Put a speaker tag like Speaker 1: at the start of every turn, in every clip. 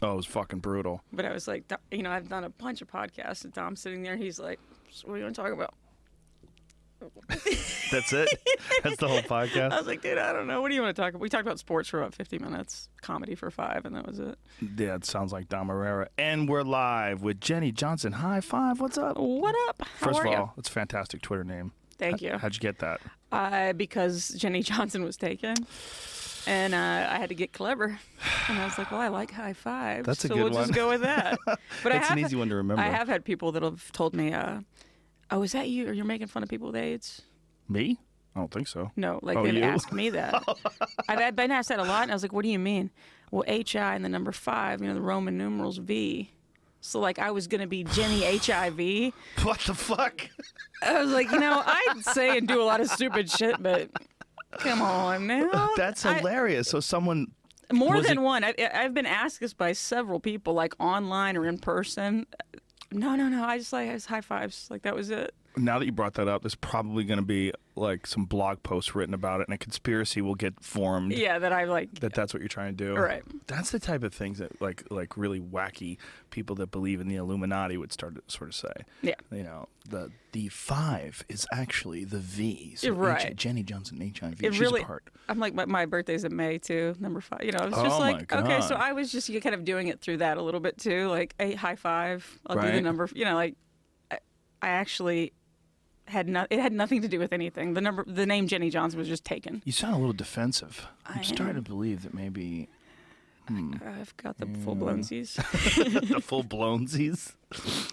Speaker 1: Oh, it was fucking brutal.
Speaker 2: But I was like, "Th- you know, I've done a bunch of podcasts, and Dom's sitting there. He's like, "So what do you want to talk about?
Speaker 1: That's it. That's the whole
Speaker 2: I
Speaker 1: podcast.
Speaker 2: was like, dude, I don't know. What do you want to talk about? We talked about sports for about 50 minutes, comedy for five, and that was it.
Speaker 1: Yeah, it sounds like Dom Herrera. And we're live with Jenny Johnson. High five. What's up?
Speaker 2: What up? How
Speaker 1: First
Speaker 2: are
Speaker 1: of
Speaker 2: you?
Speaker 1: all, it's a fantastic Twitter name.
Speaker 2: Thank you.
Speaker 1: How'd you get that?
Speaker 2: Uh, because Jenny Johnson was taken, and uh, I had to get clever. And I was like, well, I like high fives.
Speaker 1: That's a
Speaker 2: so
Speaker 1: good
Speaker 2: we'll
Speaker 1: one.
Speaker 2: just go with that. But I
Speaker 1: That's
Speaker 2: have,
Speaker 1: an easy one to remember.
Speaker 2: I have had people that have told me, uh, oh, is that you? Or you're making fun of people with AIDS?
Speaker 1: Me? I don't think so.
Speaker 2: No, like
Speaker 1: Oh,
Speaker 2: they've
Speaker 1: you?
Speaker 2: asked me that. I've had- been asked that a lot, and I was like, "What do you mean?" Well, HI and the number five, you know, the Roman numerals V. So like, I was gonna be Jenny HIV.
Speaker 1: What the fuck?
Speaker 2: I was like, you know, I'd say and do a lot of stupid shit, but come on now.
Speaker 1: That's
Speaker 2: I-
Speaker 1: hilarious. so someone
Speaker 2: more
Speaker 1: Was
Speaker 2: than
Speaker 1: it-
Speaker 2: one. I, I- I've been asked this by several people, like online or in person. No, no, no. I just like I just high fives. Like that was it.
Speaker 1: now that you brought that up, there's probably going to be like some blog posts written about it, and a conspiracy will get formed
Speaker 2: Yeah, that I like.
Speaker 1: that that's what you're trying to do.
Speaker 2: Right.
Speaker 1: That's the type of things that like like really wacky people that believe in the Illuminati would start to sort of say.
Speaker 2: Yeah.
Speaker 1: You know, the the five is actually the V. So
Speaker 2: You're right.
Speaker 1: H- Jenny Johnson HIV.
Speaker 2: it
Speaker 1: she's
Speaker 2: really
Speaker 1: a part.
Speaker 2: i'm like my, my birthday's in may too number five you know it's just
Speaker 1: Oh, my
Speaker 2: like okay so
Speaker 1: God.
Speaker 2: i was just you kind of doing it through that a little bit too like a high five i'll do the
Speaker 1: Right.
Speaker 2: number you know like i, I actually had no, it had nothing to do with anything the number the name jenny johnson was just taken
Speaker 1: You sound a little defensive.
Speaker 2: I
Speaker 1: I'm starting
Speaker 2: am.
Speaker 1: to believe that maybe Hmm.
Speaker 2: i've got the
Speaker 1: Mm.
Speaker 2: full blown z's
Speaker 1: the full blownsies.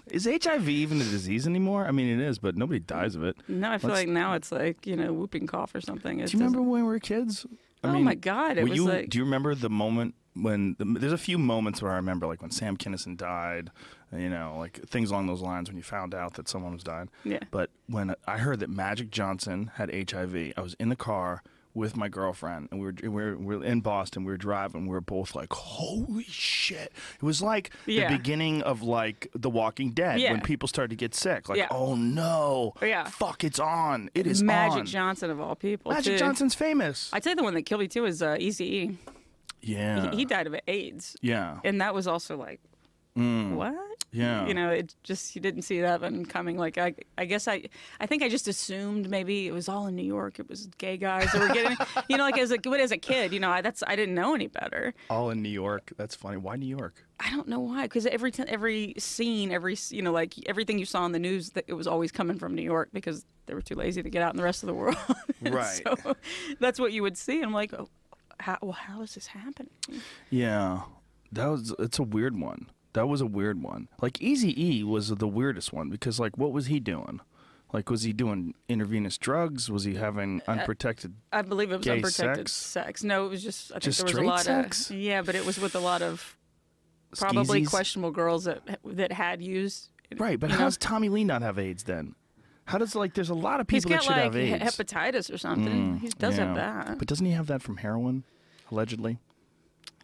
Speaker 1: Is HIV even a disease anymore? I mean, it is, but nobody dies of it.
Speaker 2: no i feel
Speaker 1: Let's-
Speaker 2: like now it's like you know whooping cough or something It
Speaker 1: Do you remember
Speaker 2: doesn't-
Speaker 1: when we were kids?
Speaker 2: Oh my God, it
Speaker 1: were
Speaker 2: was
Speaker 1: you-
Speaker 2: like-
Speaker 1: Do you remember the moment when? The, there's a few moments where I remember, like when Sam Kinison died. You know, like things along those lines when you found out that someone was dying.
Speaker 2: Yeah.
Speaker 1: But when I heard that Magic Johnson had HIV, I was in the car with my girlfriend, and we were we were, we were in Boston. We were driving. We were both like, "Holy shit!" It was like
Speaker 2: Yeah.
Speaker 1: the beginning of like The Walking Dead
Speaker 2: Yeah.
Speaker 1: when people started to get sick. Like,
Speaker 2: Yeah.
Speaker 1: oh no,
Speaker 2: Yeah.
Speaker 1: fuck, it's on. It is
Speaker 2: magic
Speaker 1: on.
Speaker 2: johnson of all people
Speaker 1: Magic
Speaker 2: too.
Speaker 1: Johnson's famous.
Speaker 2: i'd say the one that killed me too is uh, ece
Speaker 1: yeah.
Speaker 2: he,
Speaker 1: Uh.
Speaker 2: he died of aids
Speaker 1: yeah.
Speaker 2: and that was also like
Speaker 1: Mm.
Speaker 2: what
Speaker 1: Yeah.
Speaker 2: you know it just you didn't see that one coming like I, I guess i i think i just assumed maybe it was all in new york it was gay guys that were getting you know like as a but as a kid you know i that's i didn't know any better
Speaker 1: All in New York. That's funny. Why New York?
Speaker 2: i don't know why because every t- every scene every s- you know like everything you saw on the news that it was always coming from new york because they were too lazy to get out in the rest of the world And
Speaker 1: Right.
Speaker 2: so that's what you would see i'm like oh, how, well, how is this happening
Speaker 1: Yeah. That was it's a weird one. That was a weird one. Like Easy E was the weirdest one because like what was he doing? Like was he doing intravenous drugs? Was he having
Speaker 2: Uh,
Speaker 1: unprotected
Speaker 2: I believe it was
Speaker 1: Gay
Speaker 2: unprotected
Speaker 1: sex?
Speaker 2: sex? No, it was just I think
Speaker 1: Just
Speaker 2: there was a
Speaker 1: straight
Speaker 2: lot
Speaker 1: sex?
Speaker 2: of yeah, but it was with a lot of probably
Speaker 1: skeezies?
Speaker 2: questionable girls that that had used.
Speaker 1: Right, but
Speaker 2: you know?
Speaker 1: how's Tommy Lee not have AIDS then? How does like there's a lot of
Speaker 2: he's
Speaker 1: people that
Speaker 2: got
Speaker 1: should
Speaker 2: like
Speaker 1: have AIDS. Mm,
Speaker 2: he- hepatitis or something? he does
Speaker 1: Yeah.
Speaker 2: have that.
Speaker 1: But doesn't he have that from heroin, allegedly?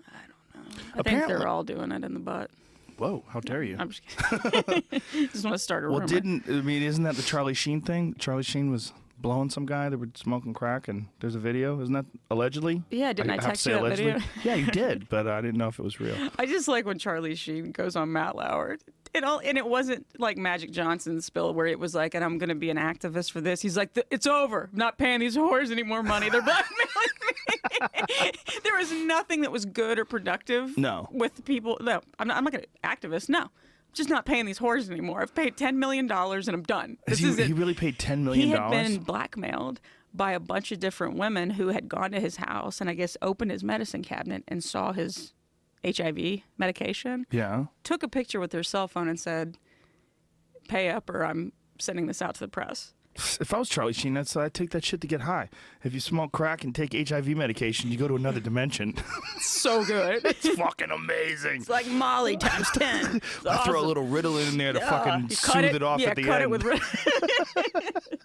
Speaker 2: I think
Speaker 1: apparently-
Speaker 2: they're all doing it in the butt.
Speaker 1: Whoa, how dare you?
Speaker 2: I'm just kidding. just want to start a
Speaker 1: Well,
Speaker 2: rumor.
Speaker 1: didn't I mean? Isn't that the Charlie Sheen thing? Charlie Sheen was blowing some guy that were smoking crack, and there's a video. Isn't that allegedly?
Speaker 2: Yeah, didn't I
Speaker 1: have
Speaker 2: text
Speaker 1: to say
Speaker 2: you that
Speaker 1: allegedly.
Speaker 2: video?
Speaker 1: yeah, you did, but I didn't know if it was real.
Speaker 2: I just like when Charlie Sheen goes on Matt Lauer. It all and it wasn't like Magic Johnson's spill where it was like, and I'm going to be an activist for this. He's like, "Th- it's over. I'm not paying these whores any more money. They're blackmailing me. there was nothing that was good or productive.
Speaker 1: No.
Speaker 2: with people. No, I'm not. I'm not going to activist. No, I'm just not paying these whores anymore. I've paid ten million dollars and I'm done. This
Speaker 1: Is he,
Speaker 2: is it.
Speaker 1: he really paid ten
Speaker 2: He
Speaker 1: million
Speaker 2: had
Speaker 1: dollars.
Speaker 2: been blackmailed by a bunch of different women who had gone to his house and I guess opened his medicine cabinet and saw his HIV medication,
Speaker 1: Yeah.
Speaker 2: took a picture with their cell phone and said, "Pay up, or I'm sending this out to the press."
Speaker 1: If I was Charlie Sheen, that's I'd take that shit to get high. If you smoke crack and take HIV medication, you go to another dimension.
Speaker 2: So good. it's
Speaker 1: it's fucking amazing.
Speaker 2: like Molly times ten. It's
Speaker 1: I throw a
Speaker 2: awesome.
Speaker 1: little Ritalin in there to
Speaker 2: Yeah.
Speaker 1: fucking
Speaker 2: You
Speaker 1: soothe
Speaker 2: cut
Speaker 1: it, off
Speaker 2: yeah,
Speaker 1: at the end.
Speaker 2: cut It with, Rit-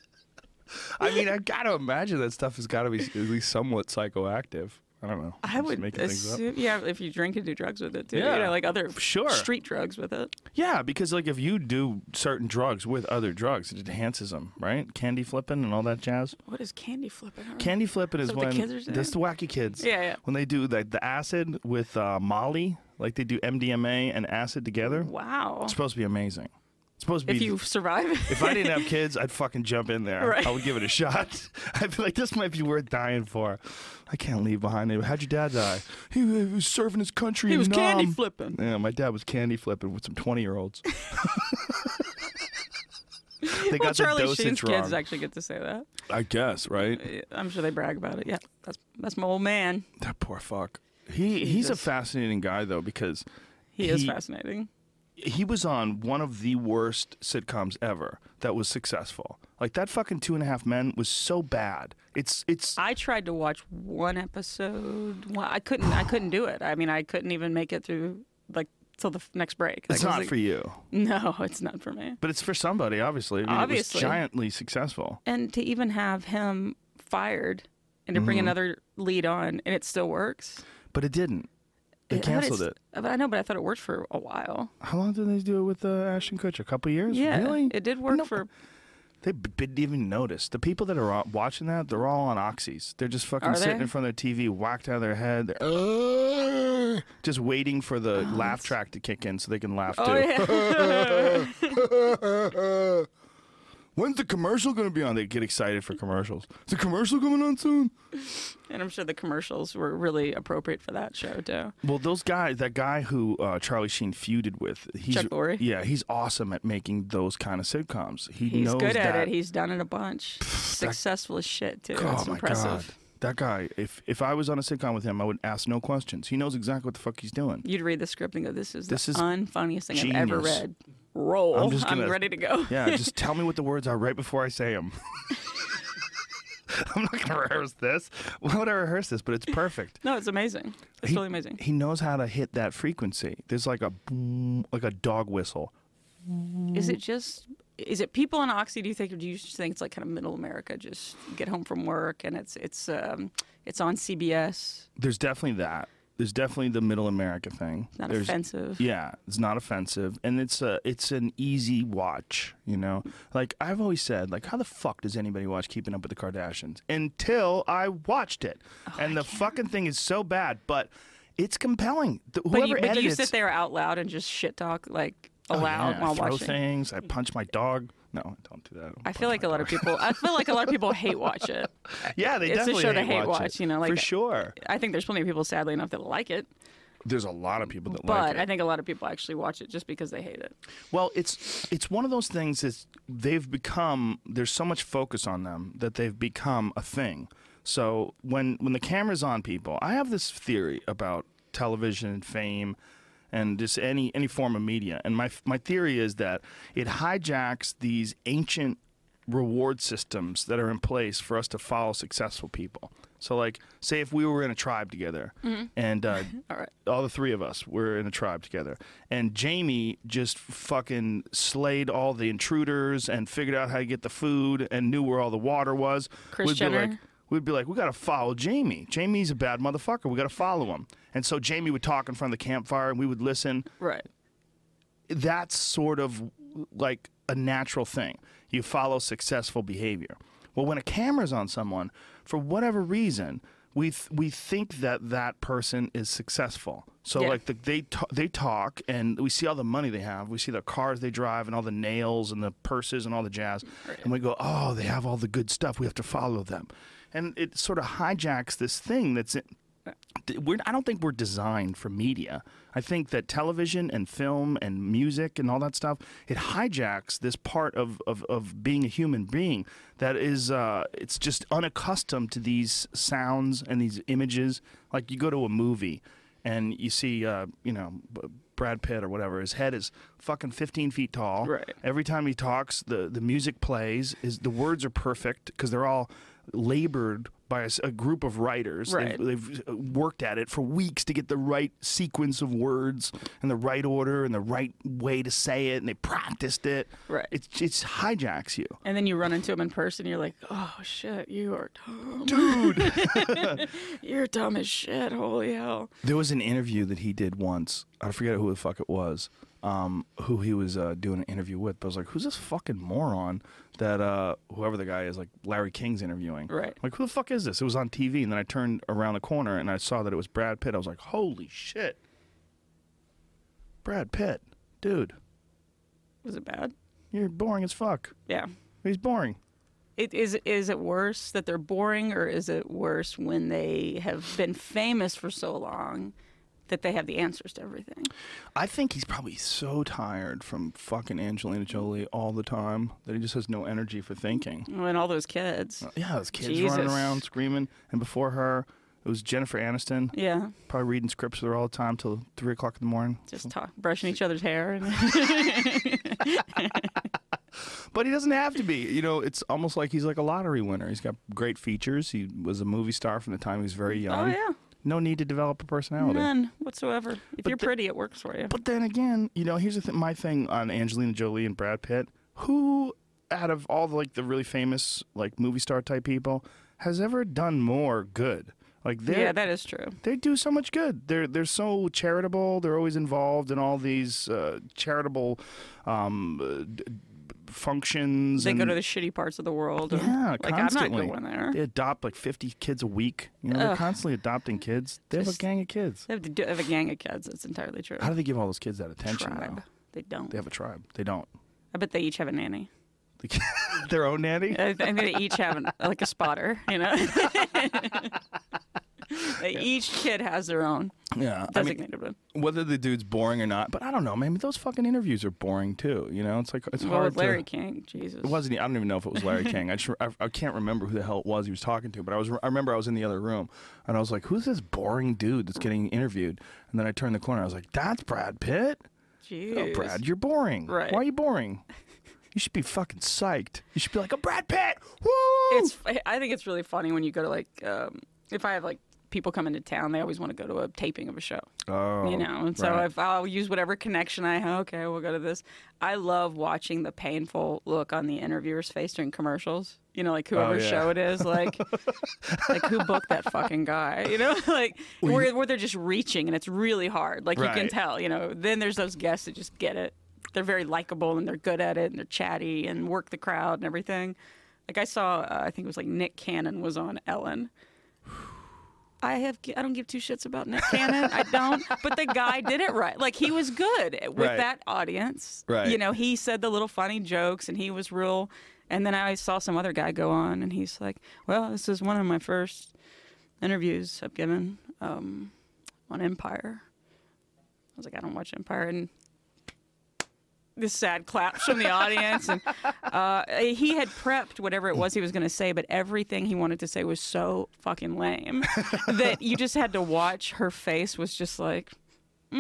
Speaker 1: I mean, I gotta imagine that stuff has got to be at least somewhat psychoactive. I don't know.
Speaker 2: I
Speaker 1: Just
Speaker 2: would
Speaker 1: making things up.
Speaker 2: assume, yeah, if you drink and do drugs with it too,
Speaker 1: Yeah.
Speaker 2: you know, like other
Speaker 1: Sure.
Speaker 2: street drugs with it.
Speaker 1: Yeah, because like if you do certain drugs with other drugs, it enhances them, right? Candy flipping and all that jazz.
Speaker 2: What is candy flipping? I don't know.
Speaker 1: Candy flipping is
Speaker 2: what the
Speaker 1: when
Speaker 2: kids are
Speaker 1: that's the wacky kids.
Speaker 2: Yeah, yeah.
Speaker 1: When they do the, the acid with uh, Molly, Like they do MDMA and acid together.
Speaker 2: Wow.
Speaker 1: It's supposed to be amazing. It's supposed to be.
Speaker 2: If you survive.
Speaker 1: If I didn't have kids, I'd fucking jump in there.
Speaker 2: Right.
Speaker 1: I would give it a shot. I'd be like, this might be worth dying for. I can't leave behind it. How'd your dad die? He was serving his country.
Speaker 2: he
Speaker 1: in
Speaker 2: was candy
Speaker 1: Nam."
Speaker 2: flipping.
Speaker 1: Yeah, my dad was candy flipping with some twenty-year-olds. they
Speaker 2: Well,
Speaker 1: got the
Speaker 2: Charlie
Speaker 1: dosage
Speaker 2: Sheen's kids
Speaker 1: wrong.
Speaker 2: actually get to say that.
Speaker 1: I guess, right?
Speaker 2: Yeah, I'm sure they brag about it. Yeah, that's that's my old man.
Speaker 1: That poor fuck. He he's a
Speaker 2: Jesus.
Speaker 1: fascinating guy though because
Speaker 2: He, is
Speaker 1: He-
Speaker 2: fascinating.
Speaker 1: he was on one of the worst sitcoms ever that was successful. Like that fucking Two and a Half Men was so bad. It's it's
Speaker 2: I tried to watch one episode. Well, I couldn't. I couldn't do it. I mean, I couldn't even make it through like till the f- next break. Like,
Speaker 1: it's
Speaker 2: I was
Speaker 1: not
Speaker 2: like,
Speaker 1: for you,
Speaker 2: No, it's not for me.
Speaker 1: but it's for somebody. Obviously, I mean,
Speaker 2: Obviously.
Speaker 1: it was giantly successful.
Speaker 2: And to even have him fired and to bring
Speaker 1: Mm-hmm.
Speaker 2: another lead on, and it still works.
Speaker 1: But it didn't. They
Speaker 2: I thought
Speaker 1: canceled
Speaker 2: it's- uh,
Speaker 1: it.
Speaker 2: But I know, but I thought it worked for a while.
Speaker 1: How long did they do it with uh, Ashton Kutcher? A couple years?
Speaker 2: Yeah,
Speaker 1: really?
Speaker 2: it did work
Speaker 1: No,
Speaker 2: for.
Speaker 1: They b- didn't even notice. The people that are o- watching that, they're all on oxys. They're just fucking
Speaker 2: Are
Speaker 1: sitting
Speaker 2: they?
Speaker 1: in front of their TV, whacked out of their head. They're just waiting for the laugh track to kick in so they can laugh
Speaker 2: Oh
Speaker 1: too.
Speaker 2: yeah,
Speaker 1: When's the commercial going to be on? They get excited for commercials. Is the commercial coming on soon?
Speaker 2: and I'm sure the commercials were really appropriate for that show too.
Speaker 1: Well, those guys, that guy who uh, Charlie Sheen feuded with, he's,
Speaker 2: Chuck Lorre?
Speaker 1: Yeah, he's awesome at making those kind of sitcoms. He
Speaker 2: He's
Speaker 1: knows
Speaker 2: good at
Speaker 1: that.
Speaker 2: it. He's done it a bunch. Successful as shit too.
Speaker 1: oh
Speaker 2: it's
Speaker 1: my
Speaker 2: impressive.
Speaker 1: god, that guy. If if I was on a sitcom with him, I would ask no questions. He knows exactly what the fuck he's doing.
Speaker 2: You'd read the script and go, "This is
Speaker 1: This
Speaker 2: the
Speaker 1: is
Speaker 2: unfunniest thing I've ever
Speaker 1: genius.
Speaker 2: read." Roll.
Speaker 1: I'm just gonna-
Speaker 2: ready to go.
Speaker 1: Yeah, just tell me what the words are right before I say them. I'm not gonna rehearse this. Why would I rehearse this? But it's perfect.
Speaker 2: No, it's amazing. It's
Speaker 1: He-
Speaker 2: really amazing.
Speaker 1: He knows how to hit that frequency. There's like a boom, like a dog whistle.
Speaker 2: Is it just? Is it people on oxy? Do you think, or do you just think it's like kind of middle America? Just get home from work and it's it's um it's on CBS.
Speaker 1: There's definitely that. There's definitely the middle America thing.
Speaker 2: It's not
Speaker 1: There's,
Speaker 2: offensive.
Speaker 1: Yeah, it's not offensive, and it's a it's an easy watch. You know, like I've always said, like how the fuck does anybody watch Keeping Up with the Kardashians until I watched it,
Speaker 2: Oh,
Speaker 1: and the fucking thing is so bad, but it's compelling. The,
Speaker 2: But,
Speaker 1: whoever
Speaker 2: you, but do
Speaker 1: edited
Speaker 2: you
Speaker 1: it's-
Speaker 2: sit there out loud and just shit talk like
Speaker 1: Oh,
Speaker 2: aloud
Speaker 1: yeah, I
Speaker 2: while
Speaker 1: throw
Speaker 2: watching.
Speaker 1: things. I punch my dog. No, I don't do that. don't
Speaker 2: I feel
Speaker 1: punch
Speaker 2: like a lot of people. I feel like a lot of people hate watch it.
Speaker 1: my- yeah, they
Speaker 2: it's a
Speaker 1: definitely
Speaker 2: show to
Speaker 1: hate
Speaker 2: hate watch,
Speaker 1: it,
Speaker 2: you know, like- uh,
Speaker 1: for sure.
Speaker 2: I think there's plenty of people, sadly enough, that like it.
Speaker 1: There's a lot of people that like
Speaker 2: But
Speaker 1: it.
Speaker 2: I think a lot of people actually watch it just because they hate it.
Speaker 1: Well, it's it's one of those things that they've become. There's so much focus on them that they've become a thing. So when when the camera's on people, I have this theory about television and fame, and just any any form of media. And my my theory is that it hijacks these ancient reward systems that are in place for us to follow successful people. So like, say if we were in a tribe together, and uh,
Speaker 2: All right.
Speaker 1: all the three of us were in a tribe together and jamie just fucking slayed all the intruders and figured out how to get the food and knew where all the water was
Speaker 2: Kris
Speaker 1: we'd
Speaker 2: Jenner?
Speaker 1: be like we'd be like we gotta follow jamie jamie's a bad motherfucker we gotta follow him and so jamie would talk in front of the campfire and we would listen
Speaker 2: Right.
Speaker 1: that's sort of like a natural thing. You follow successful behavior. Well, when a camera's on someone, for whatever reason, we th- we think that that person is successful. So
Speaker 2: Yeah.
Speaker 1: like the, they t- they talk and we see all the money they have, we see the cars they drive and all the nails and the purses and all the jazz, and we go, oh, they have all the good stuff. We have to follow them, and it sort of hijacks this thing that's. In- d- we're, I don't think we're designed for media. I think that television and film and music and all that stuff it hijacks this part of of, of being a human being that is uh, it's just unaccustomed to these sounds and these images. Like you go to a movie and you see uh, you know B- Brad Pitt or whatever, his head is fucking 15 feet tall.
Speaker 2: Right.
Speaker 1: Every time he talks, the, the music plays. Is the words are perfect because they're all labored by a, s- a group of writers.
Speaker 2: Right.
Speaker 1: They've, they've uh, worked at it for weeks to get the right sequence of words and the right order and the right way to say it, and they practiced it.
Speaker 2: Right.
Speaker 1: It it's hijacks you.
Speaker 2: And then you run into him in person. You're like, oh shit, you are dumb.
Speaker 1: Dude,
Speaker 2: You're dumb as shit. Holy hell.
Speaker 1: there was an interview that he did once. I forget who the fuck it was. Um, who he was uh, doing an interview with, but I was like, "Who's this fucking moron that uh, whoever the guy is, like Larry King's interviewing?"
Speaker 2: Right.
Speaker 1: Like, who the fuck is this? It was on TV, and then I turned around the corner and I saw that it was Brad Pitt. I was like, "Holy shit!" Brad Pitt, dude,
Speaker 2: Was it bad?
Speaker 1: you're boring as fuck.
Speaker 2: Yeah.
Speaker 1: He's boring.
Speaker 2: It, is is it worse that they're boring, or is it worse when they have been famous for so long that they have the answers to everything?
Speaker 1: I think he's probably so tired from fucking Angelina Jolie all the time that he just has no energy for thinking.
Speaker 2: Oh, And all those kids.
Speaker 1: Yeah, those kids running
Speaker 2: Jesus.
Speaker 1: around screaming, and before her, it was Jennifer Aniston,
Speaker 2: Yeah,
Speaker 1: probably reading scripts with her all the time till three o'clock in the morning.
Speaker 2: just talk, brushing each other's hair. And
Speaker 1: But he doesn't have to be. You know, it's almost like he's like a lottery winner. He's got great features. He was a movie star from the time he was very
Speaker 2: oh
Speaker 1: young.
Speaker 2: yeah,
Speaker 1: No need to develop a personality.
Speaker 2: none whatsoever. If you're
Speaker 1: Oh, the-
Speaker 2: pretty, it works for you.
Speaker 1: But then again, you know, here's the th- my thing on Angelina Jolie and Brad Pitt. Who out of all the, like the really famous like movie star type people has ever done more good? Like they
Speaker 2: yeah,
Speaker 1: are
Speaker 2: that is true.
Speaker 1: they do so much good. They're they're so charitable. They're always involved in all these uh, charitable um, uh, d- d- functions.
Speaker 2: They
Speaker 1: and
Speaker 2: go to the shitty parts of the world. and,
Speaker 1: yeah,
Speaker 2: like
Speaker 1: constantly.
Speaker 2: I'm not going there.
Speaker 1: They adopt like 50 kids a week. You know, they're
Speaker 2: Ugh.
Speaker 1: constantly adopting kids. They have a
Speaker 2: Just-
Speaker 1: gang of kids.
Speaker 2: They have to do, have a gang of kids. That's entirely true.
Speaker 1: How do they give all those kids that attention?
Speaker 2: Tribe.
Speaker 1: Though?
Speaker 2: They don't.
Speaker 1: They have a tribe. They don't.
Speaker 2: I bet they each have a nanny.
Speaker 1: Their own nanny.
Speaker 2: I th- I think they each have an, like a spotter, you know. They- Each kid has their own
Speaker 1: Yeah, I mean,
Speaker 2: designated one.
Speaker 1: whether the dude's boring or not, but I don't know. Maybe those fucking interviews are boring too. You know, it's like it's
Speaker 2: Well,
Speaker 1: hard.
Speaker 2: with Larry
Speaker 1: to,
Speaker 2: King, Jesus.
Speaker 1: it wasn't. e, I don't even know if it was Larry King. I, just, I I can't remember who the hell it was he was talking to. But I was. I remember I was in the other room, and I was like, "Who's this boring dude that's getting interviewed?" And then I turned the corner. I was like, "That's Brad Pitt."
Speaker 2: Jeez.
Speaker 1: Oh, Brad, you're boring.
Speaker 2: Right.
Speaker 1: Why are you boring? You should be fucking psyched. You should be like a Brad Pitt. Woo!
Speaker 2: It's. f- I think it's really funny when you go to like. Um, if I have like people come into town, they always want to go to a taping of a show.
Speaker 1: oh,
Speaker 2: you know, and so
Speaker 1: right.
Speaker 2: if I'll use whatever connection I have, okay, we'll go to this. I love watching the painful look on the interviewer's face during commercials. You know, like whoever's
Speaker 1: Oh, yeah.
Speaker 2: show it is, like, like who booked that fucking guy? You know, like where, where they're just reaching and it's really hard. Like you can
Speaker 1: Right.
Speaker 2: tell. You know, then there's those guests that just get it. They're very likable and they're good at it and they're chatty and work the crowd and everything. Like I saw, uh, I think it was like Nick Cannon was on Ellen. I have I don't give two shits about Nick Cannon. I don't. But the guy did it right. Like he was good with
Speaker 1: Right.
Speaker 2: that audience.
Speaker 1: Right.
Speaker 2: You know, he said the little funny jokes and he was real. And then I saw some other guy go on and he's like, "Well, this is one of my first interviews I've given um, on Empire." I was like, "I don't watch Empire." And this sad claps from the audience and uh, he had prepped whatever it was he was going to say but everything he wanted to say was so fucking lame that you just had to watch her face was just like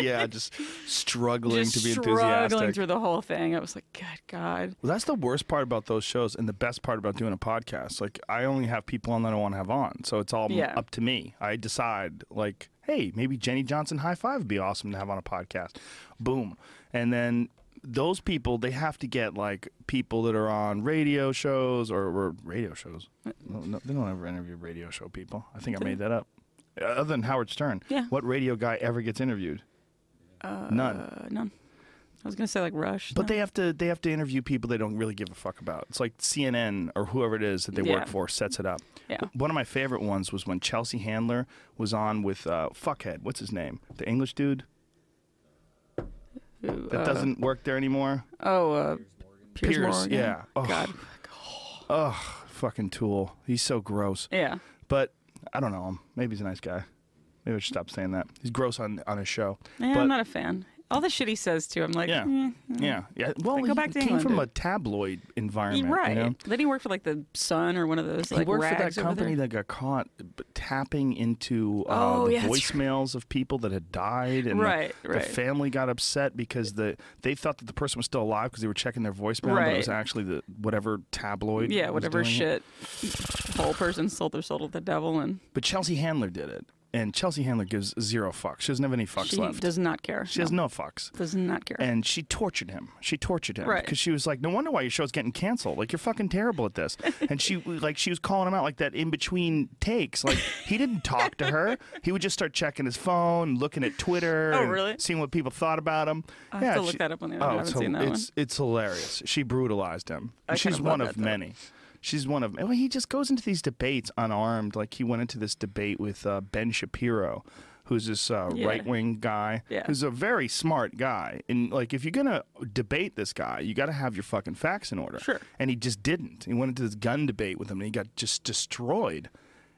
Speaker 1: yeah, just struggling
Speaker 2: just
Speaker 1: to be
Speaker 2: struggling
Speaker 1: enthusiastic.
Speaker 2: through the whole thing i was like good god
Speaker 1: Well, that's the worst part about those shows, and the best part about doing a podcast. Like, I only have people on that I want to have on, so it's all m-
Speaker 2: Yeah.
Speaker 1: up to me. I decide, like, hey, maybe Jenny Johnson High Five would be awesome to have on a podcast. Boom, and then those people they have to get like people that are on radio shows or, or radio shows.
Speaker 2: Uh,
Speaker 1: No, no, they don't ever interview radio show people. I think I made that up. Other than Howard Stern,
Speaker 2: Yeah.
Speaker 1: what radio guy ever gets interviewed? None.
Speaker 2: uh, no i was going to say like rush
Speaker 1: But
Speaker 2: no.
Speaker 1: they have to they have to interview people they don't really give a fuck about. It's like CNN or whoever it is that they
Speaker 2: Yeah.
Speaker 1: work for sets it up.
Speaker 2: Yeah.
Speaker 1: One of my favorite ones was when Chelsea Handler was on with uh, fuckhead. What's his name? The English dude
Speaker 2: Ooh,
Speaker 1: that
Speaker 2: uh,
Speaker 1: doesn't work there anymore.
Speaker 2: oh uh, piers,
Speaker 1: Piers,
Speaker 2: morgan
Speaker 1: yeah. Oh.
Speaker 2: god
Speaker 1: Ugh, fucking tool. He's so gross.
Speaker 2: yeah
Speaker 1: But I don't know him. Maybe he's a nice guy. Maybe I should stop saying that. He's gross on on his show.
Speaker 2: yeah
Speaker 1: But-
Speaker 2: i'm not a fan all the shit he says too i'm like
Speaker 1: Yeah.
Speaker 2: "Mm,
Speaker 1: Yeah, yeah. Well,
Speaker 2: go
Speaker 1: he
Speaker 2: back to
Speaker 1: came
Speaker 2: England,
Speaker 1: from
Speaker 2: dude.
Speaker 1: a tabloid environment,
Speaker 2: right
Speaker 1: You know?
Speaker 2: then he worked for like the sun or one of those
Speaker 1: he
Speaker 2: like
Speaker 1: worked for that
Speaker 2: rags over there.
Speaker 1: company that got caught b- tapping into uh,
Speaker 2: Oh,
Speaker 1: the
Speaker 2: yeah, that's
Speaker 1: voicemails of people that had died, and the-
Speaker 2: Right,
Speaker 1: the,
Speaker 2: right.
Speaker 1: family got upset because the they thought that the person was still alive because they were checking their voicemail, but it was
Speaker 2: Right.
Speaker 1: actually the whatever tabloid.
Speaker 2: Yeah,
Speaker 1: was
Speaker 2: whatever
Speaker 1: doing it.
Speaker 2: shit. Whole person sold their soul to the devil, and
Speaker 1: But Chelsea Handler did it, and Chelsea Handler gives zero fucks. She doesn't have any fucks
Speaker 2: she
Speaker 1: left.
Speaker 2: does not care.
Speaker 1: she has no fucks.
Speaker 2: does not care.
Speaker 1: And she tortured him. She tortured him
Speaker 2: Right.
Speaker 1: because she was like, "No wonder why your show's getting canceled. Like you're fucking terrible at this." And she like she was calling him out like that in between takes. Like he didn't talk to her. He would just start checking his phone, looking at Twitter,
Speaker 2: Oh,
Speaker 1: and
Speaker 2: really?
Speaker 1: seeing what people thought about him.
Speaker 2: I have to look that up on the internet. I
Speaker 1: Oh,
Speaker 2: haven't
Speaker 1: it's,
Speaker 2: seen
Speaker 1: hil-
Speaker 2: that one.
Speaker 1: it's it's hilarious. She brutalized him.
Speaker 2: I
Speaker 1: And
Speaker 2: kind
Speaker 1: She's
Speaker 2: of
Speaker 1: one
Speaker 2: love
Speaker 1: of
Speaker 2: that, though.
Speaker 1: many. She's one of well, he just goes into these debates unarmed. Like he went into this debate with uh, Ben Shapiro, who's this uh,
Speaker 2: Yeah.
Speaker 1: right wing guy,
Speaker 2: Yeah.
Speaker 1: who's a very smart guy. And like, if you're gonna debate this guy, you got to have your fucking facts in order.
Speaker 2: Sure.
Speaker 1: And he just didn't. He went into this gun debate with him, and he got just destroyed.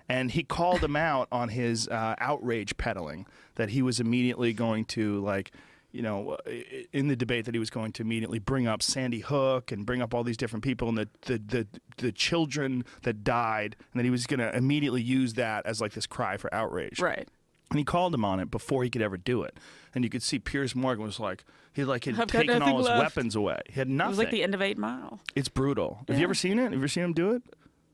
Speaker 1: And he called him out on his uh, outrage peddling that he was immediately going to like. You know, uh, i- in the debate that he was going to immediately bring up Sandy Hook and bring up all these different people and the the, the, the children that died, and that he was going to immediately use that as like this cry for outrage.
Speaker 2: Right.
Speaker 1: And he called him on it before he could ever do it. And you could see Piers Morgan was like, he like had
Speaker 2: I've got
Speaker 1: taken
Speaker 2: nothing
Speaker 1: all his
Speaker 2: left.
Speaker 1: weapons away. He had nothing.
Speaker 2: It was like the end of Eight Mile.
Speaker 1: it's brutal. Have you ever seen it? Have you ever seen him do it?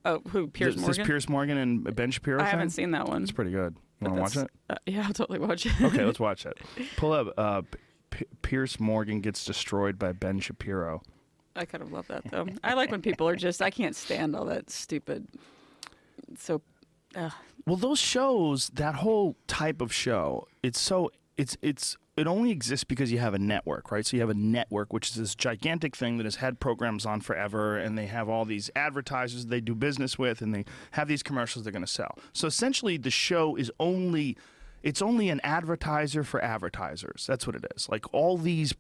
Speaker 2: Oh, who? Piers
Speaker 1: this,
Speaker 2: Morgan.
Speaker 1: This Piers Morgan and Ben Shapiro
Speaker 2: I
Speaker 1: thing?
Speaker 2: haven't seen that one.
Speaker 1: It's pretty good. You want to watch it?
Speaker 2: Uh, yeah, I'll totally watch it.
Speaker 1: Okay, let's watch it. Pull up uh, P- Pierce Morgan gets destroyed by Ben Shapiro.
Speaker 2: I kind of love that though. I like when people are just. I can't stand all that stupid. So, uh,
Speaker 1: Well, those shows, that whole type of show, it's so it's it's it only exists because you have a network, right? So you have a network, which is this gigantic thing that has had programs on forever, and they have all these advertisers they do business with, and they have these commercials they're going to sell. So essentially, the show is only it's only an advertiser for advertisers. That's what it is. Like all these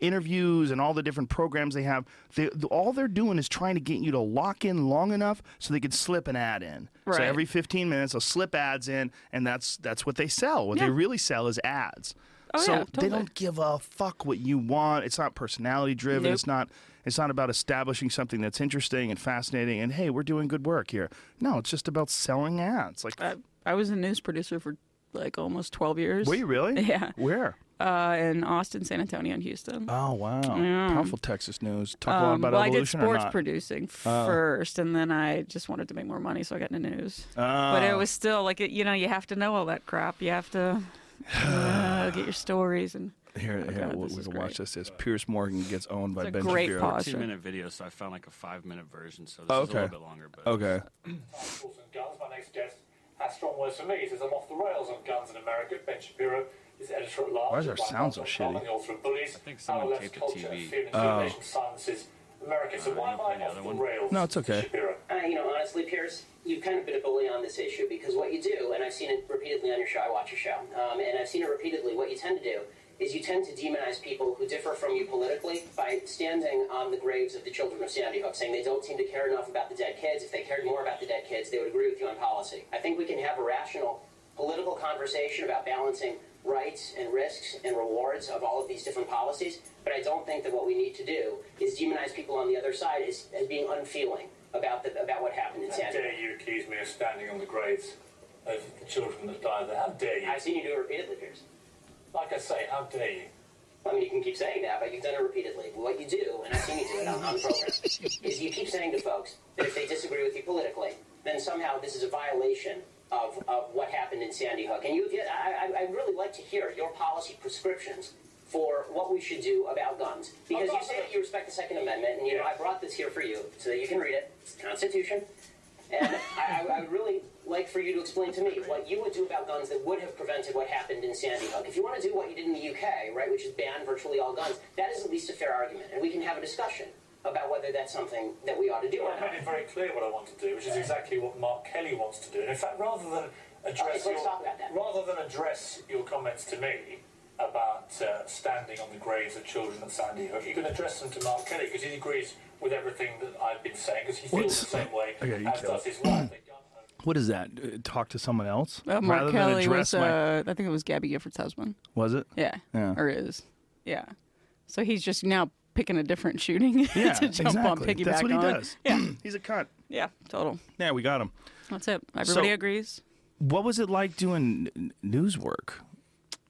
Speaker 1: interviews and all the different programs they have, they, all they're doing is trying to get you to lock in long enough so they can slip an ad in. So
Speaker 2: Right.
Speaker 1: every 15 minutes they'll slip ads in, and that's that's what they sell. What they
Speaker 2: Yeah.
Speaker 1: really sell is ads.
Speaker 2: Oh,
Speaker 1: so
Speaker 2: yeah,
Speaker 1: they
Speaker 2: totally.
Speaker 1: don't give a fuck what you want. It's not personality driven.
Speaker 2: Nope.
Speaker 1: It's not it's not about establishing something that's interesting and fascinating and hey, we're doing good work here. No, it's just about selling ads. Like
Speaker 2: I, I was a news producer for like almost twelve years.
Speaker 1: were you really?
Speaker 2: Yeah.
Speaker 1: Where?
Speaker 2: Uh, in Austin, San Antonio, and Houston.
Speaker 1: Oh wow.
Speaker 2: Yeah. Um,
Speaker 1: Powerful Texas news. Talk a lot about
Speaker 2: well, I did
Speaker 1: evolution
Speaker 2: sports
Speaker 1: or not. Uh.
Speaker 2: producing first, and then I just wanted to make more money, so I got into news. But it
Speaker 1: Oh.
Speaker 2: was still like it, you know, you have to know all that crap. You have to uh, get your stories, and
Speaker 1: Here, here
Speaker 2: God,
Speaker 1: we,
Speaker 2: this
Speaker 1: we
Speaker 2: is
Speaker 1: can
Speaker 2: great.
Speaker 1: watch this. Is Pierce Morgan gets owned by
Speaker 2: a
Speaker 1: Ben
Speaker 2: great
Speaker 1: Shapiro.
Speaker 2: pause.
Speaker 3: two
Speaker 2: Sure.
Speaker 3: minute video, so I found like a five minute version. So this
Speaker 1: Oh,
Speaker 3: is a
Speaker 1: okay.
Speaker 3: little bit longer. But
Speaker 1: Okay.
Speaker 4: Tools and guns. My next guest has strong words for me. He says I'm off the rails on guns in America. Ben Shapiro is editor at large.
Speaker 1: Why is our
Speaker 4: of Black
Speaker 1: sound so
Speaker 4: Box dot
Speaker 1: shitty?
Speaker 4: com
Speaker 1: Oh.
Speaker 4: and the author of Bullies, I
Speaker 3: think someone taped a TV.
Speaker 4: Silences America. So why am
Speaker 3: play
Speaker 4: I
Speaker 3: the
Speaker 4: off
Speaker 3: other
Speaker 4: the
Speaker 3: Uh, one?
Speaker 4: rails?
Speaker 1: No, it's okay.
Speaker 4: Shapiro.
Speaker 5: Uh, you know, honestly, Pierce, you've kind of been a bully on this issue because what you do, and I've seen it repeatedly on your show, I watch your show, um, and I've seen it repeatedly, what you tend to do is you tend to demonize people who differ from you politically by standing on the graves of the children of Sandy Hook, saying they don't seem to care enough about the dead kids. If they cared more about the dead kids, they would agree with you on policy. I think we can have a rational political conversation about balancing rights and risks and rewards of all of these different policies. But I don't think that what we need to do is demonize people on the other side as, as being unfeeling about the, about what happened in
Speaker 4: How
Speaker 5: San Diego.
Speaker 4: dare you accuse me of standing on the graves of the children that died there? How dare you?
Speaker 5: I've seen you do it repeatedly, Pierce.
Speaker 4: Like I say, how dare you?
Speaker 5: I mean, you can keep saying that, but you've done it repeatedly. What you do, and I've seen you do it on, on the program, is you keep saying to folks that if they disagree with you politically, then somehow this is a violation of, of what happened in Sandy Hook. And you, I, I- I'd really like to hear your policy prescriptions for what we should do about guns. Because you say that you respect the Second Amendment, and you know, I brought this here for you so that you can read it. It's the Constitution. And I, I, I would really like for you to explain to me what you would do about guns that would have prevented what happened in Sandy Hook. If you want to do what you did in the UK, right, which is ban virtually all guns, that is at least a fair argument, and we can have a discussion about whether that's something that we ought to do or
Speaker 4: I've
Speaker 5: not.
Speaker 4: made it very clear what I want to do, which is exactly what Mark Kelly wants to do. And in fact, rather than address
Speaker 5: let's
Speaker 4: your,
Speaker 5: talk about that.
Speaker 4: rather than address your comments to me about uh, standing on the graves of children at Sandy Hook, you can address them to Mark Kelly because he agrees with everything that I've been saying because he feels
Speaker 1: What's-
Speaker 4: the same way
Speaker 1: Okay, you
Speaker 4: as
Speaker 1: kill
Speaker 4: does
Speaker 1: it.
Speaker 4: his wife. They got her.
Speaker 1: What is that? Uh, Talk to someone else
Speaker 2: uh, Mark
Speaker 1: rather than
Speaker 2: Kelly
Speaker 1: address
Speaker 2: was,
Speaker 1: my.
Speaker 2: uh, I think it was Gabby Gifford's husband.
Speaker 1: Was it?
Speaker 2: Yeah.
Speaker 1: Yeah.
Speaker 2: Or is. Yeah. So he's just now picking a different shooting
Speaker 1: Yeah,
Speaker 2: to jump on
Speaker 1: exactly.
Speaker 2: piggyback
Speaker 1: That's what he
Speaker 2: on.
Speaker 1: does.
Speaker 2: Yeah.
Speaker 1: He's a cunt.
Speaker 2: Yeah. Total.
Speaker 1: Yeah, we got him.
Speaker 2: That's it. Everybody
Speaker 1: So-
Speaker 2: agrees.
Speaker 1: What was it like doing n- news work?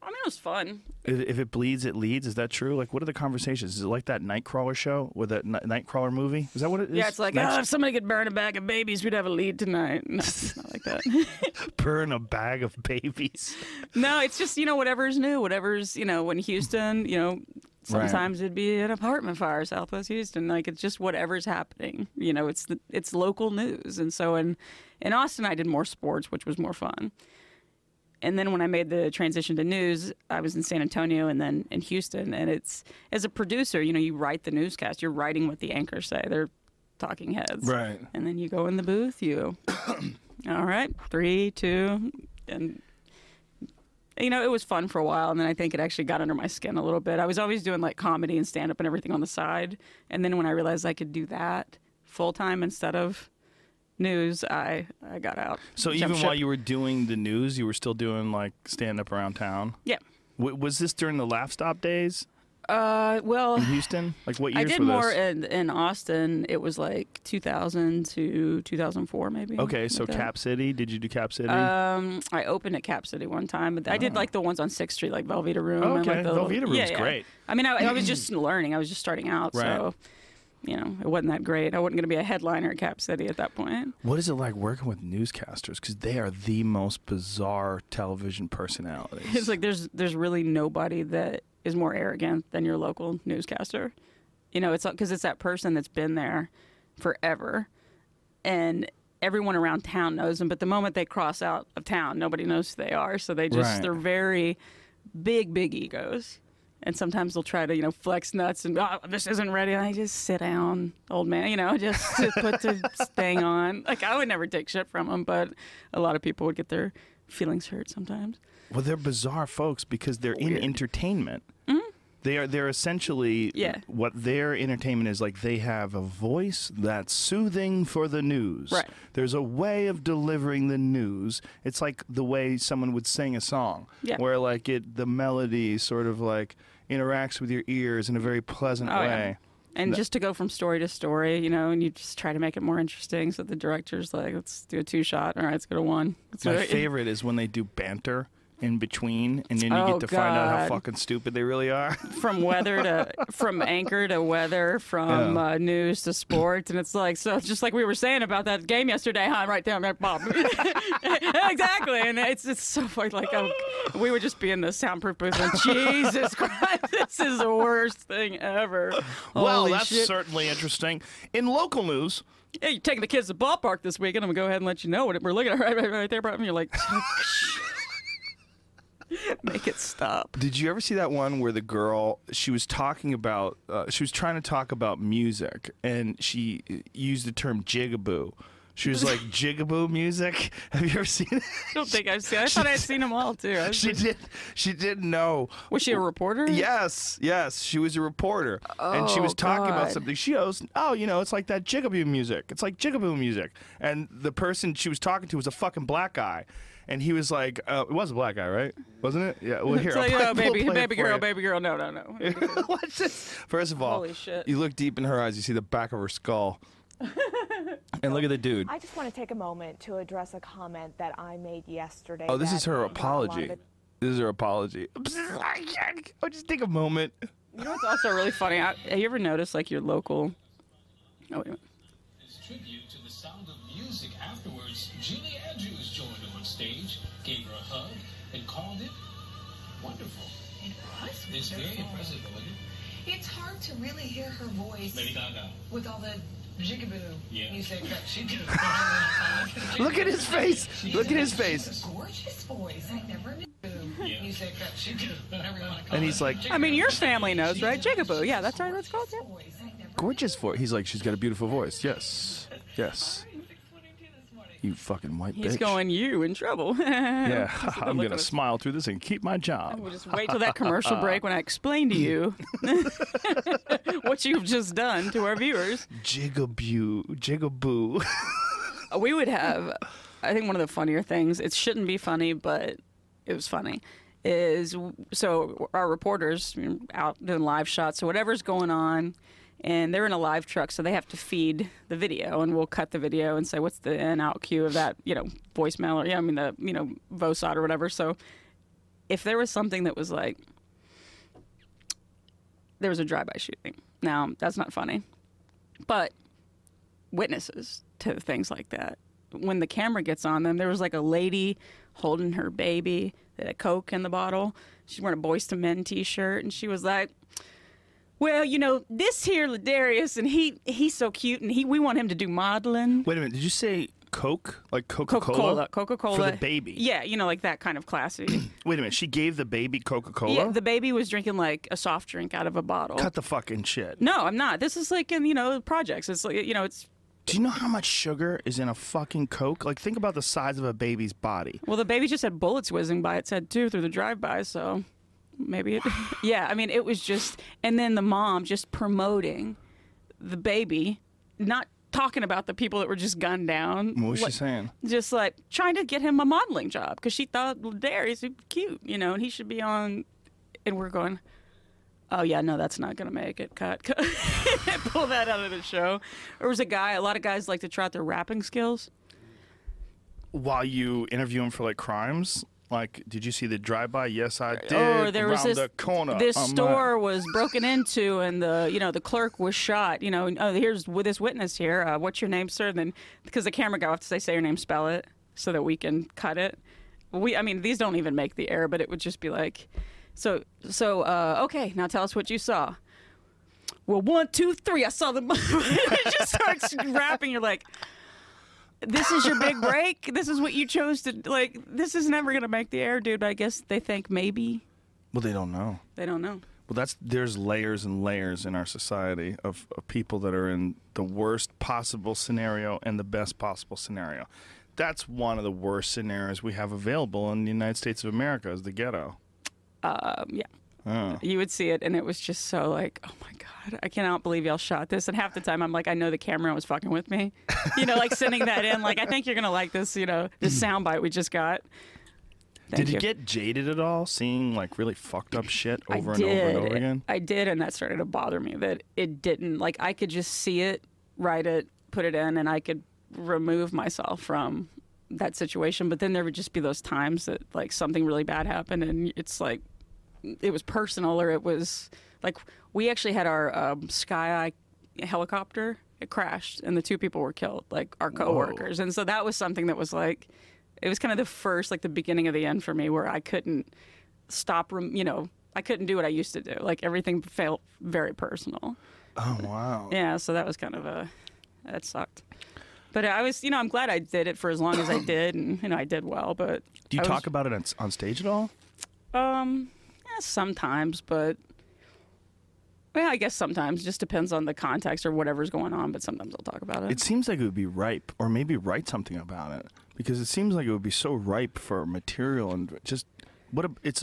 Speaker 2: I mean, it was fun.
Speaker 1: I- If it bleeds, it leads. Is that true? Like, what are the conversations? Is it like that Nightcrawler show or that Ni- Nightcrawler movie? Is that what it is?
Speaker 2: Yeah, it's like,
Speaker 1: Night-
Speaker 2: oh, if somebody could burn a bag of babies, we'd have a lead tonight. No, it's not like that.
Speaker 1: burn a bag of babies.
Speaker 2: no, it's just, you know, whatever's new, whatever's, you know, when Houston, you know, sometimes it'd be an apartment fire, Southwest Houston. Like, it's just whatever's happening. You know, it's the, it's local news. And so in, in Austin, I did more sports, which was more fun. and then when I made the transition to news, I was in San Antonio and then in Houston. And it's as a producer, you know, you write the newscast. You're writing what the anchors say. They're talking heads,
Speaker 1: Right.
Speaker 2: And then you go in the booth. You, all right, three, two, and you know, it was fun for a while, and then I think it actually got under my skin a little bit. I was always doing like comedy and stand up and everything on the side, and then when I realized I could do that full time instead of news, I I got out.
Speaker 1: So
Speaker 2: Jumped
Speaker 1: even
Speaker 2: ship.
Speaker 1: while you were doing the news, you were still doing like stand up around town.
Speaker 2: yeah,
Speaker 1: W- was this during the Laugh Stop days
Speaker 2: uh, well,
Speaker 1: in Houston? Like what
Speaker 2: I
Speaker 1: years
Speaker 2: did
Speaker 1: were
Speaker 2: more
Speaker 1: those?
Speaker 2: in in Austin. It was like 2000 to 2004, maybe.
Speaker 1: okay, so
Speaker 2: like that.
Speaker 1: Cap City. Did you do Cap City?
Speaker 2: Um, I opened at Cap City one time, but I did like the ones on Sixth Street, like Velveeta Room. and,
Speaker 1: Oh. Okay,
Speaker 2: like, the,
Speaker 1: Velveeta Room's great.
Speaker 2: I mean, I, I was just learning. I was just starting out,
Speaker 1: Right.
Speaker 2: so you know, it wasn't that great. I wasn't going to be a headliner at Cap City at that point.
Speaker 1: what is it like working with newscasters? Because they are the most bizarre television personalities.
Speaker 2: It's like there's there's really nobody that is more arrogant than your local newscaster. You know, it's because it's that person that's been there forever, and everyone around town knows them. But the moment they cross out of town, nobody knows who they are. So they just
Speaker 1: Right.
Speaker 2: they're very big, big egos. And sometimes they'll try to, you know, flex nuts and oh, this isn't ready. And I just sit down, old man. You know, just to put the thing on. Like I would never take shit from them, but a lot of people would get their feelings hurt sometimes.
Speaker 1: Well, they're bizarre folks because they're in entertainment. They are they're essentially
Speaker 2: Mm-hmm. Yeah.
Speaker 1: what their entertainment is like they have a voice that's soothing for the news.
Speaker 2: Right.
Speaker 1: There's a way of delivering the news. It's like the way someone would sing a song
Speaker 2: Yeah.
Speaker 1: where like it the melody sort of like interacts with your ears in a very pleasant
Speaker 2: Oh, yeah.
Speaker 1: way.
Speaker 2: and just to go from story to story, you know, and you just try to make it more interesting. So the director's like, let's do a two shot. All right, let's go to one. Let's do
Speaker 1: My
Speaker 2: it.
Speaker 1: favorite is when they do banter in between and then you
Speaker 2: Oh,
Speaker 1: get to find out how
Speaker 2: God.
Speaker 1: fucking stupid they really are.
Speaker 2: From weather to, from anchor to weather, from uh, news to sports. And it's like, so it's just like we were saying about that game yesterday, huh? Right there, Mac Bob. exactly. And it's, it's so funny. Like, i we would just be in the soundproof booth and Jesus Christ, this is the worst thing ever.
Speaker 1: well,
Speaker 2: Holy
Speaker 1: that's
Speaker 2: shit.
Speaker 1: certainly interesting. In local news,
Speaker 2: hey, you're taking the kids to the ballpark this weekend. I'm gonna go ahead and let you know what we're looking at right, right, right there, bro. And you're like, make it stop.
Speaker 1: Did you ever see that one where the girl she was talking about uh, she was trying to talk about music and she uh, used the term jigaboo. She was like jigaboo music. Have you ever seen it?
Speaker 2: I don't think I've seen. I thought I'd seen them all too. I was,
Speaker 1: She did. She didn't know.
Speaker 2: was she a reporter?
Speaker 1: Yes, yes. She was a reporter, and she was
Speaker 2: Oh,
Speaker 1: talking about
Speaker 2: God.
Speaker 1: something. She goes, "Oh, you know, it's like that jigaboo music. It's like jigaboo music." And the person she was talking to was a fucking black guy, and he was like, uh, "It was a black guy, right? Wasn't it? Yeah. Well, here,
Speaker 2: It's like,
Speaker 1: I'll play-
Speaker 2: oh, baby,
Speaker 1: we'll play it
Speaker 2: baby
Speaker 1: for
Speaker 2: girl,
Speaker 1: you."
Speaker 2: baby girl. No, no, no.
Speaker 1: What's this? First of all,
Speaker 2: Holy shit.
Speaker 1: you look deep in her eyes, you see the back of her skull. and look at the dude.
Speaker 6: I just want to take a moment to address a comment that I made yesterday.
Speaker 1: Oh, this
Speaker 6: that
Speaker 1: is her
Speaker 6: got a lot of
Speaker 1: apology.
Speaker 6: it-
Speaker 1: This is her apology. Oh, just take a moment.
Speaker 2: You know what's also really funny? I, have you ever noticed like your local? Oh wait a minute.
Speaker 7: As tribute to the sound of music afterwards, Julie Andrews joined on stage, gave her a hug, and called it wonderful.
Speaker 8: It was
Speaker 7: It's very
Speaker 8: wonderful.
Speaker 7: impressive, wasn't it?
Speaker 8: It's hard to really hear her voice
Speaker 7: Lady Gaga.
Speaker 8: with all the jigaboo
Speaker 7: Yeah.
Speaker 8: music that she does.
Speaker 1: Look at his face. Look at his face.
Speaker 8: Gorgeous voice. I never knew
Speaker 7: Yeah.
Speaker 8: music that she does. Whatever you want to call
Speaker 1: And he's
Speaker 8: it.
Speaker 1: like, "Ah,
Speaker 2: I mean, your family knows, right? Jigaboo. Yeah, that's right. That's called. Yeah.
Speaker 8: Voice. I never
Speaker 1: gorgeous voice. He's like, she's got a beautiful voice. Yes. Yes.
Speaker 8: knew. 6:22 this morning.
Speaker 1: You fucking white bitch.
Speaker 2: He's going. You in trouble.
Speaker 1: Yeah,
Speaker 2: at the
Speaker 1: I'm gonna
Speaker 2: look on his-
Speaker 1: smile through this and keep my job.
Speaker 2: We'll just wait till that commercial break when I explain to you what you've just done to our viewers.
Speaker 1: Jigaboo, jigaboo.
Speaker 2: We would have, I think, one of the funnier things. It shouldn't be funny, but it was funny. Is so our reporters you know, out doing live shots, so whatever's going on, and they're in a live truck, so they have to feed the video, and we'll cut the video and say what's the in out cue of that, you know, voicemail or yeah, I mean the you know VOSOT or whatever. So if there was something that was like there was a drive-by shooting. Now that's not funny, but witnesses to things like that. When the camera gets on them, there was like a lady holding her baby that had Coke in the bottle. She's wearing a Boys to Men T-shirt, and she was like. Well, you know this here, Ladarius, and he—he's so cute, and he—we want him to do modeling.
Speaker 1: Wait a minute. Did you say Coke? Like Coca
Speaker 2: Coca Cola,
Speaker 1: Cola?
Speaker 2: Coca Cola
Speaker 1: For the baby.
Speaker 2: Yeah, you know, like that kind of classy.
Speaker 1: Wait a minute. She gave the baby Coca Cola?
Speaker 2: Yeah, the baby was drinking like a soft drink out of a bottle.
Speaker 1: Cut the fucking shit.
Speaker 2: No, I'm not. This is like in you know projects. It's like you know it's
Speaker 1: Do you know how much sugar is in a fucking Coke? Like, think about the size of a baby's body.
Speaker 2: Well, the baby just had bullets whizzing by its head too through the drive-by, so maybe it. yeah, I mean, it was just, and then the mom just promoting the baby, not talking about the people that were just gunned down.
Speaker 1: What was she
Speaker 2: Like,
Speaker 1: saying?
Speaker 2: Just like trying to get him a modeling job because she thought well, there he's cute, you know, and he should be on. And we're going, oh yeah, no, that's not gonna make it. Cut, cut. pull that out of the show. There was a guy. A lot of guys like to try out their rapping skills.
Speaker 1: While you interview him for like crimes, like, did you see the drive-by? Yes, I did.
Speaker 2: or Oh, there was
Speaker 1: Round
Speaker 2: this
Speaker 1: the corner.
Speaker 2: this
Speaker 1: I'm, uh,
Speaker 2: store was broken into and the you know the clerk was shot you know and, oh here's with this witness here uh, what's your name sir and then because the camera guy will have to say say your name spell it so that we can cut it we i mean these don't even make the air but it would just be like so so uh, okay now tell us what you saw well one two three i saw the it just starts rapping you're like this is your big break. This is what you chose to like. This is never gonna make the air, dude. But I guess they think maybe
Speaker 1: well, they don't know.
Speaker 2: they don't know.
Speaker 1: Well, that's there's layers and layers in our society of, of people that are in the worst possible scenario and the best possible scenario. That's one of the worst scenarios we have available in the United States of America is the ghetto.
Speaker 2: Yeah.
Speaker 1: Oh.
Speaker 2: You would see it, and it was just so like, oh my God, I cannot believe y'all shot this. And half the time, I'm like, I know the camera was fucking with me. You know, like sending that in, like, I think you're going to like this, you know, this sound bite we just got. Thank
Speaker 1: Hmm. Did you
Speaker 2: you.
Speaker 1: get jaded at all seeing like really fucked up shit
Speaker 2: I
Speaker 1: over and
Speaker 2: did.
Speaker 1: over and over again?
Speaker 2: I did, and that started to bother me that it didn't. Like, I could just see it, write it, put it in, and I could remove myself from that situation. But then there would just be those times that, like, something really bad happened, and it's like, it was personal or it was like we actually had our um, sky eye helicopter it crashed and the two people were killed like our coworkers and so that was something that was like it was kind of the first like the beginning of the end for me where i couldn't stop rem- you know i couldn't do what i used to do like everything felt very personal
Speaker 1: Oh wow.
Speaker 2: yeah so that was kind of a that sucked but i was you know i'm glad i did it for as long as i did and you know i did well but
Speaker 1: Do you
Speaker 2: I was-
Speaker 1: talk about it on, on stage at all?
Speaker 2: um, yeah, sometimes, but well, I guess sometimes just depends on the context or whatever's going on. But sometimes I'll talk about it.
Speaker 1: It seems like it would be ripe, or maybe write something about it, because it seems like it would be so ripe for material and just what a, it's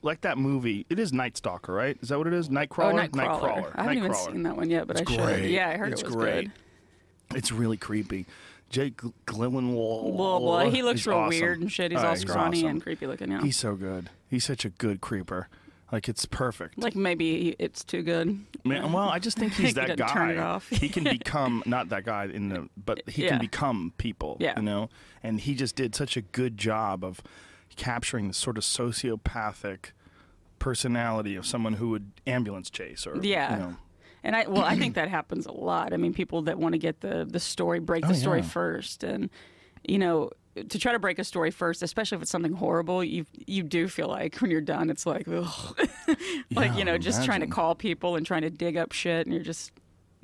Speaker 1: like that movie. It is Night Stalker, right? Is that what it is?
Speaker 2: oh,
Speaker 1: Nightcrawler.
Speaker 2: Nightcrawler. I haven't even
Speaker 1: Nightcrawler.
Speaker 2: seen that one yet, but
Speaker 1: It's
Speaker 2: I should.
Speaker 1: great.
Speaker 2: Yeah, I heard
Speaker 1: It's
Speaker 2: it was
Speaker 1: great.
Speaker 2: good.
Speaker 1: It's really creepy. Jake Gl- Gyllenhaal.
Speaker 2: Blah blah. Oh, He looks
Speaker 1: is
Speaker 2: real
Speaker 1: awesome.
Speaker 2: weird and shit. He's
Speaker 1: Uh,
Speaker 2: all scrawny
Speaker 1: awesome.
Speaker 2: and creepy looking. Yeah.
Speaker 1: He's so good. He's such a good creeper. Like it's perfect.
Speaker 2: like maybe it's too good.
Speaker 1: Man, well, I just think
Speaker 2: He
Speaker 1: he's that
Speaker 2: could turn it
Speaker 1: guy.
Speaker 2: off.
Speaker 1: he can become not that guy in the, but he
Speaker 2: Yeah.
Speaker 1: can become people.
Speaker 2: Yeah.
Speaker 1: you know. And he just did such a good job of capturing the sort of sociopathic personality of someone who would ambulance chase or
Speaker 2: Yeah.
Speaker 1: You know.
Speaker 2: And I well, I think that happens a lot. I mean, people that want to get the the story, break the
Speaker 1: Oh,
Speaker 2: story
Speaker 1: yeah.
Speaker 2: first, and you know, to try to break a story first, especially if it's something horrible, you you do feel like when you're done, it's like, ugh. like you know, just trying to
Speaker 1: imagine.
Speaker 2: call people and trying to dig up shit, and you're just,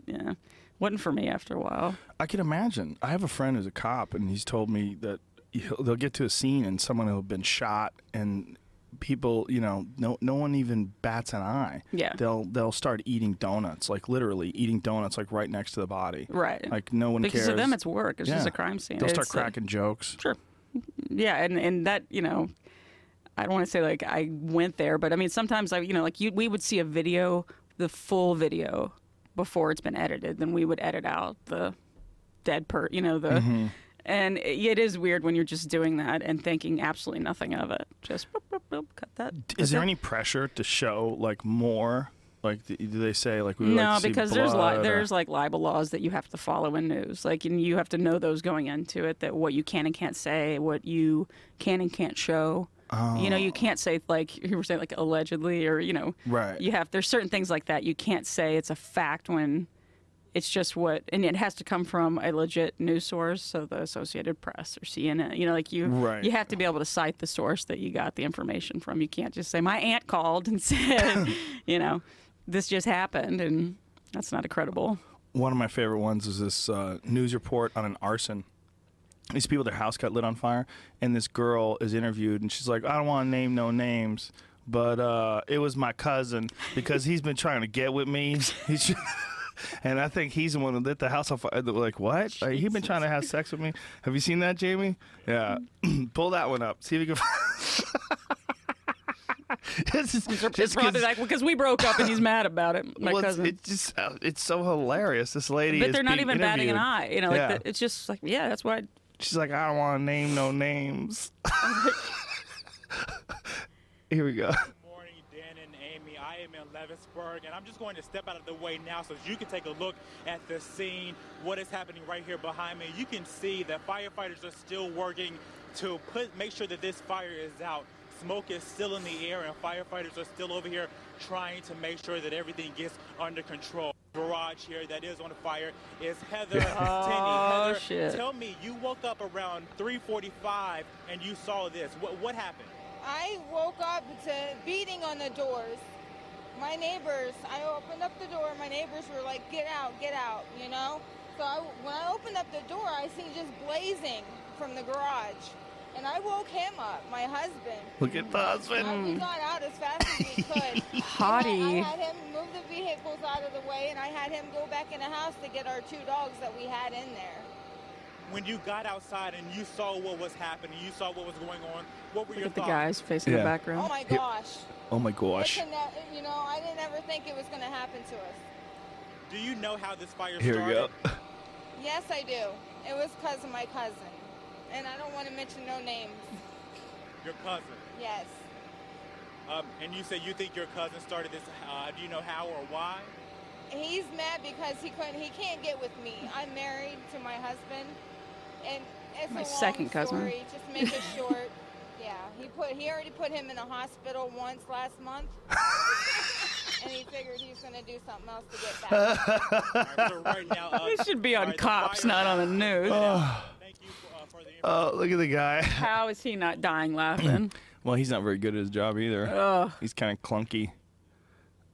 Speaker 2: yeah, wasn't for me after a while.
Speaker 1: I can imagine. I have a friend who's a cop, and he's told me that he'll- they'll get to a scene and someone will have been shot, and people, you know, no no one even bats an eye.
Speaker 2: Yeah.
Speaker 1: they'll they'll start eating donuts, like literally eating donuts, like right next to the body.
Speaker 2: Right.
Speaker 1: Like no one
Speaker 2: because
Speaker 1: cares.
Speaker 2: to them, it's work. It's just
Speaker 1: Yeah.
Speaker 2: a crime scene.
Speaker 1: They'll start
Speaker 2: It's, uh,
Speaker 1: cracking jokes.
Speaker 2: Sure. Yeah, and and that you know, I don't want to say like I went there, but I mean sometimes I you know like you we would see a video, the full video, before it's been edited, then we would edit out the dead per you know the.
Speaker 1: Mm-hmm.
Speaker 2: And it, it is weird when you're just doing that and thinking absolutely nothing of it. Just boop, boop, boop, cut that.
Speaker 1: Is there any pressure to show like more? Like th- do they say like we would
Speaker 2: no,
Speaker 1: like to see
Speaker 2: because there's
Speaker 1: blood
Speaker 2: li-
Speaker 1: or-
Speaker 2: there's like libel laws that you have to follow in news, like and you have to know those going into it that what you can and can't say, what you can and can't show. You know,
Speaker 1: Oh.
Speaker 2: you can't say like you were saying like allegedly or you know,
Speaker 1: Right.
Speaker 2: You have there's certain things like that you can't say. It's a fact when it's just what and it has to come from a legit news source, so the Associated Press or CNN. You know, like you
Speaker 1: Right.
Speaker 2: you have to be able to cite the source that you got the information from. You can't just say my aunt called and said, you know, this just happened and that's not credible.
Speaker 1: one of my favorite ones is this uh, news report on an arson. These people, their house got lit on fire, and this girl is interviewed, and she's like, "I don't want to name no names, but uh, it was my cousin because he's been trying to get with me." He's tr- and I think he's the one who lit the house on fire. Like what? Like, he been trying to have sex with me. Have you seen that, Jamie? Yeah, pull that one up. See if you can. This is- just 'cause-
Speaker 2: Probably like because we broke up and he's mad about it. My
Speaker 1: well, it's-
Speaker 2: cousin.
Speaker 1: It's just uh, it's so hilarious. This lady,
Speaker 2: but
Speaker 1: is
Speaker 2: they're not
Speaker 1: being
Speaker 2: even batting an
Speaker 1: interviewed.
Speaker 2: eye. You know, like
Speaker 1: Yeah.
Speaker 2: the, it's just like yeah, that's why.
Speaker 1: She's like, I don't want to name no names. Here we go.
Speaker 9: morning, Dan and Amy. I am in Leavenburg, and I'm just going to step out of the way now so you can take a look at the scene, what is happening right here behind me. You can see that firefighters are still working to put make sure that this fire is out. Smoke is still in the air, and firefighters are still over here trying to make sure that everything gets under control. Garage here that is on fire is Heather
Speaker 2: Oh,
Speaker 9: Tenney. Heather,
Speaker 2: shit.
Speaker 9: tell me, you woke up around 3:45 and you saw this. What what happened?
Speaker 10: I woke up to beating on the doors. My neighbors, I opened up the door. My neighbors were like, "Get out, get out," you know. So I, when I opened up the door, I seen just blazing from the garage, and I woke him up, my husband.
Speaker 1: Look at the
Speaker 10: Uh,
Speaker 1: husband.
Speaker 10: we got out as fast as we could. And I-
Speaker 2: Hottie.
Speaker 10: I, had him move the vehicles out of the way, and I had him go back in the house to get our two dogs that we had in there.
Speaker 9: when you got outside and you saw what was happening, you saw what was going on, what were
Speaker 2: Look
Speaker 9: your
Speaker 2: at the guys
Speaker 9: thoughts?
Speaker 2: facing
Speaker 1: Yeah.
Speaker 2: the background.
Speaker 10: Oh my gosh!
Speaker 1: Oh my
Speaker 10: I
Speaker 1: gosh.
Speaker 10: could not- you know, I didn't ever think it was going to happen to us.
Speaker 9: Do you know how this fire
Speaker 1: Here we
Speaker 9: started?
Speaker 1: go.
Speaker 10: Yes, I do. It was because of my cousin. And I don't want to mention no names.
Speaker 9: Your cousin.
Speaker 10: Yes.
Speaker 9: Um, and you say you think your cousin started this. Uh, do you know how or why?
Speaker 10: He's mad because he couldn't he can't get with me. I'm married to my husband. And it's
Speaker 2: My
Speaker 10: a long
Speaker 2: second cousin.
Speaker 10: story. Just make it short. yeah. He put he already put him in the hospital once last month. and he figured he was gonna do something else to get back.
Speaker 9: All right, so right now, uh,
Speaker 2: This should be
Speaker 9: all
Speaker 2: on
Speaker 9: right, the
Speaker 2: cops,
Speaker 9: fire-
Speaker 2: not on the news.
Speaker 9: Thank you for, uh, for the information.
Speaker 1: Oh, look at the guy.
Speaker 2: How is he not dying laughing?
Speaker 1: Well, he's not very good at his job either. He's kind of clunky.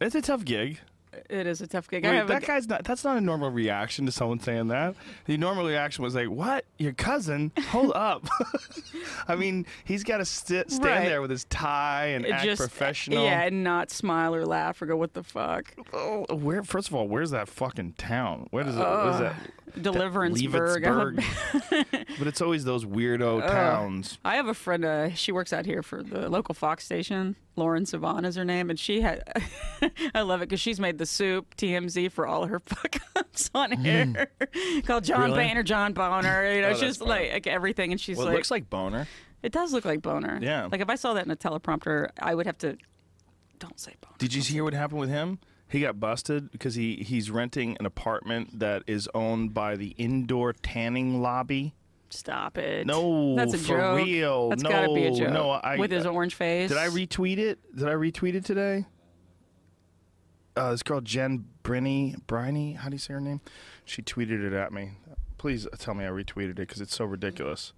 Speaker 1: It's a tough gig.
Speaker 2: it is a tough gig.
Speaker 1: I
Speaker 2: I
Speaker 1: mean,
Speaker 2: have a
Speaker 1: that
Speaker 2: g-
Speaker 1: guy's not. That's not a normal reaction to someone saying that. The normal reaction was like, "What? Your cousin? Hold up!" I mean, he's got to st- stand
Speaker 2: Right.
Speaker 1: there with his tie and
Speaker 2: it
Speaker 1: act
Speaker 2: just uh,
Speaker 1: professional.
Speaker 2: Yeah, and not smile or laugh or go what the fuck.
Speaker 1: Oh, where? First of all, where's that fucking town? Where does it? what is that?
Speaker 2: Deliveranceburg.
Speaker 1: Leavittsburg. but it's always those weirdo towns.
Speaker 2: I have a friend. Uh, she works out here for the local Fox station. Lauren Savon is her name, and she had. I love it because she's made the soup TMZ for all her fuck ups on air. Called John
Speaker 1: Mm. Really? Oh,
Speaker 2: Boehner, John Boner. You know,
Speaker 1: that's
Speaker 2: she's like, like everything, and she's
Speaker 1: Well,
Speaker 2: like,
Speaker 1: it looks like boner.
Speaker 2: it does look like Boner.
Speaker 1: Yeah.
Speaker 2: Like if I saw that in a teleprompter, I would have to. Don't say Boner.
Speaker 1: Did you hear what happened with him? He got busted because he, he's renting an apartment that is owned by the indoor tanning lobby.
Speaker 2: Stop it.
Speaker 1: No,
Speaker 2: that's a
Speaker 1: for
Speaker 2: joke.
Speaker 1: real.
Speaker 2: That's gotta be a
Speaker 1: No,
Speaker 2: joke.
Speaker 1: no, I-
Speaker 2: with his orange face.
Speaker 1: Did I retweet it? Did I retweet it today? Uh, this girl Jen Brinny, Briny, how do you say her name? She tweeted it at me. Please tell me I retweeted it because it's so ridiculous.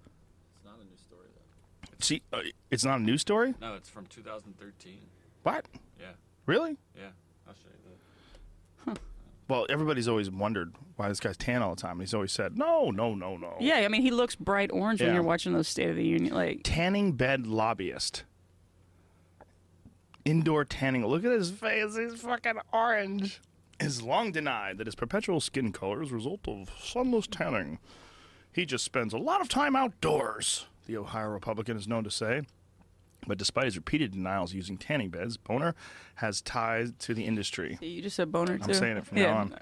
Speaker 1: She, uh, it's not a news story.
Speaker 3: No, it's from 2013.
Speaker 1: What?
Speaker 3: Yeah,
Speaker 1: Really?
Speaker 3: yeah. I'll show you that.
Speaker 1: Well, everybody's always wondered why this guy's tan all the time. And he's always said, no, no, no, no.
Speaker 2: Yeah, I mean, he looks bright orange
Speaker 1: Yeah.
Speaker 2: when you're watching those State of the Union. Like,
Speaker 1: Tanning bed lobbyist. Indoor tanning. Look at his face. He's fucking orange. Is long denied that his perpetual skin color is a result of sunless tanning. He just spends a lot of time outdoors, the Ohio Republican is known to say. But despite his repeated denials using tanning beds, Boner has ties to the industry.
Speaker 2: you just said boner too.
Speaker 1: I'm saying it from
Speaker 2: yeah.
Speaker 1: now on.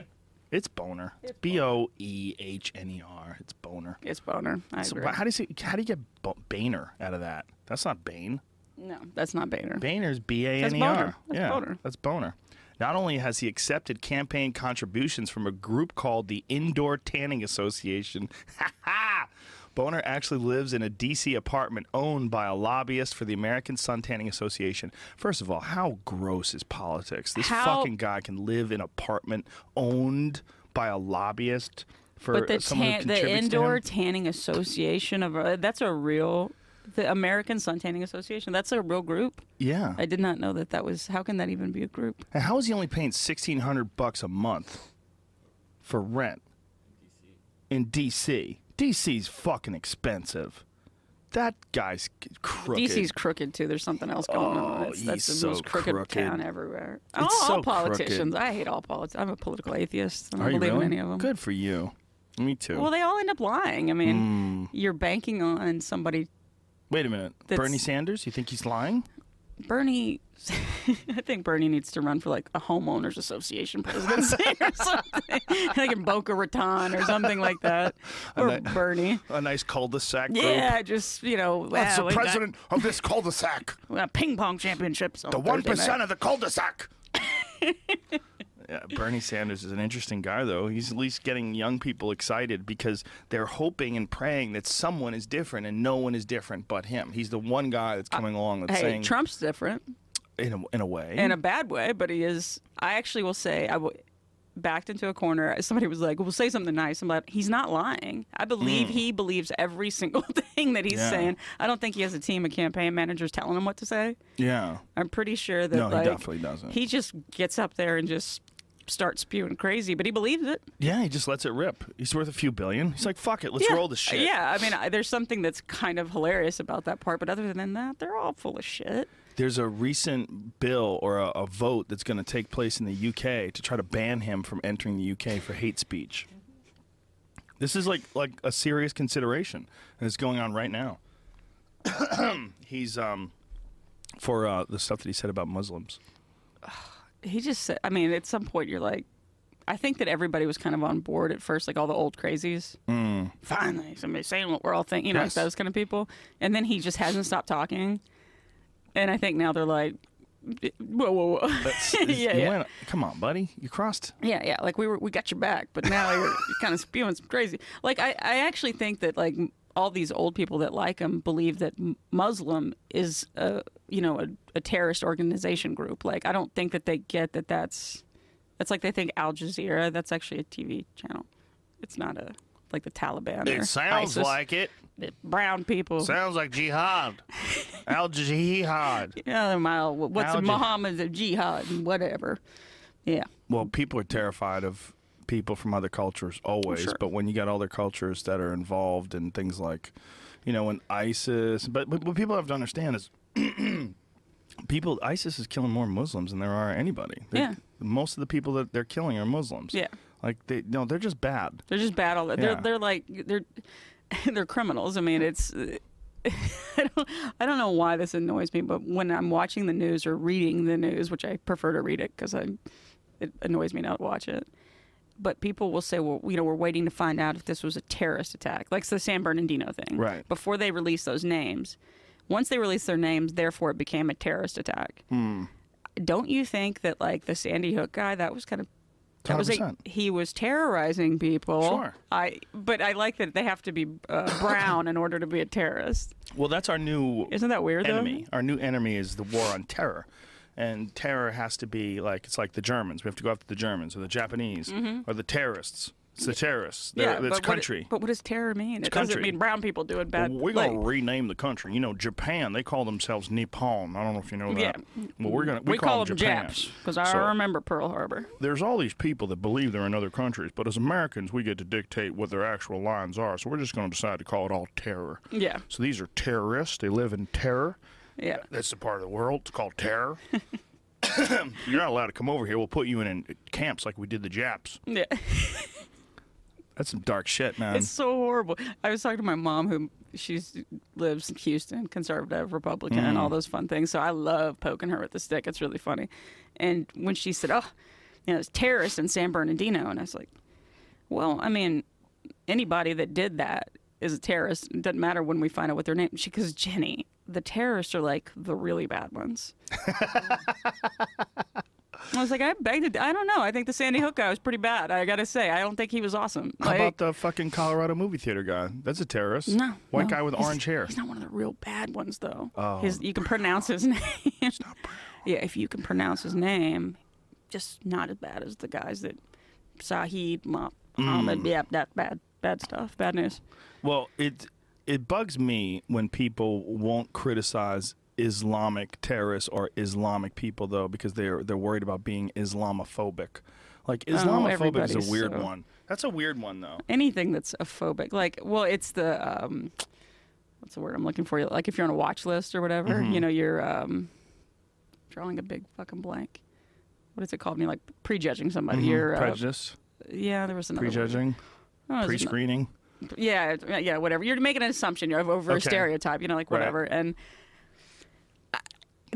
Speaker 1: It's Boner. It's B O E H N E R. It's Boner.
Speaker 2: It's boner. I
Speaker 1: So
Speaker 2: agree.
Speaker 1: why- how do you say, how do you get Bo- Boehner out of that? That's not Bane.
Speaker 2: no, that's not boner.
Speaker 1: Boehner's B A N E
Speaker 2: That's Boehner.
Speaker 1: R.
Speaker 2: That's
Speaker 1: yeah,
Speaker 2: Boehner.
Speaker 1: that's Boner. Not only has he accepted campaign contributions from a group called the Indoor Tanning Association, ha ha! Boner actually lives in a D.C. apartment owned by a lobbyist for the American Sun Tanning Association. First of all, how gross is politics? This
Speaker 2: How-
Speaker 1: fucking guy can live in an apartment owned by a lobbyist for
Speaker 2: But the
Speaker 1: someone
Speaker 2: tan-
Speaker 1: who
Speaker 2: the
Speaker 1: contributes to him?
Speaker 2: indoor tanning association of uh, that's a real the American Sun Tanning Association. That's a real group.
Speaker 1: Yeah.
Speaker 2: I did not know that that was. How can that even be a group?
Speaker 1: And how is he only paying sixteen hundred bucks a month for rent in DC? DC's fucking expensive. that guy's crooked. Oh,
Speaker 2: DC's crooked too. There's something else going on. That's, that's
Speaker 1: he's
Speaker 2: the most
Speaker 1: so
Speaker 2: crooked,
Speaker 1: crooked.
Speaker 2: town everywhere.
Speaker 1: It's
Speaker 2: all,
Speaker 1: so
Speaker 2: all politicians.
Speaker 1: crooked.
Speaker 2: I hate all politics. I'm a political atheist. I don't
Speaker 1: Are you
Speaker 2: believe
Speaker 1: really?
Speaker 2: in any of them.
Speaker 1: Good for you. Me too.
Speaker 2: Well, they all end up lying. I mean,
Speaker 1: Hmm.
Speaker 2: you're banking on somebody.
Speaker 1: Wait a minute.
Speaker 2: That's-
Speaker 1: Bernie Sanders? You think he's lying?
Speaker 2: Bernie, I think Bernie needs to run for like a homeowners association presidency or something, like in Boca Raton or something like that, or Bernie.
Speaker 1: A nice cul-de-sac.
Speaker 2: Yeah, just you know,
Speaker 1: That's
Speaker 2: wow, we
Speaker 1: the
Speaker 2: got-
Speaker 1: president of this cul-de-sac.
Speaker 2: we got ping pong championships. on
Speaker 1: The one
Speaker 2: Thursday night.
Speaker 1: percent of the cul-de-sac. yeah, Bernie Sanders is an interesting guy, though. He's at least getting young people excited because they're hoping and praying that someone is different, and no one is different but him. He's the one guy that's coming along that's
Speaker 2: Uh, Hey,
Speaker 1: saying,
Speaker 2: Trump's different.
Speaker 1: in a, in a way,
Speaker 2: in a bad way, but he is. I actually will say I w- backed into a corner. Somebody was like, "Well, say something nice." I'm like, "He's not lying. I believe he believes every single thing that he's
Speaker 1: Hmm. Yeah.
Speaker 2: saying. I don't think he has a team of campaign managers telling him what to say.
Speaker 1: yeah,
Speaker 2: I'm pretty sure that
Speaker 1: No, he
Speaker 2: like,
Speaker 1: definitely doesn't.
Speaker 2: He just gets up there and just starts spewing crazy, but he believes it.
Speaker 1: yeah, he just lets it rip. He's worth a few billion. He's like, fuck it, let's roll the shit.
Speaker 2: Yeah, I mean, I, there's something that's kind of hilarious about that part, but other than that, they're all full of shit.
Speaker 1: There's a recent bill or a, a vote that's going to take place in the UK to try to ban him from entering the UK for hate speech. This is like like a serious consideration, and it's going on right now. He's um for uh, the stuff that he said about Muslims.
Speaker 2: he just said i mean at some point you're like i think that everybody was kind of on board at first like all the old crazies mm. finally somebody's saying what we're all thinking you know
Speaker 1: Yes.
Speaker 2: like those kind of people and then he just hasn't stopped talking and i think now they're like whoa whoa whoa yeah
Speaker 1: You
Speaker 2: yeah.
Speaker 1: went- come on, buddy, you crossed.
Speaker 2: yeah yeah like we were we got your back but now you're, you're kind of spewing some crazy like i i actually think that like m- all these old people that like him believe that m- muslim is a you know a, a terrorist organization group like i don't think that they get that that's that's like they think Al Jazeera. That's actually a TV channel. It's not a like the Taliban. or ISIS.
Speaker 1: it.
Speaker 2: The brown people.
Speaker 1: Sounds like jihad. Al jihad.
Speaker 2: yeah, they're my- what's
Speaker 1: Al
Speaker 2: a
Speaker 1: Ja-
Speaker 2: Muhammad the jihad and whatever. Yeah,
Speaker 1: Well, people are terrified of people from other cultures always,
Speaker 2: Sure.
Speaker 1: but when you got all their cultures that are involved in things like, you know, in ISIS, but, but what people have to understand is people, ISIS is killing more Muslims than there are anybody. They-
Speaker 2: Yeah.
Speaker 1: Most of the people that they're killing are Muslims.
Speaker 2: Yeah.
Speaker 1: Like they no, they're just bad.
Speaker 2: they're just bad all the They're
Speaker 1: Yeah.
Speaker 2: they're like they're they're criminals. I mean, it's. I don't, I don't know why this annoys me, but when I'm watching the news or reading the news, which I prefer to read it because I, it annoys me not to watch it. But people will say, well, you know, we're waiting to find out if this was a terrorist attack, like it's the San Bernardino thing.
Speaker 1: Right.
Speaker 2: Before they release those names, once they released their names, therefore it became a terrorist attack.
Speaker 1: Hmm.
Speaker 2: Don't you think that like the Sandy Hook guy, that was kind of that was a,
Speaker 1: 100%.
Speaker 2: he was terrorizing people.
Speaker 1: Sure.
Speaker 2: I but I like that they have to be uh, brown in order to be a terrorist.
Speaker 1: Well, that's our new
Speaker 2: Isn't that weird though?
Speaker 1: enemy. Our new enemy is the war on terror. And terror has to be like it's like the Germans. We have to go after the Germans or the Japanese or the terrorists. It's the terrorists. They're,
Speaker 2: Mm-hmm. but
Speaker 1: it's
Speaker 2: what-
Speaker 1: country.
Speaker 2: but what does terror mean? it doesn't
Speaker 1: country.
Speaker 2: mean brown people doing bad.
Speaker 1: Well, we're gonna
Speaker 2: like-
Speaker 1: rename the country. You know, Japan. They call themselves Nippon. I don't know if you know that.
Speaker 2: Yeah.
Speaker 1: Well, we're gonna we,
Speaker 2: we, call,
Speaker 1: them
Speaker 2: them
Speaker 1: Japan.
Speaker 2: Japs because I
Speaker 1: So,
Speaker 2: remember Pearl Harbor.
Speaker 1: There's all these people that believe they're in other countries, but as Americans, we get to dictate what their actual lines are. So we're just gonna decide to call it all terror.
Speaker 2: Yeah,
Speaker 1: So these are terrorists. They live in terror.
Speaker 2: yeah.
Speaker 1: That's the part of the world. It's called terror. You're not allowed to come over here. We'll put you in, in camps like we did the Japs.
Speaker 2: Yeah,
Speaker 1: That's some dark shit, man.
Speaker 2: it's so horrible. I was talking to my mom, who she's lives in Houston, conservative, Republican, and
Speaker 1: Mm.
Speaker 2: all those fun things. So I love poking her with the stick. It's really funny. And when she said, "Oh, you know, it's terrorists in San Bernardino," and I was like, "Well, I mean, anybody that did that is a terrorist. It doesn't matter when we find out what their name." She goes, "Jenny, the terrorists are like the really bad ones." I was like, I begged to. I don't know. I think the Sandy Hook guy was pretty bad. I gotta say, I don't think he was awesome.
Speaker 1: How
Speaker 2: Like-
Speaker 1: about the fucking Colorado movie theater guy? That's a terrorist.
Speaker 2: no.
Speaker 1: White
Speaker 2: no.
Speaker 1: guy with
Speaker 2: He's-
Speaker 1: orange hair.
Speaker 2: He's not one of the real bad ones, though.
Speaker 1: Oh,
Speaker 2: His, you can pronounce his name. Yeah, if you can pronounce his name, just not as bad as the guys that Saheed, Mo-
Speaker 1: Mm.
Speaker 2: Mohammed, yeah, that bad, bad stuff, bad news.
Speaker 1: Well, it it bugs me when people won't criticize Islamic terrorists or Islamic people though because they're they're worried about being Islamophobic. Like Islamophobic is
Speaker 2: Oh, everybody's
Speaker 1: a weird
Speaker 2: so-
Speaker 1: one. That's a weird one though.
Speaker 2: Anything that's a phobic, like, well, it's the um, what's the word I'm looking for? Like if you're on a watch list or whatever,
Speaker 1: Mhm.
Speaker 2: you know, you're um, drawing a big fucking blank. What is it called? Me like prejudging somebody.
Speaker 1: Mhm.
Speaker 2: You're uh,
Speaker 1: Prejudice,
Speaker 2: yeah, there was another word.
Speaker 1: prejudging,
Speaker 2: Oh, it's-
Speaker 1: pre-screening.
Speaker 2: yeah, it's- yeah, whatever. You're making an assumption. You're over a
Speaker 1: Okay.
Speaker 2: stereotype. You know, like
Speaker 1: Right.
Speaker 2: whatever. And I-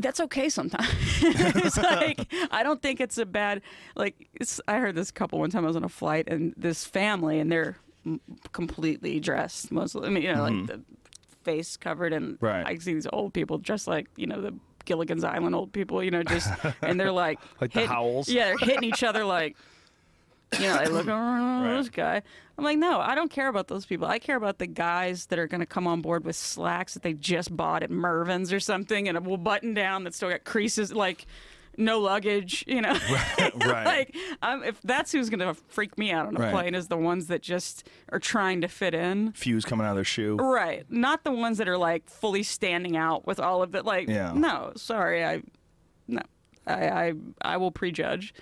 Speaker 2: that's okay sometimes. it's like I don't think it's a bad. Like it's, I heard this couple one time. I was on a flight and this family and they're m- completely dressed mostly. I mean, you know,
Speaker 1: Mhm.
Speaker 2: like the face covered and
Speaker 1: Right.
Speaker 2: I see these old people dressed like you know the Gilligan's Island old people. You know, just and they're like
Speaker 1: Like the
Speaker 2: hit-
Speaker 1: howls?
Speaker 2: Yeah, they're hitting each other like you know, they look around
Speaker 1: Right.
Speaker 2: this guy. I'm like, no, I don't care about those people. I care about the guys that are going to come on board with slacks that they just bought at Mervin's or something, and a button down that's still got creases, like no luggage, you know.
Speaker 1: right.
Speaker 2: like, um, if that's who's going to freak me out on a
Speaker 1: Right.
Speaker 2: plane, is the ones that just are trying to fit in.
Speaker 1: Fuse coming out of their shoe.
Speaker 2: Right. Not the ones that are like fully standing out with all of the like
Speaker 1: Yeah.
Speaker 2: no, sorry, I no. I I, I will prejudge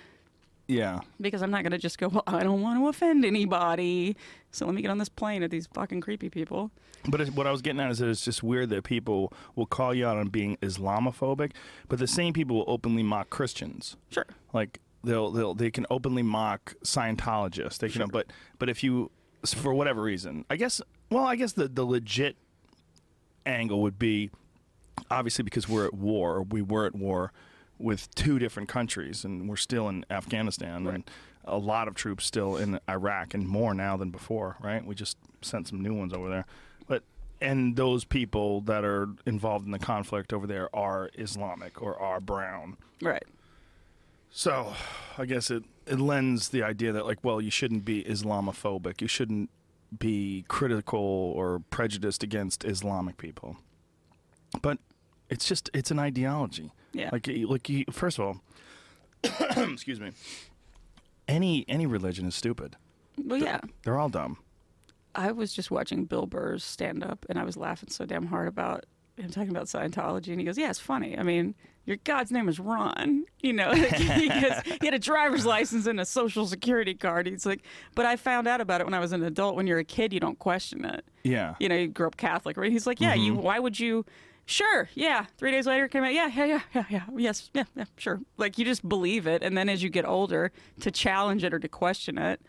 Speaker 1: Yeah.
Speaker 2: because I'm not going to just go, well, I don't want to offend anybody. So let me get on this plane with these fucking creepy people.
Speaker 1: But it's, what I was getting at is that it's just weird that people will call you out on being Islamophobic, but the same people will openly mock Christians.
Speaker 2: Sure.
Speaker 1: Like they'll they'll they can openly mock Scientologists. They can, but but if you for whatever reason, I guess well, I guess the the legit angle would be obviously because we're at war or we were at war with two different countries and we're still in Afghanistan and a lot of troops still in Iraq and more now than before, right? We just sent some new ones over there. But and those people that are involved in the conflict over there are Islamic or are brown.
Speaker 2: Right.
Speaker 1: So, I guess it it lends the idea that like, well, you shouldn't be Islamophobic. You shouldn't be critical or prejudiced against Islamic people. But it's just it's an ideology.
Speaker 2: Yeah.
Speaker 1: Like you- like you, first of all, excuse me. Any any religion is stupid.
Speaker 2: Well, yeah.
Speaker 1: They're all dumb.
Speaker 2: I was just watching Bill Burr's stand up and I was laughing so damn hard about him talking about Scientology. And he goes, Yeah, it's funny. I mean, your God's name is Ron. You know, he, goes, he had a driver's license and a social security card. He's like, But I found out about it when I was an adult. When you're a kid, you don't question it.
Speaker 1: Yeah.
Speaker 2: you know, you grew up Catholic, right? He's like, yeah, you.
Speaker 1: Mhm.
Speaker 2: Why would you? Sure, yeah. Three days later, came out, yeah, yeah, yeah, yeah, yeah, yes, yeah, yeah, sure. Like you just believe it, and then as you get older, to challenge it or to question it,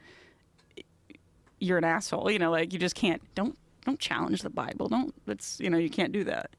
Speaker 2: you're an asshole. You know, like you just can't. Don't don't challenge the Bible. Don't. That's you know, you can't do that.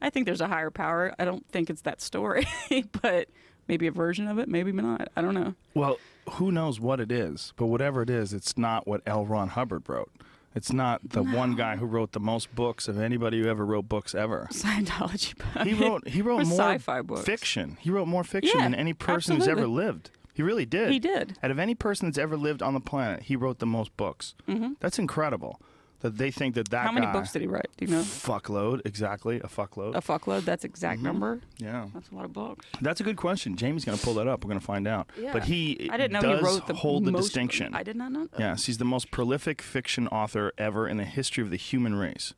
Speaker 2: I think there's a higher power. I don't think it's that story, but maybe a version of it, maybe not. I don't know.
Speaker 1: Well, who knows what it is, but whatever it is, it's not what L. Ron Hubbard wrote. It's not the one guy who wrote the most books of anybody who ever wrote books ever.
Speaker 2: Scientology.
Speaker 1: He wrote he wrote
Speaker 2: Or
Speaker 1: more
Speaker 2: sci-fi books.
Speaker 1: fiction. He wrote more fiction
Speaker 2: Yeah,
Speaker 1: than any person who's ever
Speaker 2: absolutely.
Speaker 1: lived. He really did.
Speaker 2: He did.
Speaker 1: Out of any person that's ever lived on the planet, he wrote the most books.
Speaker 2: Mhm.
Speaker 1: That's incredible. That they think that that
Speaker 2: How many
Speaker 1: guy-
Speaker 2: books did he write? Do you know?
Speaker 1: Fuckload, exactly a fuckload.
Speaker 2: A fuckload. That's exact
Speaker 1: Mm-hmm.
Speaker 2: number.
Speaker 1: yeah,
Speaker 2: That's a lot of books.
Speaker 1: that's a good question. Jamie's gonna pull that up. We're gonna find out.
Speaker 2: Yeah.
Speaker 1: But he
Speaker 2: I didn't know
Speaker 1: does
Speaker 2: he wrote the
Speaker 1: hold the
Speaker 2: most-
Speaker 1: distinction.
Speaker 2: I did not know. that.
Speaker 1: Yes, he's the most prolific fiction author ever in the history of the human race.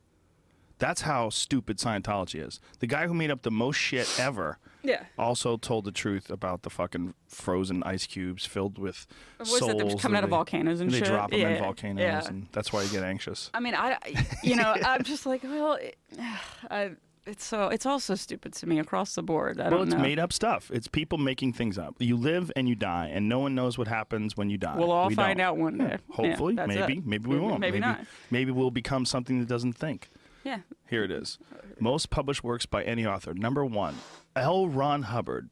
Speaker 1: That's how stupid Scientology is. The guy who made up the most shit ever
Speaker 2: Yeah.
Speaker 1: also told the truth about the fucking frozen ice cubes filled with
Speaker 2: What
Speaker 1: souls.
Speaker 2: is it, they're coming
Speaker 1: that
Speaker 2: out of
Speaker 1: they-
Speaker 2: volcanoes and
Speaker 1: they
Speaker 2: shit?
Speaker 1: drop them in
Speaker 2: Yeah,
Speaker 1: volcanoes,
Speaker 2: yeah.
Speaker 1: and that's why you get anxious.
Speaker 2: I mean, I, you know, I'm just like, well, it, I, it's so, it's all so stupid to me across the board. I
Speaker 1: well,
Speaker 2: don't
Speaker 1: it's
Speaker 2: know.
Speaker 1: made up stuff. It's people making things up. You live and you die, and no one knows what happens when you die.
Speaker 2: We'll all
Speaker 1: We
Speaker 2: find
Speaker 1: don't.
Speaker 2: out one
Speaker 1: Yeah,
Speaker 2: day. Yeah,
Speaker 1: Hopefully,
Speaker 2: that's
Speaker 1: maybe,
Speaker 2: it.
Speaker 1: maybe we
Speaker 2: Maybe-
Speaker 1: won't.
Speaker 2: maybe not.
Speaker 1: Maybe we'll become something that doesn't think.
Speaker 2: Yeah.
Speaker 1: Here it is. Most published works by any author. Number one, L. Ron Hubbard.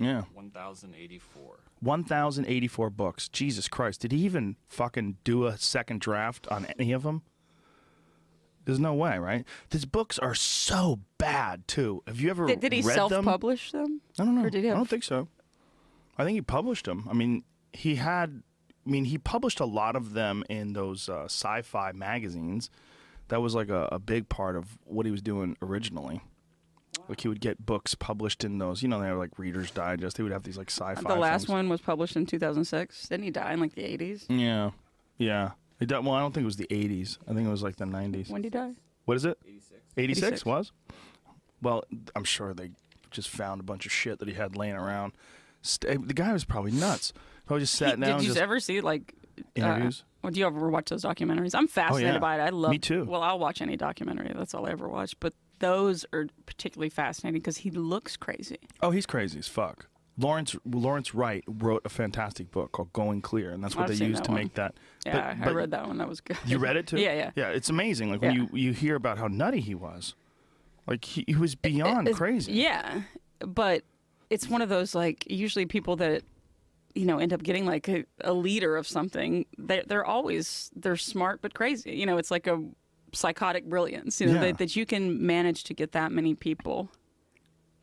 Speaker 1: Yeah.
Speaker 3: 1,084.
Speaker 1: 1,084 books. Jesus Christ. Did he even fucking do a second draft on any of them? There's no way, right? These books are so bad, too. Have you ever
Speaker 2: Did, did he
Speaker 1: read them?
Speaker 2: self-publish them?
Speaker 1: I don't know.
Speaker 2: Or did he have?
Speaker 1: I don't think so. I think he published them. I mean, he had. I mean, he published a lot of them in those uh, sci-fi magazines. That was like a, a big part of what he was doing originally. Like he would get books published in those. You know, they were like Reader's Digest. They would have these like sci-fi.
Speaker 2: the last
Speaker 1: things.
Speaker 2: one was published in 2006. Didn't he die in like the 80s?
Speaker 1: Yeah, yeah. It done, well, I don't think it was the '80s. I think it was like the '90s.
Speaker 2: When did he die?
Speaker 1: What is it? 86. 86,
Speaker 2: 86.
Speaker 1: was? Well, I'm sure they just found a bunch of shit eh, that he had laying around. St- the guy was probably nuts. Probably just sat
Speaker 2: He-
Speaker 1: down
Speaker 2: did
Speaker 1: and
Speaker 2: you
Speaker 1: just
Speaker 2: ever see like
Speaker 1: Interviews? Oh,
Speaker 2: well, do you ever watch those documentaries? I'm fascinated
Speaker 1: yeah.
Speaker 2: by it. I love.
Speaker 1: Me too.
Speaker 2: Well, I'll watch any documentary. That's all I ever watch. But those are particularly fascinating because he looks crazy.
Speaker 1: Oh, he's crazy as fuck. Lawrence Lawrence Wright wrote a fantastic book called Going Clear, and that's what
Speaker 2: I've
Speaker 1: they
Speaker 2: seen
Speaker 1: used
Speaker 2: that
Speaker 1: to
Speaker 2: one.
Speaker 1: make that.
Speaker 2: Yeah,
Speaker 1: but- but
Speaker 2: I read that one. That was good.
Speaker 1: You read it too?
Speaker 2: Yeah, yeah.
Speaker 1: Yeah, it's amazing. Like when
Speaker 2: Yeah.
Speaker 1: you you hear about how nutty he was, like he, he was beyond
Speaker 2: It's-
Speaker 1: crazy.
Speaker 2: Yeah, but it's one of those like usually people that you know end up getting like a, a leader of something. They, they're always they're smart but crazy. You know, it's like a psychotic brilliance. You know
Speaker 11: Yeah.
Speaker 2: that, that you can manage to get that many people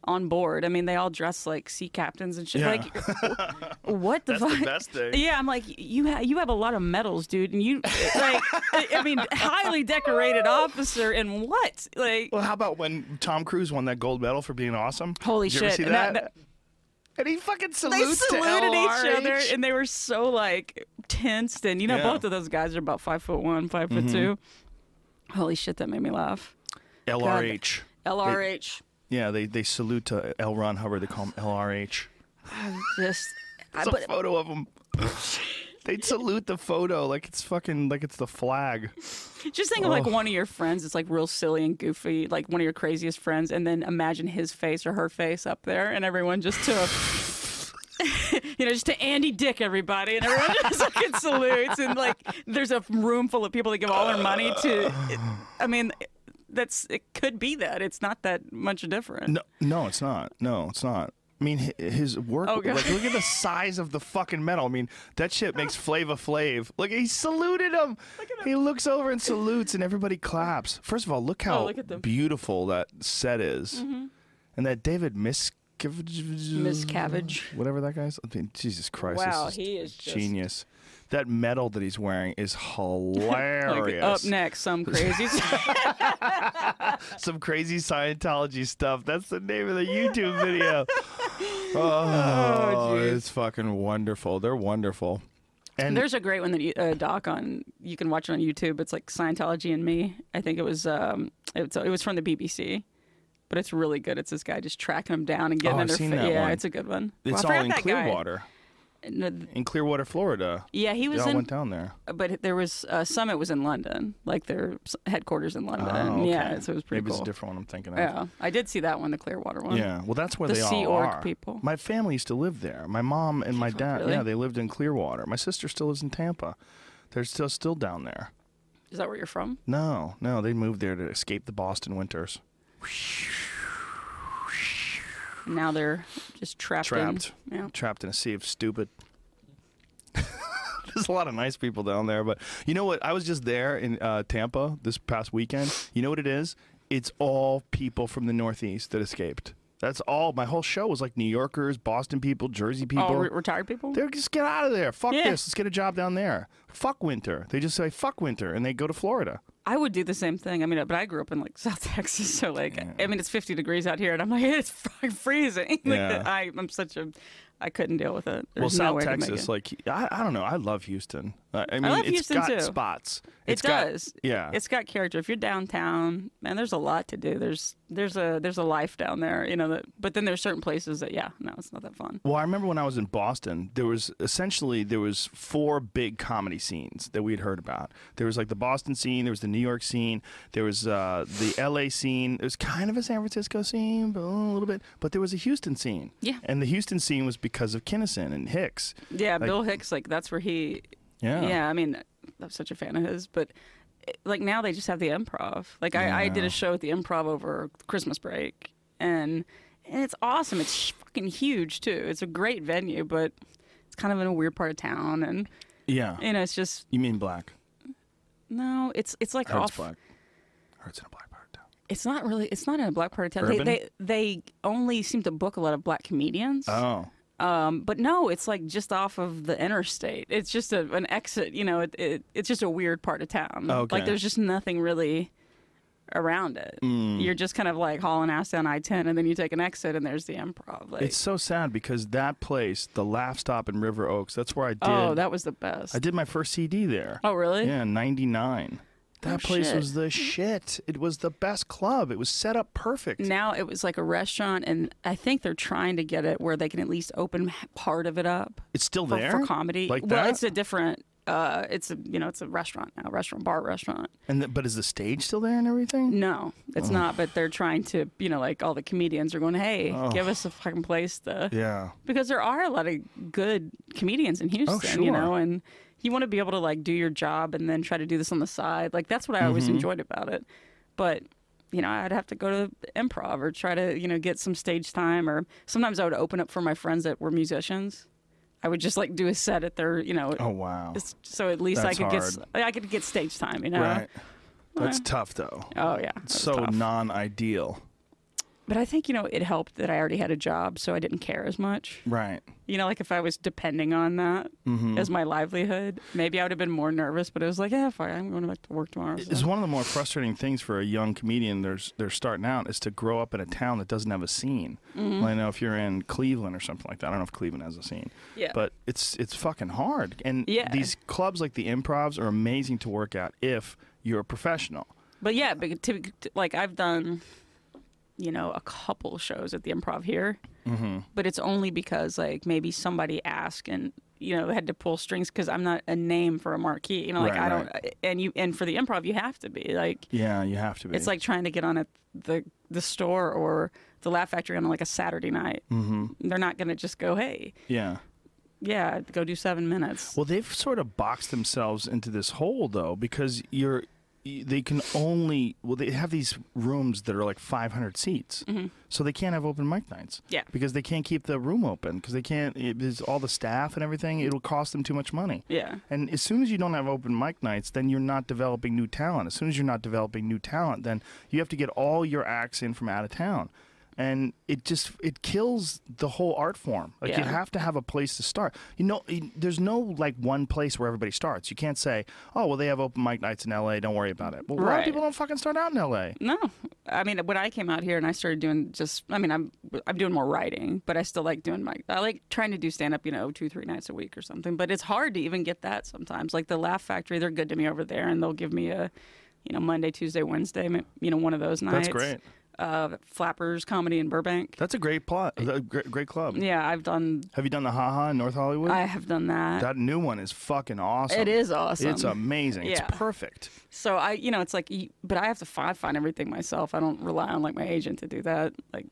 Speaker 2: on board. I mean, they all dress like sea captains and shit.
Speaker 11: Yeah.
Speaker 2: Like, what the
Speaker 11: That's the
Speaker 2: fuck?
Speaker 11: best thing.
Speaker 2: Yeah, I'm like, you ha- you have a lot of medals, dude, and you like, I I mean, highly decorated officer, and what? Like,
Speaker 1: well, how about when Tom Cruise won that gold medal for being awesome?
Speaker 2: Holy
Speaker 1: Did you ever
Speaker 2: shit,
Speaker 1: see
Speaker 2: and that-
Speaker 1: that? And he fucking
Speaker 11: salutes
Speaker 2: they
Speaker 11: to
Speaker 2: saluted each other,
Speaker 11: LRH.
Speaker 2: and they were so like tensed. And you know,
Speaker 1: Yeah.
Speaker 2: both of those guys are about five foot one, five
Speaker 1: Mhm.
Speaker 2: foot two. Holy shit, that made me laugh.
Speaker 1: LRH. They-
Speaker 2: LRH.
Speaker 1: yeah, they they salute to L. Ron Hubbard. They call him LRH.
Speaker 2: I'm just.
Speaker 1: It's a photo of him. they salute the photo like it's fucking like it's the flag.
Speaker 2: Just think of like
Speaker 1: Ugh.
Speaker 2: one of your friends that's like real silly and goofy, like one of your craziest friends, and then imagine his face or her face up there, and everyone just to, you know, just to Andy Dick everybody, and everyone just fucking salutes, and like there's a room full of people that give all their money to. I mean, that's it could be that it's not that much different.
Speaker 1: No, no, it's not. No, it's not. I mean, hi- his work.
Speaker 2: Oh, God.
Speaker 1: like, look at the size of the fucking medal. I mean, that shit makes Flava Flav. Look, he saluted him. He looks over and salutes, and everybody claps. First of all, look how
Speaker 2: Oh, look at them.
Speaker 1: beautiful that set is,
Speaker 2: Mhm.
Speaker 1: and that David Miscavige,
Speaker 2: Miscavige.
Speaker 1: whatever that guy's. I mean, Jesus Christ! this
Speaker 2: Wow, he is just-
Speaker 1: genius. That medal that he's wearing is hilarious.
Speaker 2: Like, up next, some crazy.
Speaker 1: some crazy Scientology stuff. That's the name of the YouTube video. oh,
Speaker 2: geez.
Speaker 1: it's fucking wonderful. They're wonderful. And
Speaker 2: There's a great one that you, uh, doc on you can watch it on YouTube. It's like Scientology and Me. I think it was um, it's, it was from the BBC, but it's really good. It's this guy just tracking them down and getting
Speaker 1: Oh,
Speaker 2: in
Speaker 1: I've
Speaker 2: their
Speaker 1: seen
Speaker 2: fa-
Speaker 1: that
Speaker 2: yeah,
Speaker 1: one.
Speaker 2: it's a good one. Well, I
Speaker 1: it's all
Speaker 2: forgot
Speaker 1: in
Speaker 2: that guy.
Speaker 1: Clearwater,
Speaker 2: No, th-
Speaker 1: in Clearwater, Florida.
Speaker 2: Yeah, he was
Speaker 1: They all
Speaker 2: in-
Speaker 1: went down there.
Speaker 2: But there was uh, Summit was in London, like their s- headquarters in London.
Speaker 1: Oh,
Speaker 2: Yeah,
Speaker 1: okay.
Speaker 2: so it was pretty
Speaker 1: Maybe it's a
Speaker 2: cool.
Speaker 1: different one I'm thinking of.
Speaker 2: Yeah, I did see that one, the Clearwater one.
Speaker 1: Yeah, well, that's where
Speaker 2: the
Speaker 1: they
Speaker 2: Sea
Speaker 1: all
Speaker 2: Org
Speaker 1: are.
Speaker 2: people.
Speaker 1: My family used to live there. My mom and my dad.
Speaker 2: really?
Speaker 1: Yeah, they lived in Clearwater. My sister still lives in Tampa. They're still still down there.
Speaker 2: Is that where you're from?
Speaker 1: No, no, they moved there to escape the Boston winters.
Speaker 2: Now they're just trapped. in-
Speaker 1: trapped,
Speaker 2: Yeah.
Speaker 1: trapped in a sea of stupid. There's a lot of nice people down there, but you know what? I was just there in uh, Tampa this past weekend. You know what it is? It's all people from the Northeast that escaped. That's all. My whole show was like New Yorkers, Boston people, Jersey people.
Speaker 2: All Oh, re- retired people.
Speaker 1: They're just get out of there. Fuck
Speaker 2: Yeah.
Speaker 1: this. Let's get a job down there. Fuck winter. They just say fuck winter and they go to Florida.
Speaker 2: I would do the same thing. I mean, but I grew up in like South Texas, so like, I mean, it's 50 degrees out here, and I'm like, it's fucking freezing. Like,
Speaker 1: Yeah.
Speaker 2: I, I'm such a, I couldn't deal with it.
Speaker 1: well,
Speaker 2: There's no
Speaker 1: South
Speaker 2: way I could make
Speaker 1: Texas,
Speaker 2: it.
Speaker 1: like I, I don't know. I love Houston. I, I mean,
Speaker 2: love
Speaker 1: it's
Speaker 2: Houston,
Speaker 1: got
Speaker 2: too.
Speaker 1: spots. It's
Speaker 2: it
Speaker 1: got-
Speaker 2: does.
Speaker 1: yeah.
Speaker 2: it's got character. If you're downtown, man, there's a lot to do. There's there's a there's a life down there, you know. That, but then there's certain places that, yeah, no, it's not that fun.
Speaker 1: Well, I remember when I was in Boston, there was essentially there was four big comedy scenes that we had heard about. There was like the Boston scene, there was the New York scene, there was uh, the L.A. scene. There was kind of a San Francisco scene, but a little bit. But there was a Houston scene.
Speaker 2: Yeah.
Speaker 1: And the Houston scene was because of Kinnison and Hicks.
Speaker 2: Yeah,
Speaker 1: Like,
Speaker 2: Bill Hicks, like that's where he.
Speaker 1: Yeah.
Speaker 2: Yeah, I mean, I'm such a fan of his, but it- like now they just have the improv. Like I, I did
Speaker 11: Yeah.
Speaker 2: a show at the improv over Christmas break, and and it's awesome. It's fucking huge too. It's a great venue, but it's kind of in a weird part of town, and
Speaker 1: Yeah.
Speaker 2: you know, it's just
Speaker 1: You mean black?
Speaker 2: no, it's it's like
Speaker 1: Hurts
Speaker 2: off.
Speaker 1: black. Hurts in a black.
Speaker 2: It's not really. It's not in a black part of town. They,
Speaker 1: Urban?
Speaker 2: they they only seem to book a lot of black comedians.
Speaker 1: Oh.
Speaker 2: Um, but no, it's like just off of the interstate. It's just a, an exit, you know. It, it it's just a weird part of town.
Speaker 11: Okay.
Speaker 2: Like there's just nothing really around it.
Speaker 1: Mm.
Speaker 2: You're just kind of like hauling ass down I-10, and then you take an exit, and there's the improv. Like,
Speaker 1: it's so sad because that place, the Laugh Stop in River Oaks, that's where I did.
Speaker 2: oh, that was the best.
Speaker 1: I did my first CD there.
Speaker 2: Oh, really?
Speaker 1: Yeah, in 99. That
Speaker 2: Oh,
Speaker 1: place
Speaker 2: shit.
Speaker 1: was the shit. It was the best club. It was set up perfect.
Speaker 2: Now it was like a restaurant, and I think they're trying to get it where they can at least open part of it up.
Speaker 1: It's still
Speaker 2: for-
Speaker 1: there
Speaker 2: for comedy.
Speaker 1: Like
Speaker 2: well,
Speaker 1: that?
Speaker 2: it's a different. Uh, it's a you know it's a restaurant now, restaurant bar restaurant.
Speaker 1: And the, but is the stage still there and everything?
Speaker 2: No, it's
Speaker 1: Oh.
Speaker 2: not. But they're trying to you know like all the comedians are going, hey,
Speaker 1: Oh.
Speaker 2: give us a fucking place to
Speaker 1: Yeah. Oh,
Speaker 2: because there are a lot of good comedians in Houston, you
Speaker 1: sure.
Speaker 2: know, and you want to be able to like do your job and then try to do this on the side. Like that's what I always
Speaker 1: Mhm.
Speaker 2: enjoyed about it. But you know, I'd have to go to improv or try to you know get some stage time, or sometimes I would open up for my friends that were musicians. I would just like do a set at their, you know.
Speaker 1: Oh, wow.
Speaker 2: it's- So at least
Speaker 1: That's
Speaker 2: I could get
Speaker 1: hard.
Speaker 2: get I could get stage time, you know.
Speaker 1: Right. That's
Speaker 2: Yeah.
Speaker 1: tough though.
Speaker 2: Oh yeah.
Speaker 1: It's so non-ideal.
Speaker 2: But I think you know it helped that I already had a job, so I didn't care as much.
Speaker 1: Right.
Speaker 2: You know, like if I was depending on that
Speaker 1: Mhm.
Speaker 2: as my livelihood, maybe I would have been more nervous. But it was like, yeah, fine, I'm going back to work tomorrow. so.
Speaker 1: It's one of the more frustrating things for a young comedian. There's they're starting out is to grow up in a town that doesn't have a scene.
Speaker 2: Mhm.
Speaker 1: Well, I know if you're in Cleveland or something like that. I don't know if Cleveland has a scene.
Speaker 2: Yeah.
Speaker 1: But it's it's fucking hard. And
Speaker 2: Yeah.
Speaker 1: these clubs like the Improvs are amazing to work at if you're a professional.
Speaker 2: But yeah, but to, to- like I've done, you know, a couple shows at the Improv here,
Speaker 1: Mm-hmm.
Speaker 2: but it's only because like maybe somebody asked and you know had to pull strings because I'm not a name for a marquee. You know, like
Speaker 1: Right,
Speaker 2: I don't. And you and for the Improv, you have to be like
Speaker 1: Yeah, you have to be.
Speaker 2: it's like trying to get on at the the store or the Laugh Factory on like a Saturday night.
Speaker 1: Mm-hmm.
Speaker 2: They're not gonna just go, hey,
Speaker 1: Yeah.
Speaker 2: yeah, go do seven minutes.
Speaker 1: Well, they've sort of boxed themselves into this hole though because you're y- they can only well they have these rooms that are like 500 seats. So they can't have open mic nights.
Speaker 2: Mm-hmm. Yeah.
Speaker 1: Because they can't keep the room open because they can't it, there's all the staff and everything it'll cost them too much money.
Speaker 2: Yeah.
Speaker 1: And as soon as you don't have open mic nights, then you're not developing new talent. As soon as you're not developing new talent, then you have to get all your acts in from out of town. And it just it kills the whole art form. Like you
Speaker 11: Yeah.
Speaker 1: have to have a place to start. You know, y- there's no like one place where everybody starts. You can't say, "Oh, well, they have open mic nights in L.A. Don't worry about it." Well, a lot of
Speaker 2: Right.
Speaker 1: people don't fucking start out in L.A.
Speaker 2: No, I mean when I came out here and I started doing just, I mean I'm I'm doing more writing, but I still like doing my I like trying to do stand up, you know, two three nights a week or something. But it's hard to even get that sometimes. Like the Laugh Factory, they're good to me over there, and they'll give me a, you know, Monday, Tuesday, Wednesday, ma- you know, one of those nights.
Speaker 1: That's great.
Speaker 2: Uh, Flappers Comedy in Burbank.
Speaker 1: That's a great plot. A great, great club.
Speaker 2: Yeah, I've done.
Speaker 1: Have you done the Ha Ha in North Hollywood?
Speaker 2: I have done that.
Speaker 1: That new one is fucking awesome.
Speaker 2: It is awesome.
Speaker 1: It's amazing.
Speaker 2: Yeah.
Speaker 1: It's perfect.
Speaker 2: So I, you know, it's like, you- but I have to find, find everything myself. I don't rely on like my agent to do that. Like,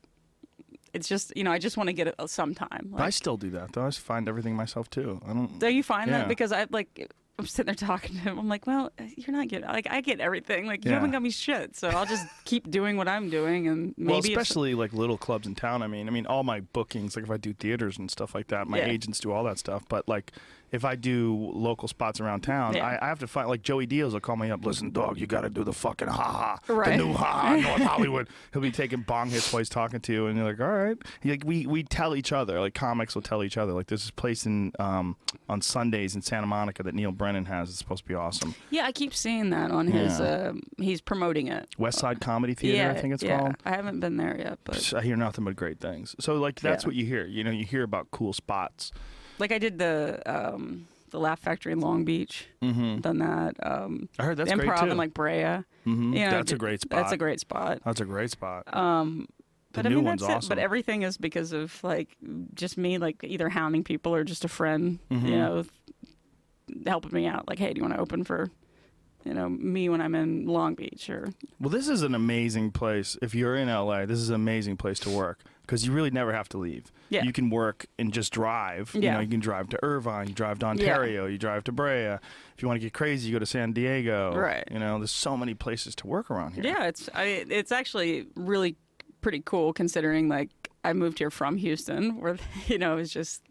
Speaker 2: it's just, you know, I just want to get it uh, sometime.
Speaker 1: I
Speaker 2: Like,
Speaker 1: still do that though. I just find everything myself too. I don't.
Speaker 2: do you find
Speaker 1: Yeah.
Speaker 2: that? Because I like, I'm sitting there talking to him. I'm like, well, uh, you're not getting, like, I get everything. Like, you
Speaker 1: Yeah.
Speaker 2: haven't got me shit. So I'll just keep doing what I'm doing. And maybe
Speaker 1: well,
Speaker 2: if-
Speaker 1: especially like little clubs in town. I mean, I mean, all my bookings, like if I do theaters and stuff like that, my
Speaker 2: Yeah.
Speaker 1: agents do all that stuff. But like, if I do local spots around town,
Speaker 11: Yeah.
Speaker 1: I, I have to find like Joey Deals will call me up. Listen, dog, you got to do the fucking ha ha,
Speaker 11: Right.
Speaker 1: the new ha ha North Hollywood. He'll be taking bong hits while he's talking to you, and you're like, all right. He- Like we we tell each other, like comics will tell each other. Like there's this place in um on Sundays in Santa Monica that Neil Brennan has. It's supposed to be awesome.
Speaker 2: yeah, I keep seeing that on his,
Speaker 1: Yeah.
Speaker 2: um, he's promoting it.
Speaker 1: West Side Comedy Theater,
Speaker 2: yeah,
Speaker 1: I think it's
Speaker 2: yeah.
Speaker 1: called.
Speaker 2: I haven't been there yet, but
Speaker 1: I hear nothing but great things. So like that's
Speaker 2: Yeah.
Speaker 1: what you hear. You know, you hear about cool spots.
Speaker 2: like I did the, um, the Laugh Factory in Long Beach.
Speaker 1: Mm-hmm.
Speaker 2: Done that. Um,
Speaker 1: I heard that's
Speaker 2: improv
Speaker 1: great, too.
Speaker 2: and like Brea.
Speaker 1: Mhm.
Speaker 2: You know,
Speaker 1: That's a
Speaker 2: d-
Speaker 1: great
Speaker 2: That's a
Speaker 1: spot.
Speaker 2: great spot.
Speaker 1: That's a great spot.
Speaker 2: Um,
Speaker 1: The
Speaker 2: but I
Speaker 1: new
Speaker 2: mean,
Speaker 1: one's
Speaker 2: that's It.
Speaker 1: awesome.
Speaker 2: But everything is because of like just me, like either hounding people or just a friend,
Speaker 1: Mhm.
Speaker 2: you know, th- helping me out. Like, hey, do you want to open for, you know, me when I'm in Long Beach or
Speaker 1: Well, this is an amazing place. If you're in LA, this is an amazing place to work because you really never have to leave.
Speaker 2: Yeah.
Speaker 1: You can work and just drive. You
Speaker 11: Yeah.
Speaker 1: know, you can drive to Irvine, you drive to
Speaker 11: Yeah.
Speaker 1: Ontario, you drive to Brea. If you want to get crazy, you go to San Diego.
Speaker 2: Right.
Speaker 1: You know, there's so many places to work around here.
Speaker 2: Yeah, it's I, it's actually really pretty cool considering like I moved here from Houston, where you know it was just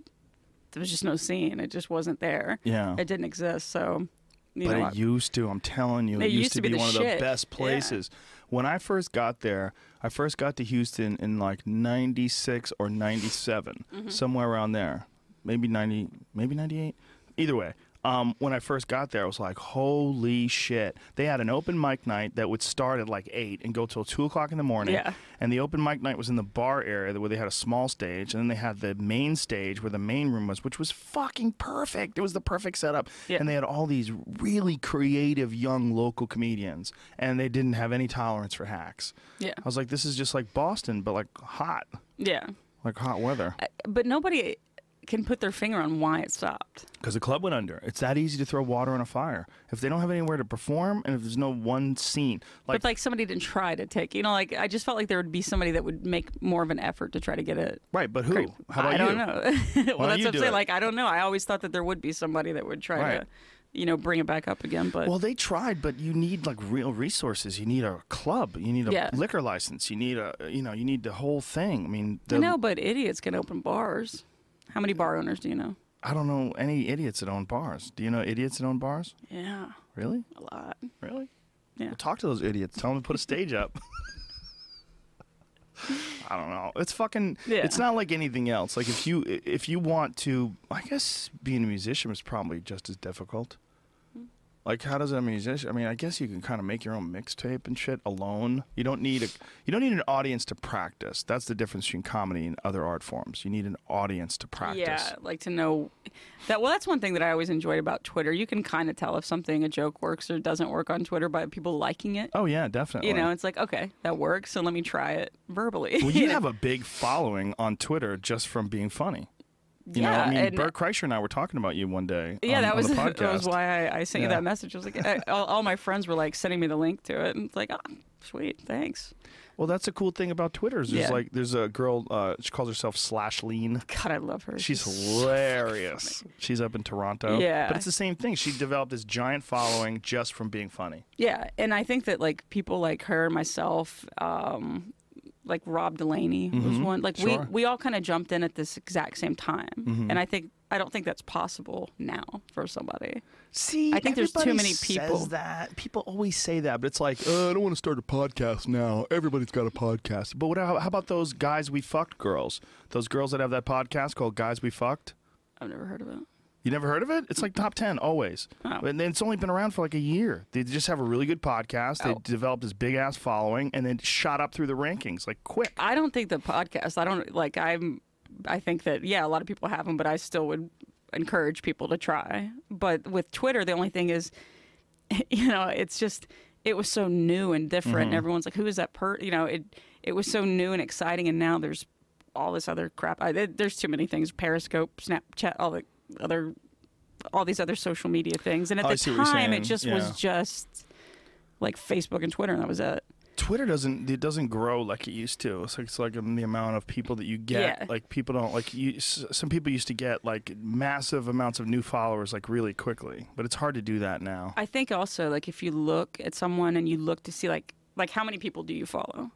Speaker 2: there was just no scene. It just wasn't there.
Speaker 1: Yeah.
Speaker 2: it didn't exist. So, you
Speaker 1: but
Speaker 2: know,
Speaker 1: it used to. I'm telling you,
Speaker 2: It
Speaker 1: it,
Speaker 2: used to be the
Speaker 1: one of
Speaker 2: shit.
Speaker 1: the best
Speaker 2: Yeah.
Speaker 1: places. When I first got there, I first got to Houston in like '96 or '97,
Speaker 2: Mm-hmm.
Speaker 1: somewhere around there, maybe '90, maybe '98. Either way. Um, when I first got there, I was like, "Holy shit!" They had an open mic night that would start at like eight and go till two o'clock in the morning.
Speaker 11: Yeah.
Speaker 1: And the open mic night was in the bar area where they had a small stage, and then they had the main stage where the main room was, which was fucking perfect. It was the perfect setup. And they had all these really creative young local comedians, and they didn't have any tolerance for hacks.
Speaker 2: Yeah.
Speaker 1: I was like, this is just like Boston, but like hot,
Speaker 2: yeah.
Speaker 1: like hot weather.
Speaker 2: But nobody, can put their finger on why it stopped.
Speaker 1: Because the club went under. It's that easy to throw water on a fire. If they don't have anywhere to perform and if there's no one scene, like
Speaker 2: but like somebody didn't try to take, you know, like I just felt like there would be somebody that would make more of an effort to try to get it.
Speaker 1: Right, but who? How about
Speaker 2: I
Speaker 1: you?
Speaker 2: don't know.
Speaker 1: Why
Speaker 2: well,
Speaker 1: don't
Speaker 2: that's
Speaker 1: you
Speaker 2: what
Speaker 1: do
Speaker 2: I'm saying.
Speaker 1: it?
Speaker 2: Like I don't know. I always thought that there would be somebody that would try
Speaker 1: Right.
Speaker 2: to, you know, bring it back up again. But
Speaker 1: Well, they tried, but you need like real resources. You need a club. You need a
Speaker 2: Yeah.
Speaker 1: liquor license. You need a you know you need the whole thing. I mean, the,
Speaker 2: I know, but idiots can open bars. How many bar owners do you know?
Speaker 1: I don't know any idiots that own bars. Do you know idiots that own bars?
Speaker 2: Yeah,
Speaker 1: Really?
Speaker 2: a lot.
Speaker 1: Really?
Speaker 2: Yeah.
Speaker 1: Well, talk to those idiots. Tell them to put a stage up. I don't know. It's fucking.
Speaker 2: Yeah.
Speaker 1: It's not like anything else. Like if you if you want to, I guess being a musician is probably just as difficult.
Speaker 2: Hmm.
Speaker 1: Like how does a musician? I mean, I guess you can kind of make your own mixtape and shit alone. You don't need a you don't need an audience to practice. That's the difference between comedy and other art forms. You need an audience to practice.
Speaker 2: Yeah, like to know that. Well, that's one thing that I always enjoyed about Twitter. You can kind of tell if something a joke works or doesn't work on Twitter by people liking it.
Speaker 1: Oh yeah, definitely.
Speaker 2: You know, it's like okay, that works, so let me try it verbally.
Speaker 1: Well, you have a big following on Twitter just from being funny. You know,
Speaker 2: Yeah,
Speaker 1: I mean,
Speaker 2: and-
Speaker 1: Bert Kreischer and I were talking about you one day.
Speaker 2: yeah,
Speaker 1: on-
Speaker 2: that
Speaker 1: on
Speaker 2: was
Speaker 1: the
Speaker 2: that was
Speaker 1: podcast.
Speaker 2: why I, I sent you
Speaker 1: Yeah.
Speaker 2: that message. I was like, I, all, all my friends were like sending me the link to it, and it's like, oh, sweet, thanks.
Speaker 1: Well, that's the cool thing about Twitter is there's
Speaker 2: Yeah.
Speaker 1: like there's a girl. Uh, she calls herself Slash Lean.
Speaker 2: God, I love her.
Speaker 1: She's hilarious. She's up in Toronto.
Speaker 2: Yeah.
Speaker 1: but it's the same thing. She developed this giant following just from being funny.
Speaker 2: Yeah, and I think that like people like her, myself, um, like Rob Delaney was
Speaker 1: Mhm,
Speaker 2: one. Like
Speaker 1: sure.
Speaker 2: we we all kind of jumped in at this exact same time,
Speaker 1: Mhm.
Speaker 2: and I think I don't think that's possible now for somebody.
Speaker 1: See,
Speaker 2: I think there's too
Speaker 1: everybody
Speaker 2: many people.
Speaker 1: says that people always say that, but it's like uh, I don't want to start a podcast now. Everybody's got a podcast. But what? How, how about those guys we fucked girls? Those girls that have that podcast called Guys We Fucked.
Speaker 2: I've never heard of it.
Speaker 1: You never heard of it? It's like top 10 always. And then it's only been around for like a year. They just have a really good podcast. They developed this big ass following and then shot up through the rankings like quick.
Speaker 2: I don't think the podcast. I don't like. I'm. I think that yeah, a lot of people have them, but I still would encourage people to try. But with Twitter, the only thing is, you know, it's just it was so new and different. And
Speaker 1: Mm-hmm.
Speaker 11: Mhm.
Speaker 2: everyone's like, "Who is that?" Per you know, it it was so new and exciting, and now there's all this other crap. I, there- there's too many things: Periscope, Snapchat, all the other all these other social media things. And at
Speaker 1: Oh, I
Speaker 2: the
Speaker 1: see what you're
Speaker 2: time,
Speaker 1: saying.
Speaker 2: it just
Speaker 1: Yeah.
Speaker 2: was just like Facebook and Twitter, and that was it.
Speaker 1: Twitter doesn't it doesn't grow like it used to. It's like, it's like um, the amount of people that you get.
Speaker 2: Yeah.
Speaker 1: Like people don't like you. s- Some people used to get like massive amounts of new followers like really quickly, but it's hard to do that now.
Speaker 2: I think also like if you look at someone and you look to see like like how many people do you follow?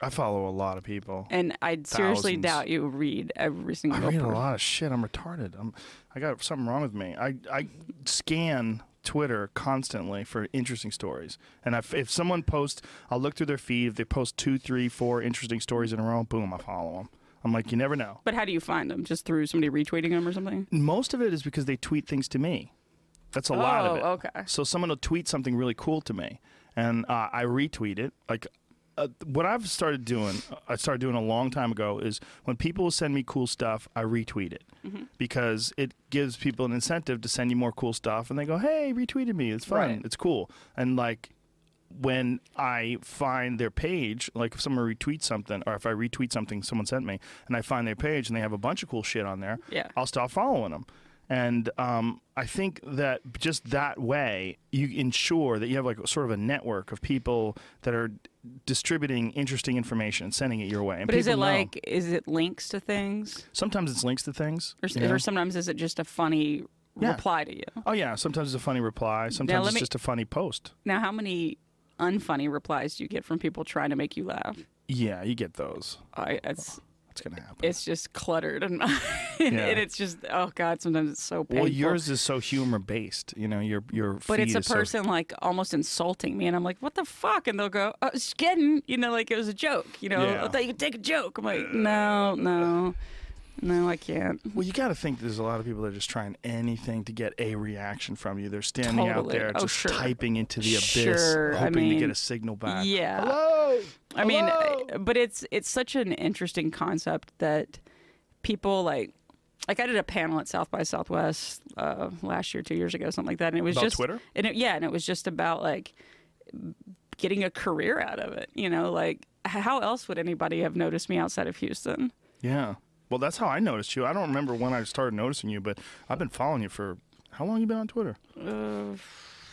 Speaker 1: I follow a lot of people.
Speaker 2: And I seriously
Speaker 1: Thousands.
Speaker 2: doubt you read every single.
Speaker 1: I read a
Speaker 2: person.
Speaker 1: lot of shit. I'm retarded. I'm, I got something wrong with me. I, I scan Twitter constantly for interesting stories. And if, if someone posts, I'll look through their feed. If they post two, three, four interesting stories in a row, boom, I follow them. I'm like, you never know.
Speaker 2: But how do you find them? Just through somebody retweeting them or something?
Speaker 1: Most of it is because they tweet things to me. That's a lot of it.
Speaker 2: Oh, okay.
Speaker 1: So someone will tweet something really cool to me, and uh, I retweet it. Like uh, what I've started doing, uh, I started doing a long time ago, is when people will send me cool stuff, I retweet it
Speaker 2: Mm-hmm.
Speaker 12: Mhm.
Speaker 1: because it gives people an incentive to send you more cool stuff, and they go, "Hey, retweeted me. It's fun.
Speaker 12: Right.
Speaker 1: It's cool." And like. When I find their page, like if someone retweets something, or if I retweet something someone sent me, and I find their page and they have a bunch of cool shit on there,
Speaker 2: Yeah.
Speaker 1: I'll stop following them. And um, I think that just that way, you ensure that you have like sort of a network of people that are distributing interesting information and sending it your way. And
Speaker 2: but is it
Speaker 1: people know.
Speaker 2: like is it links to things
Speaker 1: sometimes it's links to things,
Speaker 2: or, s
Speaker 1: you know?
Speaker 2: or sometimes is it just a funny
Speaker 1: Yeah.
Speaker 2: reply to you?
Speaker 1: oh yeah, sometimes it's a funny reply, sometimes
Speaker 2: let
Speaker 1: it's
Speaker 2: me-
Speaker 1: just a funny post.
Speaker 2: Now how many unfunny replies do you get from people trying to make you laugh?
Speaker 1: Yeah, you get those.
Speaker 2: I it's
Speaker 1: it's gonna happen.
Speaker 2: It's just cluttered and, and
Speaker 1: Yeah.
Speaker 2: it's just oh god, sometimes it's so painful.
Speaker 1: Well, yours is so humor based. You know, your your.
Speaker 2: but it's
Speaker 1: feed
Speaker 2: a
Speaker 1: is so-
Speaker 2: person like almost insulting me and i'm like what the fuck and they'll go oh, it's getting you know like it was a joke you know
Speaker 1: Yeah.
Speaker 2: i thought you could take a joke i'm like no no no i can't
Speaker 1: Well, you got to think there's a lot of people that are just trying anything to get a reaction from you. They're standing out
Speaker 2: Totally.
Speaker 1: there
Speaker 2: Oh,
Speaker 1: just
Speaker 2: sure.
Speaker 1: typing into the abyss,
Speaker 2: Sure, I
Speaker 1: hoping to get
Speaker 2: mean,
Speaker 1: a signal back.
Speaker 2: yeah
Speaker 1: hello
Speaker 2: i mean uh, but it's it's such an interesting concept that people like like I did a panel at South by Southwest uh, last year, two years ago, something like that, and it was
Speaker 11: About
Speaker 2: just
Speaker 11: Twitter?
Speaker 2: and it, yeah, and it was just about like getting a career out of it. You know, like how else would anybody have noticed me outside of Houston?
Speaker 1: Yeah. Well, that's how I noticed you. I don't remember when I started noticing you, but I've been following you for how long you been on Twitter?
Speaker 2: Uh,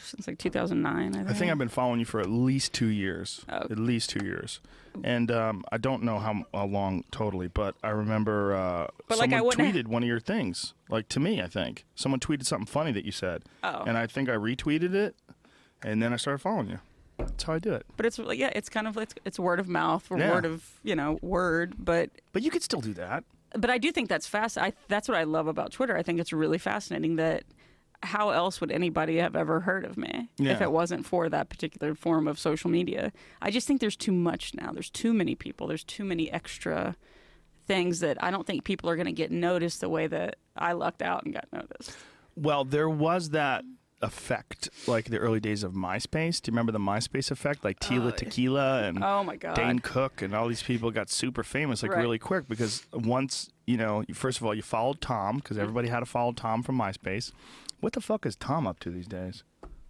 Speaker 2: since like 2009, I think.
Speaker 1: I think I've been following you for at least two years.
Speaker 2: Oh.
Speaker 1: At least two years, and um, I don't know how, how long totally, but I remember uh,
Speaker 2: But, like, I
Speaker 1: someone
Speaker 2: wouldn't
Speaker 1: tweeted one of your things, like to me. I think someone tweeted something funny that you said,
Speaker 2: Oh.
Speaker 1: and I think I retweeted it, and then I started following you. That's how I do it.
Speaker 2: But it's like, yeah, it's kind of it's, it's word of mouth or
Speaker 1: Yeah.
Speaker 2: word of you know word, but
Speaker 1: but you could still do that.
Speaker 2: But I do think that's fast. I that's what I love about Twitter. I think it's really fascinating that how else would anybody have ever heard of me if
Speaker 11: Yeah.
Speaker 2: it wasn't for that particular form of social media? I just think there's too much now. There's too many people. There's too many extra things that I don't think people are going to get noticed the way that I lucked out and got noticed.
Speaker 1: Well, there was that effect, like the early days of MySpace. Do you remember the MySpace effect? Like Tila Tequila and
Speaker 2: Oh, my God.
Speaker 1: Dane Cook and all these people got super famous like
Speaker 2: Right.
Speaker 1: really quick because once you know, you, first of all, you followed Tom because
Speaker 2: Mm-hmm.
Speaker 1: everybody had to follow Tom from MySpace. What the fuck is Tom up to these days?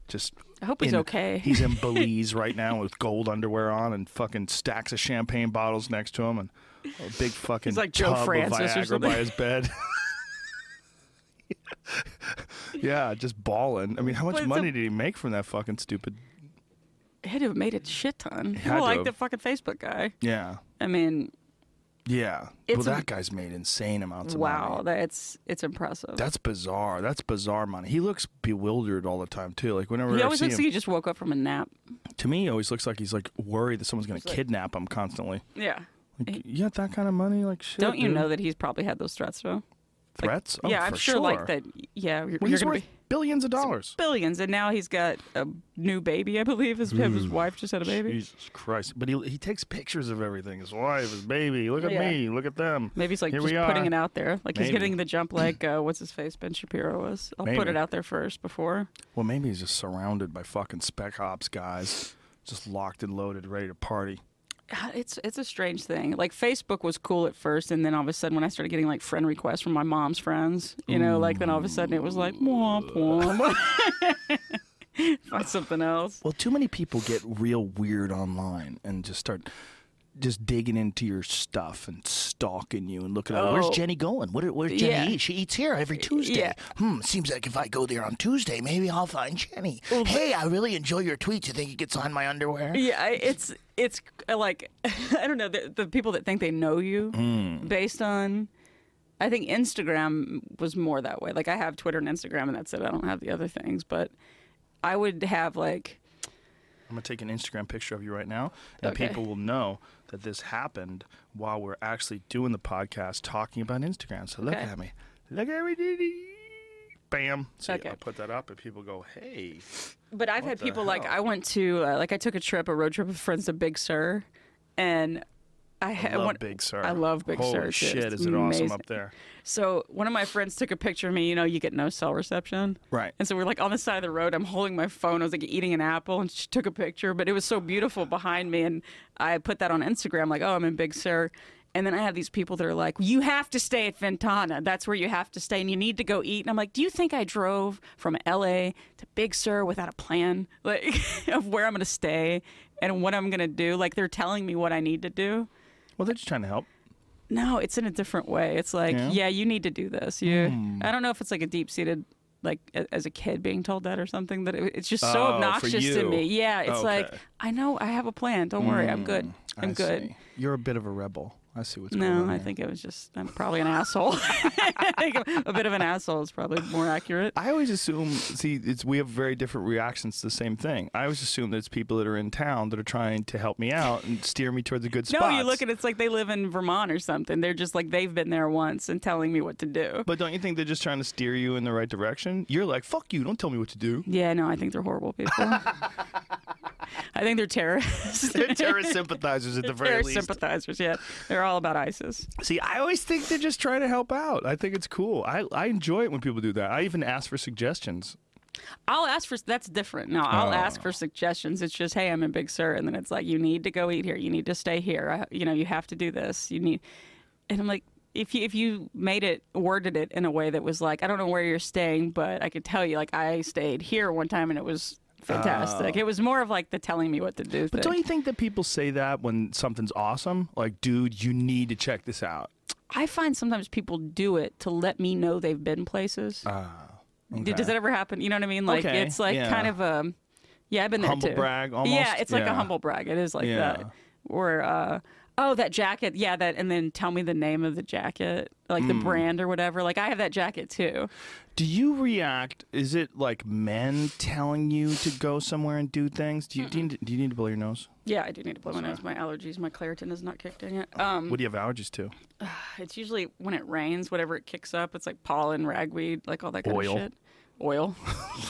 Speaker 1: Just
Speaker 2: I hope he's
Speaker 1: in-
Speaker 2: okay.
Speaker 1: He's in Belize right now with gold underwear on and fucking stacks of champagne bottles next to him and a big fucking
Speaker 2: like Joe
Speaker 1: tub of
Speaker 2: Francis or
Speaker 1: Viagra by
Speaker 2: something.
Speaker 1: his bed. Yeah, just balling. I mean, how much
Speaker 2: But it's
Speaker 1: money
Speaker 2: a-
Speaker 1: did he make from that fucking stupid?
Speaker 2: It had to have made a shit ton.
Speaker 1: had
Speaker 2: Well,
Speaker 1: to
Speaker 2: like
Speaker 1: have.
Speaker 2: the fucking Facebook guy.
Speaker 1: Yeah,
Speaker 2: I mean,
Speaker 1: yeah.
Speaker 2: It's-
Speaker 1: well, that guy's made insane amounts of money.
Speaker 2: wow, that's it's impressive.
Speaker 1: That's bizarre. That's bizarre money. He looks bewildered all the time too. Like whenever
Speaker 2: he
Speaker 1: I
Speaker 2: always
Speaker 1: see
Speaker 2: looks
Speaker 1: him,
Speaker 2: like he just woke up from a nap.
Speaker 1: to me, he always looks like he's like worried that someone's gonna
Speaker 2: He's like-
Speaker 1: kidnap him constantly.
Speaker 2: Yeah.
Speaker 1: Like, you got that kind of money, like shit.
Speaker 2: Don't you
Speaker 1: dude.
Speaker 2: know that he's probably had those threats though?
Speaker 1: Threats? Oh,
Speaker 2: yeah, I'm
Speaker 1: for
Speaker 2: sure, like
Speaker 1: sure.
Speaker 2: that. Yeah, you're,
Speaker 1: Well,
Speaker 2: you're
Speaker 1: he's
Speaker 2: gonna
Speaker 1: worth
Speaker 2: be
Speaker 1: billions of dollars.
Speaker 2: billions, and now he's got a new baby. I believe his, his
Speaker 1: Ooh.
Speaker 2: wife just had a baby.
Speaker 1: Jesus Christ! But he he takes pictures of everything. His wife, his baby. Look at
Speaker 2: Yeah.
Speaker 1: me. Look at them.
Speaker 2: Maybe he's like
Speaker 1: Here
Speaker 2: just
Speaker 1: we are.
Speaker 2: putting it out there, like he's
Speaker 1: Maybe.
Speaker 2: getting the jump, like uh, what's his face, Ben Shapiro was. I'll put
Speaker 1: Maybe.
Speaker 2: it out there first before.
Speaker 1: Well, maybe he's just surrounded by fucking spec ops guys, just locked and loaded, ready to party.
Speaker 2: It's it's a strange thing. Like Facebook was cool at first, and then all of a sudden, when I started getting like friend requests from my mom's friends, you know, like then all of a sudden it was like womp womp. Find something else.
Speaker 1: Well, too many people get real weird online and just start just digging into your stuff and stalking you and looking. at Where's
Speaker 12: Oh.
Speaker 1: Jenny going? What, where's Jenny
Speaker 12: Yeah.
Speaker 1: eat? She eats here every Tuesday.
Speaker 12: Yeah.
Speaker 1: Hmm. Seems like if I go there on Tuesday, maybe I'll find Jenny. hey, I really enjoy your tweets. You think it gets on my underwear?
Speaker 2: Yeah, I- it's it's uh, like I don't know the, the people that think they know you
Speaker 1: Mm.
Speaker 2: based on. I think Instagram was more that way. Like I have Twitter and Instagram, and that's it. I don't have the other things, but I would have like
Speaker 1: I'm gonna take an Instagram picture of you right now, and
Speaker 2: Okay.
Speaker 1: people will know that this happened while we're actually doing the podcast, talking about Instagram. So look
Speaker 2: Okay.
Speaker 1: at me, look at me, dee, dee. bam. So
Speaker 2: Okay.
Speaker 1: I'll put that up, and people go, "Hey."
Speaker 2: But I've
Speaker 1: what
Speaker 2: had
Speaker 1: the
Speaker 2: people like
Speaker 1: hell?
Speaker 2: I went to uh, like I took a trip, a road trip with friends to Big Sur, and I, had
Speaker 1: love
Speaker 2: one-
Speaker 1: Big Sur.
Speaker 2: I love Big
Speaker 1: Holy
Speaker 2: Sur. too.
Speaker 1: shit,
Speaker 2: It's
Speaker 1: is it awesome
Speaker 2: amazing.
Speaker 1: up there.
Speaker 2: So one of my friends took a picture of me. You know, you get no cell reception,
Speaker 1: Right.
Speaker 2: And so we're like on the side of the road. I'm holding my phone. I was like eating an apple, and she took a picture. But it was so beautiful behind me, and I put that on Instagram. Like, oh, I'm in Big Sur. And then I have these people that are like, you have to stay at Ventana. That's where you have to stay, and you need to go eat. And I'm like, do you think I drove from LA to Big Sur without a plan, like of where I'm going to stay and what I'm going to do? Like they're telling me what I need to do.
Speaker 1: Well, they're just trying to help.
Speaker 2: No, it's in a different way. It's like,
Speaker 1: Yeah? Hmm.
Speaker 2: yeah, you need to do this. You, I don't know if it's like a deep seated, like a, as a kid being told that or something. That it, it's just so
Speaker 1: Oh, for
Speaker 2: obnoxious to
Speaker 1: you.
Speaker 2: me. Yeah, it's like
Speaker 1: Okay. Hmm,
Speaker 2: I know I have a plan. Don't worry, I'm good.
Speaker 1: I
Speaker 2: I'm good.
Speaker 1: see. You're a bit of a rebel. I see what's going on.
Speaker 2: No, I
Speaker 1: here.
Speaker 2: think it was just I'm probably an asshole. I think I'm a bit of an asshole is probably more accurate.
Speaker 1: I always assume. See, it's we have very different reactions to the same thing. I always assume that it's people that are in town that are trying to help me out and steer me towards the good spots.
Speaker 2: No, you look at it, it's like they live in Vermont or something. They're just like they've been there once and telling me what to do.
Speaker 1: But don't you think they're just trying to steer you in the right direction? You're like, fuck you, don't tell me what to do.
Speaker 2: Yeah, no, I think they're horrible people. I think they're terrorists.
Speaker 1: They're terrorist sympathizers at the
Speaker 2: They're
Speaker 1: very
Speaker 2: terrorist
Speaker 1: least.
Speaker 2: sympathizers, yeah. They're all about ISIS.
Speaker 1: See, I always think they're just trying to help out. I think it's cool. I, I enjoy it when people do that. I even ask for suggestions.
Speaker 2: I'll ask for that's different. No, I'll
Speaker 1: Oh.
Speaker 2: ask for suggestions. It's just, hey, I'm in Big Sur, and then it's like, you need to go eat here. You need to stay here. I, you know, you have to do this. You need, and I'm like, if you if you made it worded it in a way that was like, I don't know where you're staying, but I could tell you, like, I stayed here one time and it was fantastic.
Speaker 1: Oh.
Speaker 2: It was more of like the telling me what to do.
Speaker 1: But
Speaker 2: thing.
Speaker 1: don't you think that people say that when something's awesome? Like, dude, you need to check this out.
Speaker 2: I find sometimes people do it to let me know they've been places.
Speaker 1: Ah,
Speaker 2: D-
Speaker 1: okay.
Speaker 2: Does that ever happen? You know what I mean? Like
Speaker 1: Okay,
Speaker 2: it's like
Speaker 1: yeah.
Speaker 2: kind of a yeah, I've been there
Speaker 1: Humble
Speaker 2: too.
Speaker 1: brag
Speaker 2: Yeah,
Speaker 1: almost?
Speaker 2: it's like
Speaker 1: Yeah.
Speaker 2: a humble brag. It is like
Speaker 1: Yeah.
Speaker 2: that. Or uh, oh, that jacket. Yeah, that and then tell me the name of the jacket, like the
Speaker 1: Mm.
Speaker 2: brand or whatever. Like I have that jacket too.
Speaker 1: Do you react? Is it like men telling you to go somewhere and do things? Do you, do you, need- do you need to blow your nose?
Speaker 2: Yeah, I do need to blow my
Speaker 1: Sorry.
Speaker 2: nose. My allergies, my Claritin is not kicked in yet. Um,
Speaker 1: what do you have allergies to?
Speaker 2: It's usually when it rains, whatever it kicks up, it's like pollen, ragweed, like all that kind
Speaker 1: Oil.
Speaker 2: of shit. Oil.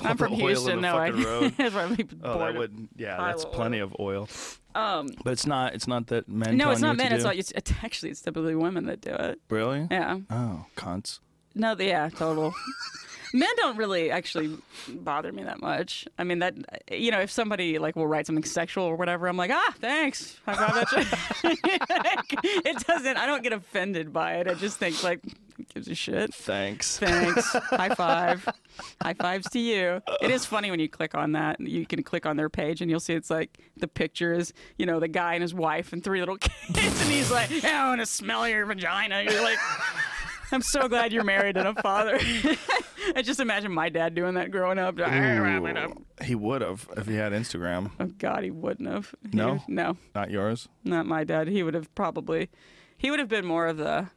Speaker 2: I'm from
Speaker 1: Oil in
Speaker 2: Houston,
Speaker 1: the
Speaker 2: no, I
Speaker 1: fucking road.
Speaker 2: that's why people
Speaker 1: Oh, that
Speaker 2: bored of
Speaker 1: would yeah,
Speaker 2: pile
Speaker 1: that's
Speaker 2: of
Speaker 1: plenty of oil.
Speaker 2: oil. Um,
Speaker 1: But it's not. It's not that men.
Speaker 2: no,
Speaker 1: telling
Speaker 2: it's
Speaker 1: you
Speaker 2: not
Speaker 1: what to
Speaker 2: men. It's,
Speaker 1: do?
Speaker 2: all, it's it's actually it's typically women that do it.
Speaker 1: Really?
Speaker 2: Yeah.
Speaker 1: Oh, cunts.
Speaker 2: No, th- yeah, total. Men don't really actually bother me that much. I mean, that you know, if somebody like will write something sexual or whatever, I'm like, ah, thanks. I got that. shit." it doesn't. I don't get offended by it. I just think like, who gives a shit.
Speaker 1: Thanks.
Speaker 2: Thanks. High five. High fives to you. It is funny when you click on that. You can click on their page and you'll see it's like the picture is, you know, the guy and his wife and three little kids. And he's like, I want to smell your vagina. You're like, I'm so glad you're married and a father. I just imagine my dad doing that growing up.
Speaker 1: Ooh, he would have if he had Instagram.
Speaker 2: Oh, God, he wouldn't have. He
Speaker 1: No?
Speaker 2: would- no.
Speaker 1: Not yours.
Speaker 2: Not my dad. He would have probably, he would have been more of the,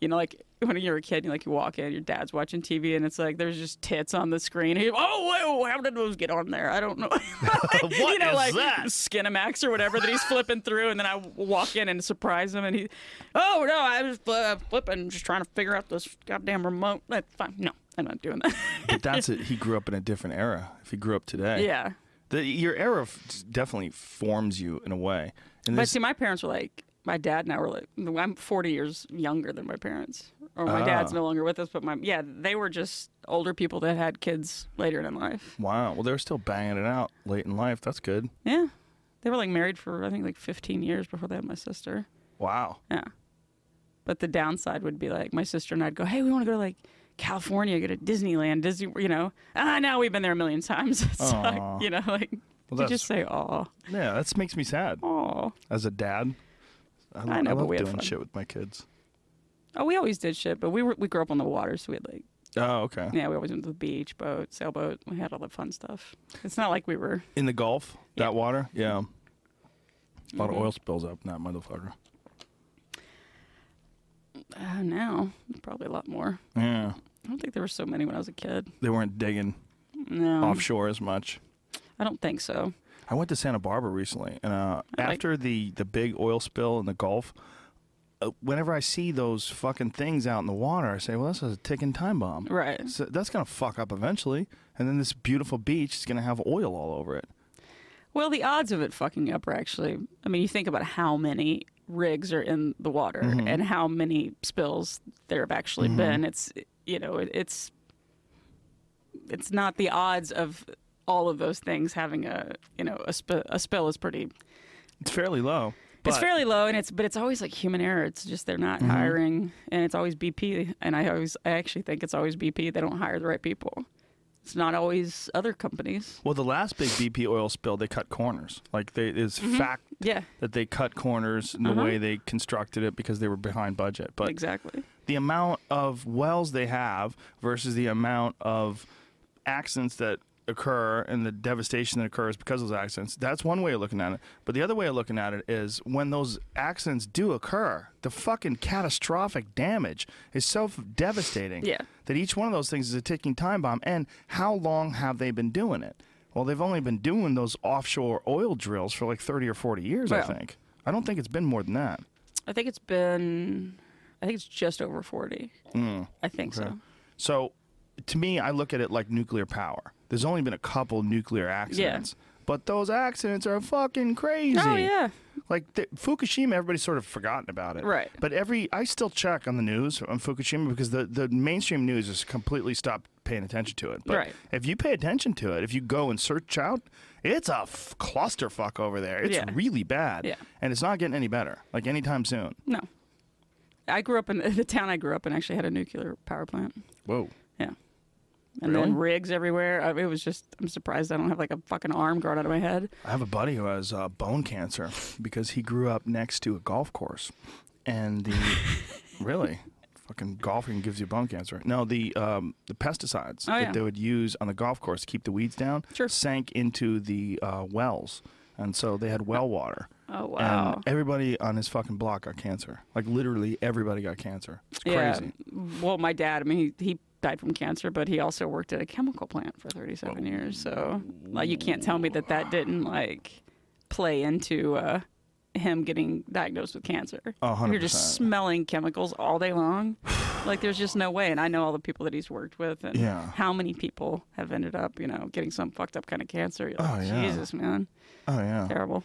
Speaker 2: you know, like when you're a kid, and you like you walk in, your dad's watching TV, and it's like there's just tits on the screen. He, oh, whoa, how did those get on there? I don't know. what you know,
Speaker 1: is
Speaker 2: like
Speaker 1: that?
Speaker 2: Skinamax or whatever that he's flipping through, and then I walk in and surprise him, and he, oh no, I was uh, flipping, just trying to figure out this goddamn remote. That's fine. No, I'm not doing that.
Speaker 1: But that's it. He grew up in a different era. If he grew up today,
Speaker 2: Yeah.
Speaker 1: the, your era f- definitely forms you in a way. And
Speaker 2: But
Speaker 1: this-
Speaker 2: see, my parents were like, my dad and I were like, I'm 40 years younger than my parents, or my dad's
Speaker 1: Ah.
Speaker 2: no longer with us, but my yeah, they were just older people that had kids later in life.
Speaker 1: wow. Well, they're still banging it out late in life. That's good.
Speaker 2: Yeah, they were like married for I think like 15 years before they had my sister.
Speaker 1: Wow.
Speaker 2: Yeah, but the downside would be like my sister and I'd go, hey, we want to go to like California, go to Disneyland, Disney, you know. Ah, now we've been there a million times. It sucked,
Speaker 1: Aw.
Speaker 2: you know, like
Speaker 1: Well,
Speaker 2: you
Speaker 1: that's-
Speaker 2: just say, aw.
Speaker 1: Yeah, that makes me sad.
Speaker 2: Aw.
Speaker 1: As a dad, I,
Speaker 2: I know, but
Speaker 1: love
Speaker 2: we had
Speaker 1: doing
Speaker 2: fun.
Speaker 1: shit with my kids.
Speaker 2: Oh, we always did shit, but we were, we grew up on the water, so we had like
Speaker 1: Oh, okay.
Speaker 2: Yeah, we always went to the beach, boat, sailboat. We had all the fun stuff. It's not like we were.
Speaker 1: In the Gulf, that water, yeah. A lot of oil spills up in that motherfucker.
Speaker 2: Uh, now probably a lot more.
Speaker 1: Yeah,
Speaker 2: I don't think there were so many when I was a kid.
Speaker 1: they weren't digging
Speaker 2: No,
Speaker 1: offshore as much.
Speaker 2: I don't think so.
Speaker 1: Um, I went to Santa Barbara recently, and uh, after the the big oil spill in the Gulf, uh, whenever I see those fucking things out in the water, I say, "Well, this is a ticking time bomb.
Speaker 2: Right.
Speaker 1: So that's gonna fuck up eventually, and then this beautiful beach is gonna have oil all over it.
Speaker 2: Well, the odds of it fucking up are actually. I mean, you think about how many rigs are in the water
Speaker 1: Mhm.
Speaker 2: and how many spills there have actually
Speaker 1: Mhm.
Speaker 2: been. It's you know, it, it's it's not the odds of all of those things having a you know a, sp- a spill is pretty
Speaker 1: It's fairly low.
Speaker 2: it's
Speaker 1: but-
Speaker 2: fairly low, and it's but it's always like human error. It's just they're not
Speaker 1: Mhm.
Speaker 2: hiring, and it's always BP. And I always, I actually think it's always BP. They don't hire the right people. It's not always other companies.
Speaker 1: Well, the last big BP oil spill, they cut corners. Like they, it's fact
Speaker 2: Mm-hmm. Yeah.
Speaker 1: that they cut corners in the
Speaker 2: Uh-huh.
Speaker 1: way they constructed it because they were behind budget. But
Speaker 2: Exactly.
Speaker 1: the amount of wells they have versus the amount of accidents that occur and the devastation that occurs because of those accidents, that's one way of looking at it. But the other way of looking at it is when those accidents do occur, the fucking catastrophic damage is so f- devastating
Speaker 2: Yeah.
Speaker 1: that each one of those things is a ticking time bomb. And how long have they been doing it? Well, they've only been doing those offshore oil drills for like 30 or 40 years, I
Speaker 2: Well.
Speaker 1: think. I don't think it's been more than that.
Speaker 2: I think it's been, I think it's just over forty.
Speaker 1: Mm.
Speaker 2: I think
Speaker 1: Okay.
Speaker 2: so.
Speaker 1: So, to me, I look at it like nuclear power. There's only been a couple nuclear accidents, but those accidents are fucking crazy.
Speaker 2: Oh yeah.
Speaker 1: Like the, Fukushima, everybody's sort of forgotten about it.
Speaker 2: Right.
Speaker 1: But every I still check on the news on Fukushima because the, the mainstream news has completely stopped paying attention to it. But
Speaker 2: Right.
Speaker 1: if you pay attention to it, if you go and search out, it's a f- clusterfuck over there. It's
Speaker 2: Yeah.
Speaker 1: really bad.
Speaker 2: Yeah.
Speaker 1: And it's not getting any better, like anytime soon.
Speaker 2: No. I grew up in the town I grew up in. Actually, had a nuclear power plant.
Speaker 1: Whoa.
Speaker 2: Yeah. And
Speaker 1: Really?
Speaker 2: then rigs everywhere. I- It was just. I'm surprised I don't have like a fucking arm growing out of my head.
Speaker 1: I have a buddy who has uh, bone cancer because he grew up next to a golf course, and the Really? Fucking golfing gives you bone cancer. No, the um, the pesticides
Speaker 2: Oh,
Speaker 1: that
Speaker 2: yeah.
Speaker 1: they would use on the golf course to keep the weeds down sank into the uh, wells, and so they had well water.
Speaker 2: Oh,
Speaker 1: And
Speaker 2: wow.
Speaker 1: everybody on his fucking block got cancer. Like literally everybody got cancer. It's crazy.
Speaker 2: Yeah. Well, my dad, I mean, he, he died from cancer, but he also worked at a chemical plant for 37 years. So, like, you can't tell me that that didn't, like, play into uh, him getting diagnosed with cancer.
Speaker 1: A hundred
Speaker 2: You're just
Speaker 1: percent.
Speaker 2: smelling chemicals all day long. like, there's just no way. And I know all the people that he's worked with and
Speaker 1: Yeah.
Speaker 2: how many people have ended up, you know, getting some fucked up kind of cancer. You're
Speaker 1: Oh,
Speaker 2: like,
Speaker 1: yeah.
Speaker 2: Jesus, man.
Speaker 1: Oh yeah.
Speaker 2: Terrible.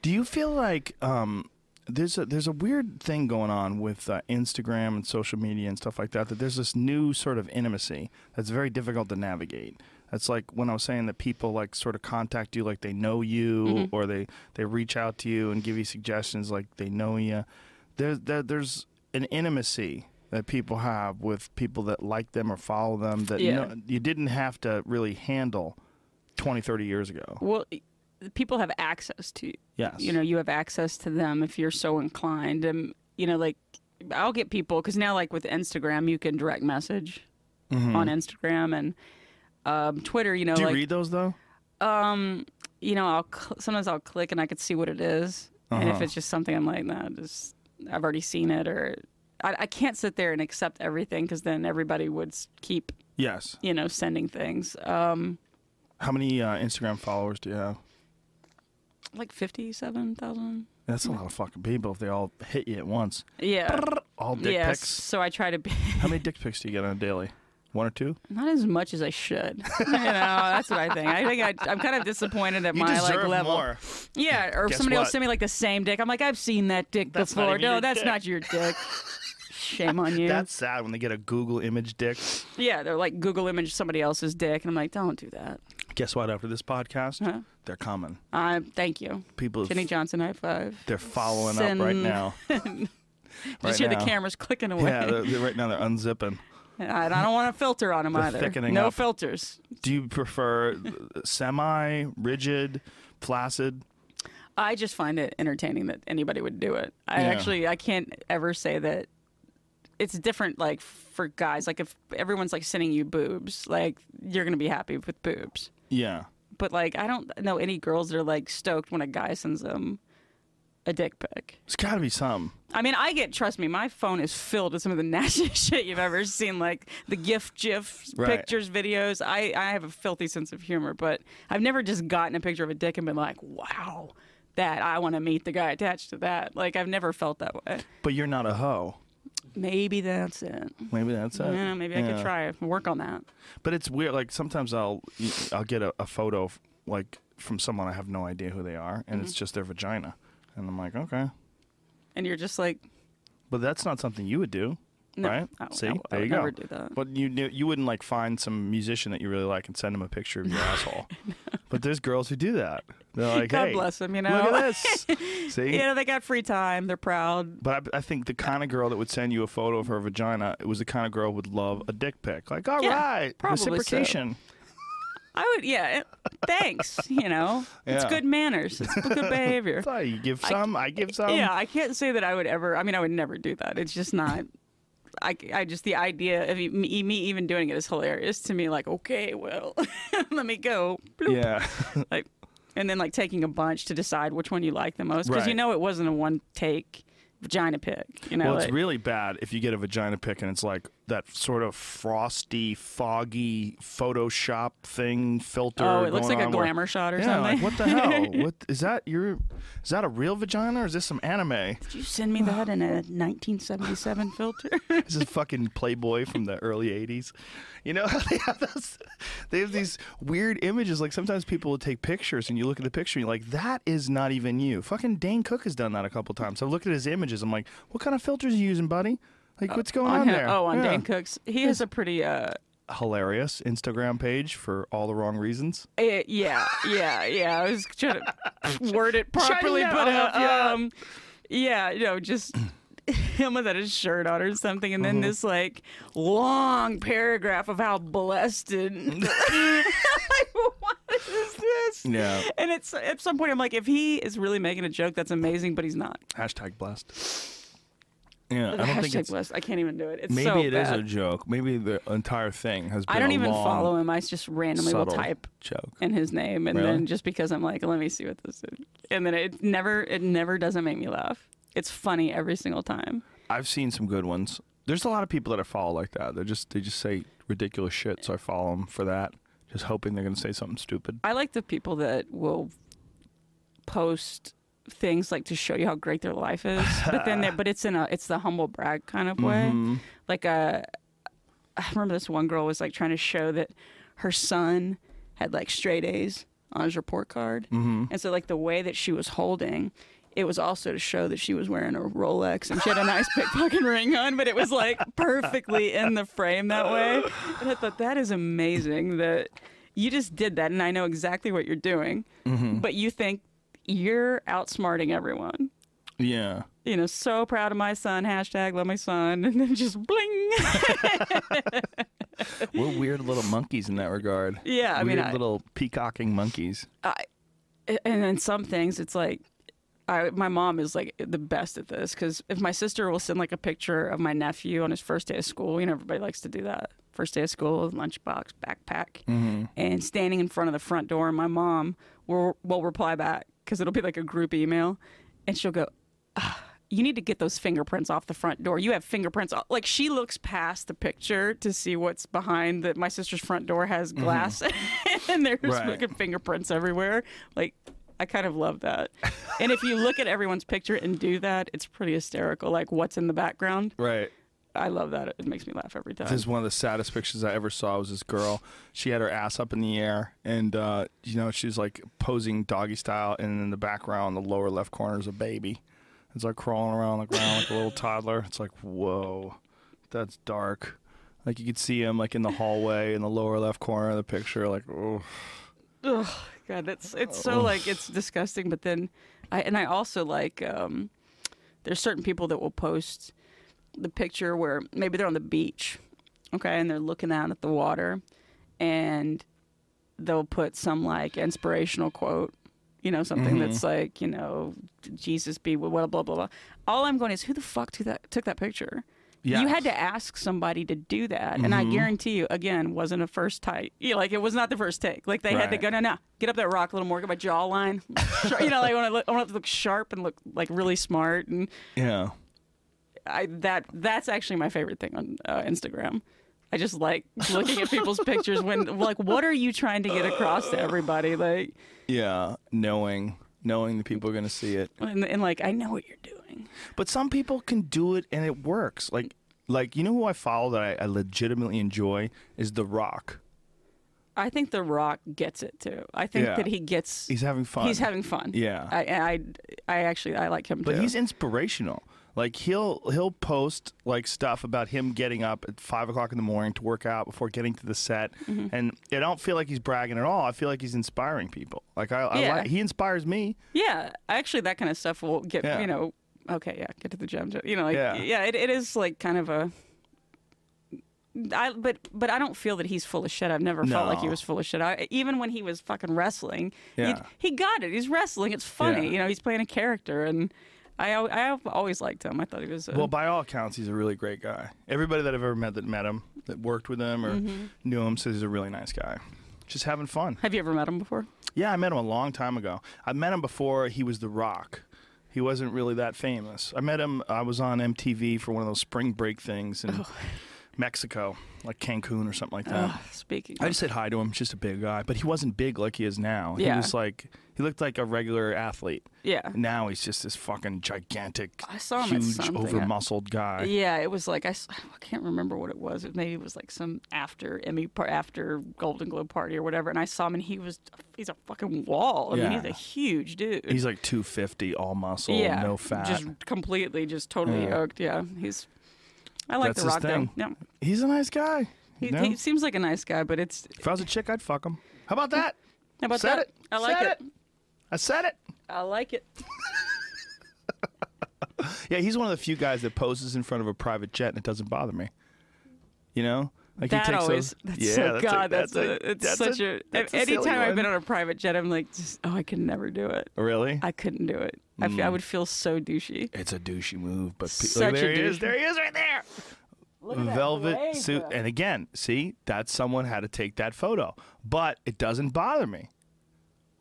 Speaker 1: Do you feel like um, there's a there's a weird thing going on with uh, Instagram and social media and stuff like that? That there's this new sort of intimacy that's very difficult to navigate. That's like when I was saying that people like sort of contact you like they know you
Speaker 2: Mm-hmm.
Speaker 11: Mhm.
Speaker 1: or they they reach out to you and give you suggestions like they know you. There, there there's an intimacy that people have with people that like them or follow them that
Speaker 2: Yeah.
Speaker 1: no, you didn't have to really handle 20 30 years ago.
Speaker 2: Well, i- people have access to you.
Speaker 1: Yes.
Speaker 2: You know, you have access to them if you're so inclined. And, you know, like, I'll get people, because now, like, with Instagram, you can direct message
Speaker 1: Mhm.
Speaker 2: on Instagram and um, Twitter, you know,
Speaker 1: Do you
Speaker 2: like,
Speaker 1: read those though?
Speaker 2: um, you know, I'll cl- sometimes I'll click and I could see what it is. And if
Speaker 1: Uh-huh.
Speaker 2: it's just something I'm like, nah, just, I've already seen it, or I, I can't sit there and accept everything because then everybody would s- keep,
Speaker 1: Yes.
Speaker 2: you know, sending things. Um,
Speaker 1: How many uh, Instagram followers do you have?
Speaker 2: like 57,000.
Speaker 1: That's a lot of fucking people if they all hit you at once.
Speaker 2: Yeah.
Speaker 1: All dick
Speaker 2: yes.
Speaker 1: pics.
Speaker 2: So I try to be
Speaker 1: How many dick pics do you get on a daily? One or two?
Speaker 2: not as much as I should. you know, that's what I think. I think I, I'm kind of disappointed at
Speaker 1: You
Speaker 2: my like
Speaker 1: deserve
Speaker 2: level.
Speaker 1: more.
Speaker 2: Yeah. Or if
Speaker 1: Guess
Speaker 2: somebody will
Speaker 1: what?
Speaker 2: send me like the same dick. I'm like, I've seen that dick
Speaker 1: That's not
Speaker 2: before.
Speaker 1: even your
Speaker 2: No, that's
Speaker 1: dick.
Speaker 2: not your dick. Shame on you.
Speaker 1: That's sad when they get a Google image dick.
Speaker 2: Yeah, they're like Google image somebody else's dick, and I'm like, don't do that.
Speaker 1: Guess what? After this podcast,
Speaker 2: Huh?
Speaker 1: they're coming.
Speaker 2: Uh, thank you.
Speaker 1: People-
Speaker 2: Jenny Johnson, high five.
Speaker 1: They're following up right
Speaker 2: Send-
Speaker 1: now.
Speaker 2: Just
Speaker 1: Right
Speaker 2: hear
Speaker 1: now.
Speaker 2: the cameras clicking away.
Speaker 1: Yeah, they're, they're- right now they're unzipping.
Speaker 2: I I don't want a filter on them
Speaker 1: They're
Speaker 2: either.
Speaker 1: thickening
Speaker 2: no
Speaker 1: up.
Speaker 2: filters.
Speaker 1: Do you prefer uh, semi, rigid, flaccid?
Speaker 2: I just find it entertaining that anybody would do it. I
Speaker 1: Yeah.
Speaker 2: actually I can't ever say that it's different like for guys. Like if everyone's like sending you boobs, like you're gonna be happy with boobs.
Speaker 1: Yeah.
Speaker 2: But like I don't know any girls that are like stoked when a guy sends them a dick pic.
Speaker 1: It's got to be some.
Speaker 2: I mean, I get trust me, my phone is filled with some of the nastiest shit you've ever seen, like the GIF, GIF
Speaker 1: Right.
Speaker 2: pictures, videos. I, I have a filthy sense of humor, but I've never just gotten a picture of a dick and been like, wow, that I want to meet the guy attached to that. Like I've never felt that way.
Speaker 1: But you're not a hoe.
Speaker 2: Maybe that's it.
Speaker 1: Maybe that's it.
Speaker 2: yeah, maybe I could
Speaker 1: Yeah.
Speaker 2: try it, work on that.
Speaker 1: But it's weird. Like sometimes I'll I'll get a, a photo f- like from someone I have no idea who they are, and it's
Speaker 2: Mhm.
Speaker 1: just their vagina, and I'm like, okay,
Speaker 2: And you're just like,
Speaker 1: but that's not something you would do,
Speaker 2: No,
Speaker 1: right?
Speaker 2: I would- I
Speaker 1: See,
Speaker 2: would- I
Speaker 1: there
Speaker 2: would
Speaker 1: you go.
Speaker 2: never do that.
Speaker 1: But you knew- you wouldn't like find some musician that you really like and send them a picture of your asshole. But there's girls who do that. They're like,
Speaker 2: God
Speaker 1: hey,
Speaker 2: bless them, you know.
Speaker 1: Look at this. See.
Speaker 2: you know, they got free time. They're proud.
Speaker 1: But I, I think the kind of girl that would send you a photo of her vagina it was the kind of girl who would love a dick pic. Like, all right,
Speaker 2: Yeah, probably so.
Speaker 1: reciprocation.
Speaker 2: I would, yeah. It, thanks. You know, it's
Speaker 1: Yeah.
Speaker 2: good manners. It's good behavior.
Speaker 1: Sorry, you give some, I, give some.
Speaker 2: Yeah, I can't say that I would ever. I mean, I would never do that. It's just not. I, I just the idea of me, me even doing it is hilarious to me. Like, okay, well, let me go.
Speaker 1: Yeah.
Speaker 2: like, and then like taking a bunch to decide which one you like the most because you
Speaker 1: Right.
Speaker 2: know it wasn't a one take vagina pick. You know,
Speaker 1: well, it's
Speaker 2: like-
Speaker 1: really bad if you get a vagina pic and it's like that sort of frosty, foggy Photoshop thing filter.
Speaker 2: Oh, it looks
Speaker 1: going
Speaker 2: like a
Speaker 1: on where-
Speaker 2: glamour shot or
Speaker 1: yeah, Like,
Speaker 2: something.
Speaker 1: what the hell? what is that? Your is that a real vagina or is this some anime?
Speaker 2: did you send me that in a 1977 filter?
Speaker 1: This is fucking Playboy from the early '80s. You know how they have those? They have these weird images. Like sometimes people will take pictures, and you look at the picture, and you're like, "That is not even you." Fucking Dane Cook has done that a couple times. I've looked at his images. I'm like, "What kind of filters are you using, buddy? Like, what's going on,
Speaker 2: him-
Speaker 1: there?"
Speaker 2: Oh, Uh, on
Speaker 1: Yeah.
Speaker 2: Dan Cook's. He has a pretty uh,
Speaker 1: hilarious Instagram page for all the wrong reasons.
Speaker 2: Eh, yeah, yeah, yeah. I was trying to word it properly,
Speaker 12: Trying to
Speaker 2: but
Speaker 12: help you
Speaker 2: uh,
Speaker 12: out.
Speaker 2: um, yeah, you know, just him without his shirt on or something, and then
Speaker 1: Mm-hmm.
Speaker 12: Mhm.
Speaker 2: this like long paragraph of how blessed and like, what is this?
Speaker 1: Yeah.
Speaker 2: And it's at some point I'm like, if he is really making a joke, that's amazing, but he's not.
Speaker 1: Hashtag blessed. Yeah,
Speaker 2: The
Speaker 1: I don't
Speaker 2: hashtag
Speaker 1: think it's.
Speaker 2: blessed. I can't even do it. It's
Speaker 1: maybe
Speaker 2: so
Speaker 1: it is
Speaker 2: bad.
Speaker 1: a joke. Maybe the entire thing has been.
Speaker 2: I don't
Speaker 1: a
Speaker 2: even
Speaker 1: long,
Speaker 2: follow him. I just randomly will
Speaker 1: subtle
Speaker 2: type
Speaker 1: joke.
Speaker 2: in his name, and
Speaker 1: Really?
Speaker 2: then just because I'm like, let me see what this is, and then it never, it never doesn't make me laugh. It's funny every single time.
Speaker 1: I've seen some good ones. There's a lot of people that I follow like that. They just they just say ridiculous shit, so I follow them for that, just hoping they're gonna say something stupid.
Speaker 2: I like the people that will post things like to show you how great their life is, but then they, but it's in a it's the humble brag kind of way.
Speaker 1: Mhm.
Speaker 2: Like uh, I remember this one girl was like trying to show that her son had like straight A's on his report card,
Speaker 11: Mhm.
Speaker 2: and so like the way that she was holding. It was also to show that she was wearing a Rolex and she had a nice pickpocket ring on, but it was like perfectly in the frame that way. And I thought that is amazing that you just did that, and I know exactly what you're doing
Speaker 1: Mhm.
Speaker 2: but you think you're outsmarting everyone.
Speaker 1: Yeah.
Speaker 2: You know, so proud of my son. Hashtag love my son, and then just bling.
Speaker 1: We're weird little monkeys in that regard.
Speaker 2: Yeah, I mean,
Speaker 1: weird
Speaker 2: I-
Speaker 1: little peacocking monkeys.
Speaker 2: I, and then some things, it's like, I my mom is like the best at this because if my sister will send like a picture of my nephew on his first day of school, you know, everybody likes to do that. First day of school, lunchbox, backpack,
Speaker 11: Mhm.
Speaker 2: and standing in front of the front door. And my mom will will reply back because it'll be like a group email, and she'll go, you need to get those fingerprints off the front door. You have fingerprints. All- like she looks past the picture to see what's behind that. My sister's front door has glass, and there's
Speaker 11: Right.
Speaker 2: fucking fingerprints everywhere. Like I kind of love that. and if you look at everyone's picture and do that, it's pretty hysterical. Like what's in the background.
Speaker 1: Right.
Speaker 2: I love that. It makes me laugh every time.
Speaker 1: This is one of the saddest pictures I ever saw. Was this girl? She had her ass up in the air, and uh, you know she was like posing doggy style, and in the background, the lower left corner is a baby. It's like crawling around like around like a little toddler. It's like whoa, that's dark. Like you could see him like in the hallway in the lower left corner of the picture. Like oh,
Speaker 2: Ugh, God, that's it's so
Speaker 1: Ugh.
Speaker 2: like it's disgusting. But then, I and I also like um, there's certain people that will post the picture where maybe they're on the beach, okay, and they're looking out at the water, and they'll put some like inspirational quote, you know, something
Speaker 11: Mhm.
Speaker 2: that's like you know Jesus be with blah blah blah blah. All I'm going is who the fuck took that took that picture.
Speaker 11: Yeah.
Speaker 2: You had to ask somebody to do that, and I
Speaker 11: Mhm.
Speaker 2: guarantee you, again, wasn't a first take. Yeah, like it was not the first take. Like they had to
Speaker 11: Right.
Speaker 2: go, no, no, get up that rock a little more, get my jawline, sharp, you know, like I want to look, I want to look sharp and look like really smart, and
Speaker 1: yeah.
Speaker 2: I that that's actually my favorite thing on uh, Instagram. I just like looking at people's pictures when like, what are you trying to get across to everybody? Like,
Speaker 1: Yeah, knowing knowing the people are gonna see it.
Speaker 2: and, and like I know what you're doing.
Speaker 1: But some people can do it and it works. Like like you know who I follow that I, I legitimately enjoy is The Rock.
Speaker 2: I think The Rock gets it too. I think
Speaker 1: Yeah.
Speaker 2: that he gets.
Speaker 1: He's having fun.
Speaker 2: He's having fun.
Speaker 1: Yeah.
Speaker 2: I I, I actually I like him
Speaker 1: But
Speaker 2: too.
Speaker 1: he's inspirational. Like he'll he'll post like stuff about him getting up at five o'clock in the morning to work out before getting to the set,
Speaker 2: Mhm.
Speaker 1: and I don't feel like he's bragging at all. I feel like he's inspiring people. Like I, I
Speaker 2: Yeah.
Speaker 1: like, he inspires me.
Speaker 2: Yeah, actually, that kind of stuff will get
Speaker 1: Yeah.
Speaker 2: you know. Okay, yeah, get to the gym. ju- You know, like
Speaker 1: Yeah.
Speaker 2: yeah, it, it is like kind of a. I but but I don't feel that he's full of shit. I've never felt like he
Speaker 11: No.
Speaker 2: was full of shit. I, even when he was fucking wrestling, he-
Speaker 11: Yeah.
Speaker 2: he, got it. He's wrestling. It's funny.
Speaker 1: Yeah.
Speaker 2: You know, he's playing a character, and I al- I have always liked him. I thought he was a,
Speaker 1: Well, by all accounts, he's a really great guy. Everybody that I've ever met that met him, that worked with him or
Speaker 2: Mhm.
Speaker 1: knew him, says he's a really nice guy. Just having fun.
Speaker 2: Have you ever met him before?
Speaker 1: Yeah, I met him a long time ago. I met him before he was The Rock. He wasn't really that famous. I met him. I was on MTV for one of those spring break things in
Speaker 2: Oh.
Speaker 1: Mexico, like Cancun or something like that.
Speaker 2: Ugh, speaking.
Speaker 1: I just said hi to him. He's just a big guy, but he wasn't big like he is now. He
Speaker 2: Yeah.
Speaker 1: was like he looked like a regular athlete.
Speaker 2: Yeah.
Speaker 1: Now he's just this fucking gigantic,
Speaker 2: I saw him at
Speaker 1: huge,
Speaker 2: something.
Speaker 1: over-muscled guy.
Speaker 2: Yeah, it was like I, s- I can't remember what it was. It maybe it was like some after Emmy par- after Golden Globe party or whatever. And I saw him, and he was he's a fucking wall. I mean,
Speaker 1: Yeah.
Speaker 2: he's a huge dude.
Speaker 1: He's like 250, all muscle,
Speaker 2: yeah,
Speaker 1: no fat.
Speaker 2: just completely, just totally
Speaker 1: Yeah.
Speaker 2: yoked. Yeah, he's. I like
Speaker 1: That's
Speaker 2: the
Speaker 1: his
Speaker 2: Rock
Speaker 1: thing.
Speaker 2: though. Yeah,
Speaker 1: He's a nice guy.
Speaker 2: he,
Speaker 1: you know?
Speaker 2: he seems like a nice guy, but it's.
Speaker 1: If I was a chick, I'd fuck him. How about that?
Speaker 2: How about
Speaker 1: Said
Speaker 2: that?
Speaker 1: it.
Speaker 2: I like
Speaker 1: Said
Speaker 2: it.
Speaker 1: I said it.
Speaker 2: I like it.
Speaker 1: Yeah, he's one of the few guys that poses in front of a private jet and it doesn't bother me. You know? Like
Speaker 2: that
Speaker 1: he takes
Speaker 2: always.
Speaker 1: those,
Speaker 2: that's
Speaker 1: yeah,
Speaker 2: so
Speaker 1: that's
Speaker 2: God.
Speaker 1: a,
Speaker 2: that's, a, It's
Speaker 1: that's
Speaker 2: such
Speaker 1: a,
Speaker 2: a.
Speaker 1: that's a silly
Speaker 2: anytime I've
Speaker 1: one.
Speaker 2: been on a private jet, I'm like, just, oh, I could never do it.
Speaker 1: Really?
Speaker 2: I couldn't do it. I fe- I
Speaker 1: Mm.
Speaker 2: would feel so douchey.
Speaker 1: It's a douchey move, but pe-
Speaker 2: Such
Speaker 1: there
Speaker 2: a
Speaker 1: he is.
Speaker 2: douche.
Speaker 1: There he is right there. Velvet suit.
Speaker 2: uh.
Speaker 1: And again, see, that's someone had to take that photo, but it doesn't bother me.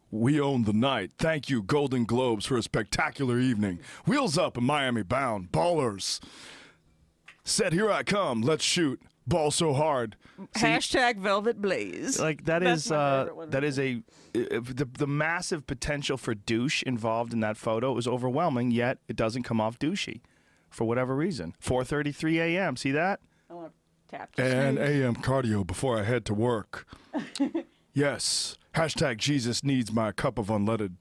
Speaker 11: We own the night. Thank you, Golden Globes, for a spectacular evening. Wheels up and Miami bound. Ballers. Said, here I come. Let's shoot. Ball so hard.
Speaker 2: Hashtag Velvet Blaze.
Speaker 1: Like that
Speaker 2: That's
Speaker 1: is
Speaker 2: my
Speaker 1: uh,
Speaker 2: favorite one.
Speaker 1: that is a if the the massive potential for douche involved in that photo is overwhelming. Yet it doesn't come off douchey, for whatever reason. 4:33 a.m. See that?
Speaker 2: I want to tap.
Speaker 11: And AM cardio before I head to work. yes. Hashtag Jesus needs my cup of unleaded.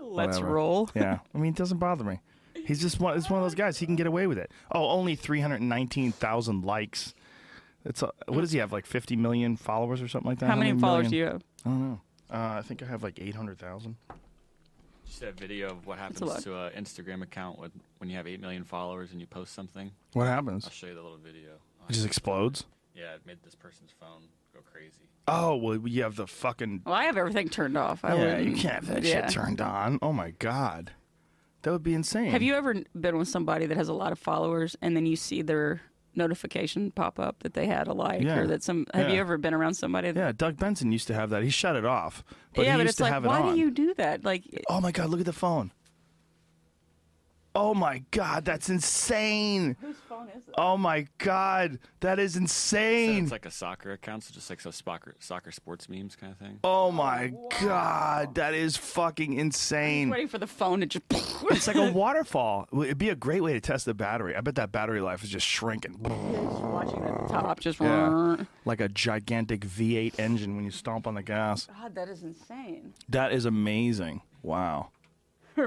Speaker 2: Let's
Speaker 1: Whatever.
Speaker 2: roll.
Speaker 1: Yeah, I mean, it doesn't bother me. He's just one. It's one of those guys. He can get away with it. Oh, only three hundred nineteen thousand likes. It's a, what does he have? Like fifty million followers or something like that.
Speaker 2: How many
Speaker 1: million?
Speaker 2: followers do you have?
Speaker 1: I don't know. Uh, I think I have like eight hundred thousand.
Speaker 3: Just that video of what
Speaker 2: a
Speaker 3: happens
Speaker 2: lot.
Speaker 3: to an Instagram account when, when you have 8 million followers and you post something.
Speaker 1: What happens?
Speaker 3: I'll show you the little video. Oh,
Speaker 1: It just explodes.
Speaker 3: Yeah, it made this person's phone go crazy.
Speaker 1: Oh well, you have the fucking.
Speaker 2: Well, I have everything turned off. I
Speaker 1: yeah, you
Speaker 2: wouldn't-
Speaker 1: can't have that
Speaker 2: yeah.
Speaker 1: shit turned on. Oh my god, that would be insane.
Speaker 2: Have you ever been with somebody that has a lot of followers and then you see their notification pop up that they had a like
Speaker 1: Yeah.
Speaker 2: or that some? Have you
Speaker 1: Yeah.
Speaker 2: ever been around somebody? That,
Speaker 1: Yeah, Doug Benson used to have that. He shut it off, but
Speaker 2: yeah,
Speaker 1: he
Speaker 2: but
Speaker 1: used
Speaker 2: it's
Speaker 1: to
Speaker 2: like,
Speaker 1: have it
Speaker 2: why
Speaker 1: on.
Speaker 2: do you do that? Like,
Speaker 1: Oh my god, look at the phone. Oh my god, that's insane.
Speaker 2: Whose phone is it?
Speaker 1: Oh my god, that is
Speaker 3: So
Speaker 1: insane.
Speaker 3: it's like a soccer account, so just like those soccer, soccer sports memes kind of thing.
Speaker 1: oh my god, that is fucking insane.
Speaker 2: waiting for the phone to just.
Speaker 1: It's like a waterfall. It'd be a great way to test the battery. I bet that battery life is just shrinking.
Speaker 2: watching that top just.
Speaker 1: Yeah. Like a gigantic V8 engine when you stomp on the gas.
Speaker 2: God, that is insane.
Speaker 1: That is amazing. Wow.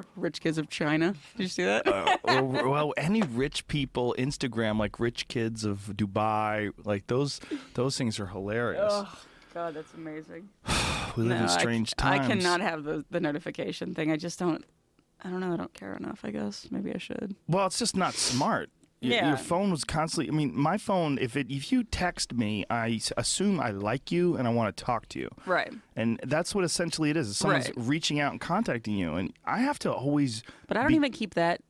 Speaker 2: Rich kids of China. Did you see that?
Speaker 1: Uh, well, well, any rich people Instagram, like rich kids of Dubai, like those those things are hilarious.
Speaker 2: oh, God, that's amazing.
Speaker 1: we live
Speaker 2: No,
Speaker 1: in
Speaker 2: I c-
Speaker 1: strange
Speaker 2: I
Speaker 1: times.
Speaker 2: cannot have the, the notification thing. I just don't. I don't know. I don't care enough. I guess maybe I should.
Speaker 1: Well, it's just not smart. Your,
Speaker 2: Yeah.
Speaker 1: your phone was constantly. I mean, my phone. If it if you text me, I s- assume I like you and I want to talk to you.
Speaker 2: Right.
Speaker 1: And that's what essentially it is. is Someone's
Speaker 2: Right.
Speaker 1: reaching out and contacting you, and I have to always.
Speaker 2: But I don't
Speaker 1: be-
Speaker 2: even keep that.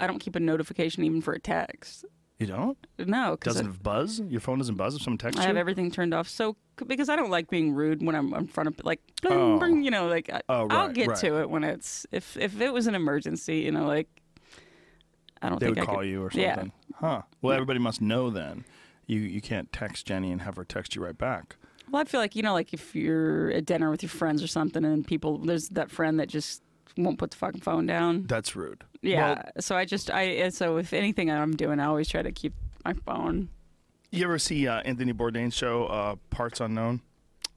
Speaker 2: I don't keep a notification even for a text.
Speaker 1: You don't.
Speaker 2: No, because
Speaker 1: Doesn't it buzz? Your phone doesn't buzz if someone texts
Speaker 2: I
Speaker 1: you.
Speaker 2: have everything turned off. So c- because I don't like being rude when I'm in front of like, bling,
Speaker 1: Oh.
Speaker 2: bling, you know, like I,
Speaker 1: Oh,
Speaker 2: I'll
Speaker 1: right,
Speaker 2: get
Speaker 1: right.
Speaker 2: to it when it's if if it was an emergency, you know, like I don't
Speaker 1: they
Speaker 2: think
Speaker 1: would
Speaker 2: I
Speaker 1: call
Speaker 2: could-
Speaker 1: you or
Speaker 2: Yeah.
Speaker 1: something. Huh. Well, everybody must know then. You you can't text Jenny and have her text you right back.
Speaker 2: Well, I feel like you know, like if you're at dinner with your friends or something, and people there's that friend that just won't put the fucking phone down.
Speaker 1: That's rude.
Speaker 2: Yeah. so I just I and so if anything I'm doing, I always try to keep my phone.
Speaker 1: You ever see uh, Anthony Bourdain's show uh, Parts Unknown?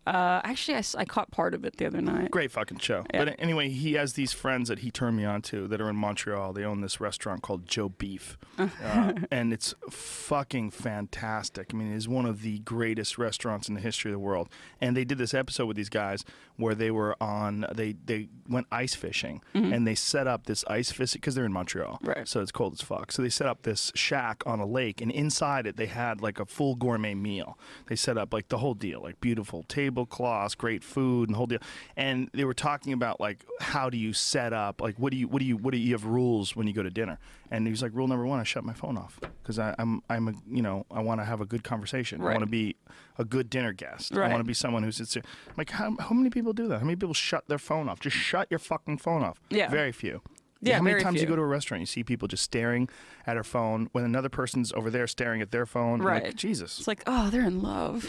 Speaker 2: Uh, actually, I, s- I caught part of it the other night.
Speaker 1: Great fucking show. But anyway, he has these friends that he turned me on to that are in Montreal. They own this restaurant called Joe Beef. Uh, and it's fucking fantastic. I mean, it is one of the greatest restaurants in the history of the world. And they did this episode with these guys where they were on, they, they went ice fishing
Speaker 12: Mhm.
Speaker 1: and they set up this ice fishing, because they're in Montreal. Right. So it's cold as fuck. So they set up this shack on a lake and inside it they had like a full gourmet meal. They set up like the whole deal, like beautiful tablecloths, great food and the whole deal. And they were talking about like how do you set up, like what do you what do you what do you have rules when you go to dinner? And he was like, rule number one, I shut my phone off because I'm I'm a you know I want to have a good conversation. I
Speaker 12: Right.
Speaker 1: want to be a good dinner guest. I
Speaker 12: Right.
Speaker 1: want to be someone who's sincere. I'm like how how many people do that? How many people shut their phone off? Just shut your fucking phone off.
Speaker 12: Yeah.
Speaker 1: very few.
Speaker 12: Yeah,
Speaker 1: How many
Speaker 12: very
Speaker 1: times you
Speaker 12: few.
Speaker 1: go to a restaurant, you see people just staring at her phone when another person's over there staring at their phone. You're
Speaker 2: Right.
Speaker 1: Like, Jesus.
Speaker 2: It's like, oh, they're in love.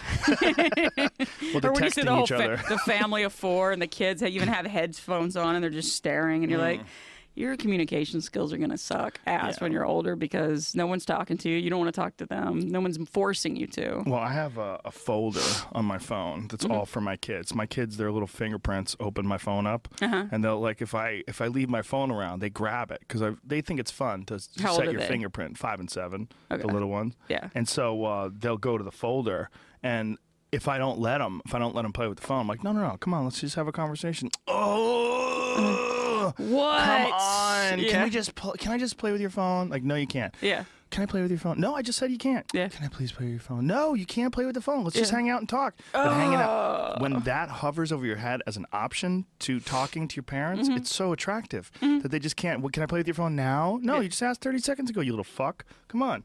Speaker 1: Well, they're
Speaker 2: or when you see
Speaker 1: texting
Speaker 2: the whole
Speaker 1: each other.
Speaker 2: the family of four and the kids that even have headphones on and they're just staring, and you're like,
Speaker 1: Mm.
Speaker 2: your communication skills are gonna suck ass when you're older because no one's talking to you. You don't want to talk to them. No one's forcing you to.
Speaker 1: Well, I have a, a folder on my phone that's
Speaker 2: Mm-hmm.
Speaker 1: all for my kids. My kids, their little fingerprints open my phone up,
Speaker 2: Uh-huh.
Speaker 1: and they'll like if I if I leave my phone around, they grab it because they think it's fun to s-
Speaker 2: How old
Speaker 1: set
Speaker 2: are
Speaker 1: your
Speaker 2: they?
Speaker 1: fingerprint. Five and seven, the little ones.
Speaker 2: Yeah.
Speaker 1: and so uh, they'll go to the folder and. If I don't let them, if I don't let them play with the phone, I'm like, no, no, no, come on, let's just have a conversation.
Speaker 2: Mm-hmm.
Speaker 1: Oh,
Speaker 2: what?
Speaker 1: Come on,
Speaker 2: Yeah.
Speaker 1: can we just pl- can I just play with your phone? Like, no, you can't.
Speaker 2: Yeah.
Speaker 1: Can I play with your phone? No, I just said you can't. Yeah. Can I please play with your phone? No, you can't play with the phone. Let's just
Speaker 11: Yeah.
Speaker 1: hang out and talk. But hanging out when that hovers over your head as an option to talking to your parents,
Speaker 11: Mhm.
Speaker 1: it's so attractive that they just can't. Well, can I play with your phone now? No, you just asked 30 seconds ago. You little fuck. Come on.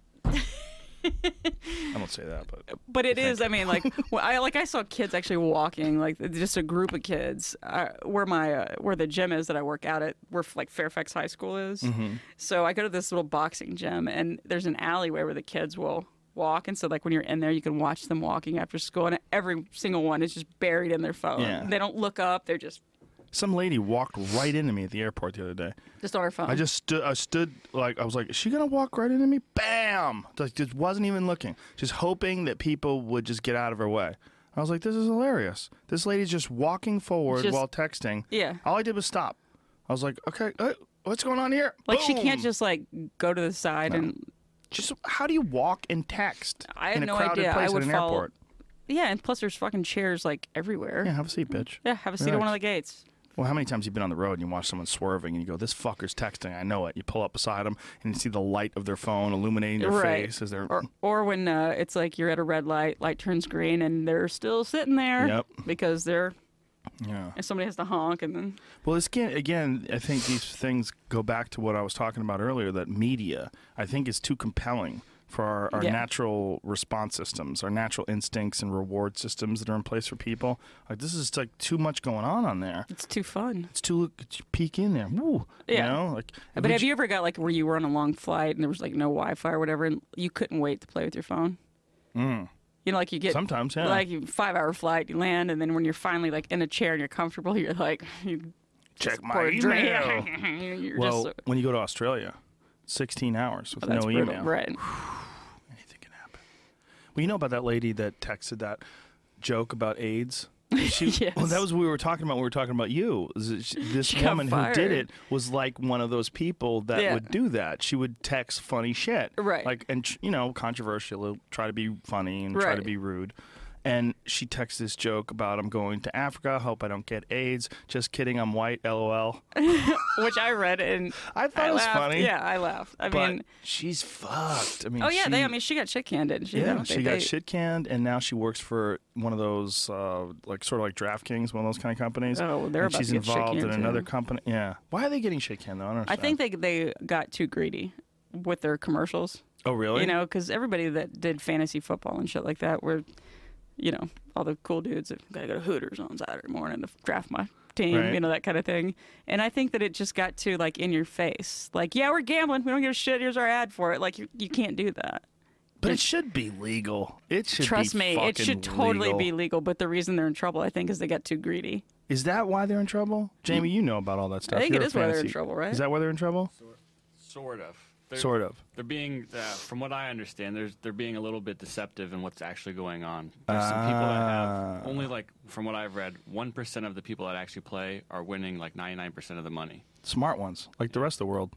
Speaker 1: I don't say that, but
Speaker 2: But it is. I mean, like well, I like I saw kids actually walking, like just a group of kids. Uh, where my uh, where the gym is that I work out at, where like Fairfax High School is.
Speaker 1: Mm-hmm.
Speaker 12: Mhm.
Speaker 2: So I go to this little boxing gym, and there's an alleyway where the kids will walk, and so like when you're in there, you can watch them walking after school, and every single one is just buried in their phone.
Speaker 1: Yeah.
Speaker 2: They don't look up; they're just
Speaker 1: some lady walked right into me at the airport the other day.
Speaker 2: just on their phone.
Speaker 1: I just stood. I stood like I was like, is she gonna walk right into me? Bam! Like just wasn't even looking, just hoping that people would just get out of her way. I was like, this is hilarious. This lady's just walking forward
Speaker 2: Just-
Speaker 1: while texting.
Speaker 2: Yeah.
Speaker 1: All I did was stop. I was like, okay, uh, what's going on here?
Speaker 2: like she can't
Speaker 1: Boom!
Speaker 2: just like go to the side and
Speaker 1: Just how do you walk and text?
Speaker 2: I have
Speaker 1: in a
Speaker 2: no
Speaker 1: crowded
Speaker 2: idea.
Speaker 1: place
Speaker 2: I would
Speaker 1: at an
Speaker 2: fall.
Speaker 1: airport.
Speaker 2: Yeah, and plus there's fucking chairs like everywhere.
Speaker 1: Yeah, have a seat, bitch.
Speaker 2: Yeah, have a seat at one of the gates.
Speaker 1: Well, how many times you been on the road and you watch someone swerving and you go, "This fucker's texting. I know it." You pull up beside them and you see the light of their phone illuminating their
Speaker 2: Right.
Speaker 1: face as they're
Speaker 2: Or, or when uh, it's like you're at a red light, light turns green, and they're still sitting there
Speaker 1: Yep.
Speaker 2: because they're
Speaker 1: yeah.
Speaker 2: and somebody has to honk, and then
Speaker 1: Well, this again, again, I think these things go back to what I was talking about earlier. That media, I think, is too compelling for our, our
Speaker 11: Yeah.
Speaker 1: natural response systems, our natural instincts and reward systems that are in place for people. Like this is like too much going on on there.
Speaker 2: It's too fun.
Speaker 1: It's too it's peek in there. Woo.
Speaker 2: Yeah.
Speaker 1: You know, like.
Speaker 2: But have you ever got like where you were on a long flight and there was like no Wi-Fi or whatever, and you couldn't wait to play with your phone?
Speaker 1: Mm.
Speaker 2: You know, like you get
Speaker 1: Sometimes, yeah.
Speaker 2: like you five-hour flight, you land, and then when you're finally like in a chair and you're comfortable, you're like you
Speaker 1: Check
Speaker 2: just
Speaker 1: my
Speaker 2: pour a drink.
Speaker 1: email.
Speaker 2: you're
Speaker 1: well,
Speaker 2: just,
Speaker 1: when you go to Australia, 16 hours with
Speaker 2: Oh, that's
Speaker 1: no
Speaker 2: brutal.
Speaker 1: email.
Speaker 2: Right.
Speaker 1: Anything can happen. Well, you know about that lady that texted that joke about AIDS? She, Well, that was what we were talking about when we were talking about you. is that she- This
Speaker 11: She got
Speaker 1: woman who did
Speaker 11: fired.
Speaker 1: it was like one of those people that
Speaker 11: Yeah.
Speaker 1: would do that. She would text funny shit.
Speaker 11: Right.
Speaker 1: Like, and, tr- you know, controversial, try to be funny and try to
Speaker 11: Right.
Speaker 1: be rude. And she texts this joke about, I'm going to Africa. Hope I don't get AIDS. Just kidding. I'm white. LOL.
Speaker 2: which I read and
Speaker 1: I thought it was
Speaker 2: laughed.
Speaker 1: funny.
Speaker 2: Yeah, I laughed. I
Speaker 1: but
Speaker 2: mean,
Speaker 1: she's fucked. I mean,
Speaker 2: oh yeah,
Speaker 1: she,
Speaker 2: they. I mean, she got shit canned, didn't she?
Speaker 1: yeah,
Speaker 2: They-
Speaker 1: she
Speaker 2: they-
Speaker 1: got
Speaker 2: they-
Speaker 1: shit canned, and now she works for one of those, uh, like sort of like DraftKings, one of those kind of companies.
Speaker 2: Oh, well, they're
Speaker 1: and
Speaker 2: about to
Speaker 1: she's
Speaker 2: get shit
Speaker 1: involved in
Speaker 2: canned,
Speaker 1: another
Speaker 2: too.
Speaker 1: company. Yeah, why are they getting shit canned though? I don't
Speaker 2: I
Speaker 1: understand.
Speaker 2: think they they got too greedy with their commercials.
Speaker 1: Oh, really?
Speaker 2: You know, because everybody that did fantasy football and shit like that were, you know, all the cool dudes that gotta go to Hooters on Saturday morning to draft my team,
Speaker 12: Right.
Speaker 2: you know, that kind of thing. And I think that it just got too like in your face. Like, yeah, we're gambling. We don't give a shit. Here's our ad for it. Like, you you can't do that.
Speaker 1: but it should be legal. It should
Speaker 2: Trust
Speaker 1: be
Speaker 2: me, it
Speaker 1: fucking
Speaker 2: should totally
Speaker 1: legal.
Speaker 2: be legal. But the reason they're in trouble, I think, is they got too greedy.
Speaker 1: Is that why they're in trouble, Jamie? You know about all that stuff.
Speaker 2: Mm. think
Speaker 1: You're
Speaker 2: it
Speaker 1: a
Speaker 2: is why they're in
Speaker 1: fantasy-
Speaker 2: trouble, right?
Speaker 1: Is that why they're in trouble?
Speaker 3: Sort of.
Speaker 1: Sort of.
Speaker 3: They're being, uh, from what I understand, there's they're being a little bit deceptive in what's actually going on. There's some people that
Speaker 1: Ah.
Speaker 3: have only like, from what I've read, one percent of the people that actually play are winning like ninety nine percent of the money.
Speaker 1: Smart ones, like the rest of the world.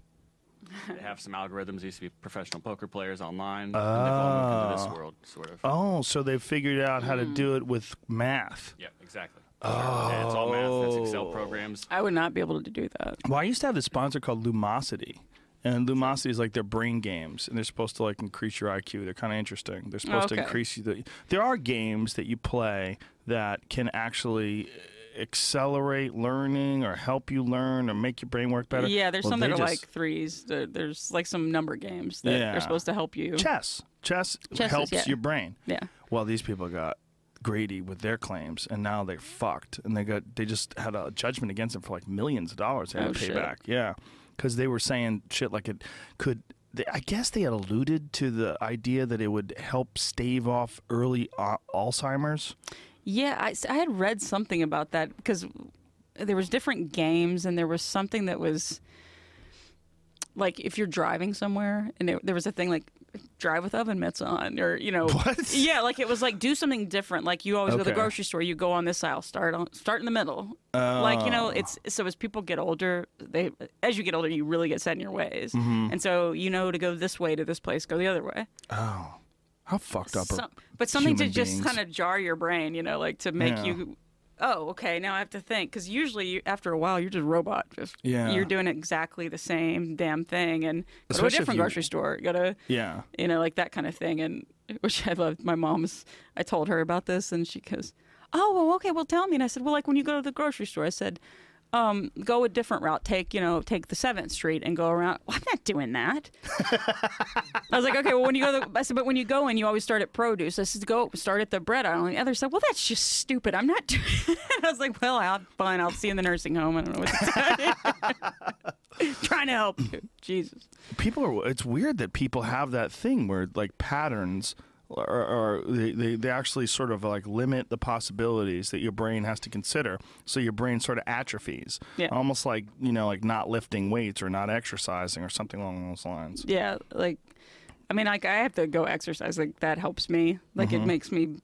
Speaker 3: They have some algorithms. They used to be professional poker players online. and they've all moved into
Speaker 1: Oh.
Speaker 3: this world, sort of.
Speaker 1: Oh, so they figured out how to
Speaker 2: Hmm.
Speaker 1: do it with math.
Speaker 3: Yeah, exactly. Yeah, it's all math. It's Excel
Speaker 1: Oh.
Speaker 3: programs.
Speaker 2: I would not be able to do that.
Speaker 1: Well, I used to have this sponsor called Lumosity. And Lumosity is like their brain games, and they're supposed to like increase your IQ. They're kind of interesting. They're supposed to
Speaker 11: Okay.
Speaker 1: increase you. The, there are games that you play that can actually eh, accelerate learning or help you learn or make your brain work better.
Speaker 2: Yeah, there's
Speaker 1: Well,
Speaker 2: some
Speaker 1: they
Speaker 2: that are
Speaker 1: just-
Speaker 2: like threes. There- There's like some number games that
Speaker 1: Yeah.
Speaker 2: are supposed to help you.
Speaker 1: Chess. Chess,
Speaker 2: Chess is-
Speaker 1: helps
Speaker 2: yeah.
Speaker 1: your brain.
Speaker 2: Yeah.
Speaker 1: Well, these people got greedy with their claims, and now they're fucked. And they got they just had a judgment against them for like millions of dollars. They had
Speaker 11: Oh,
Speaker 1: to pay
Speaker 11: shit.
Speaker 1: back. Yeah, because they were saying shit like it could. They, I guess they had alluded to the idea that it would help stave off early uh, Alzheimer's.
Speaker 2: Yeah, I, s- I had read something about that because there was different games and there was something that was like if you're driving somewhere and it, there was a thing like drive with oven mitts on or you know
Speaker 12: What?
Speaker 2: yeah like it was like do something different like you always go to the
Speaker 12: Okay.
Speaker 2: grocery store you go on this aisle start on start in the middle like you know
Speaker 12: Oh.
Speaker 2: it's so as people get older they as you get older you really get set in your ways
Speaker 12: Mm-hmm.
Speaker 1: Mhm.
Speaker 2: and so you know to go this way to this place go the other way
Speaker 1: Oh, how fucked up! are
Speaker 2: some- but something to
Speaker 1: human
Speaker 2: just
Speaker 1: beings?
Speaker 2: kind of jar your brain, you know, like to make
Speaker 1: Yeah.
Speaker 2: you oh, okay, now I have to think because usually you, after a while you're just a robot. Just,
Speaker 1: Yeah.
Speaker 2: You're doing exactly the same damn thing and go to a
Speaker 1: Especially if
Speaker 2: different
Speaker 1: you-
Speaker 2: grocery store. Go to
Speaker 1: Yeah.
Speaker 2: you know like that kind of thing. And which I loved. My mom's. I told her about this and she goes, "Oh well, okay, well tell me." And I said, "Well, like when you go to the grocery store," I said. Um, go a different route. Take you know, take the Seventh Street and go around. Well, I'm not doing that. I was like, okay, well, when you go, to the, I said, but when you go in, you always start at produce. I said, go start at the bread aisle. And the other said, well, that's just stupid. I'm not doing. I was like, well, I'll fine. I'll see you in the nursing home. I don't know what to tell you. Trying to help you, Jesus.
Speaker 1: people are it's weird that people have that thing where like patterns are, are they, they, they actually sort of like limit the possibilities that your brain has to consider so your brain sort of atrophies
Speaker 2: Yeah.
Speaker 1: almost like you know like not lifting weights or not exercising or something along those lines
Speaker 2: Yeah, like, I mean, like I have to go exercise. Like that helps me. Like
Speaker 1: Mhm.
Speaker 2: it makes me.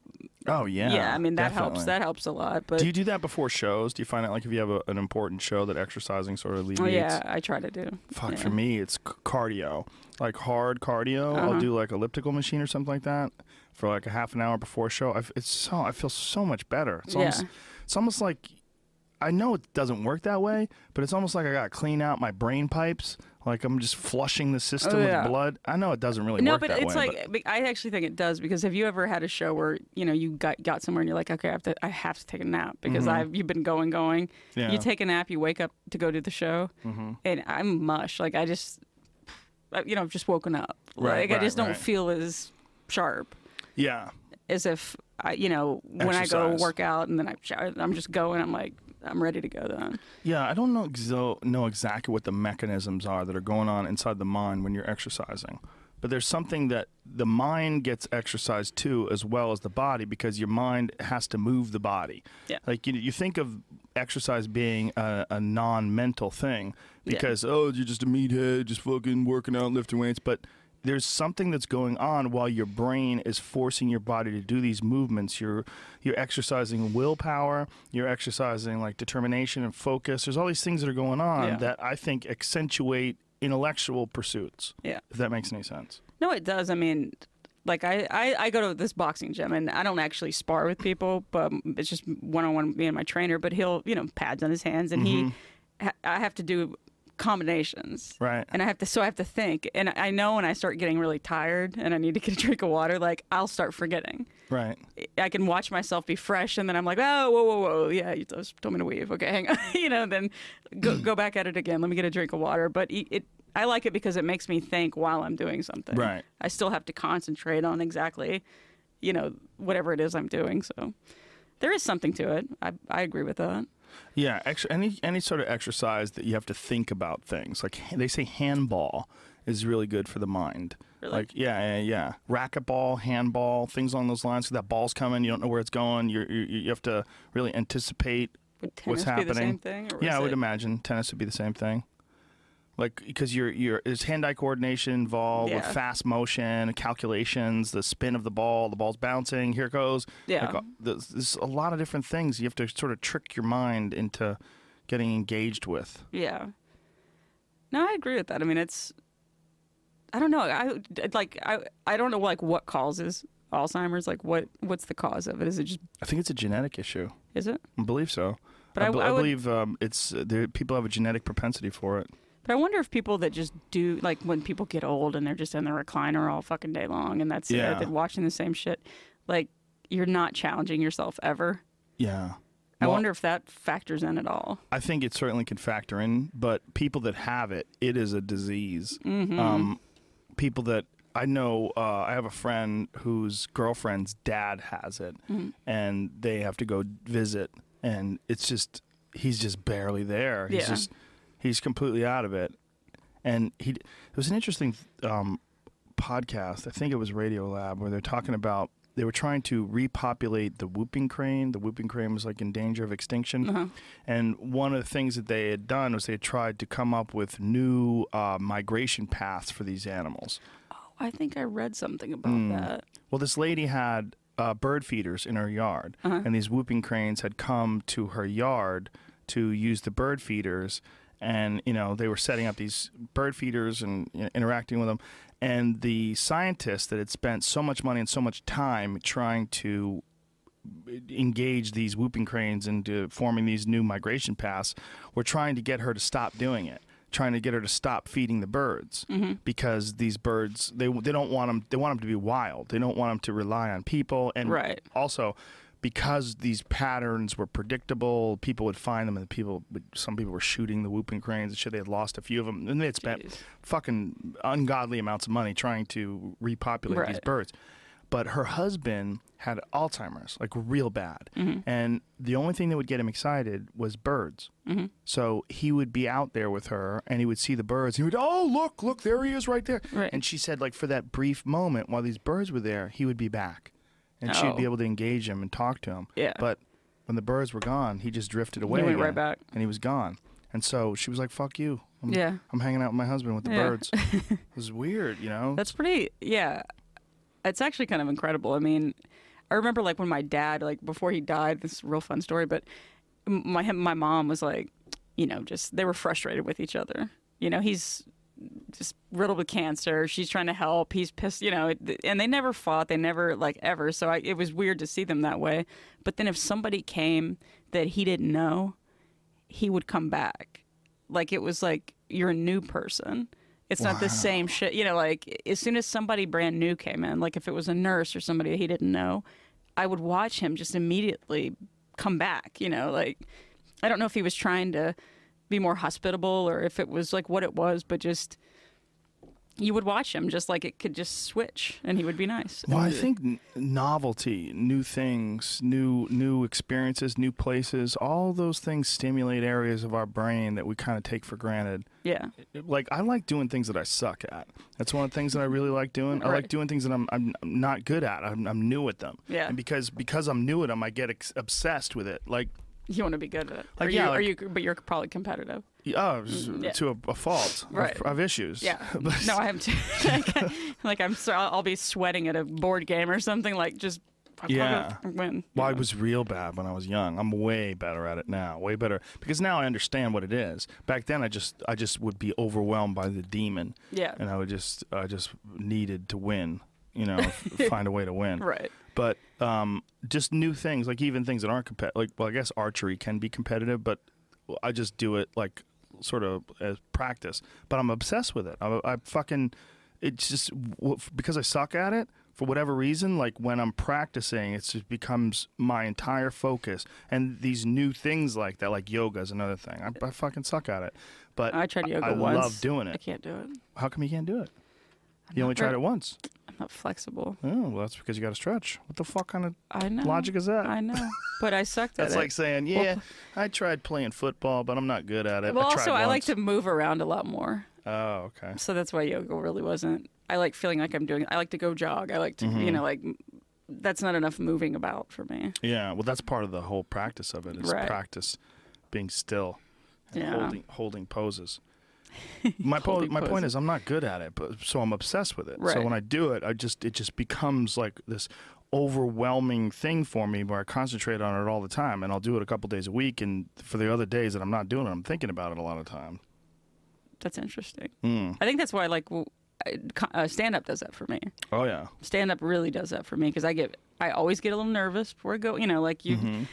Speaker 1: oh yeah
Speaker 2: Yeah, I mean that helps.
Speaker 1: definitely.
Speaker 2: That helps a lot. But
Speaker 1: do you do that before shows do you find out like if you have a, an important show that exercising sort of
Speaker 2: oh
Speaker 1: alleviates
Speaker 2: yeah, I try to do.
Speaker 1: Fuck,
Speaker 2: yeah.
Speaker 1: for me, it's c- cardio, like hard cardio.
Speaker 2: Uh-huh.
Speaker 1: I'll do like elliptical machine or something like that for like a half an hour before show. I, f- it's so I feel so much better. It's
Speaker 2: Yeah.
Speaker 1: almost, it's almost like I know it doesn't work that way, but it's almost like I gotta clean out my brain pipes. Like I'm just flushing the system
Speaker 2: Oh, yeah.
Speaker 1: with blood. I know it doesn't really
Speaker 2: no,
Speaker 1: work
Speaker 2: but
Speaker 1: that
Speaker 2: it's
Speaker 1: way.
Speaker 2: like I actually think it does because have you ever had a show where you know you got got somewhere and you're like, okay, I have to I have to take a nap because
Speaker 1: Mhm.
Speaker 2: I've you've been going going.
Speaker 1: Yeah.
Speaker 2: You take a nap, you wake up to go to the show,
Speaker 1: Mhm.
Speaker 2: and I'm mush. Like I just, I- you know, I've just woken up.
Speaker 1: Right,
Speaker 2: like
Speaker 1: right,
Speaker 2: I just don't
Speaker 1: right.
Speaker 2: feel as sharp
Speaker 1: yeah,
Speaker 2: as if I, you know, when I go
Speaker 1: Exercise.
Speaker 2: work out and then I shower, I'm just going. I'm like, I'm ready to go then.
Speaker 1: yeah. I don't know exo- know exactly what the mechanisms are that are going on inside the mind when you're exercising. But there's something that the mind gets exercised to as well as the body because your mind has to move the body.
Speaker 2: Yeah.
Speaker 1: Like you, you think of exercise being a, a non-mental thing
Speaker 11: Yeah.
Speaker 1: because oh you're just a meathead, just fucking working out, lifting weights. But there's something that's going on while your brain is forcing your body to do these movements. You're you're exercising willpower. You're exercising like determination and focus. There's all these things that are going on
Speaker 2: Yeah.
Speaker 1: that I think accentuate intellectual pursuits.
Speaker 2: Yeah.
Speaker 1: If that makes any sense.
Speaker 2: No, it does. I mean, like I, I, I go to this boxing gym and I don't actually spar with people, but it's just one on one me and my trainer. But he'll, you know, pads on his hands, and
Speaker 1: Mhm.
Speaker 2: he, ha- I have to do combinations,
Speaker 1: Right.
Speaker 2: and I have to, so I have to think, and I know when I start getting really tired and I need to get a drink of water, like I'll start forgetting.
Speaker 1: Right.
Speaker 2: I can watch myself be fresh, and then I'm like, oh, whoa, whoa, whoa, yeah, you just told me to weave. Okay, hang on, you know. Then go go back at it again. Let me get a drink of water. But e, it, it I like it because it makes me think while I'm doing something.
Speaker 1: Right.
Speaker 2: I still have to concentrate on exactly, you know, whatever it is I'm doing. So there is something to it. I I agree with that.
Speaker 1: Yeah, ex- any any sort of exercise that you have to think about things. Like h- they say, handball is really good for the mind.
Speaker 2: Really?
Speaker 1: Like yeah, yeah, yeah. Racquetball, handball, things along those lines. 'cause that ball's coming, you don't know where it's going. You're, you you have to really anticipate what's
Speaker 2: tennis be
Speaker 1: happening.
Speaker 2: the same thing, or
Speaker 1: yeah,
Speaker 2: is
Speaker 1: I would
Speaker 2: it-
Speaker 1: imagine tennis would be the same thing. Like because you're you're there's hand-eye coordination involved with
Speaker 2: Yeah.
Speaker 1: fast motion, calculations, the spin of the ball, the ball's bouncing, here it goes.
Speaker 2: Yeah.
Speaker 1: Like, uh, there's, there's a lot of different things you have to sort of trick your mind into getting engaged with.
Speaker 2: Yeah. No, I agree with that. I mean, it's I don't know. I I'd like I I don't know like what causes Alzheimer's. Like what what's the cause of it? Is it just
Speaker 1: I think it's a genetic issue.
Speaker 2: is it?
Speaker 1: I believe so.
Speaker 2: But
Speaker 1: I,
Speaker 2: I-
Speaker 1: be-
Speaker 2: I would-
Speaker 1: believe um, it's uh, there, people have a genetic propensity for it.
Speaker 2: But I wonder if people that just do like when people get old and they're just in the recliner all fucking day long and that's
Speaker 1: Yeah.
Speaker 2: it, they're watching the same shit. Like you're not challenging yourself ever.
Speaker 1: Yeah.
Speaker 2: I
Speaker 1: Well-
Speaker 2: wonder if that factors in at all.
Speaker 1: I think it certainly can factor in, but people that have it, it is a disease.
Speaker 2: Mhm.
Speaker 1: Um, people that I know, uh, I have a friend whose girlfriend's dad has it,
Speaker 11: Mhm.
Speaker 1: and they have to go visit, and it's just he's just barely there. He's
Speaker 11: Yeah.
Speaker 1: just he's completely out of it, and he it was an interesting um, podcast. I think it was Radio Lab where they're talking about. They were trying to repopulate the whooping crane. The whooping crane was like in danger of extinction.
Speaker 2: Uh-huh.
Speaker 1: And one of the things that they had done was they had tried to come up with new uh, migration paths for these animals.
Speaker 2: I think I read something about
Speaker 1: Mm.
Speaker 2: that.
Speaker 1: Well, this lady had uh, bird feeders in her yard,
Speaker 2: Uh-huh.
Speaker 1: and these whooping cranes had come to her yard to use the bird feeders. And you know they were setting up these bird feeders and you know, interacting with them. And the scientists that had spent so much money and so much time trying to engage these whooping cranes into forming these new migration paths, we're trying to get her to stop doing it. Trying to get her to stop feeding the birds
Speaker 12: Mhm.
Speaker 1: because these birds they they don't want them they want them to be wild. They don't want them to rely on people and
Speaker 2: Right.
Speaker 1: also because these patterns were predictable, people would find them, and people would, some people were shooting the whooping cranes and shit. They had lost a few of them, and they had spent fucking ungodly amounts of money trying to repopulate these
Speaker 12: Right.
Speaker 1: birds. But her husband had Alzheimer's, like real bad,
Speaker 12: Mhm.
Speaker 1: and the only thing that would get him excited was birds.
Speaker 12: Mhm.
Speaker 1: So he would be out there with her, and he would see the birds. And he would, oh look, look, there he is, right there. And she said, like for that brief moment while these birds were there, he would be back and she'd be
Speaker 2: Oh.
Speaker 1: able to engage him and talk to him.
Speaker 2: Yeah.
Speaker 1: But when the birds were gone, he just drifted away.
Speaker 2: went right
Speaker 1: again,
Speaker 2: back.
Speaker 1: and he was gone. And so she was like, "Fuck you." I'm,
Speaker 2: Yeah.
Speaker 1: I'm hanging out with my husband with the
Speaker 2: Yeah.
Speaker 1: birds. it was weird, you know.
Speaker 2: That's pretty. Yeah, it's actually kind of incredible. I mean, I remember like when my dad, like before he died, this is a real fun story. But m- my him- my mom was like, you know, just they were frustrated with each other. You know, he's just riddled with cancer. She's trying to help. He's pissed. You know, it- and they never fought. They never like ever. So I, it was weird to see them that way. But then if somebody came that he didn't know, he would come back. Like it was like you're a new person. It's not the
Speaker 13: Wow.
Speaker 2: same shit. You know, like as soon as somebody brand new came in, like if it was a nurse or somebody that he didn't know, I would watch him just immediately come back. You know, like I don't know if he was trying to be more hospitable or if it was like what it was, but just you would watch him just like it could just switch and he would be nice.
Speaker 1: Well, I
Speaker 2: And-
Speaker 1: think n- novelty, new things, new new experiences, new places, all those things stimulate areas of our brain that we kind of take for granted.
Speaker 2: Yeah.
Speaker 1: Like I like doing things that I suck at. That's one of the things that I really like doing. I like
Speaker 2: Right.
Speaker 1: doing things that I'm I'm I'm not good at. I'm, I'm new at them.
Speaker 2: Yeah.
Speaker 1: And because because I'm new at them, I get ex- obsessed with it. Like
Speaker 2: You want to be good at it.
Speaker 1: Like,
Speaker 2: are,
Speaker 1: yeah,
Speaker 2: you, are
Speaker 1: like-
Speaker 2: you? But you're probably competitive.
Speaker 1: oh, s-
Speaker 2: Mm, yeah.
Speaker 1: to a, a fault. I've-
Speaker 2: Right.
Speaker 1: I've, issues.
Speaker 2: Yeah. no, I am too. like I'm, so, I'll be sweating at a board game or something. Like just fuck, fuck,
Speaker 1: Yeah.
Speaker 2: fuck, win.
Speaker 1: Well, I was real bad when I was young. I'm way better at it now. Way better because now I understand what it is. Back then, I just I just would be overwhelmed by the demon.
Speaker 2: Yeah.
Speaker 1: And I would just I just needed to win. You know, f- find a way to win.
Speaker 2: Right.
Speaker 1: But um, just new things like even things that aren't competitive. Like well, I guess archery can be competitive, but I just do it like sort of as practice. But I'm obsessed with it. I, I fucking it's just w- because I suck at it for whatever reason. Like when I'm practicing, it just becomes my entire focus. And these new things like that, like yoga, is another thing. I, I fucking suck at it. But
Speaker 2: I tried yoga
Speaker 1: I,
Speaker 2: once.
Speaker 1: love doing it.
Speaker 2: I can't do it.
Speaker 1: How come you can't do it? you
Speaker 2: not
Speaker 1: only tried
Speaker 2: very-
Speaker 1: it once.
Speaker 2: I'm not flexible.
Speaker 1: Oh, well, that's because you got to stretch. What the fuck kind of
Speaker 2: I know.
Speaker 1: logic is that?
Speaker 2: I know. But I sucked at it.
Speaker 1: That's like saying,
Speaker 2: Well,
Speaker 1: yeah, I tried playing football, but I'm not good at it.
Speaker 2: Well,
Speaker 1: I tried
Speaker 2: also I like
Speaker 1: once."
Speaker 2: to move around a lot more.
Speaker 1: Oh, okay.
Speaker 2: So that's why yoga really wasn't. I like feeling like I'm doing. I like to go jog. I like to, you
Speaker 1: Mhm.
Speaker 2: know, like that's not enough moving about for me.
Speaker 1: Yeah, well, that's part of the whole practice of it is
Speaker 2: Right.
Speaker 1: practice being still and
Speaker 2: Yeah.
Speaker 1: holding holding poses. My po-
Speaker 2: Holding
Speaker 1: my point
Speaker 2: poses.
Speaker 1: is I'm not good at it, but so I'm obsessed with it. So
Speaker 2: Right.
Speaker 1: when I do it, I just it just becomes like this overwhelming thing for me where I concentrate on it all the time and I'll do it a couple days a week and for the other days that I'm not doing it, I'm thinking about it a lot of time.
Speaker 2: That's interesting.
Speaker 1: Mm.
Speaker 2: I think that's why like w- I- co- uh, stand up does that for me.
Speaker 1: Oh yeah.
Speaker 2: Stand up really does that for me because I get I always get a little nervous before I go. You know, like you.
Speaker 1: Mhm.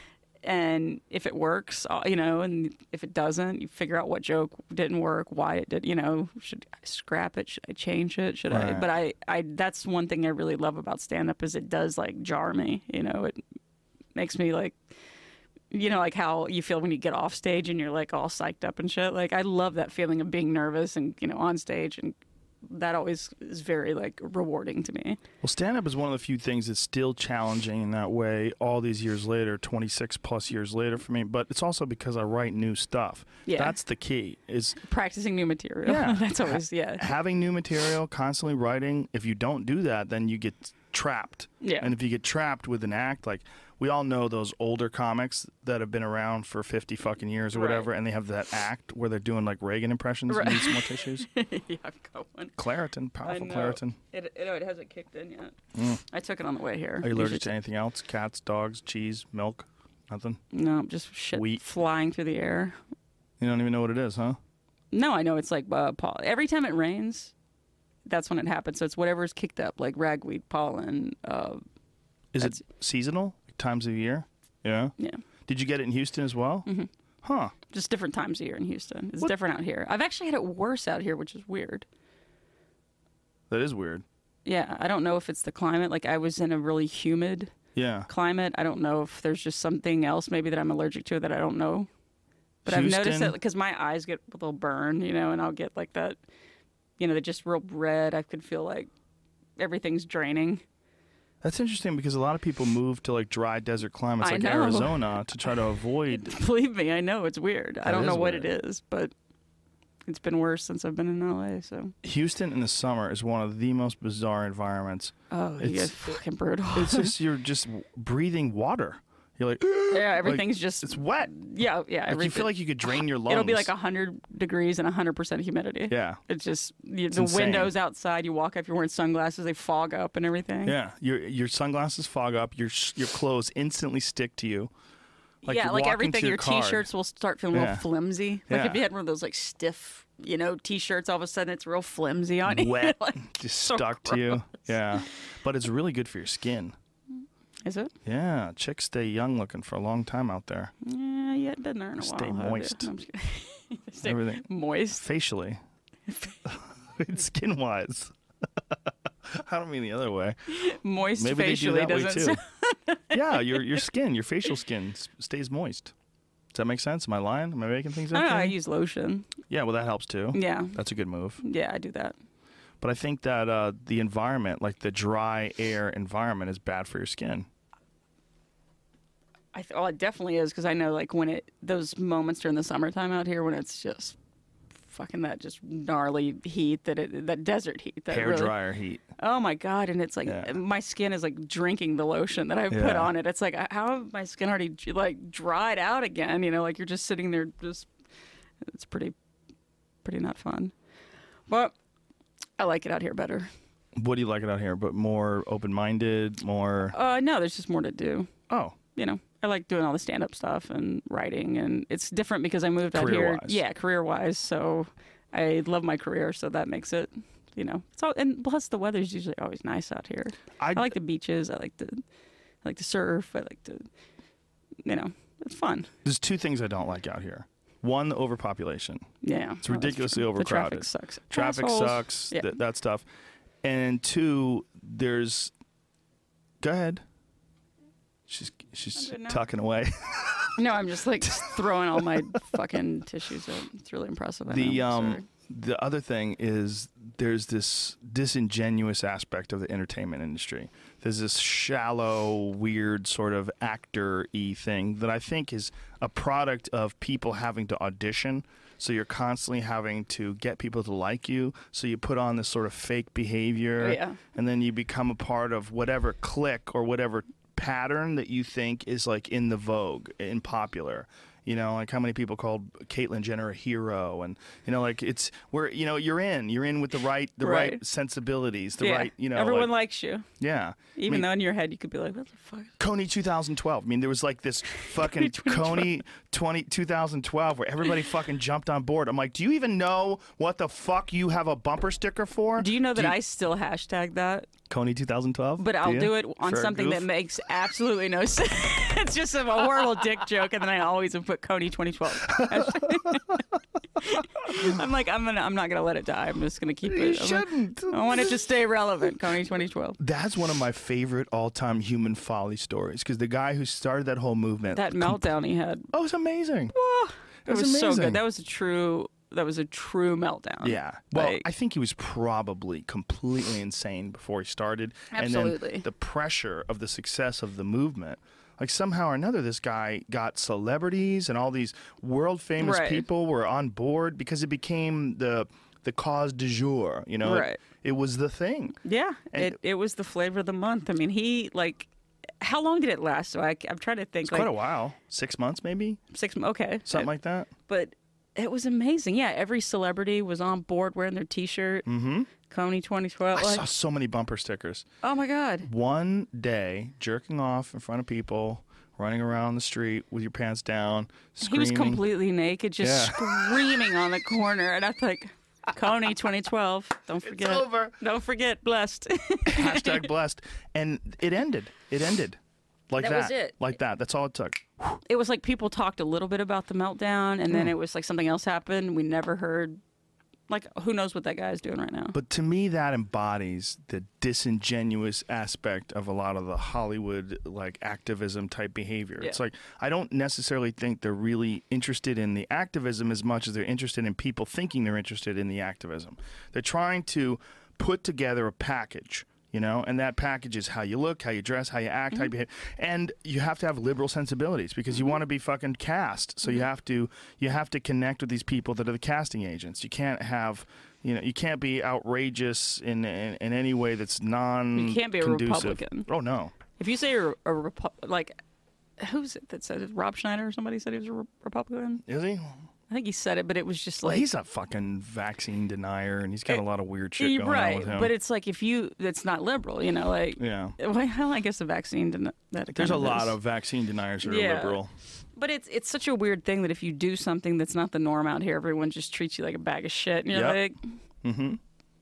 Speaker 2: And if it works, uh, you know, and if it doesn't, you figure out what joke didn't work, why it did, you know, should I scrap it? Should I change it? Should I?
Speaker 1: Right.
Speaker 2: But I, I, that's one thing I really love about stand up is it does like jar me, you know, it makes me like, you know, like how you feel when you get off stage and you're like all psyched up and shit. Like I love that feeling of being nervous and, you know, on stage and that always is very like rewarding to me.
Speaker 1: Well, stand up is one of the few things that's still challenging in that way all these years later, 26 plus years later for me, but it's also because I write new stuff.
Speaker 2: Yeah.
Speaker 1: That's the key is
Speaker 2: Practicing new material.
Speaker 1: Yeah.
Speaker 2: that's always, yeah.
Speaker 1: having new material, constantly writing. If you don't do that, then you get trapped.
Speaker 2: Yeah.
Speaker 1: And if you get trapped with an act, like we all know those older comics that have been around for 50 fucking years or
Speaker 2: Right.
Speaker 1: whatever, and they have that act where they're doing like Reagan impressions
Speaker 2: Right.
Speaker 1: and need some more tissues.
Speaker 2: yeah, I've got one.
Speaker 1: Claritin, powerful
Speaker 2: know.
Speaker 1: Claritin.
Speaker 2: It, it, no, it hasn't kicked in yet.
Speaker 1: Mm.
Speaker 2: I took it on the way here.
Speaker 1: Are you
Speaker 2: should-
Speaker 1: allergic to anything else? Cats, dogs, cheese, milk, nothing?
Speaker 2: No, just shit flying through the air.
Speaker 1: You don't even know what it is, huh?
Speaker 2: No, I know it's like uh, pol- every time it rains, that's when it happens. So it's whatever's kicked up, like ragweed, pollen. Uh,
Speaker 1: Is it seasonal? Like times of year. Yeah.
Speaker 2: Yeah.
Speaker 1: Did you get it in Houston as well? Mm-hmm. Huh.
Speaker 2: Just different times a year in Houston. It's different out here. I've actually had it worse out here, which is weird.
Speaker 1: That is weird.
Speaker 2: Yeah, I don't know if it's the climate. Like I was in a really humid
Speaker 1: Yeah.
Speaker 2: climate. I don't know if there's just something else maybe that I'm allergic to that I don't know. But I've noticed
Speaker 1: Houston.
Speaker 2: that because my eyes get they'll burn, you know, and I'll get like that, you know, they're just real red. I could feel like everything's draining.
Speaker 1: That's interesting because a lot of people move to like dry desert climates
Speaker 2: I
Speaker 1: like
Speaker 2: know.
Speaker 1: Arizona to try to avoid.
Speaker 2: Believe me, I know it's weird. I
Speaker 1: That
Speaker 2: don't know
Speaker 1: is
Speaker 2: what it is, but it's been worse since I've been in LA. So
Speaker 1: Houston in the summer is one of the most bizarre environments.
Speaker 2: Oh, you get fucking brutal.
Speaker 1: It's just you're just breathing water. You're like
Speaker 2: yeah,
Speaker 1: like,
Speaker 2: everything's just it's
Speaker 1: wet.
Speaker 2: Yeah, yeah.
Speaker 1: Like, you feel like you could drain your lungs.
Speaker 2: It'll be like hundred degrees and hundred percent humidity.
Speaker 1: Yeah.
Speaker 2: it's just you,
Speaker 1: It's
Speaker 2: the
Speaker 1: insane.
Speaker 2: windows outside. You walk up, you're wearing sunglasses, they fog up and everything.
Speaker 1: Yeah, your your sunglasses fog up. Your sh- your clothes instantly stick to you.
Speaker 2: yeah,
Speaker 1: you
Speaker 2: like
Speaker 1: walk into
Speaker 2: everything. Your,
Speaker 1: car.
Speaker 2: t-shirts will start feeling a
Speaker 1: Yeah.
Speaker 2: little flimsy. Like if
Speaker 1: Yeah.
Speaker 2: you had one of those like stiff, you know, t-shirts, all of a sudden it's real flimsy on you.
Speaker 1: wet,
Speaker 2: Like,
Speaker 1: just
Speaker 2: so
Speaker 1: stuck to
Speaker 2: gross.
Speaker 1: you. Yeah, but it's really good for your skin.
Speaker 2: Is it?
Speaker 1: Yeah, chicks stay young looking for a long time out there.
Speaker 2: Yeah, yeah, it doesn't earn a
Speaker 1: Stay
Speaker 2: while. huh?
Speaker 1: moist.
Speaker 2: I'm just kidding. Stay
Speaker 1: Everything
Speaker 2: moist
Speaker 1: facially, skin wise. I don't mean the other way.
Speaker 2: moist
Speaker 1: Maybe
Speaker 2: facially
Speaker 1: they do that
Speaker 2: doesn't.
Speaker 1: way
Speaker 2: sound-
Speaker 1: too. yeah, your your skin, your facial skin s- stays moist. Does that make sense? Am I lying? Am I making things
Speaker 2: I
Speaker 1: up?
Speaker 2: don't know, I
Speaker 1: here?
Speaker 2: use lotion.
Speaker 1: Yeah, well that helps too.
Speaker 2: Yeah.
Speaker 1: that's a good move.
Speaker 2: Yeah, I do that.
Speaker 1: But I think that uh, the environment, like the dry air environment, is bad for your skin.
Speaker 2: I th- well, it definitely is because I know like when it those moments during the summertime out here when it's just fucking that just gnarly heat that it that desert heat that
Speaker 1: Hair
Speaker 2: really,
Speaker 1: dryer heat.
Speaker 2: Oh my god! And it's like
Speaker 1: Yeah.
Speaker 2: my skin is like drinking the lotion that I put
Speaker 1: Yeah.
Speaker 2: on it. It's like I- how have my skin already like dried out again? You know, like you're just sitting there, just it's pretty, pretty not fun. But I like it out here better.
Speaker 1: What do you like it out here? But more open minded, more.
Speaker 2: Uh, no, there's just more to do.
Speaker 1: Oh.
Speaker 2: You know, I like doing all the stand up stuff and writing, and it's different because I moved out here.
Speaker 1: Career-wise.
Speaker 2: Yeah, career wise. So I love my career, so that makes it, you know, it's all, and plus the weather's usually always nice out here. I, like the beaches. I like to, I like to surf. I like to, you know, it's fun.
Speaker 1: There's two things I don't like out here. One, the overpopulation.
Speaker 2: Yeah.
Speaker 1: It's
Speaker 2: Well, that's
Speaker 1: ridiculously
Speaker 2: true. The
Speaker 1: overcrowded.
Speaker 2: traffic sucks.
Speaker 1: Traffic
Speaker 2: Assholes.
Speaker 1: sucks,
Speaker 2: Yeah.
Speaker 1: th- that stuff. And two, there's. Go ahead. She's she's
Speaker 2: good now.
Speaker 1: tucking away.
Speaker 2: No, I'm just like throwing all my fucking tissues out. It's really impressive. I
Speaker 1: the
Speaker 2: know.
Speaker 1: um
Speaker 2: Sorry.
Speaker 1: the other thing is there's this disingenuous aspect of the entertainment industry. There's this shallow, weird sort of actor y thing that I think is a product of people having to audition. So you're constantly having to get people to like you. So you put on this sort of fake behavior
Speaker 2: Oh, Yeah.
Speaker 1: and then you become a part of whatever clique or whatever pattern that you think is like in the vogue and popular. You know, like how many people called Caitlyn Jenner a hero, and you know, like it's where you know you're in, you're in with the right, the right,
Speaker 2: Right.
Speaker 1: sensibilities, the
Speaker 2: Yeah.
Speaker 1: right, you know,
Speaker 2: everyone
Speaker 1: like,
Speaker 2: likes you.
Speaker 1: yeah.
Speaker 2: Even though in your head you could be like, what the fuck?
Speaker 1: Coney 2012. I mean, there was like this fucking Coney 20, 2012 where everybody fucking jumped on board. I'm like, do you even know what the fuck you have a bumper sticker for?
Speaker 2: Do you know that
Speaker 1: you-
Speaker 2: I still hashtag that?
Speaker 1: Coney 2012?
Speaker 2: But I'll do it on
Speaker 1: For a
Speaker 2: something that
Speaker 1: goof?
Speaker 2: makes absolutely no sense. it's just a horrible dick joke, and then I always have put Coney 2012. I'm like, I'm gonna, I'm not gonna let it die. I'm just gonna keep it.
Speaker 1: You
Speaker 2: I'm like,
Speaker 1: shouldn't.
Speaker 2: I want it to stay relevant. Coney 2012.
Speaker 1: That's one of my favorite all-time human folly stories because the guy who started that whole movement.
Speaker 2: That meltdown he had.
Speaker 1: Oh, it's amazing.
Speaker 2: It was,
Speaker 1: was
Speaker 2: so
Speaker 1: amazing.
Speaker 2: good. That was a true. That was a true meltdown.
Speaker 1: Yeah. Well,
Speaker 2: Like-
Speaker 1: I think he was probably completely insane before he started. And
Speaker 2: Absolutely.
Speaker 1: then the pressure of the success of the movement. Like somehow or another, this guy got celebrities and all these world famous
Speaker 2: Right.
Speaker 1: people were on board because it became the the cause du jour. You know, It-
Speaker 2: Right.
Speaker 1: it, was the thing.
Speaker 2: Yeah,
Speaker 1: And-
Speaker 2: it, it was the flavor of the month. I mean, he like, how long did it last? So I, I'm trying to think.
Speaker 1: It's
Speaker 2: like
Speaker 1: quite a while, six months maybe,
Speaker 2: Six. Okay.
Speaker 1: something like that.
Speaker 2: But it was amazing. Yeah, every celebrity was on board wearing their T-shirt.
Speaker 1: Mm-hmm.
Speaker 2: Coney 2012.
Speaker 1: I
Speaker 2: like-
Speaker 1: saw so many bumper stickers.
Speaker 2: oh my God.
Speaker 1: One day, jerking off in front of people, running around the street with your pants down,
Speaker 2: He
Speaker 1: screaming.
Speaker 2: was completely naked, just screaming on the corner, and I was like, Coney 2012. Don't forget.
Speaker 1: over.
Speaker 2: Don't forget. Blessed.
Speaker 1: hashtag blessed, and it ended. It ended. Like
Speaker 2: That
Speaker 1: that.
Speaker 2: was it.
Speaker 1: Like that. That's all it took.
Speaker 2: It was like people talked a little bit about the meltdown, and then
Speaker 1: Mm.
Speaker 2: it was like something else happened. We never heard. Like, who knows what that guy's doing right now?
Speaker 1: But to me, that embodies the disingenuous aspect of a lot of the Hollywood like activism type behavior. It's
Speaker 2: Yeah.
Speaker 1: like I don't necessarily think they're really interested in the activism as much as they're interested in people thinking they're interested in the activism. They're trying to put together a package. You know, and that package is how you look, how you dress, how you act,
Speaker 2: Mm-hmm.
Speaker 1: how you behave, and you have to have liberal sensibilities because you want to be fucking cast. So you
Speaker 2: Mm-hmm.
Speaker 1: have to you have to connect with these people that are the casting agents. You can't have you know, you can't be outrageous in in, in any way that's non.
Speaker 2: You can't be a
Speaker 1: conducive.
Speaker 2: Republican.
Speaker 1: Oh no.
Speaker 2: If you say you're a Repu- like, who's it that said it? Rob Schneider or somebody said he was a Re- Republican?
Speaker 1: Is he?
Speaker 2: I think he said it, but it was just like
Speaker 1: he's a fucking vaccine denier, and he's got a lot of weird shit
Speaker 2: Yeah,
Speaker 1: going
Speaker 2: Eh, right.
Speaker 1: on with him.
Speaker 2: But it's like if you, that's not liberal, you know, like.
Speaker 1: yeah,
Speaker 2: Well, I guess the vaccine didn't. That
Speaker 1: there's a
Speaker 2: kind
Speaker 1: lot
Speaker 2: is.
Speaker 1: of vaccine deniers that are
Speaker 2: Yeah.
Speaker 1: liberal.
Speaker 2: But it's it's such a weird thing that if you do something that's not the norm out here, everyone just treats you like a bag of shit. And you're
Speaker 1: Yep.
Speaker 2: like,
Speaker 1: Mm-hmm.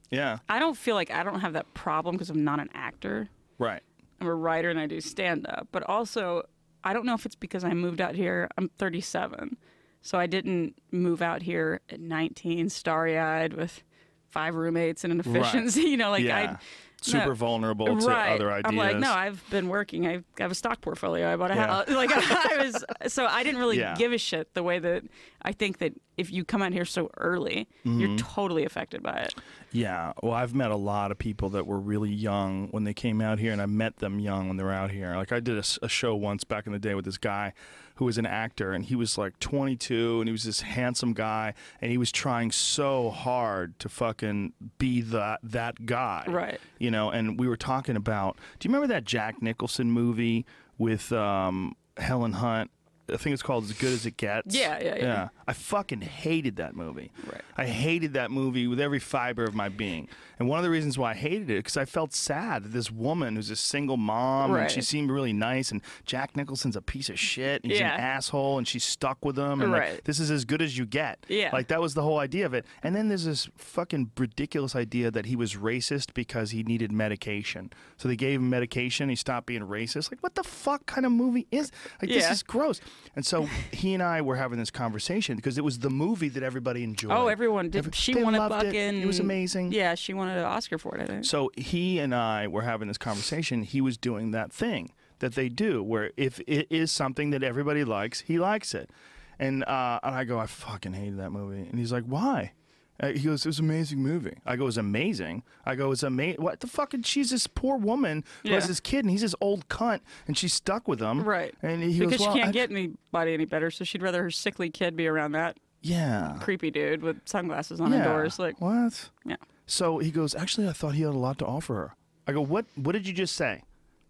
Speaker 1: Yeah.
Speaker 2: I don't feel like I don't have that problem because I'm not an actor.
Speaker 1: Right.
Speaker 2: I'm a writer and I do stand up. But also, I don't know if it's because I moved out here. I'm 37. So I didn't move out here at 19, starry eyed with five roommates and an efficiency. You know, like
Speaker 1: yeah.
Speaker 2: I.
Speaker 1: super
Speaker 2: no.
Speaker 1: vulnerable to
Speaker 2: Right.
Speaker 1: other ideas.
Speaker 2: I'm like, no, I've been working. I I have a stock portfolio. I bought a
Speaker 1: Yeah.
Speaker 2: house. Like I was, so I didn't really
Speaker 1: Yeah.
Speaker 2: give a shit the way that I think that if you come out here so early, you're
Speaker 1: Mhm.
Speaker 2: totally affected by it.
Speaker 1: Yeah. Well, I've met a lot of people that were really young when they came out here, and I met them young when they were out here. Like, I did a, s- a show once back in the day with this guy who was an actor, and he was like 22, and he was this handsome guy, and he was trying so hard to fucking be the, that guy.
Speaker 2: Right.
Speaker 1: You know, and we were talking about do you remember that Jack Nicholson movie with um, Helen Hunt? I think it's called As Good as It Gets.
Speaker 2: Yeah, yeah, yeah.
Speaker 1: Yeah. I fucking hated that movie.
Speaker 2: Right.
Speaker 1: I hated that movie with every fiber of my being. And one of the reasons why I hated it because I felt sad that this woman who's a single mom and she
Speaker 2: Right.
Speaker 1: seemed really nice and Jack Nicholson's a piece of shit and he's
Speaker 2: Yeah.
Speaker 1: an asshole and she's stuck with him and like,
Speaker 2: Right.
Speaker 1: this is as good as you get.
Speaker 2: Yeah.
Speaker 1: Like that was the whole idea of it. And then there's this fucking ridiculous idea that he was racist because he needed medication. So they gave him medication, he stopped being racist. Like what the fuck kind of movie is like this
Speaker 2: Yeah.
Speaker 1: is gross. And so he and I were having this conversation because it was the movie that everybody enjoyed.
Speaker 2: Oh, everyone did.
Speaker 1: Every-
Speaker 2: she
Speaker 1: they
Speaker 2: won a
Speaker 1: loved
Speaker 2: fucking.
Speaker 1: it. It was amazing.
Speaker 2: Yeah, she wanted an Oscar for it. I think.
Speaker 1: So he and I were having this conversation. He was doing that thing that they do, where if it is something that everybody likes, he likes it. And uh, and I go, I fucking hated that movie. And he's like, Why? Uh, he goes, It was an amazing movie. I go, It's amazing. I go, It's amazing. What the fuck? And she's this poor woman who has
Speaker 2: Yeah.
Speaker 1: this kid, and he's this old cunt, and she's stuck with him.
Speaker 2: Right.
Speaker 1: And he
Speaker 2: because
Speaker 1: goes, well,
Speaker 2: she can't
Speaker 1: I-
Speaker 2: get anybody any better, so she'd rather her sickly kid be around that
Speaker 1: Yeah.
Speaker 2: creepy dude with sunglasses on
Speaker 1: Yeah.
Speaker 2: indoors. Like
Speaker 1: what?
Speaker 2: Yeah.
Speaker 1: So he goes, actually, I thought he had a lot to offer her. I go, what? What did you just say?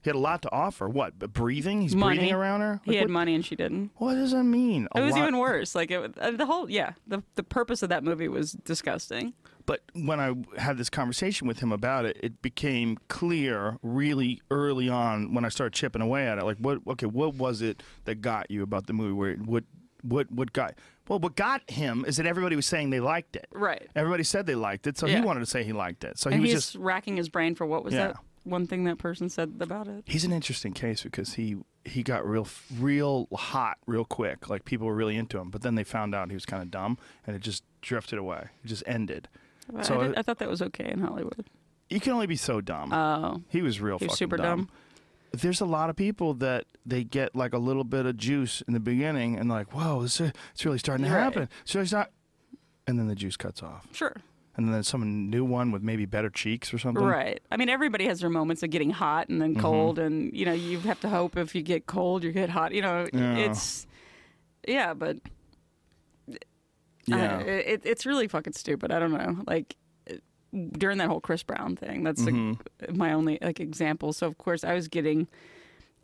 Speaker 1: He had a lot to offer. What? B- Breathing? He's
Speaker 2: money
Speaker 1: breathing around her.
Speaker 2: he
Speaker 1: Like,
Speaker 2: had
Speaker 1: what-
Speaker 2: money and she didn't.
Speaker 1: What does that mean? A
Speaker 2: it was
Speaker 1: lot-
Speaker 2: even worse. Like it, uh, the whole yeah, the the purpose of that movie was disgusting.
Speaker 1: But when I had this conversation with him about it, it became clear really early on when I started chipping away at it. Like, what? Okay, what was it that got you about the movie? Where it- what? What? What got? Well, what got him is that everybody was saying they liked it.
Speaker 2: Right.
Speaker 1: Everybody said they liked it, so
Speaker 2: Yeah.
Speaker 1: he wanted to say he liked it. So
Speaker 2: and
Speaker 1: he was
Speaker 2: he's
Speaker 1: just
Speaker 2: racking his brain for what was
Speaker 1: Yeah.
Speaker 2: that one thing that person said about it.
Speaker 1: He's an interesting case because he he got real real hot real quick. Like people were really into him, but then they found out he was kind of dumb, and it just drifted away. It just ended.
Speaker 2: But
Speaker 1: So
Speaker 2: I,
Speaker 1: it-
Speaker 2: did, I thought that was okay in Hollywood.
Speaker 1: you can only be so dumb.
Speaker 2: Oh.
Speaker 1: he was real.
Speaker 2: He was
Speaker 1: fucking
Speaker 2: super dumb.
Speaker 1: There's a lot of people that they get like a little bit of juice in the beginning, and like, whoa, this is, it's really starting to
Speaker 2: Right.
Speaker 1: happen. So it's not, and then the juice cuts off,
Speaker 2: Sure.
Speaker 1: and then some new one with maybe better cheeks or something.
Speaker 2: Right. I mean, everybody has their moments of getting hot and then
Speaker 1: Mhm.
Speaker 2: cold, and you know, you have to hope if you get cold, you get hot. You know,
Speaker 1: Yeah.
Speaker 2: it's yeah, but
Speaker 1: Yeah.
Speaker 2: I, it, it's really fucking stupid. I don't know. Like during that whole Chris Brown thing, that's like,
Speaker 1: Mhm.
Speaker 2: my only like example. So of course, I was getting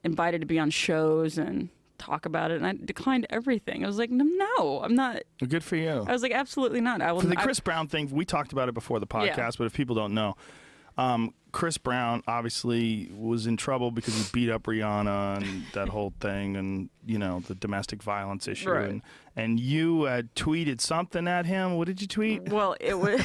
Speaker 2: invited to be on shows and talk about it, and I declined everything. I was like, no, I'm not.
Speaker 1: Well, Good for you.
Speaker 2: I was like, absolutely not. I will.
Speaker 1: For the
Speaker 2: I-
Speaker 1: Chris Brown thing, we talked about it before the
Speaker 2: Yeah.
Speaker 1: podcast, but if people don't know, um, Chris Brown obviously was in trouble because he beat up Rihanna and that whole thing, and you know the domestic violence issue.
Speaker 2: Right.
Speaker 1: And, and you uh, tweeted something at him. What did you tweet?
Speaker 2: Well, it was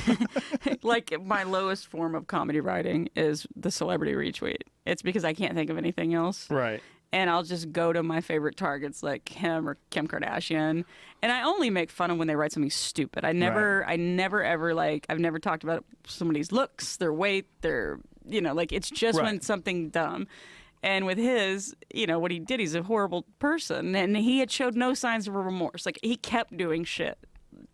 Speaker 2: like my lowest form of comedy writing is the celebrity retweet. It's because I can't think of anything else.
Speaker 1: Right.
Speaker 2: and I'll just go to my favorite targets like Kim or Kim Kardashian, and I only make fun of when they write something stupid. I never, I never ever like, I've never talked about somebody's looks, their weight, their, you know, like it's just when
Speaker 12: Right.
Speaker 2: something dumb. And with his, you know, what he did, he's a horrible person, and he had showed no signs of remorse. Like he kept doing shit,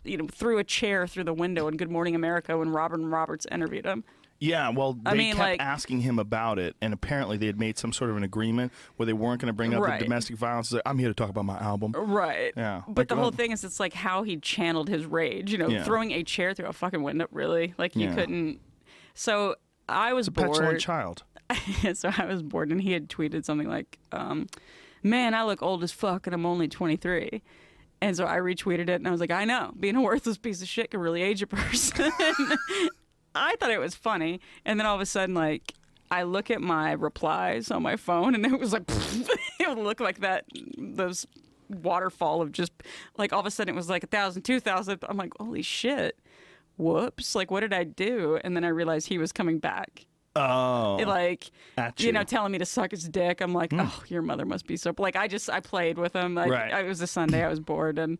Speaker 2: you know, threw a chair through the window in Good Morning America when Robin Roberts interviewed him.
Speaker 1: Yeah, well, they
Speaker 2: I mean,
Speaker 1: kept
Speaker 2: like-
Speaker 1: asking him about it, and apparently they had made some sort of an agreement where they weren't going to bring up
Speaker 2: Right.
Speaker 1: the domestic violence. It's like, I'm here to talk about my album.
Speaker 2: Right.
Speaker 1: Yeah.
Speaker 2: But
Speaker 1: Like,
Speaker 2: the whole
Speaker 1: well,
Speaker 2: thing is, it's like how he channeled his rage. You know,
Speaker 1: Yeah.
Speaker 2: throwing a chair through a fucking window. Really, like you
Speaker 1: Yeah.
Speaker 2: couldn't. So I was bored.
Speaker 1: Petulant child.
Speaker 2: so I was bored, and he had tweeted something like, um, "Man, I look old as fuck, and I'm only 23." And so I retweeted it, and I was like, "I know, being a worthless piece of shit can really age a person." I thought it was funny, and then all of a sudden, like, I look at my replies on my phone, and it was like, it would look like that those waterfall of just like all of a sudden it was like a thousand, two thousand. I'm like, holy shit, whoops! Like, what did I do? And then I realized he was coming back.
Speaker 1: Oh.
Speaker 2: It, like
Speaker 1: At
Speaker 2: you. know
Speaker 1: you.
Speaker 2: telling me to suck his dick i'm
Speaker 1: Hmm.
Speaker 2: like oh your mother must be so like i just i played with him like
Speaker 1: Right.
Speaker 2: I, it was a sunday i was bored and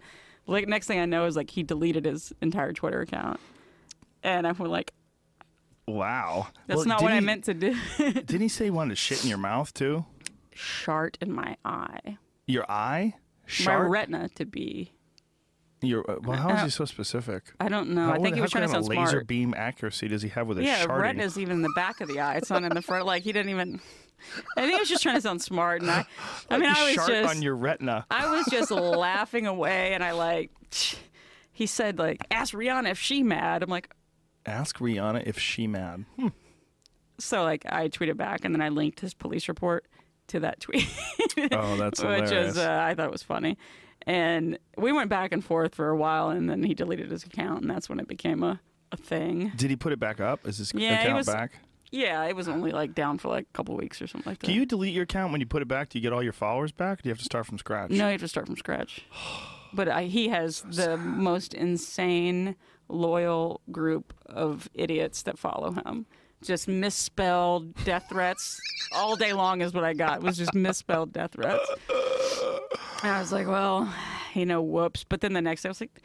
Speaker 2: like next thing i know is like he deleted his entire twitter account and i'm like
Speaker 1: Wow.
Speaker 2: that's
Speaker 1: Well,
Speaker 2: not what
Speaker 1: didn't
Speaker 2: i
Speaker 1: he-
Speaker 2: meant to do
Speaker 1: Didn't he say he wanted to shit in your mouth, too?
Speaker 2: shart in my eye
Speaker 1: Your eye?
Speaker 2: my
Speaker 1: Shark?
Speaker 2: retina to be
Speaker 1: Your, uh, well, how is
Speaker 2: Uh,
Speaker 1: he so specific?
Speaker 2: I don't know.
Speaker 1: How
Speaker 2: I
Speaker 1: would-
Speaker 2: think he was
Speaker 1: how
Speaker 2: trying to
Speaker 1: kind of
Speaker 2: sound
Speaker 1: laser
Speaker 2: smart.
Speaker 1: beam accuracy does he have with his
Speaker 2: yeah
Speaker 1: sharding?
Speaker 2: retina's even in the back of the eye it's not in the front like he didn't even i think he was just trying to sound smart and i i mean i was
Speaker 1: Sharp
Speaker 2: just
Speaker 1: on your retina.
Speaker 2: I was just laughing away, and I like, he said like, ask Rihanna if she mad. I'm like,
Speaker 1: Ask Rihanna if she mad.
Speaker 2: so like I tweeted back, and then I linked his police report to that tweet.
Speaker 1: Oh, that's
Speaker 2: which
Speaker 1: hilarious.
Speaker 2: is uh, I thought it was funny, and we went back and forth for a while, and then he deleted his account, and that's when it became a, a thing.
Speaker 1: Did he put it back up? Is his
Speaker 2: Yeah, it
Speaker 1: account
Speaker 2: was.
Speaker 1: back?
Speaker 2: Yeah, it was only like down for like a couple weeks or something like that.
Speaker 1: Can you delete your account when you put it back? Do you get all your followers back? Or do you have to start from scratch?
Speaker 2: No, you have to start from scratch. But I, he has the most insane, loyal group of idiots that follow him. Just misspelled death threats all day long is what I got. Was just misspelled death threats. And I was like, well, you know, whoops. But then the next day, I was like,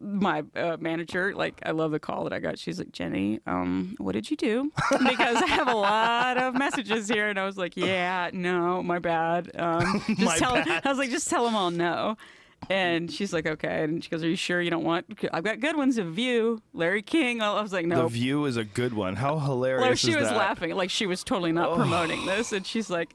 Speaker 2: my uh, manager, like, I love the call that I got. She's like, Jenny, um, what did you do? Because I have a lot of messages here, and I was like, yeah, no, my bad. Um, just
Speaker 12: My
Speaker 2: tell,
Speaker 12: bad.
Speaker 2: I was like, just tell them all no. And she's like, okay. And she goes, are you sure you don't want? I've got good ones of View, Larry King. I was like, no.
Speaker 1: The view is a good one. How hilarious
Speaker 2: Like she
Speaker 1: is
Speaker 2: was
Speaker 1: that? Oh.
Speaker 2: laughing, like she was totally not promoting this, and she's like,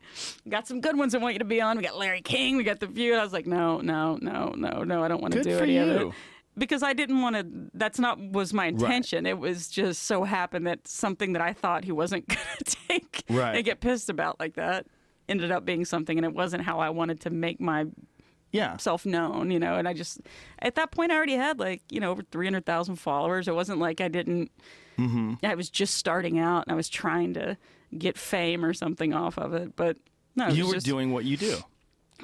Speaker 2: "Got some good ones I want you to be on. We got Larry King, we got The View." And I was like, "No, no, no, no, no, I don't want to
Speaker 12: Good
Speaker 2: do
Speaker 12: for
Speaker 2: any of it."
Speaker 12: you.
Speaker 2: Because I didn't want to. That's not was my intention. It was just so happened that something that I thought he wasn't going to take
Speaker 1: Right.
Speaker 2: and get pissed about like that ended up being something, and it wasn't how I wanted to make my
Speaker 1: yeah
Speaker 2: self known, you know. And I just at that point I already had like you know over three hundred thousand followers. It wasn't like I didn't.
Speaker 12: Mm-hmm.
Speaker 2: I was just starting out and I was trying to get fame or something off of it. But no, it
Speaker 1: you
Speaker 2: was
Speaker 1: were
Speaker 2: just-
Speaker 1: doing what you do.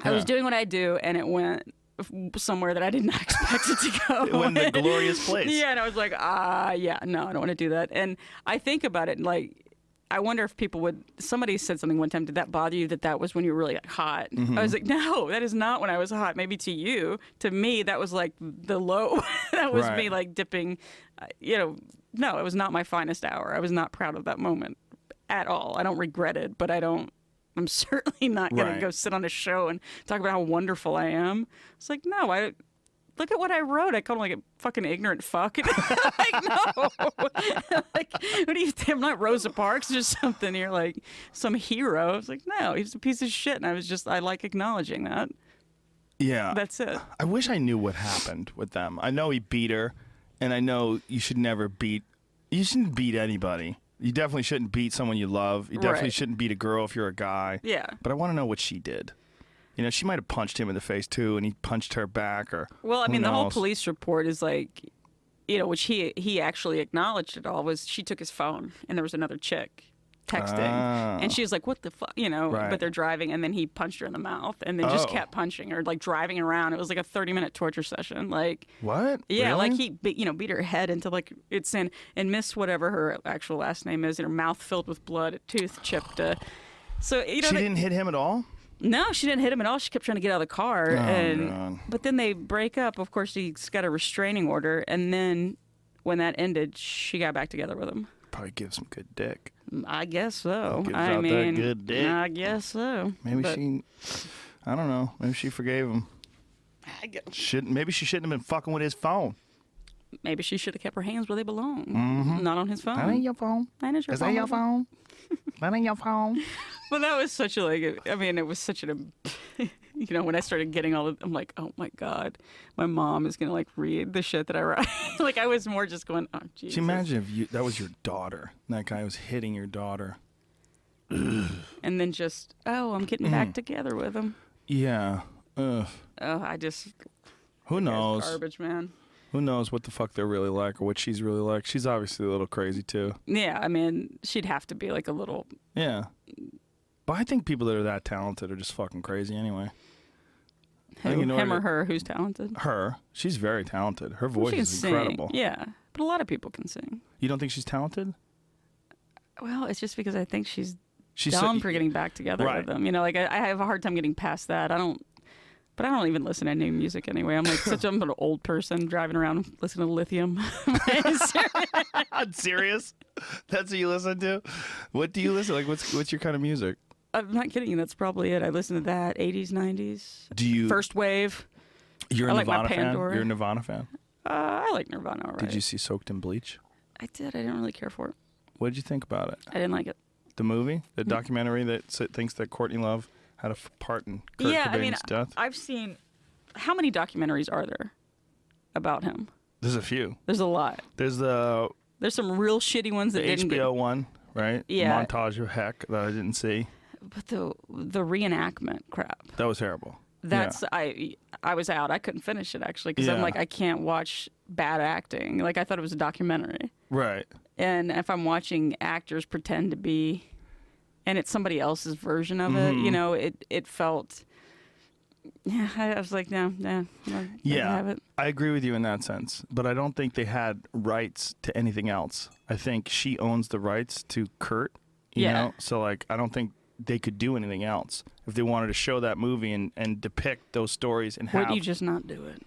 Speaker 2: I was
Speaker 1: Yeah.
Speaker 2: doing what I do, and it went f- somewhere that I did not expect it to go.
Speaker 1: It went to glorious place.
Speaker 2: Yeah, and I was like, ah, yeah, no, I don't want to do that. And I think about it, like. I wonder if people would. Somebody said something one time. Did that bother you? That that was when you were really hot.
Speaker 12: Mhm.
Speaker 2: I was like, no, that is not when I was hot. Maybe to you, to me, that was like the low. that was me,
Speaker 12: Right.
Speaker 2: like dipping. uh, You know, no, it was not my finest hour. I was not proud of that moment at all. I don't regret it, but I don't. I'm certainly not going
Speaker 12: Right.
Speaker 2: to go sit on a show and talk about how wonderful I am. It's like, no, I look at what I wrote. I called him like a fucking ignorant fuck. like, no. like, what do you think? I'm not Rosa Parks or something. You're like some hero. It's like, no, he's a piece of shit. And I was just, I like acknowledging that.
Speaker 1: Yeah.
Speaker 2: That's it.
Speaker 1: I wish I knew what happened with them. I know he beat her, and I know you should never beat. You shouldn't beat anybody. You definitely shouldn't beat someone you love. You definitely
Speaker 2: Right.
Speaker 1: shouldn't beat a girl if you're a guy.
Speaker 2: Yeah.
Speaker 1: But I want to know what she did. You know, she might have punched him in the face too, and he punched her back. Or
Speaker 2: Well, I
Speaker 1: who
Speaker 2: mean, the whole
Speaker 1: knows?
Speaker 2: police report is like, you know, which he he actually acknowledged it all was she took his phone and there was another chick texting
Speaker 12: Ah.
Speaker 2: and she was like, "What the fuck," you know.
Speaker 12: Right.
Speaker 2: But they're driving and then he punched her in the mouth and then just
Speaker 12: Oh.
Speaker 2: kept punching her, like driving around. It was like a thirty minute torture session, like.
Speaker 1: What?
Speaker 2: Yeah, like
Speaker 1: Really?
Speaker 2: he, be, you know, beat her head into like it's in and Miss whatever her actual last name is, and her mouth filled with blood, a tooth chipped, uh, So you know
Speaker 1: she
Speaker 2: they-
Speaker 1: didn't hit him at all.
Speaker 2: No, she didn't hit him at all. She kept trying to get out of the car,
Speaker 1: Oh,
Speaker 2: and
Speaker 1: God.
Speaker 2: but then they break up. Of course, she's got a restraining order, and then when that ended, she got back together with him.
Speaker 1: Probably give some good dick.
Speaker 2: I guess so.
Speaker 1: Gives
Speaker 2: I
Speaker 1: out that
Speaker 2: mean,
Speaker 1: good dick.
Speaker 2: I guess so.
Speaker 1: Maybe
Speaker 2: But-
Speaker 1: she. I don't know. Maybe she forgave him.
Speaker 2: I gu-
Speaker 1: Shouldn't. Maybe she shouldn't have been fucking with his phone.
Speaker 2: Maybe she should have kept her hands where they belong,
Speaker 1: Mhm.
Speaker 2: not on his phone.
Speaker 1: That ain't your phone.
Speaker 2: Mm. That ain't your
Speaker 1: Is that
Speaker 2: phone.
Speaker 1: your phone? that ain't your phone.
Speaker 2: Well, that was such a like. a- I mean, it was such an. You know, when I started getting all of, I'm like, oh my god, my mom is gonna like read the shit that I write. like I was more just going, oh
Speaker 1: Can
Speaker 2: Jesus.
Speaker 1: you imagine if you that was your daughter? and That guy was hitting your daughter.
Speaker 2: and then just oh i'm getting back
Speaker 1: Mm.
Speaker 2: together with him
Speaker 1: Yeah. Ugh.
Speaker 2: oh i just
Speaker 1: Who knows?
Speaker 2: garbage man
Speaker 1: Who knows what the fuck they're really like or what she's really like? She's obviously a little crazy too.
Speaker 2: yeah i mean she'd have to be like a little
Speaker 1: Yeah. But I think people that are that talented are just fucking crazy anyway. I think
Speaker 2: who,
Speaker 1: in
Speaker 2: him
Speaker 1: order
Speaker 2: or her who's talented
Speaker 1: to- Her. She's very talented. Her voice
Speaker 2: she can
Speaker 1: is
Speaker 2: sing.
Speaker 1: incredible.
Speaker 2: yeah but a lot of people can sing
Speaker 1: You don't think she's talented?
Speaker 2: well it's just because i think she's
Speaker 1: She's so-
Speaker 2: dumb for getting back together
Speaker 1: Right.
Speaker 2: with them you know like I, I have a hard time getting past that i don't but I don't even listen to new music anyway. I'm like such I'm an old person driving around listening to Lithium.
Speaker 1: I'm serious. That's what you listen to? What do you listen like what's what's your kind of music?
Speaker 2: I'm not kidding you. That's probably it. I listen to that 80s, 90s,
Speaker 1: Do you
Speaker 2: first wave.
Speaker 1: You're a
Speaker 2: I like my
Speaker 1: Nirvana fan?
Speaker 2: Pandora.
Speaker 1: You're a Nirvana fan.
Speaker 2: Uh, I like Nirvana. All right.
Speaker 1: Did you see Soaked in Bleach?
Speaker 2: I did. I didn't really care for it.
Speaker 1: What did you think about it?
Speaker 2: I didn't like it.
Speaker 1: The movie, the
Speaker 2: Mm.
Speaker 1: documentary that s- thinks that Courtney Love had a f- part in Kurt
Speaker 2: yeah,
Speaker 1: Cobain's
Speaker 2: I mean,
Speaker 1: death.
Speaker 2: I've seen. How many documentaries are there about him?
Speaker 1: There's a few.
Speaker 2: There's a lot.
Speaker 1: There's the
Speaker 2: There's some real shitty ones
Speaker 1: the
Speaker 2: that didn't
Speaker 1: HBO one, right?
Speaker 2: Yeah.
Speaker 1: Montage of heck that I didn't see.
Speaker 2: get. But the the reenactment crap.
Speaker 1: That was terrible. Yeah.
Speaker 2: That's I I was out. I couldn't finish it actually because I'm
Speaker 1: Yeah.
Speaker 2: like I can't watch bad acting. Like I thought it was a documentary.
Speaker 1: right.
Speaker 2: and if I'm watching actors pretend to be, and it's somebody else's version of it, you
Speaker 1: Mhm.
Speaker 2: know, it it felt. Yeah, I, I was like, no, no, no
Speaker 1: Yeah,
Speaker 2: I have it.
Speaker 1: I agree with you in that sense, but I don't think they had rights to anything else. I think she owns the rights to Kurt. You
Speaker 2: Yeah.
Speaker 1: know, so like I don't think they could do anything else if they wanted to show that movie and, and depict those stories and
Speaker 2: Would
Speaker 1: have.
Speaker 2: you just not do it?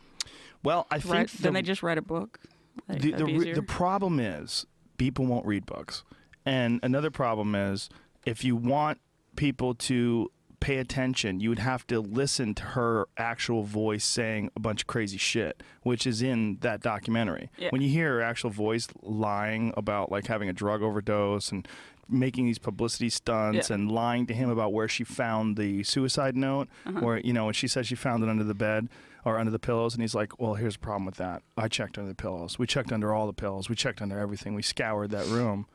Speaker 1: well, I think
Speaker 2: Right? then
Speaker 1: the-
Speaker 2: they just write a book. Like,
Speaker 1: the, the,
Speaker 2: that'd be
Speaker 1: re-
Speaker 2: easier.
Speaker 1: the problem is people won't read books and another problem is if you want people to pay attention you would have to listen to her actual voice saying a bunch of crazy shit which is in that documentary
Speaker 11: Yeah.
Speaker 1: when you hear her actual voice lying about like having a drug overdose and making these publicity stunts
Speaker 11: Yeah.
Speaker 1: and lying to him about where she found the suicide note
Speaker 11: Uh-huh.
Speaker 1: or you know, and she said she found it under the bed or under the pillows. And he's like, well, here's the problem with that. I checked under the pillows. We checked under all the pillows. We checked under everything. We scoured that room.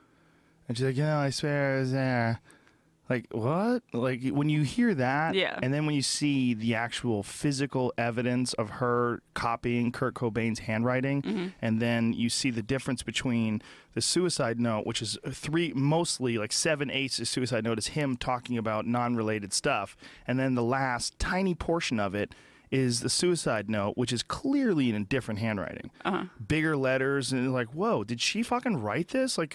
Speaker 1: And she's like, you know, I swear it was there. Like, what? Like, when you hear that,
Speaker 11: Yeah.
Speaker 1: and then when you see the actual physical evidence of her copying Kurt Cobain's handwriting, and then you see the difference between the suicide note, which is three, mostly like seven eighths of suicide note is him talking about non related stuff, and then the last tiny portion of it is the suicide note, which is clearly in a different handwriting. Bigger letters, and like, whoa, did she fucking write this? Like,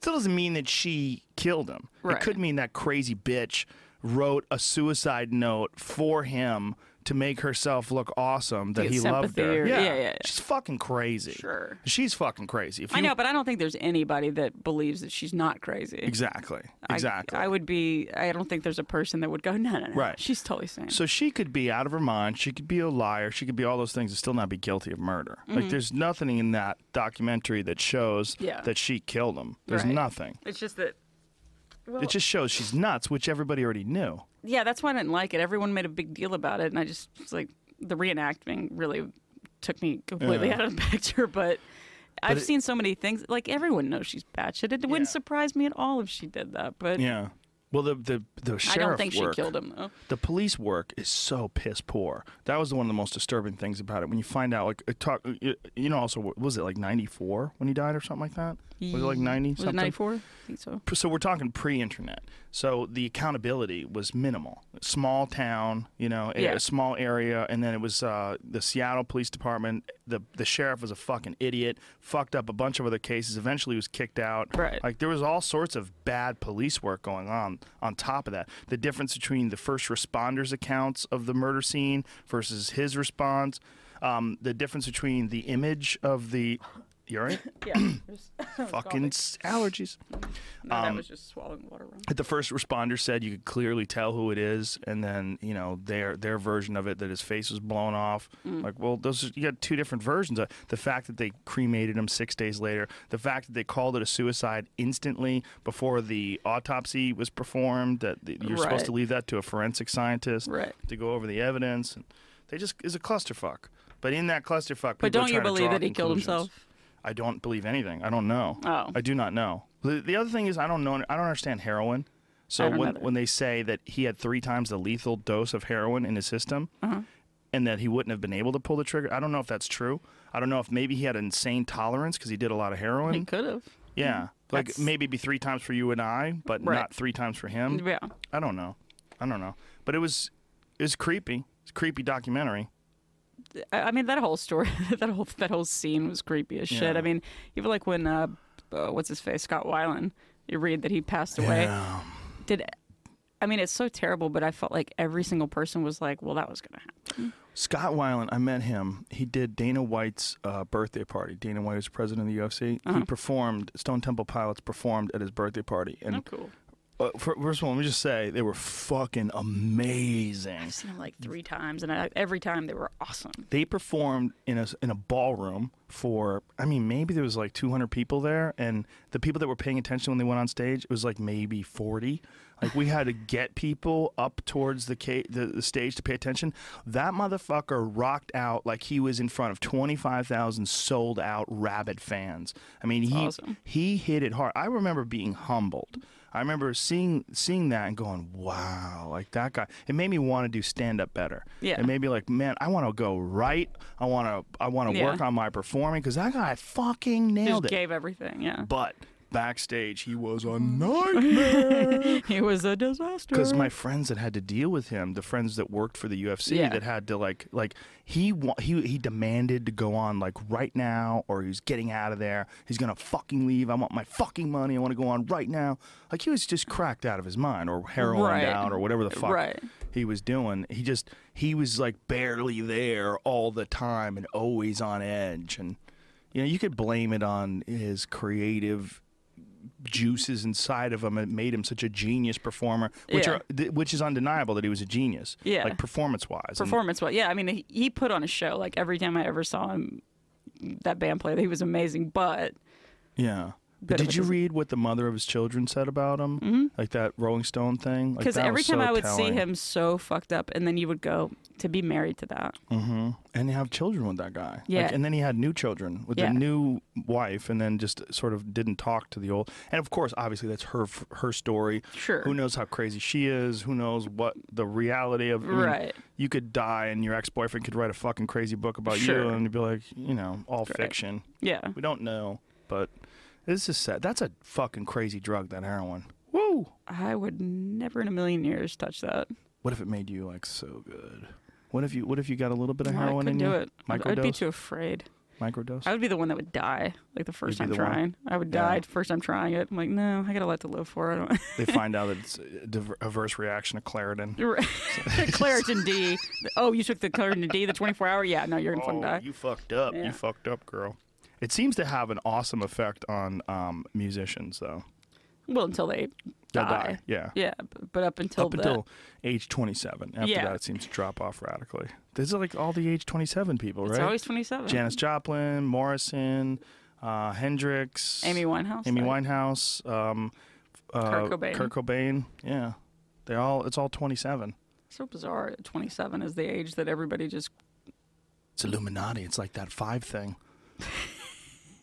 Speaker 1: still doesn't mean that she killed him.
Speaker 11: Right.
Speaker 1: It could mean that crazy bitch wrote a suicide note for him to make herself look awesome that
Speaker 2: Get
Speaker 1: he loved
Speaker 2: sympathy
Speaker 1: her.
Speaker 2: or- yeah, yeah, yeah.
Speaker 1: She's fucking crazy. Sure. She's fucking crazy. If you,
Speaker 2: I know, but I don't think there's anybody that believes that she's not crazy.
Speaker 1: Exactly.
Speaker 2: I-
Speaker 1: Exactly.
Speaker 2: I, would be. I don't think there's a person that would go, no, no, no.
Speaker 1: Right.
Speaker 2: She's totally sane.
Speaker 1: So she could be out of her mind. She could be a liar. She could be all those things and still not be guilty of murder.
Speaker 2: Mhm.
Speaker 1: Like, there's nothing in that documentary that shows
Speaker 2: Yeah.
Speaker 1: that she killed him. There's
Speaker 2: Right.
Speaker 1: nothing.
Speaker 2: It's just that. Well,
Speaker 1: It just shows she's nuts, which everybody already knew.
Speaker 2: yeah, that's why I didn't like it. Everyone made a big deal about it, and I just it's like the reenactment really took me completely
Speaker 1: Yeah.
Speaker 2: out of the picture. But, I've
Speaker 1: it-
Speaker 2: seen so many things. Like everyone knows she's batshit. It wouldn't surprise me at all if she did that. But
Speaker 1: Yeah. Well, the the the sheriff.
Speaker 2: I don't think
Speaker 1: work,
Speaker 2: she killed him though.
Speaker 1: The police work is so piss poor. That was one of the most disturbing things about it. When you find out, like, it talk, you you know, also what was it like '94 when he died or something like that? Was it like 90
Speaker 2: Was it
Speaker 1: something?
Speaker 2: 94? I think so.
Speaker 1: So we're talking pre-internet. So the accountability was minimal. Small town, you know, a,
Speaker 2: Yeah.
Speaker 1: a small area, and then it was uh, the Seattle Police Department. The the sheriff was a fucking idiot. Fucked up a bunch of other cases. Eventually, was kicked out. Right. Like there was all sorts of bad police work going on. On top of that, the difference between the first responders' accounts of the murder scene versus his response. Um, the difference between the image of the. You all right?
Speaker 2: Yeah.
Speaker 1: fucking s- allergies.
Speaker 2: No, Oh, that
Speaker 1: Um,
Speaker 2: was just swallowing water wrong.
Speaker 1: the first responder said you could clearly tell who it is, and then you know their their version of it that his face was blown off.
Speaker 11: Mm.
Speaker 1: Like, well, those are, you got two different versions. Of, the fact that they cremated him six days later, the fact that they called it a suicide instantly before the autopsy was performed. That the, you're supposed
Speaker 11: Right.
Speaker 1: to leave that to a forensic scientist
Speaker 2: Right.
Speaker 1: to go over the evidence. And they just is a clusterfuck. But in that clusterfuck,
Speaker 2: But
Speaker 1: people are
Speaker 2: don't you
Speaker 1: trying to
Speaker 2: believe
Speaker 1: draw
Speaker 2: that he killed
Speaker 1: conclusions.
Speaker 2: himself?
Speaker 1: I don't believe anything. I don't know.
Speaker 2: Oh.
Speaker 1: I do not know. The, the other thing is I don't know. I don't understand heroin. So
Speaker 2: I don't
Speaker 1: when
Speaker 2: either.
Speaker 1: when they say that he had three times the lethal dose of heroin in his system,
Speaker 2: Uh-huh.
Speaker 1: and that he wouldn't have been able to pull the trigger, I don't know if that's true. I don't know if maybe he had insane tolerance because he did a lot of heroin.
Speaker 2: He could have.
Speaker 1: Yeah, like
Speaker 2: Mm-hmm. That's-
Speaker 1: maybe be three times for you and I, but
Speaker 2: Right.
Speaker 1: not three times for him.
Speaker 2: Yeah.
Speaker 1: I don't know. I don't know. But it was it was creepy. It's a creepy documentary.
Speaker 2: I I mean, that whole story, that whole that whole scene was creepy as shit.
Speaker 1: Yeah.
Speaker 2: I mean, even like when uh, uh, what's his face, Scott Weiland, you read that he passed away. Did I mean it's so terrible? But I felt like every single person was like, "Well, that was gonna happen."
Speaker 1: Scott Weiland, I met him. He did Dana White's uh, birthday party. Dana White was president of the UFC. He performed. Stone Temple Pilots performed at his birthday party. And
Speaker 2: cool.
Speaker 1: uh, fir- first of all, let me just say they were fucking amazing.
Speaker 2: I've seen him like three times, and I, every time they were awesome.
Speaker 1: They performed in a s- in a ballroom for I mean maybe there was like 200 people there, and the people that were paying attention when they went on stage it was like maybe 40. Like we had to get people up towards the, ca- the the stage to pay attention. That motherfucker rocked out like he was in front of 25,000 sold out rabid fans. I mean he he hit it hard. I remember being humbled. I remember seeing seeing that and going, "Wow!" Like that guy. It made me want to do stand up better.
Speaker 11: Yeah.
Speaker 1: It made me like, man, I want to go right. I want to I want to
Speaker 2: Yeah.
Speaker 1: work on my performing because that guy fucking nailed
Speaker 2: Just
Speaker 1: it.
Speaker 2: gave everything. Yeah.
Speaker 1: But backstage, he was a nightmare.
Speaker 2: he was a disaster.
Speaker 1: Because my friends that had to deal with him, the friends that worked for the UFC,
Speaker 2: Yeah.
Speaker 1: that had to like, like he wa- he he demanded to go on like right now, or he's getting out of there. He's gonna fucking leave. I want my fucking money. I want to go on right now. Like he was just cracked out of his mind, or heroin
Speaker 11: Right.
Speaker 1: down, or whatever the fuck
Speaker 11: Right.
Speaker 1: he was doing. He just he was like barely there all the time and always on edge. And you know, you could blame it on his creative juices inside of him that made him such a genius performer, which
Speaker 2: Yeah.
Speaker 1: are th- which is undeniable that he was a genius.
Speaker 2: Yeah.
Speaker 1: like performance wise.
Speaker 2: performance wise. Yeah, I mean, he, he put on a show. Like every time I ever saw him, that band played, he was amazing. But
Speaker 1: Yeah.
Speaker 2: But
Speaker 1: But
Speaker 2: it
Speaker 1: did
Speaker 2: was
Speaker 1: you
Speaker 2: just-
Speaker 1: read what the mother of his children said about him? Mm-hmm. Like that Rolling Stone thing?
Speaker 2: because every time I would see him so fucked up, and then you would go to be married to that.
Speaker 1: hmm And have children with that guy. Like,
Speaker 2: Yeah.
Speaker 1: and then he had new children with
Speaker 2: Yeah.
Speaker 1: the new wife, and then just sort of didn't talk to the old. And of course, obviously, that's her her story.
Speaker 2: Sure.
Speaker 1: Who knows how crazy she is? Who knows what the reality of? I mean,
Speaker 2: Right.
Speaker 1: You could die, and your ex boyfriend could write a fucking crazy book about you,
Speaker 2: Sure.
Speaker 1: and you'd be like, you know, all fiction.
Speaker 2: Yeah.
Speaker 1: We don't know, but this is sad. That's a fucking crazy drug. That heroin. Woo!
Speaker 2: I would never in a million years touch that.
Speaker 1: What if it made you like so good? What if you What if you got a little bit of
Speaker 2: No, I
Speaker 1: heroin
Speaker 2: couldn't
Speaker 1: in
Speaker 2: do
Speaker 1: you?
Speaker 2: it. I'd, I'd be
Speaker 1: Microdose?
Speaker 2: too afraid.
Speaker 1: Microdose.
Speaker 2: I would be the one that would die, like the 1st
Speaker 1: You'd
Speaker 2: time
Speaker 1: be the one?
Speaker 2: trying. I would
Speaker 1: Yeah.
Speaker 2: die first time trying it. I'm like, no, I got a lot to live for. I don't.
Speaker 1: they find out it's a diver- adverse reaction to Claritin.
Speaker 2: You're right. Claritin D. Oh, you took the Claritin D, the 24 hour. Yeah, no, you're gonna fucking
Speaker 1: Oh,
Speaker 2: die.
Speaker 1: You fucked up.
Speaker 2: Yeah.
Speaker 1: You fucked up, girl. It seems to have an awesome effect on um, musicians, though.
Speaker 2: Well, until they
Speaker 1: They'll
Speaker 2: die.
Speaker 1: die, yeah.
Speaker 2: Yeah, b- but up until
Speaker 1: Up
Speaker 2: the-
Speaker 1: until age 27. After
Speaker 2: Yeah.
Speaker 1: that, it seems to drop off radically. These are like all the age 27 people,
Speaker 2: It's
Speaker 1: right?
Speaker 2: always 27.
Speaker 1: Janis Joplin, Morrison, uh, Hendrix,
Speaker 2: Amy Winehouse,
Speaker 1: Amy
Speaker 2: like-
Speaker 1: Winehouse, um, uh,
Speaker 2: Kurt Cobain.
Speaker 1: Kurt Cobain. Yeah, they all. It's all 27.
Speaker 2: so bizarre. 27 is the age that everybody just
Speaker 1: It's Illuminati. It's like that five thing.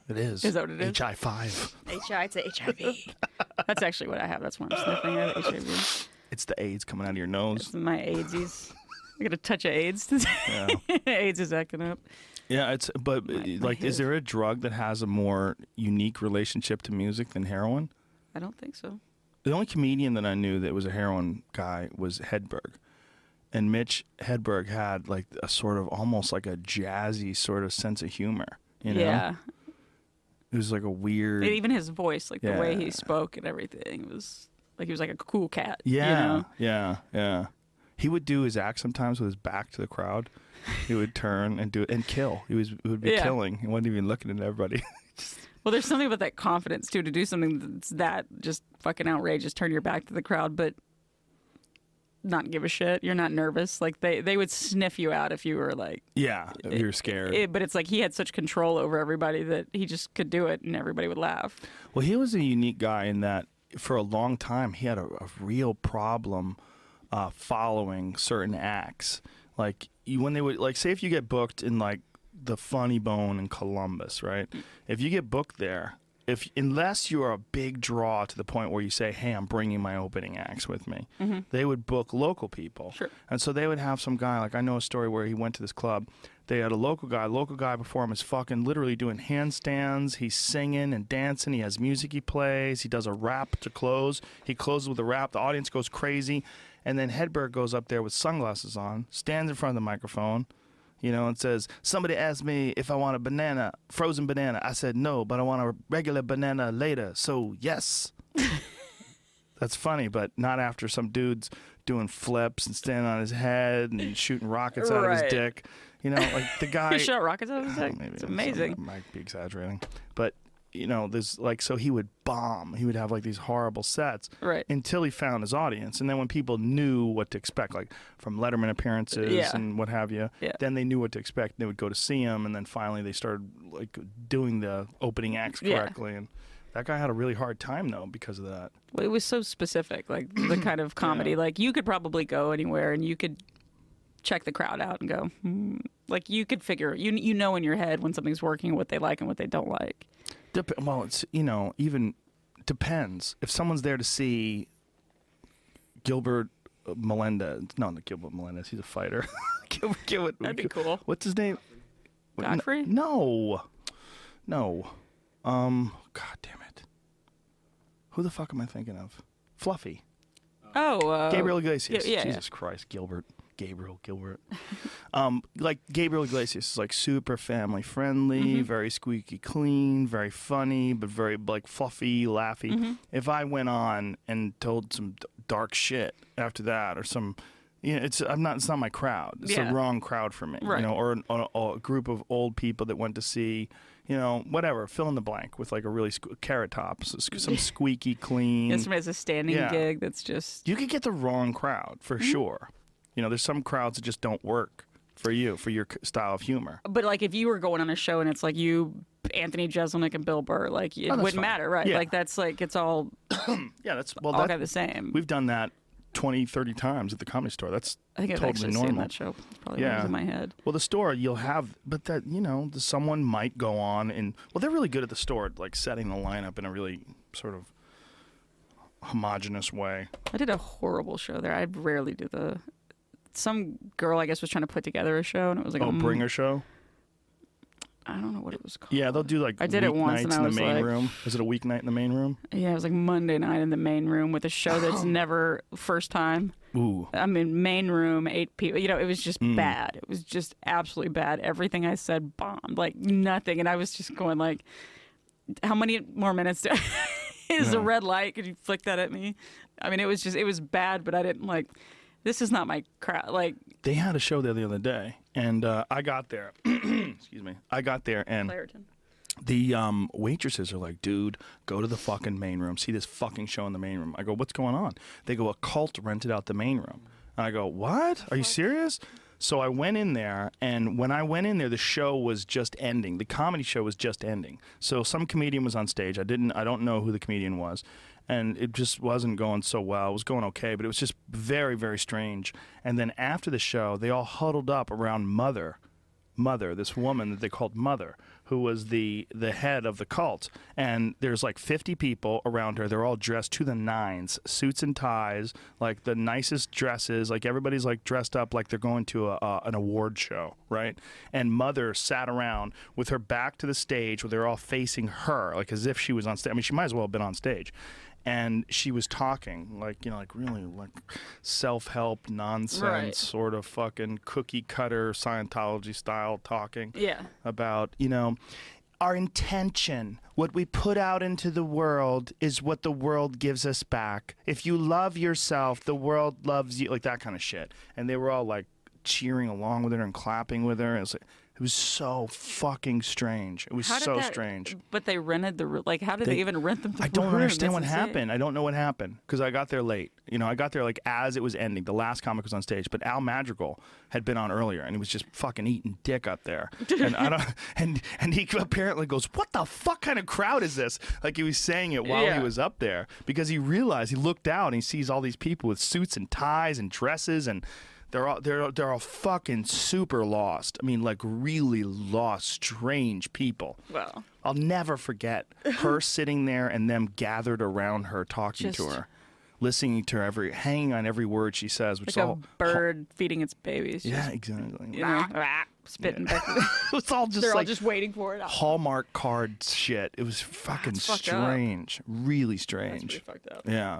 Speaker 1: It is.
Speaker 2: Is that what it is?
Speaker 1: HI five.
Speaker 2: HI to HIV. That's actually what I have. That's why I'm sniffing. I have HIV.
Speaker 1: It's the AIDS coming out of your nose.
Speaker 2: My AIDSies. I got a touch of AIDS.
Speaker 1: Yeah.
Speaker 2: AIDS is acting up.
Speaker 1: Yeah, it's but like, is there a drug that has a more unique relationship to music than heroin?
Speaker 2: I don't think so.
Speaker 1: The only comedian that I knew that was a heroin guy was Hedberg, and Mitch Hedberg had like a sort of almost like a jazzy sort of sense of humor. You know?
Speaker 2: Yeah.
Speaker 1: It was like a weird.
Speaker 2: And even his voice, like the way
Speaker 1: Yeah.
Speaker 2: he spoke and everything, was like he was like a cool cat. you
Speaker 1: Yeah,
Speaker 2: know?
Speaker 1: yeah, yeah. He would do his act sometimes with his back to the crowd. He would turn and do it and kill. He was he would be
Speaker 2: Yeah.
Speaker 1: killing. He wasn't even looking at everybody.
Speaker 2: Well, there's something about that confidence too to do something that's that just fucking outrageous, turn your back to the crowd, but not give a shit. You're not nervous. Like they they would sniff you out if you were like.
Speaker 1: yeah, you were scared.
Speaker 2: It, but it's like he had such control over everybody that he just could do it and everybody would laugh.
Speaker 1: Well, he was a unique guy in that for a long time he had a, a real problem uh, following certain acts. Like you, when they would like say if you get booked in like the Funny Bone in Columbus, right? If you get booked there, if unless you are a big draw to the point where you say, "Hey, I'm bringing my opening acts with me,"
Speaker 12: Mhm.
Speaker 1: they would book local people. Sure. And so they would have some guy, like I know a story where he went to this club. They had a local guy. Local guy before him is fucking literally doing handstands. He's singing and dancing. He has music he plays. He does a rap to close. He closes with a rap. The audience goes crazy. And then Hedberg goes up there with sunglasses on, stands in front of the microphone, you know, and says, Somebody asked me if I want a banana, frozen banana. I said no, but I want a regular banana later. So, yes. That's funny, but not after some dude's doing flips and standing on his head and shooting rockets out of
Speaker 2: Right.
Speaker 1: his dick. You know, like the guy.
Speaker 2: he shot rockets out of his
Speaker 1: I don't
Speaker 2: head.
Speaker 1: know, maybe
Speaker 2: It's
Speaker 1: I'm-
Speaker 2: amazing.
Speaker 1: I might be exaggerating, but you know, there's like so he would bomb. He would have like these horrible sets,
Speaker 2: right?
Speaker 1: Until he found his audience, and then when people knew what to expect, like from Letterman appearances
Speaker 2: Yeah.
Speaker 1: and what have you,
Speaker 2: Yeah.
Speaker 1: then they knew what to expect. And they would go to see him, and then finally they started like doing the opening acts
Speaker 2: Yeah.
Speaker 1: correctly. And that guy had a really hard time though because of that.
Speaker 2: Well, it was so specific, like the kind of comedy. Like you could probably go anywhere and you could check the crowd out and go, hmm. like you could figure you you know in your head when something's working, what they like and what they don't like.
Speaker 1: Dep- well, it's you know even depends if someone's there to see Gilbert uh, Melendez. No, not Gilbert Melendez. He's a fighter. Gilbert, Gilbert,
Speaker 2: That'd be cool.
Speaker 1: What's his name? What- n-
Speaker 2: Godfrey?
Speaker 1: No, no. Um, God damn it. Who the fuck am I thinking of? Fluffy.
Speaker 2: Oh, uh,
Speaker 1: Gabriel Iglesias.
Speaker 2: Yeah, yeah,
Speaker 1: Jesus Christ, Gilbert. Gabriel Gilbert. um, like Gabriel Iglesias is like super family friendly,
Speaker 2: Mm-hmm.
Speaker 11: Mhm.
Speaker 1: very squeaky clean, very funny, but very like fluffy, laughy.
Speaker 2: Mm-hmm.
Speaker 11: Mhm.
Speaker 1: If I went on and told some d- dark shit after that, or some, you know, it's I'm not it's not my crowd. It's
Speaker 11: Yeah.
Speaker 1: the wrong crowd for me,
Speaker 11: Right.
Speaker 1: you know, or, an, or, or a group of old people that went to see. You know, whatever, fill in the blank with like a really sque- carrot top, s- s- some squeaky clean.
Speaker 2: yeah. Somebody has a standing
Speaker 1: Yeah.
Speaker 2: gig that's just
Speaker 1: You could get the wrong crowd
Speaker 2: Mm-hmm.
Speaker 1: for sure. You know, there's some crowds that just don't work for you for your c- style of humor.
Speaker 2: But like, if you were going on a show and it's like you, Anthony Jeselnik and Bill Burr, like
Speaker 1: Oh,
Speaker 2: it
Speaker 1: that's
Speaker 2: wouldn't
Speaker 1: fine.
Speaker 2: matter, right?
Speaker 1: Yeah.
Speaker 2: Like that's like it's all
Speaker 1: yeah, that's well,
Speaker 2: all
Speaker 1: that-
Speaker 2: kind of the same.
Speaker 1: We've done that 20, 30 times at the comedy store. That's
Speaker 2: I think I've
Speaker 1: totally
Speaker 2: actually seen
Speaker 1: normal.
Speaker 2: that show. It's probably what was in my head.
Speaker 1: Well, the store you'll have, but that you know, the, someone might go on and well, they're really good at the store, at, like setting the lineup in a really sort of homogenous way.
Speaker 2: I did a horrible show there. I rarely do the. Some girl, I guess, was trying to put together a show, and it was like,
Speaker 1: oh,
Speaker 2: mm,
Speaker 1: bringer show.
Speaker 2: I don't know what it was called.
Speaker 1: Yeah, they'll do like
Speaker 2: I did it once, and
Speaker 1: weeknights
Speaker 2: I
Speaker 1: in the
Speaker 2: was
Speaker 1: main
Speaker 2: like-
Speaker 1: room. Is it a weeknight in the main room?
Speaker 2: Yeah, it was like Monday night in the main room with a show that's never first time.
Speaker 1: Oh. Ooh.
Speaker 2: I mean, main room, eight people. You know, it was just
Speaker 1: Mm.
Speaker 2: bad. It was just absolutely bad. Everything I said bombed, like nothing. And I was just going like, how many more minutes do is the
Speaker 1: Yeah.
Speaker 2: red light? Could you flick that at me? I mean, it was just, it was bad, but I didn't like, this is not my crowd. Like,
Speaker 1: they had a show there the other day, and uh, I got there. excuse me. I got there, and
Speaker 2: Claritin.
Speaker 1: the um, waitresses are like, "Dude, go to the fucking main room. See this fucking show in the main room." I go, "What's going on?" They go, "A cult rented out the main room." And I go, "What? Are you serious?" So I went in there, and when I went in there, the show was just ending. The comedy show was just ending. So some comedian was on stage. I didn't. I don't know who the comedian was, and it just wasn't going so well. It was going okay, but it was just very, very strange. And then after the show, they all huddled up around Mother, Mother, this woman that they called Mother, who was the the head of the cult. And there's like 50 people around her. They're all dressed to the nines, suits and ties, like the nicest dresses. Like everybody's like dressed up like they're going to a, uh, an award show, right? And mother sat around with her back to the stage, where they're all facing her, like as if she was on stage. I mean, she might as well have been on stage and she was talking like you know like really like self-help nonsense
Speaker 2: Right.
Speaker 1: sort of fucking cookie cutter scientology style talking
Speaker 2: Yeah.
Speaker 1: about you know our intention what we put out into the world is what the world gives us back if you love yourself the world loves you like that kind of shit and they were all like cheering along with her and clapping with her it was, like, it was so fucking strange it was
Speaker 2: How did
Speaker 1: so
Speaker 2: that-
Speaker 1: strange
Speaker 2: But they rented the ro- like. How did they,
Speaker 1: They-
Speaker 2: even rent them? The
Speaker 1: I don't
Speaker 2: room?
Speaker 1: understand what
Speaker 2: That's insane.
Speaker 1: happened. I don't know what happened because I got there late. You know, I got there like as it was ending. The last comic was on stage, but Al Madrigal had been on earlier and he was just fucking eating dick up there. And I don't, and and he apparently goes, "What the fuck kind of crowd is this?" Like he was saying it while
Speaker 12: Yeah.
Speaker 1: he was up there because he realized he looked out and he sees all these people with suits and ties and dresses and. They're all they're they're all fucking super lost. I mean, like really lost, strange people.
Speaker 2: Wow.
Speaker 1: I'll never forget her sitting there and them gathered around her, talking to
Speaker 2: Just-
Speaker 1: her, listening to her every, hanging on every word she says, which
Speaker 2: Like
Speaker 1: is all,
Speaker 2: a bird feeding its babies.
Speaker 1: yeah,
Speaker 2: just,
Speaker 1: exactly.
Speaker 2: You know, rah, spitting back.
Speaker 1: it's all just
Speaker 2: They're all
Speaker 1: like
Speaker 2: just waiting for it. Oh,
Speaker 1: Hallmark card shit. It was fucking
Speaker 2: That's fucked up.
Speaker 1: strange, really strange.
Speaker 2: fucked up.
Speaker 1: Yeah.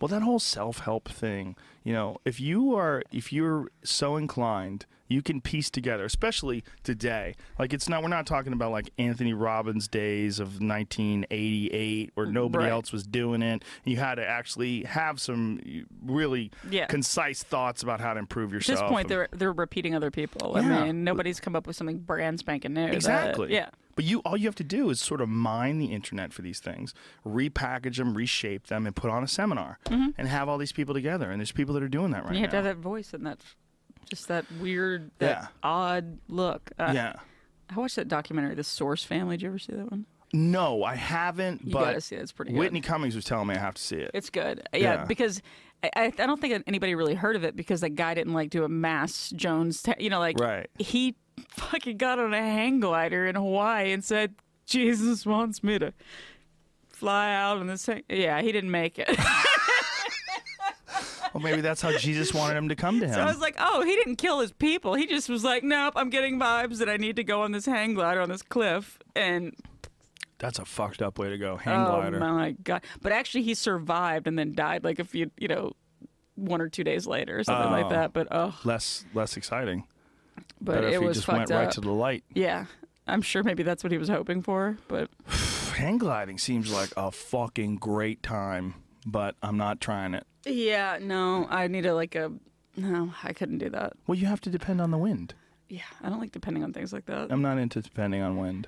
Speaker 1: Well, that whole self-help thing, you know, if you are if you're so inclined, you can piece together, especially today. Like it's not we're not talking about like Anthony Robbins days of 1988 where nobody
Speaker 12: Right.
Speaker 1: else was doing it. You had to actually have some really
Speaker 2: Yeah.
Speaker 1: concise thoughts about how to improve
Speaker 2: At
Speaker 1: yourself.
Speaker 2: this point,
Speaker 1: and-
Speaker 2: they're they're repeating other people.
Speaker 1: Yeah.
Speaker 2: I mean, nobody's come up with something brand spanking new. that-
Speaker 1: Exactly.
Speaker 2: yeah.
Speaker 1: But you all you have to do is sort of mine the internet for these things, repackage them, reshape them, and put on a seminar
Speaker 2: Mhm.
Speaker 1: and have all these people together. And there's people that are doing that right
Speaker 2: you have to
Speaker 1: now.
Speaker 2: have that voice and that, just that weird, that
Speaker 1: Yeah.
Speaker 2: odd look. Uh,
Speaker 1: Yeah.
Speaker 2: I watched that documentary, The Source Family. Did you ever see that one?
Speaker 1: No, I haven't.
Speaker 2: You
Speaker 1: but
Speaker 2: gotta see it. It's pretty good.
Speaker 1: Whitney Cummings was telling me I have to see it.
Speaker 2: It's good. Uh, Yeah,
Speaker 1: Yeah.
Speaker 2: because I, I I don't think anybody really heard of it because that guy didn't like do a mass Jones. Te- you know, like
Speaker 1: Right.
Speaker 2: he fucking got on a hang glider in Hawaii and said, "Jesus wants me to fly out on this." Hang-. Yeah, he didn't make it.
Speaker 1: well, maybe that's how Jesus wanted him to come to him.
Speaker 2: So I was like, oh, he didn't kill his people. He just was like, nope, I'm getting vibes that I need to go on this hang glider on this cliff. And
Speaker 1: that's a fucked up way to go. Hang
Speaker 2: oh
Speaker 1: glider.
Speaker 2: my god! But actually, he survived and then died like a few, you know, one or two days later or something like
Speaker 1: Oh.
Speaker 2: that. But oh,
Speaker 1: Less less exciting.
Speaker 2: But
Speaker 1: Better
Speaker 2: it
Speaker 1: if he
Speaker 2: was
Speaker 1: just went
Speaker 2: fucked
Speaker 1: right
Speaker 2: up.
Speaker 1: to the light.
Speaker 2: yeah, I'm sure maybe that's what he was hoping for. But
Speaker 1: Hang gliding seems like a fucking great time, but I'm not trying it.
Speaker 2: yeah, no, I need a like a no, I couldn't do that.
Speaker 1: Well, you have to depend on the wind.
Speaker 2: Yeah, I don't like depending on things like that.
Speaker 1: I'm not into depending on wind.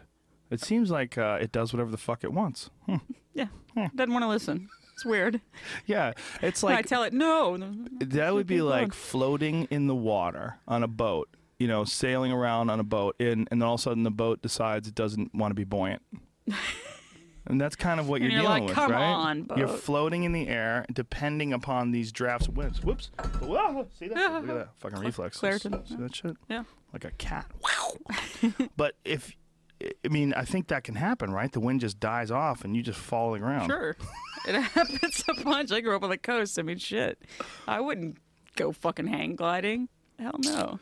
Speaker 1: It seems like uh, it does whatever the fuck it wants. Hmm.
Speaker 2: yeah, doesn't want to listen. It's weird.
Speaker 1: Yeah, it's
Speaker 2: I
Speaker 1: like
Speaker 2: tell it no.
Speaker 1: that would be
Speaker 2: keep going.
Speaker 1: like floating in the water on a boat. You know, sailing around on a boat, and and then all of a sudden the boat decides it doesn't want to be buoyant. And that's kind of what
Speaker 2: And
Speaker 1: you're,
Speaker 2: you're
Speaker 1: dealing
Speaker 2: like,
Speaker 1: with,
Speaker 2: "Come
Speaker 1: right?
Speaker 2: on,
Speaker 1: You're
Speaker 2: boat."
Speaker 1: floating in the air, depending upon these drafts of winds. Whoops! Whoa, see that? Look at that fucking
Speaker 2: Cla-
Speaker 1: reflex.
Speaker 2: Claritin.
Speaker 1: See that shit?
Speaker 2: Yeah.
Speaker 1: Like a cat. but if I mean, I think that can happen, right? The wind just dies off and you just fall to the ground.
Speaker 2: Sure. It happens a bunch. I grew up on the coast. I mean, shit. I wouldn't go fucking hang gliding. Hell no.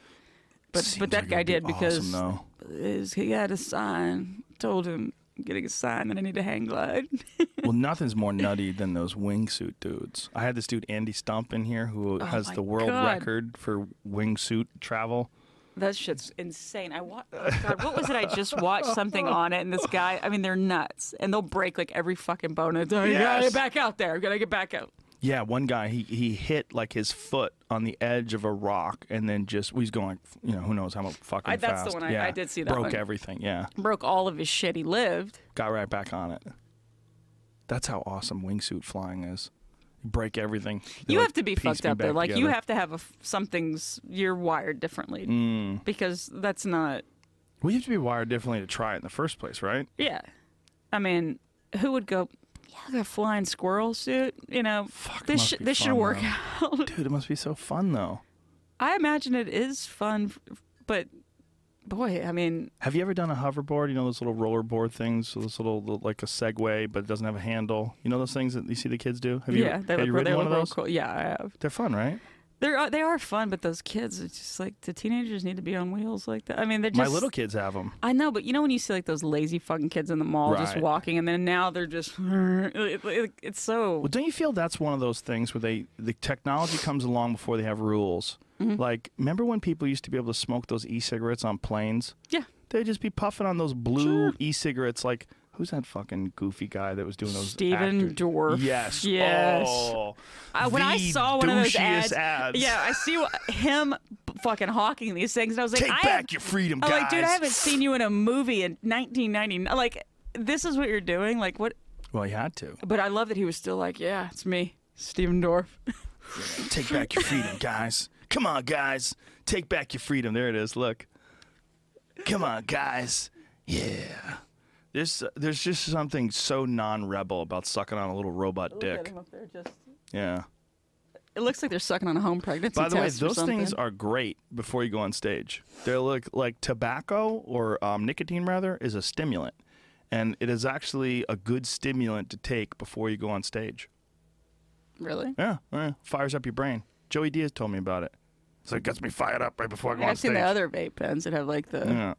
Speaker 2: But but that guy did because
Speaker 1: awesome,
Speaker 2: his, he had a sign. Told him I'm getting a sign that I need to hang glide.
Speaker 1: well, nothing's more nutty than those wingsuit dudes. I had this dude Andy Stump in here who
Speaker 2: Oh
Speaker 1: has
Speaker 2: my
Speaker 1: the world
Speaker 2: God.
Speaker 1: record for wingsuit travel.
Speaker 2: That shit's insane. I wa- oh, God, what was it? I just watched something on it, and this guy. I mean, they're nuts, and they'll break like every fucking bone. It's, "Oh, you gotta
Speaker 1: Yes.
Speaker 2: get back out there. You gotta get back out.
Speaker 1: Yeah, one guy he he hit like his foot on the edge of a rock and then just he's going, you know, who knows how much fucking
Speaker 2: I- that's the
Speaker 1: fast.
Speaker 2: one I-
Speaker 1: yeah,
Speaker 2: I did see that
Speaker 1: broke
Speaker 2: one.
Speaker 1: everything. Yeah,
Speaker 2: Broke all of his shit. He lived.
Speaker 1: got right back on it. That's how awesome wingsuit flying is. You break everything. They,
Speaker 2: you
Speaker 1: like,
Speaker 2: have to be
Speaker 1: piece
Speaker 2: fucked
Speaker 1: me
Speaker 2: up there.
Speaker 1: back
Speaker 2: Like you
Speaker 1: together.
Speaker 2: have to have a f- something's. You're wired differently
Speaker 1: Mm.
Speaker 2: because that's not.
Speaker 1: Well, you have to be wired differently to try it in the first place, right?
Speaker 2: Yeah, I mean, who would go? Yeah, I got a flying squirrel suit. You know, this
Speaker 1: must
Speaker 2: sh-
Speaker 1: be
Speaker 2: this should
Speaker 1: fun,
Speaker 2: work
Speaker 1: though.
Speaker 2: out.
Speaker 1: Dude, it must be so fun though.
Speaker 2: I imagine it is fun, f- but boy, I mean,
Speaker 1: Have you ever done a hoverboard? You know those little rollerboard things, so this little like a Segway, but it doesn't have a handle. You know those things that you see the kids do. Have you,
Speaker 2: yeah, they
Speaker 1: have
Speaker 2: look,
Speaker 1: you
Speaker 2: real-
Speaker 1: ridden
Speaker 2: they
Speaker 1: one
Speaker 2: look
Speaker 1: of
Speaker 2: real
Speaker 1: those?
Speaker 2: cool. Yeah, I have.
Speaker 1: They're fun, right?
Speaker 2: They're uh, they are fun, but those kids, it's just like the teenagers need to be on wheels like that. I mean, they're just
Speaker 1: My little kids have them.
Speaker 2: I know, but you know when you see like those lazy fucking kids in the mall just
Speaker 1: Right.
Speaker 2: walking, and then now they're just it- it- it's so
Speaker 1: Well, don't you feel that's one of those things where they the technology comes along before they have rules?
Speaker 2: Mm-hmm.
Speaker 1: Like, remember when people used to be able to smoke those e-cigarettes on planes?
Speaker 2: Yeah,
Speaker 1: they'd just be puffing on those blue e-cigarettes. Like, who's that fucking goofy guy that was doing those?
Speaker 2: Steven
Speaker 1: actor-
Speaker 2: Dorff.
Speaker 1: Yes.
Speaker 2: Yes.
Speaker 1: Oh,
Speaker 2: I, Uh, when I
Speaker 1: the
Speaker 2: saw one of those
Speaker 1: douchiest
Speaker 2: ads,
Speaker 1: ads.
Speaker 2: yeah, I see wh- him b- fucking hawking these things, and I was like,
Speaker 1: Take
Speaker 2: I
Speaker 1: back
Speaker 2: have-
Speaker 1: your freedom,
Speaker 2: I'm like, dude, I
Speaker 1: guys."
Speaker 2: haven't seen you in a movie in 1999. Like, this is what you're doing. Like, what?
Speaker 1: Well, you had to.
Speaker 2: But I love that he was still like, yeah, it's me, Steven Dorff.
Speaker 1: Take back your freedom, guys. Come on, guys. Take back your freedom. There it is. Look. Come on, guys. Yeah. There's there's just something so non-rebel about sucking on a little robot dick. Yeah.
Speaker 2: It looks like they're sucking on a home pregnancy
Speaker 1: By the way,
Speaker 2: test or
Speaker 1: those things
Speaker 2: something.
Speaker 1: are great before you go on stage. They look like tobacco or um, nicotine, rather, is a stimulant, and it is actually a good stimulant to take before you go on stage.
Speaker 2: really.
Speaker 1: Yeah, yeah, fires up your brain. Joey Diaz told me about it. So it gets me fired up right before I go on
Speaker 2: I've
Speaker 1: stage.
Speaker 2: seen the other vape pens that have like the
Speaker 1: Yeah.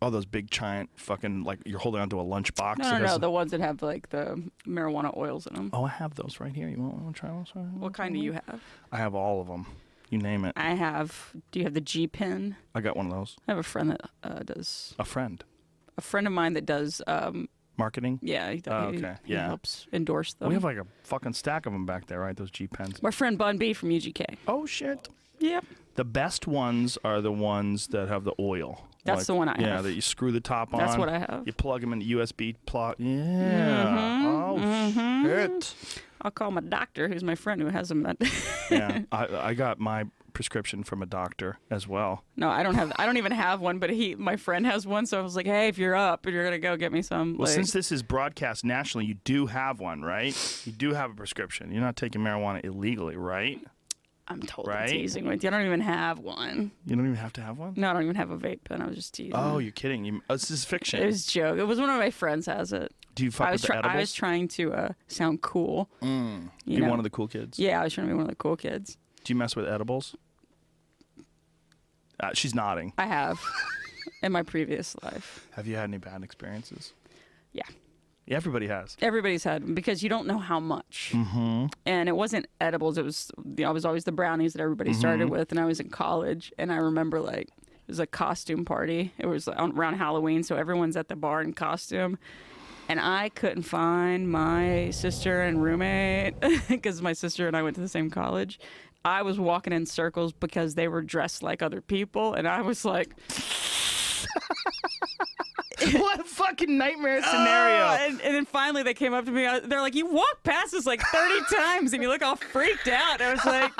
Speaker 1: All those big giant fucking like you're holding onto a lunchbox. that
Speaker 2: no, no, no,
Speaker 1: has-
Speaker 2: the ones that have like the marijuana oils in them.
Speaker 1: oh, I have those right here. You want to try one? Sorry.
Speaker 2: What kind do you have?
Speaker 1: I have all of them. You name it.
Speaker 2: I have. Do you have the G pen?
Speaker 1: I got one of those.
Speaker 2: I have a friend that uh, does.
Speaker 1: A friend.
Speaker 2: A friend of mine that does. Um,
Speaker 1: Marketing.
Speaker 2: yeah, he,
Speaker 1: Oh,
Speaker 2: he-
Speaker 1: okay.
Speaker 2: he
Speaker 1: yeah.
Speaker 2: helps endorse them.
Speaker 1: We have like a fucking stack of them back there, right? Those G pens.
Speaker 2: my friend Bun B from UGK.
Speaker 1: Oh shit.
Speaker 2: Yep.
Speaker 1: The best ones are the ones that have the oil.
Speaker 2: That's the one I
Speaker 1: Yeah,
Speaker 2: have.
Speaker 1: that you screw the top on.
Speaker 2: That's what I have. Mm-hmm,
Speaker 1: You plug them in the USB plug. Yeah. Oh
Speaker 2: Mhm,
Speaker 1: shit.
Speaker 2: I'll call my doctor, who's my friend who has them. At
Speaker 1: yeah, I, I got my prescription from a doctor as well.
Speaker 2: no, I don't have. I don't even have one, but he, my friend, has one. So I was like, hey, if you're up, and you're gonna go get me some.
Speaker 1: Well,
Speaker 2: like-
Speaker 1: since this is broadcast nationally, you do have one, right? You do have a prescription. You're not taking marijuana illegally, right?
Speaker 2: I'm totally
Speaker 1: right?
Speaker 2: teasing with you. I don't even have one.
Speaker 1: You don't even have to have one.
Speaker 2: No, I don't even have a vape pen. I was just teasing.
Speaker 1: Oh, you're kidding! You, oh, this is fiction.
Speaker 2: It was a joke. It was one of my friends has it.
Speaker 1: Do you fuck
Speaker 2: I was
Speaker 1: with the
Speaker 2: try- I was
Speaker 1: edibles?
Speaker 2: trying to uh, sound cool.
Speaker 1: Mm.
Speaker 2: you
Speaker 1: Be
Speaker 2: know.
Speaker 1: one of the cool kids.
Speaker 2: Yeah, I was trying to be one of the cool kids.
Speaker 1: Do you mess with edibles? Uh, she's nodding.
Speaker 2: I have in my previous life.
Speaker 1: Have you had any bad experiences?
Speaker 2: Yeah,
Speaker 1: Yeah, everybody has.
Speaker 2: everybody's had because you don't know how much.
Speaker 1: Mm-hmm.
Speaker 2: And it wasn't edibles. It was you know, I was always the brownies that everybody started
Speaker 1: Mhm.
Speaker 2: with. And I was in college, and I remember like it was a costume party. It was on- around Halloween, so everyone's at the bar in costume. And I couldn't find my sister and roommate because my sister and I went to the same college. I was walking in circles because they were dressed like other people, and I was like,
Speaker 1: what a fucking nightmare
Speaker 2: Oh,
Speaker 1: scenario!
Speaker 2: and, and then finally they came up to me. I- They're like, "You walked past us like 30 times, and you look all freaked out." I was like,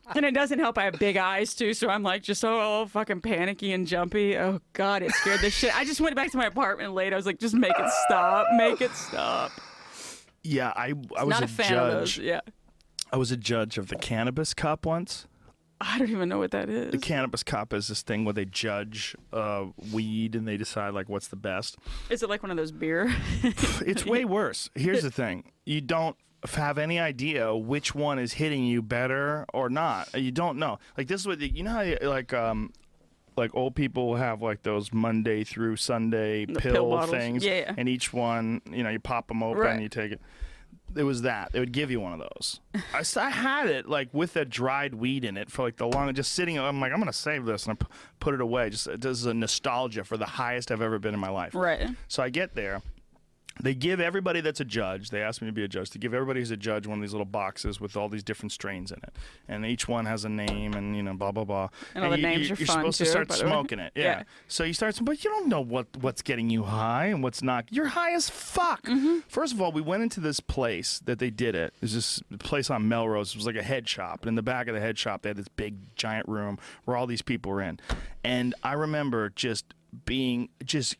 Speaker 2: and it doesn't help. I have big eyes too, so I'm like just all fucking panicky and jumpy. Oh god, it scared the shit. I just went back to my apartment late. I was like, just make it stop, make it stop.
Speaker 1: Yeah, I I was
Speaker 2: Not
Speaker 1: a,
Speaker 2: a, fan of
Speaker 1: judge.
Speaker 2: those. Yeah,
Speaker 1: I was a judge of the cannabis cup once.
Speaker 2: I don't even know what that is.
Speaker 1: The cannabis cup is this thing where they judge uh, weed and they decide like what's the best.
Speaker 2: Is it like one of those beer?
Speaker 1: It's way worse. Here's the thing: you don't f- have any idea which one is hitting you better or not. You don't know. Like this is what the, you know how you, like um like old people have like those Monday through Sunday
Speaker 2: The pill
Speaker 1: pill,
Speaker 2: bottles.
Speaker 1: things,
Speaker 2: Yeah, yeah.
Speaker 1: and each one you know you pop them open
Speaker 2: Right.
Speaker 1: and you take it. It was that they would give you one of those. I, s- I had it like with a dried weed in it for like the long, just sitting. I'm like, I'm gonna save this and I p- put it away. Just this is a nostalgia for the highest I've ever been in my life.
Speaker 2: Right.
Speaker 1: So I get there. They give everybody that's a judge, they asked me to be a judge, to give everybody who's a judge one of these little boxes with all these different strains in it. And each one has a name and, you know, blah, blah, blah.
Speaker 2: And all the
Speaker 1: you,
Speaker 2: names
Speaker 1: you,
Speaker 2: are
Speaker 1: You're
Speaker 2: fun,
Speaker 1: supposed
Speaker 2: too,
Speaker 1: to start
Speaker 2: by the way.
Speaker 1: smoking it. Yeah.
Speaker 2: Yeah.
Speaker 1: So you start, sm- but you don't know what, what's getting you high and what's not. You're high as fuck. First of all, we went into this place that they did it. It was this place on Melrose. It was like a head shop. And in the back of the head shop, they had this big, giant room where all these people were in. And I remember just being just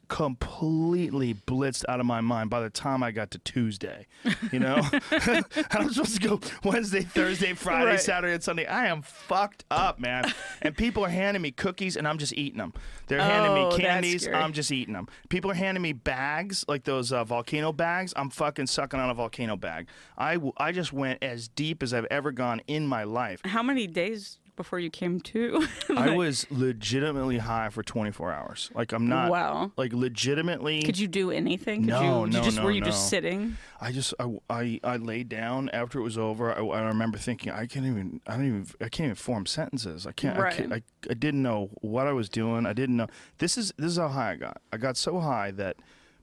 Speaker 1: completely blitzed out of my mind by the time I got to Tuesday. You know, I'm supposed to go Wednesday, Thursday, Friday,
Speaker 12: Right.
Speaker 1: Saturday, and Sunday. I am fucked up, man. And people are handing me cookies, and I'm just eating them. They're handing
Speaker 12: Oh,
Speaker 1: me
Speaker 12: that's
Speaker 1: candies.
Speaker 12: scary.
Speaker 1: I'm just eating them. People are handing me bags, like those uh, volcano bags. I'm fucking sucking on a volcano bag. I, w- I just went as deep as I've ever gone in my life.
Speaker 2: How many days before you came to?
Speaker 1: I was legitimately high for 24 hours. Like I'm not.
Speaker 2: Wow.
Speaker 1: Like legitimately.
Speaker 2: Could you do anything? Could
Speaker 1: No,
Speaker 2: you,
Speaker 1: no,
Speaker 2: you just,
Speaker 1: no,
Speaker 2: Were you just
Speaker 1: no.
Speaker 2: sitting?
Speaker 1: I just I, I I laid down after it was over. I, I remember thinking I can't even I don't even I can't even form sentences. I can't, I, can't I,
Speaker 2: Right.
Speaker 1: I didn't know what I was doing. I didn't know this is this is how high I got. I got so high that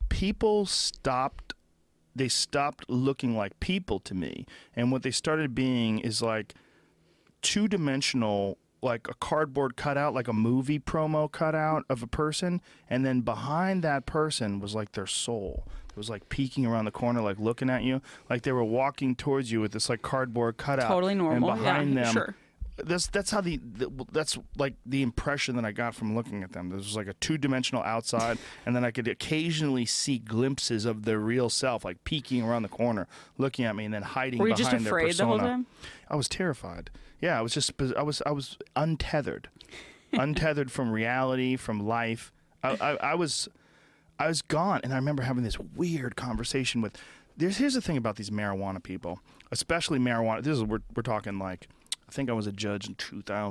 Speaker 1: people stopped they stopped looking like people to me, and what they started being is like two dimensional, like a cardboard cutout, like a movie promo cutout of a person, and then behind that person was like their soul. It was like peeking around the corner, like looking at you, like they were walking towards you with this like cardboard cutout.
Speaker 2: Totally normal, yeah,
Speaker 1: And behind them,
Speaker 2: sure.
Speaker 1: That's that's how the, the that's like the impression that I got from looking at them. There was like a two dimensional outside, and then I could occasionally see glimpses of their real self, like peeking around the corner, looking at me, and then hiding
Speaker 2: Were you
Speaker 1: behind
Speaker 2: just
Speaker 1: their
Speaker 2: afraid the
Speaker 1: persona.
Speaker 2: whole time?
Speaker 1: I was terrified. Yeah, I was just I was I was untethered, untethered from reality, from life. I, I, I was I was gone, and I remember having this weird conversation with. There's here's the thing about these marijuana people, especially marijuana. This is we're we're talking like. I think I was a judge in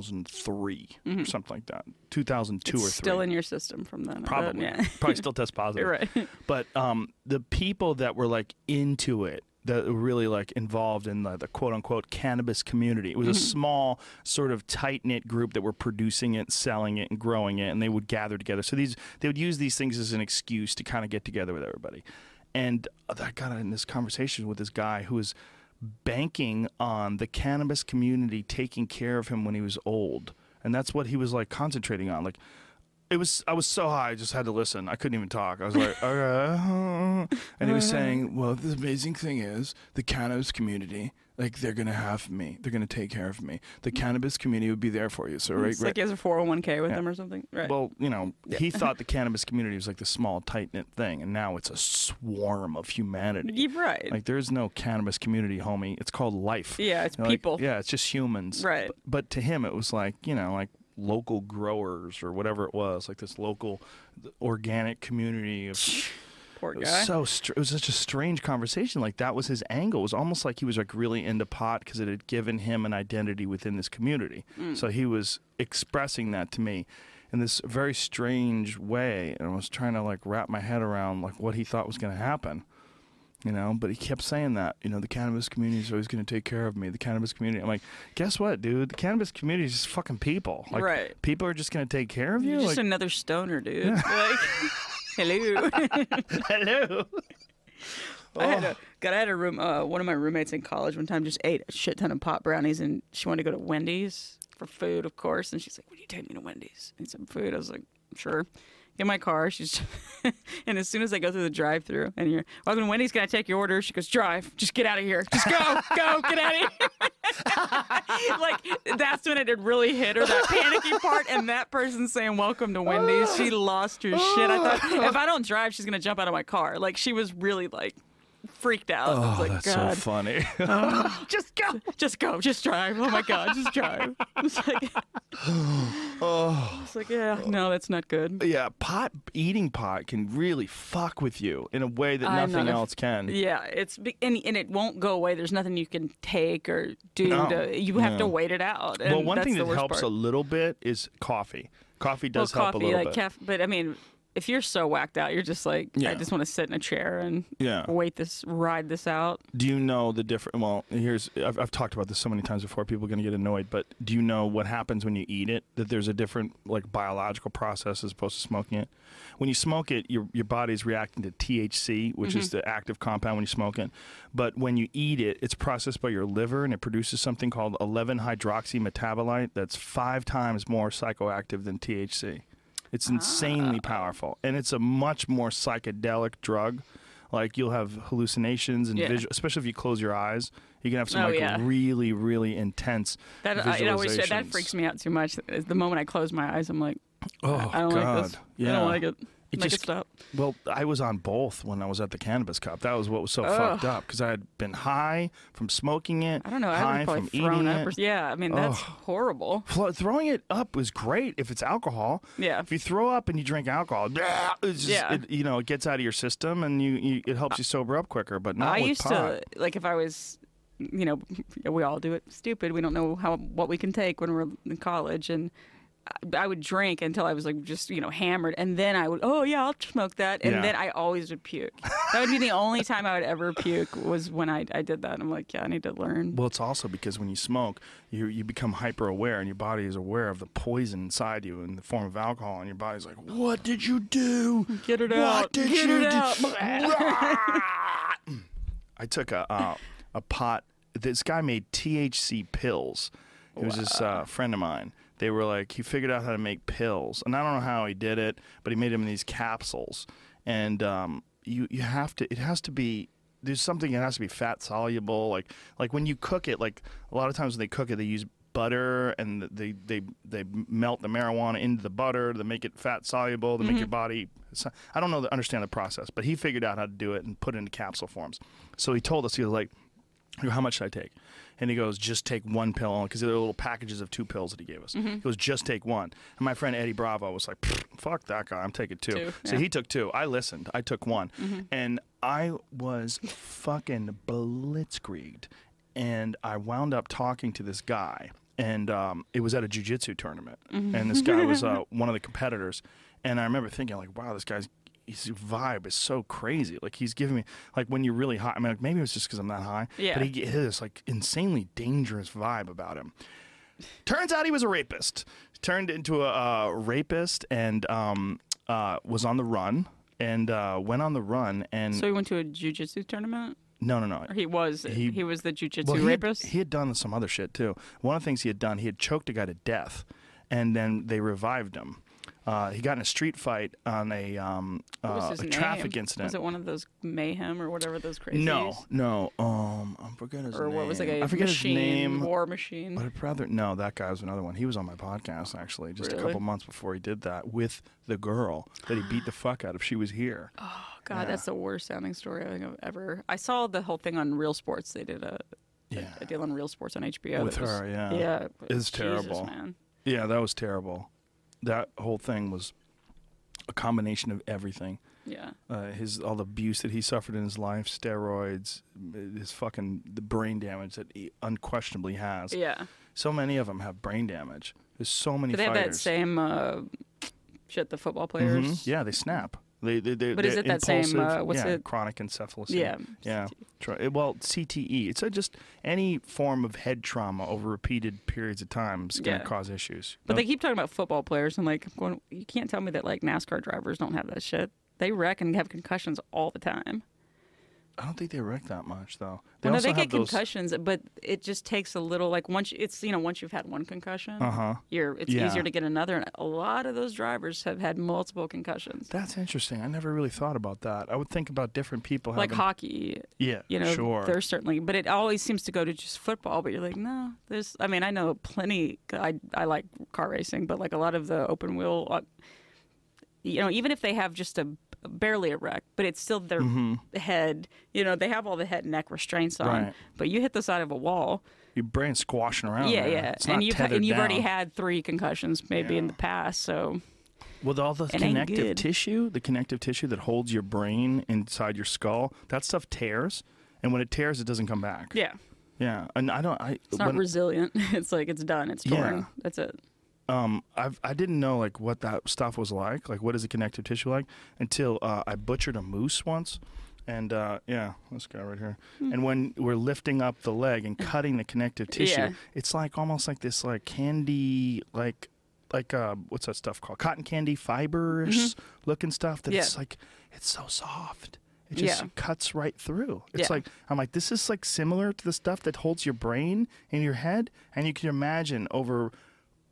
Speaker 1: 2003 or
Speaker 2: Mhm.
Speaker 1: something like that. 2002 or
Speaker 2: It's
Speaker 1: three.
Speaker 2: still in your system from then. I bet,
Speaker 1: Probably.
Speaker 2: Yeah.
Speaker 1: Probably still test positive.
Speaker 2: Right.
Speaker 1: But um, the people that were like into it, that were really like involved in the, the quote unquote cannabis community, it was a
Speaker 2: Mm-hmm.
Speaker 12: Mhm.
Speaker 1: small sort of tight knit group that were producing it, selling it, and growing it, and they would gather together. So these they would use these things as an excuse to kind of get together with everybody. And I got in this conversation with this guy who was banking on the cannabis community taking care of him when he was old. And that's what he was like concentrating on. Like, it was I was so high, I just had to listen. I couldn't even talk. I was like, okay. and he was
Speaker 2: Uh-huh.
Speaker 1: saying, "Well, the amazing thing is the cannabis community, like they're gonna have me. They're gonna take care of me. The cannabis community would be there for you." So right,
Speaker 2: Mm-hmm. it's
Speaker 1: right.
Speaker 2: like he has a 401k with
Speaker 1: Yeah.
Speaker 2: them or something. Right.
Speaker 1: Well, you know,
Speaker 2: Yeah.
Speaker 1: he thought the cannabis community was like the small, tight knit thing, and now it's a swarm of humanity.
Speaker 2: Yeah, right.
Speaker 1: Like there's no cannabis community, homie. It's called life.
Speaker 2: Yeah, it's
Speaker 1: Like,
Speaker 2: people.
Speaker 1: yeah, it's just humans.
Speaker 2: Right.
Speaker 1: But, but to him, it was like you know, like local growers or whatever it was, like this local organic community of.
Speaker 2: Poor
Speaker 1: It was
Speaker 2: guy.
Speaker 1: so str- it was such a strange conversation. Like that was his angle. It was almost like he was like really into pot because it had given him an identity within this community.
Speaker 12: Mm.
Speaker 1: So he was expressing that to me in this very strange way, and I was trying to like wrap my head around like what he thought was going to happen. You know, but he kept saying that, you know, the cannabis community is always going to take care of me. The cannabis community. I'm like, guess what, dude? The cannabis community is just fucking people. Like,
Speaker 2: Right.
Speaker 1: People are just going to take care of you.
Speaker 2: You're just
Speaker 1: Like-
Speaker 2: another stoner, dude. Like, hello.
Speaker 1: hello. Oh.
Speaker 2: I had a, God, I had a room. Uh, one of my roommates in college one time just ate a shit ton of pot brownies, and she wanted to go to Wendy's for food, of course. And she's like, "Would you take me to Wendy's? Need some food?" I was like, "Sure." Get in my car. She's, and as soon as I go through the drive-through, and you're, "Welcome to Wendy's. Can I take your order?" She goes, "Drive. Just get out of here. Just go, go, get out of here." like that's when it had really hit her that panicky part and that person saying welcome to wendy's she lost her shit i thought if i don't drive she's gonna jump out of my car like she was really like freaked out I was
Speaker 1: Oh,
Speaker 2: like
Speaker 1: that's
Speaker 2: god
Speaker 1: so funny.
Speaker 2: just go just go just drive oh my god just drive it's like
Speaker 1: oh.
Speaker 2: it's like yeah no that's not good
Speaker 1: Yeah, pot eating pot can really fuck with you in a way that
Speaker 2: I'm
Speaker 1: nothing
Speaker 2: not a-
Speaker 1: else can.
Speaker 2: yeah it's be- and, and it won't go away there's nothing you can take or do
Speaker 1: No.
Speaker 2: to, you have to
Speaker 1: No.
Speaker 2: wait it out
Speaker 1: well,
Speaker 2: and
Speaker 1: one
Speaker 2: that's
Speaker 1: thing
Speaker 2: the
Speaker 1: that
Speaker 2: worst
Speaker 1: helps
Speaker 2: part.
Speaker 1: a little bit is coffee. Coffee does
Speaker 2: well,
Speaker 1: help
Speaker 2: coffee,
Speaker 1: a little
Speaker 2: like
Speaker 1: bit.
Speaker 2: Caf- but I mean, if you're so whacked out, you're just like,
Speaker 1: Yeah.
Speaker 2: I just want to sit in a chair and
Speaker 1: Yeah.
Speaker 2: wait this, ride this out.
Speaker 1: do you know the different? Well, here's I've, I've talked about this so many times before. People are going to get annoyed, but do you know what happens when you eat it? That there's a different like biological process as opposed to smoking it. When you smoke it, your your body's reacting to THC, which is
Speaker 12: Mhm.
Speaker 1: the active compound when you smoke it. But when you eat it, it's processed by your liver and it produces something called 11 hydroxy metabolite that's five times more psychoactive than THC. It's insanely powerful and it's a much more psychedelic drug. Like you'll have hallucinations and
Speaker 2: Yeah.
Speaker 1: visual, especially if you close your eyes, you can have some
Speaker 2: Oh,
Speaker 1: like
Speaker 2: yeah.
Speaker 1: really, really intense
Speaker 2: That I- it always that
Speaker 1: visualizations.
Speaker 2: freaks me out too much. The moment I close my eyes, I'm like,
Speaker 1: Oh
Speaker 2: I don't
Speaker 1: God!
Speaker 2: like this.
Speaker 1: Yeah.
Speaker 2: I don't like it.
Speaker 1: It
Speaker 2: Make
Speaker 1: just
Speaker 2: it stop.
Speaker 1: Well, I was on both when I was at the cannabis cup. That was what was so
Speaker 2: Ugh.
Speaker 1: fucked up because I had been high from smoking it.
Speaker 2: I don't know. I
Speaker 1: High
Speaker 2: would
Speaker 1: from
Speaker 2: probably thrown
Speaker 1: eating
Speaker 2: up. Or,
Speaker 1: it.
Speaker 2: yeah, I mean that's
Speaker 1: Ugh.
Speaker 2: horrible.
Speaker 1: Flo- throwing it up is great if it's alcohol.
Speaker 2: Yeah.
Speaker 1: If you throw up and you drink alcohol, it's just,
Speaker 2: Yeah. Uh,
Speaker 1: it, you know, it gets out of your system and you, you it helps you sober up quicker. But not
Speaker 2: I
Speaker 1: with
Speaker 2: used
Speaker 1: pot.
Speaker 2: to like if I was, you know, we all do it. Stupid. We don't know how what we can take when we're in college, and I, I would drink until I was like just you know hammered, and then I would oh yeah I'll smoke that, and
Speaker 1: Yeah.
Speaker 2: then I always would puke. that would be the only time I would ever puke was when I I did that. I'm like yeah I need to learn.
Speaker 1: Well, it's also because when you smoke, you you become hyper aware, and your body is aware of the poison inside you in the form of alcohol, and your body's like, "What did you do?
Speaker 2: Get it
Speaker 1: what
Speaker 2: out.
Speaker 1: Did
Speaker 2: Get
Speaker 1: you
Speaker 2: it
Speaker 1: do?
Speaker 2: out.
Speaker 1: I took a uh, a pot. This guy made THC pills. It was this uh, friend of mine. They were like, he figured out how to make pills, and I don't know how he did it, but he made them in these capsules. And um, you you have to. It has to be. There's something that has to be fat soluble. Like like when you cook it. Like a lot of times when they cook it, they use butter and they they they melt the marijuana into the butter to make it fat soluble to make your body so- I don't know the, understand the process but he figured out how to do it and put it into capsule forms so he told us he was like you know, how much should I take? And he goes, just take one pill only, because there were little packages of two pills that he gave us. He goes, just take one. And my friend Eddie Bravo was like, "Pfft, fuck that guy, I'm taking two.
Speaker 2: Two,
Speaker 1: So
Speaker 2: yeah.
Speaker 1: he took two. I listened. I took one. And I was fucking blitzkrieged. And I wound up talking to this guy. And um, it was at a jujitsu tournament. And this guy was uh, one of the competitors. And I remember thinking, like, wow, this guy's his vibe is so crazy. Like, he's giving me, like, when you're really high. I mean, like, maybe it's just because I'm not high.
Speaker 2: Yeah.
Speaker 1: But he had this, like, insanely dangerous vibe about him. Turns out he was a rapist. Turned into a uh, rapist and um, uh, was on the run and uh, went on the run and
Speaker 2: So he went to a jujitsu tournament.
Speaker 1: no no no
Speaker 2: Or he was
Speaker 1: He-
Speaker 2: he, was the jujitsu
Speaker 1: well, he had-
Speaker 2: rapist.
Speaker 1: He had done some other shit too. One of the things he had done, he had choked a guy to death, and then they revived him. Uh, he got in a street fight on a, um,
Speaker 2: What was
Speaker 1: uh,
Speaker 2: his
Speaker 1: a
Speaker 2: name?
Speaker 1: traffic incident.
Speaker 2: Was it one of those mayhem or whatever those crazy?
Speaker 1: no, no. Um, I forget his
Speaker 2: Or
Speaker 1: name.
Speaker 2: what was it? Like a
Speaker 1: I forget
Speaker 2: machine,
Speaker 1: his name.
Speaker 2: War machine. Oh,
Speaker 1: But I'd rather no. That guy was another one. He was on my podcast actually, just a
Speaker 2: Really?
Speaker 1: couple months before he did that with the girl that he beat the fuck out of. She was here.
Speaker 2: God,
Speaker 1: Yeah.
Speaker 2: that's the worst sounding story I think I've ever. I saw the whole thing on Real Sports. They did a, a-
Speaker 1: Yeah.
Speaker 2: a deal on Real Sports on HBO
Speaker 1: with
Speaker 2: that was-
Speaker 1: her. Yeah,
Speaker 2: yeah, but
Speaker 1: it's
Speaker 2: Jesus,
Speaker 1: terrible.
Speaker 2: man.
Speaker 1: Yeah, that was terrible. That whole thing was a combination of everything.
Speaker 2: Yeah.
Speaker 1: Uh, his all the abuse that he suffered in his life, steroids, m- his fucking the brain damage that he unquestionably has.
Speaker 2: Yeah.
Speaker 1: So many of them have brain damage. There's so many
Speaker 2: But they have that
Speaker 1: fighters.
Speaker 2: same uh, shit the football
Speaker 1: Mhm.
Speaker 2: players.
Speaker 1: Yeah, they snap. They, they, they,
Speaker 2: But is
Speaker 1: they're
Speaker 2: it that same,
Speaker 1: impulsive.
Speaker 2: uh, what's
Speaker 1: yeah,
Speaker 2: it-
Speaker 1: Chronic encephalitis.
Speaker 2: Yeah,
Speaker 1: Yeah. Tra- it- Well, CTE. It's uh just any form of head trauma over repeated periods of time is going to
Speaker 2: Yeah.
Speaker 1: cause issues.
Speaker 2: But
Speaker 1: No-
Speaker 2: they keep talking about football players and like I'm going, you can't tell me that like NASCAR drivers don't have that shit. They wreck and have concussions all the time.
Speaker 1: I don't think they wreck that much though.
Speaker 2: Well, no, they
Speaker 1: have
Speaker 2: get
Speaker 1: those-
Speaker 2: concussions, but it just takes a little. Like once you- it's you know once you've had one concussion,
Speaker 1: Uh-huh.
Speaker 2: you're it's
Speaker 1: Yeah.
Speaker 2: easier to get another. And a lot of those drivers have had multiple concussions,
Speaker 1: That's interesting. I never really thought about that. I would think about different people.
Speaker 2: like
Speaker 1: having-
Speaker 2: hockey.
Speaker 1: Yeah,
Speaker 2: you know,
Speaker 1: sure.
Speaker 2: there's certainly, but it always seems to go to just football. But you're like, no, there's. I mean, I know plenty. I I like car racing, but like a lot of the open wheel, uh, you know, even if they have just a barely a wreck, but it's still their
Speaker 1: Mhm.
Speaker 2: head. You know, they have all the head and neck restraints on,
Speaker 1: Right.
Speaker 2: but you hit the side of a wall.
Speaker 1: Your brain's squashing around. Oh,
Speaker 2: yeah,
Speaker 1: man.
Speaker 2: yeah.
Speaker 1: It's
Speaker 2: and
Speaker 1: not
Speaker 2: you've ha-
Speaker 1: tethered
Speaker 2: and you've already
Speaker 1: down.
Speaker 2: had three concussions maybe in the past, so
Speaker 1: with all the
Speaker 2: it ain't
Speaker 1: connective
Speaker 2: good.
Speaker 1: tissue, the connective tissue that holds your brain inside your skull. That stuff tears, and when it tears, it doesn't come back.
Speaker 2: yeah.
Speaker 1: Yeah, and I don't. I
Speaker 2: It's not
Speaker 1: when-
Speaker 2: resilient. It's like it's done. It's
Speaker 1: Yeah.
Speaker 2: torn. That's it.
Speaker 1: um, I've, I didn't know like what that stuff was like. Like, what is the connective tissue like? Until uh, I butchered a moose once, and uh, yeah, this guy right here.
Speaker 2: Hmm.
Speaker 1: And when we're lifting up the leg and cutting the connective tissue,
Speaker 2: Yeah.
Speaker 1: it's like almost like this like candy like like uh, what's that stuff called? Cotton candy fiberish looking stuff. That
Speaker 2: Mm-hmm. Yeah.
Speaker 1: it's like it's so soft. It just
Speaker 2: Yeah.
Speaker 1: cuts right through. It's
Speaker 2: Yeah.
Speaker 1: like I'm like this is like similar to the stuff that holds your brain in your head, and you can imagine over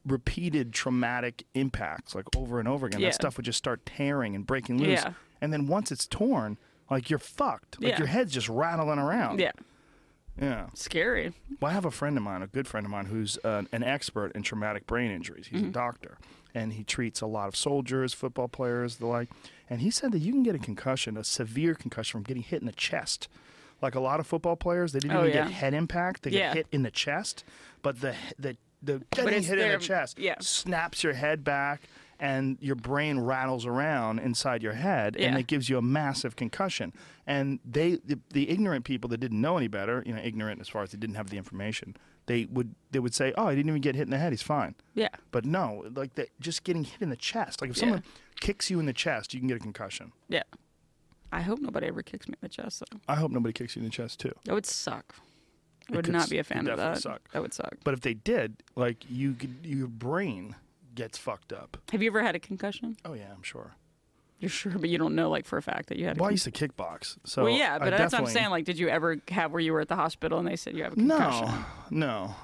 Speaker 1: repeated traumatic impacts, like over and over again,
Speaker 2: Yeah.
Speaker 1: that stuff would just start tearing and breaking loose.
Speaker 2: Yeah.
Speaker 1: And then once it's torn, like you're fucked. Like
Speaker 2: Yeah.
Speaker 1: your head's just rattling around.
Speaker 2: Yeah.
Speaker 1: Yeah.
Speaker 2: Scary.
Speaker 1: Well, I have a friend of mine, a good friend of mine, who's uh, an expert in traumatic brain injuries. He's a
Speaker 2: Mhm.
Speaker 1: doctor, and he treats a lot of soldiers, football players, the like. And he said that you can get a concussion, a severe concussion, from getting hit in the chest. Like a lot of football players, they didn't
Speaker 2: Oh,
Speaker 1: even
Speaker 2: yeah.
Speaker 1: get head impact; they
Speaker 2: Yeah.
Speaker 1: get hit in the chest. But the the the getting
Speaker 2: it's
Speaker 1: hit in
Speaker 2: their-
Speaker 1: the chest
Speaker 2: yeah.
Speaker 1: snaps your head back. And your brain rattles around inside your head, and
Speaker 2: Yeah.
Speaker 1: it gives you a massive concussion. And they, the, the ignorant people that didn't know any better, you know, ignorant as far as they didn't have the information, they would they would say, "Oh, he didn't even get hit in the head. He's fine."
Speaker 2: Yeah.
Speaker 1: But no, like that, just getting hit in the chest. Like if someone kicks you in the chest, you can get a concussion.
Speaker 2: Yeah. I hope nobody ever kicks me in the chest, though.
Speaker 1: I hope nobody kicks you in the chest too.
Speaker 2: That would suck. I
Speaker 1: It
Speaker 2: would
Speaker 1: could
Speaker 2: not
Speaker 1: s-
Speaker 2: be a
Speaker 1: it
Speaker 2: fan of
Speaker 1: definitely
Speaker 2: that.
Speaker 1: suck.
Speaker 2: That would suck.
Speaker 1: But if they did, like you, could, your brain gets fucked up.
Speaker 2: Have you ever had a concussion?
Speaker 1: Oh yeah, I'm sure.
Speaker 2: You're sure, but you don't know, like, for a fact that you had a
Speaker 1: Well, I
Speaker 2: con-
Speaker 1: used to kickbox, so
Speaker 2: well, yeah,
Speaker 1: I
Speaker 2: but that's what I'm
Speaker 1: definitely-
Speaker 2: saying. Like, did you ever have where you were at the hospital and they said you have a concussion?
Speaker 1: No, no,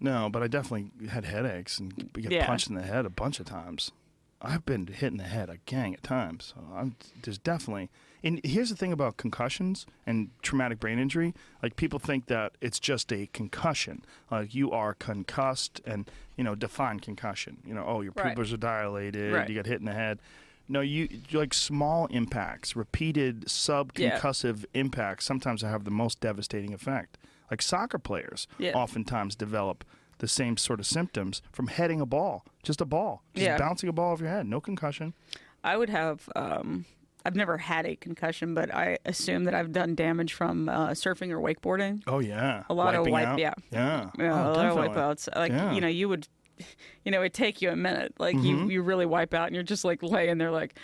Speaker 1: no. But I definitely had headaches and we got
Speaker 2: Yeah.
Speaker 1: punched in the head a bunch of times. I've been hit in the head a gang of times. So I'm there's definitely. And here's the thing about concussions and traumatic brain injury. Like people think that it's just a concussion. Like you are concussed, and you know, define concussion. You know, oh, your
Speaker 11: Right.
Speaker 1: pupils are dilated.
Speaker 11: Right.
Speaker 1: You got hit in the head. No, you like small impacts, repeated
Speaker 11: Yeah.
Speaker 1: subconcussive massive impacts sometimes have the most devastating effect. Like soccer players
Speaker 11: Yeah.
Speaker 1: oftentimes develop the same sort of symptoms from heading a ball, just a ball, just
Speaker 2: Yeah.
Speaker 1: bouncing a ball off your head, no concussion.
Speaker 2: I would have. Um, I've never had a concussion, but I assume that I've done damage from uh, surfing or wakeboarding.
Speaker 1: Oh yeah,
Speaker 2: A lot of
Speaker 1: Wiping
Speaker 2: wipe,
Speaker 1: out.
Speaker 2: yeah,
Speaker 1: yeah,
Speaker 2: yeah,
Speaker 1: Oh,
Speaker 2: a lot of
Speaker 1: definitely.
Speaker 2: wipeouts. Like
Speaker 1: Yeah.
Speaker 2: you know, you would, you know, it would take you a minute. Like you,
Speaker 1: Mhm.
Speaker 2: you really wipe out, and you're just like laying there, like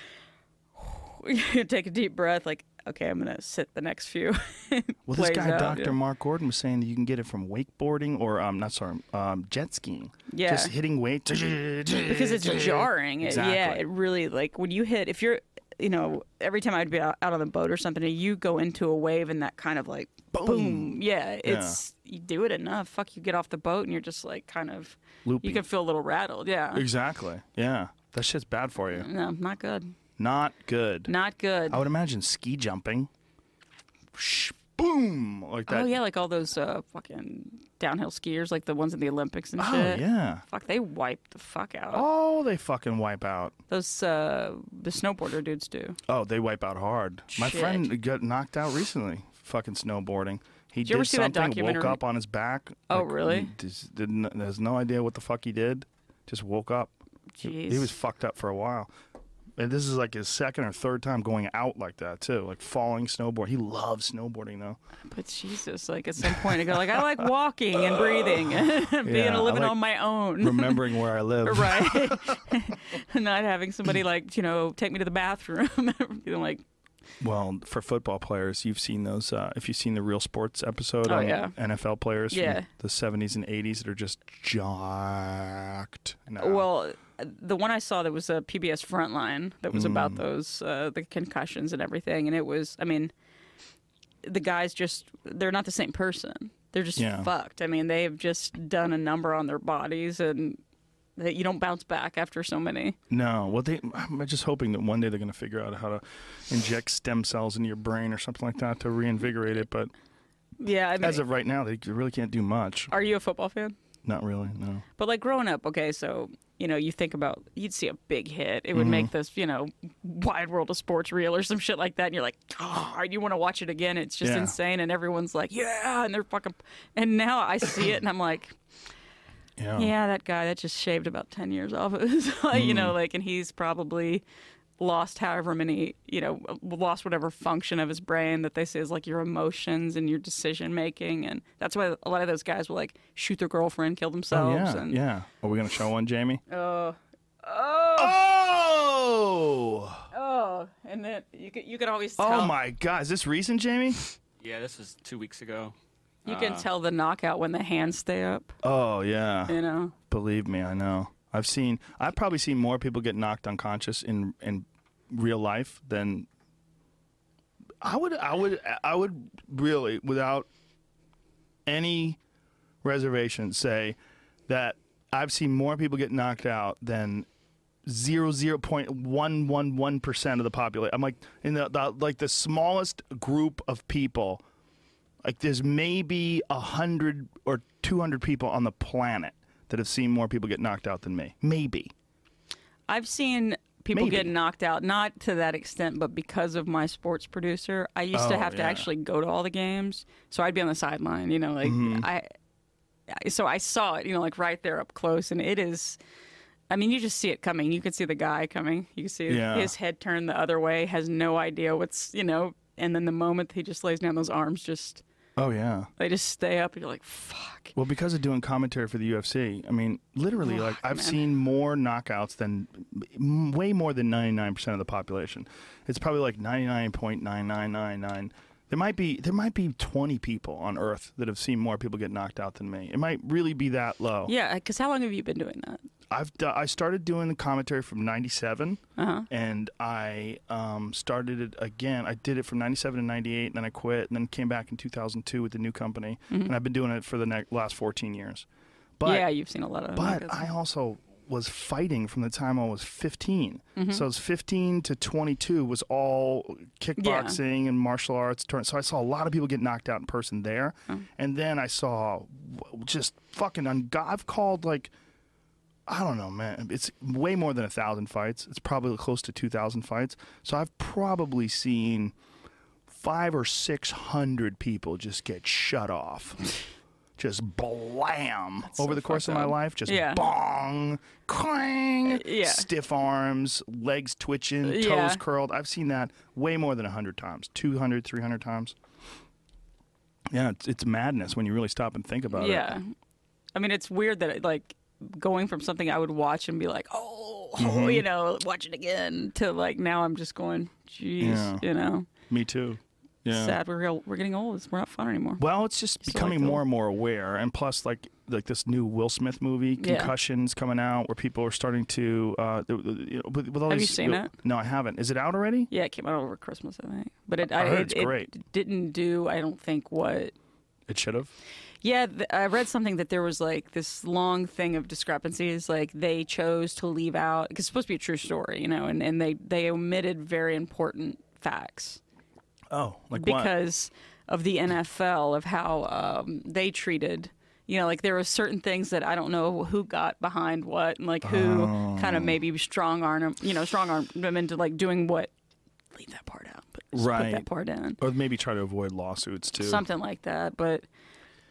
Speaker 2: you take a deep breath, like okay, I'm gonna sit the next few.
Speaker 1: Well, this
Speaker 2: plays
Speaker 1: guy,
Speaker 2: out,
Speaker 1: Dr.
Speaker 2: yeah.
Speaker 1: Mark Gordon, was saying that you can get it from wakeboarding or, um, not sorry, um, jet skiing.
Speaker 2: Yeah.
Speaker 1: Just hitting weight.
Speaker 2: because
Speaker 1: Because
Speaker 2: it's jarring. It-
Speaker 1: Exactly.
Speaker 2: Yeah, it really like when you hit if you're you know every time I'd be out, out on the boat or something, and you go into a wave and that kind of like boom, yeah, it's you do it enough. Fuck, you get off the boat and you're just like kind of
Speaker 1: Loopy.
Speaker 2: You can feel a little rattled. Yeah,
Speaker 1: Exactly. Yeah. That shit's bad for you.
Speaker 2: No, not good.
Speaker 1: Not good.
Speaker 2: Not good.
Speaker 1: I would imagine ski jumping. Sh- boom! Like that.
Speaker 2: oh yeah, like all those uh, fucking downhill skiers, like the ones in the Olympics and
Speaker 1: Oh,
Speaker 2: shit.
Speaker 1: yeah.
Speaker 2: fuck, they wipe the fuck out.
Speaker 1: Oh, they fucking wipe out.
Speaker 2: Those uh, the snowboarder dudes do.
Speaker 1: Oh, they wipe out hard. My
Speaker 2: Shit.
Speaker 1: friend got knocked out recently. Fucking snowboarding. He
Speaker 2: Did you ever see that
Speaker 1: something, woke
Speaker 2: documentary?
Speaker 1: up on his back.
Speaker 2: Oh, really?
Speaker 1: Just didn't, has no idea what the fuck he did. Just woke up. He, he
Speaker 2: Jeez.
Speaker 1: was fucked up for a while. And this is like his second or third time going out like that too, like falling snowboard. He loves snowboarding though.
Speaker 2: But Jesus, like at some point, I go like, I like walking and breathing, being
Speaker 1: Yeah, I
Speaker 2: a living
Speaker 1: like
Speaker 2: on my own,
Speaker 1: remembering where I live.
Speaker 2: right? Not having somebody like you know take me to the bathroom, being like,
Speaker 1: Well, for football players, you've seen those. Uh, if you've seen the Real Sports episode
Speaker 2: Oh,
Speaker 1: on
Speaker 2: yeah.
Speaker 1: NFL players
Speaker 2: Yeah.
Speaker 1: from the 70s and 80s that are just jacked. now.
Speaker 2: well, the one I saw that was a PBS Frontline that was
Speaker 1: Mm.
Speaker 2: about those uh, the concussions and everything, and it was, I mean, the guys just they're not the same person. They're just
Speaker 1: Yeah.
Speaker 2: fucked. I mean, they've just done a number on their bodies, and that you don't bounce back after so many.
Speaker 1: No, well, they. I'm just hoping that one day they're going to figure out how to inject stem cells into your brain or something like that to reinvigorate it. But
Speaker 2: Yeah, I mean,
Speaker 1: as of right now, they really can't do much.
Speaker 2: are you a football fan?
Speaker 1: Not really. No.
Speaker 2: But like growing up, okay, so you know, you think about you'd see a big hit. It would make
Speaker 1: Mhm.
Speaker 2: this, you know, wide world of sports reel or some shit like that, and you're like, oh, you want to watch it again. It's just
Speaker 1: Yeah.
Speaker 2: insane, and everyone's like, yeah, and they're fucking. And now I see it, and I'm like,
Speaker 1: yeah,
Speaker 2: that guy that just shaved about ten years off of his, life," you know,
Speaker 1: Mm.
Speaker 2: like, and he's probably lost however many, you know, lost whatever function of his brain that they say is like your emotions and your decision making, and that's why a lot of those guys will like shoot their girlfriend, kill
Speaker 1: Oh,
Speaker 2: themselves,
Speaker 1: yeah.
Speaker 2: and
Speaker 1: Yeah. Are we going to show one, Jamie?
Speaker 2: Oh. Oh.
Speaker 1: Oh.
Speaker 2: Oh. And then you could you could always tell.
Speaker 1: Oh my God! Is this recent, Jamie?
Speaker 3: Yeah, this was two weeks ago.
Speaker 2: You can
Speaker 3: Uh,
Speaker 2: tell the knockout when the hands stay up.
Speaker 1: Oh yeah.
Speaker 2: You know.
Speaker 1: Believe me, I know. I've seen. I've probably seen more people get knocked unconscious in in real life than. I would. I would. I would really, without any reservation, say that I've seen more people get knocked out than. Zero zero point one one one percent of the population. I'm like in the, the like the smallest group of people Like there's maybe a hundred or two hundred people on the planet that have seen more people get knocked out than me. Maybe.
Speaker 2: I've seen people
Speaker 1: Maybe.
Speaker 2: get knocked out, not to that extent, but because of my sports producer, I used to
Speaker 12: Oh,
Speaker 2: have to
Speaker 12: yeah.
Speaker 2: actually go to all the games, so I'd be on the sideline. You know, like
Speaker 12: Mhm.
Speaker 2: I, I- so I saw it. You know, like right there up close, and it is. I mean, you just see it coming. You can see the guy coming. You can see
Speaker 12: Yeah.
Speaker 2: his head turned the other way. Has no idea what's you know. And then the moment he just lays down, those arms just
Speaker 1: Oh yeah.
Speaker 2: they just stay up. And you're like, fuck.
Speaker 1: Well, because of doing commentary for the UFC, I mean, literally, like I've
Speaker 2: man.
Speaker 1: seen more knockouts than, m- way more than ninety nine percent of the population. It's probably like ninety nine point nine nine nine nine. There might be there might be twenty people on Earth that have seen more people get knocked out than me. It might really be that low.
Speaker 2: Yeah, because how long have you been doing that?
Speaker 1: I've do- I started doing the commentary from '97,
Speaker 2: Uh-huh.
Speaker 1: and I um, started it again. I did it from '97 to '98, and then I quit, and then came back in 2002 with the new company,
Speaker 2: Mhm.
Speaker 1: and I've been doing it for the ne- last 14 years.
Speaker 2: yeah, you've seen a lot of.
Speaker 1: But
Speaker 2: knockouts.
Speaker 1: I also was fighting from the time I was 15.
Speaker 2: Mhm.
Speaker 1: So I was 15 to 22 was all kickboxing and martial arts. tourna- So I saw a lot of people get knocked out in person there. And then I saw w- just fucking, un- I've called like, I don't know, man. It's way more than a thousand fights. It's probably close to 2,000 fights. So I've probably seen five or 600 people just get shut off. just blam over the course of my life. Just
Speaker 2: Yeah. Uh,
Speaker 1: bong, clang,
Speaker 2: yeah. Uh,
Speaker 1: stiff arms, legs twitching, toes
Speaker 2: Yeah.
Speaker 1: curled. I've seen that way more than 100 times, 200, 300 times. Yeah, it's, it's madness when you really stop and think about
Speaker 2: yeah.
Speaker 1: it.
Speaker 2: I mean, it's weird that it, like going from something I would watch and be like, oh, you
Speaker 1: Mm-hmm.
Speaker 2: know, watch it again, to like now I'm just going, jeez,
Speaker 1: Yeah.
Speaker 2: you know,
Speaker 1: Me too. Yeah.
Speaker 2: sad. We're real, we're getting old. It's- We're not fun anymore.
Speaker 1: Well, it's just
Speaker 2: Still
Speaker 1: becoming
Speaker 2: like the-
Speaker 1: more and more aware, and plus, like like this new Will Smith movie,
Speaker 2: Yeah.
Speaker 1: Concussions, coming out, where people are starting to. Uh, th- th- you know, with, with all
Speaker 2: Have you
Speaker 1: these,
Speaker 2: seen it?
Speaker 1: No, I haven't. Is it out already?
Speaker 2: Yeah, it came out over Christmas, I think. But it,
Speaker 1: I
Speaker 2: I,
Speaker 1: heard
Speaker 2: it,
Speaker 1: it's
Speaker 2: it
Speaker 1: great.
Speaker 2: didn't do, I don't think, what
Speaker 1: It should have.
Speaker 2: Yeah, th- I read something that there was like this long thing of discrepancies. Like they chose to leave out because it's supposed to be a true story, you know, and, and they they omitted very important facts
Speaker 1: Oh, like what?
Speaker 2: because of the NFL of how um, they treated. You know, like there were certain things that I don't know who got behind what, and like who
Speaker 1: Oh.
Speaker 2: kind of maybe strong arm, you know, strong arm them into like doing what. Leave that part out, but just
Speaker 1: right
Speaker 2: put that part in.
Speaker 1: or maybe try to avoid lawsuits too.
Speaker 2: Something like that. But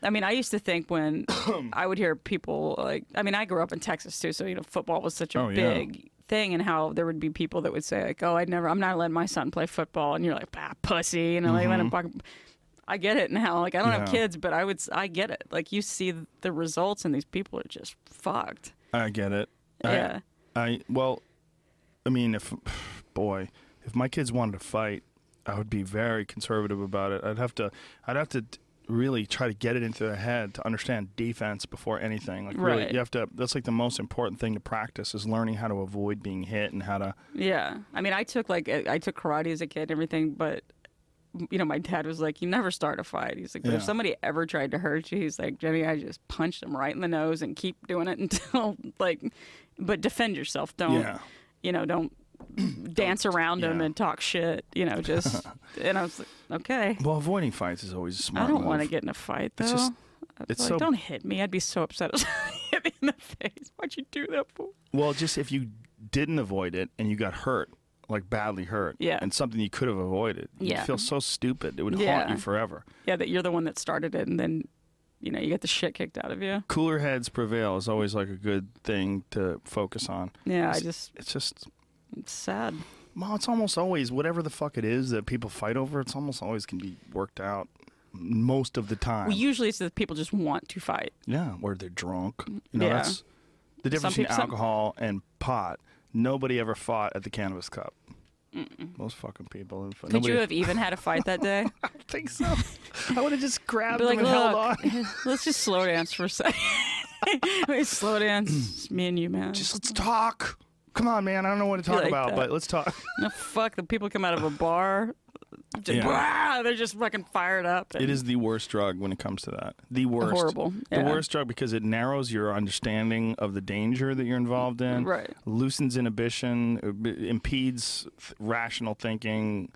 Speaker 2: I mean, I used to think when I would hear people like, I mean, I grew up in Texas too, so you know, football was such a
Speaker 12: Oh, yeah.
Speaker 2: big thing, and how there would be people that would say like, "Oh, I'd never, I'm not letting my son play football," and you're like, "Bah, pussy," you know, like, let him
Speaker 12: Mhm.
Speaker 2: fucking- I get it now. Like, I don't have
Speaker 1: Mm-hmm. Yeah.
Speaker 2: kids, but I would, s- I get it. Like, you see the results, and these people are just fucked.
Speaker 1: I get it. I-
Speaker 2: Yeah.
Speaker 1: I, well, I mean, if boy, if my kids wanted to fight, I would be very conservative about it. I'd have to, I'd have to really try to get it into their head to understand defense before anything. Like really,
Speaker 2: Right.
Speaker 1: you have to. That's like the most important thing to practice is learning how to avoid being hit and how to.
Speaker 2: Yeah, I mean, I took like I I took karate as a kid and everything, but you know, my dad was like, "You never start a fight." He's like, "But
Speaker 12: Yeah.
Speaker 2: if somebody ever tried to hurt you, he's like, Jenny, I just punch them right in the nose and keep doing it until like, but defend yourself. Don't
Speaker 12: Yeah.
Speaker 2: you know? Don't dance around them
Speaker 1: yeah.
Speaker 2: and talk shit. You know, just and I was like, okay,
Speaker 1: Well, avoiding fights is always a smart.
Speaker 2: I don't want to
Speaker 1: move.
Speaker 2: get in a fight though.
Speaker 1: It's just-
Speaker 2: I was
Speaker 1: it's
Speaker 2: like,
Speaker 1: so-
Speaker 2: don't hit me. I'd be so upset if somebody hit me in the face. Why'd you do that for?
Speaker 1: Well, just if you didn't avoid it and you got hurt, like badly hurt,
Speaker 2: Yeah.
Speaker 1: and something you could have avoided,
Speaker 2: Yeah.
Speaker 1: you'd feel so stupid. It would haunt
Speaker 2: Yeah.
Speaker 1: you forever.
Speaker 2: Yeah, that you're the one that started it, and then you know you get the shit kicked out of you.
Speaker 1: Cooler heads prevail is always like a good thing to focus on.
Speaker 2: Yeah, I
Speaker 1: It's-
Speaker 2: just-
Speaker 1: it's just
Speaker 2: it's sad.
Speaker 1: Well, it's almost always whatever the fuck it is that people fight over. It's almost always can be worked out most of the time.
Speaker 2: Well, usually it's that people just want to fight.
Speaker 1: yeah, where they're drunk. You know,
Speaker 2: Mm, Yeah.
Speaker 1: that's the difference
Speaker 2: Some
Speaker 1: between
Speaker 2: peop- some-
Speaker 1: alcohol and pot. Nobody ever fought at the cannabis cup. Most fucking people.
Speaker 2: Could you have even had a fight that day? I
Speaker 1: think so. I would have just grabbed
Speaker 2: Be like,
Speaker 1: them and held
Speaker 2: "Look, let's just slow dance for a second. Let's slow dance, It's me and you, man.
Speaker 1: Just let's talk. Come on, man. I don't know what to talk about, but let's talk.
Speaker 2: No, fuck. The people come out of a bar. Just,
Speaker 1: Yeah.
Speaker 2: "Wah!" they're just fucking fired up.
Speaker 1: It is the worst drug when it comes to that. The worst.
Speaker 2: Horrible, yeah.
Speaker 1: The worst drug because it narrows your understanding of the danger that you're involved in.
Speaker 2: Right.
Speaker 1: Loosens inhibition, uh, b- impedes th- rational thinking.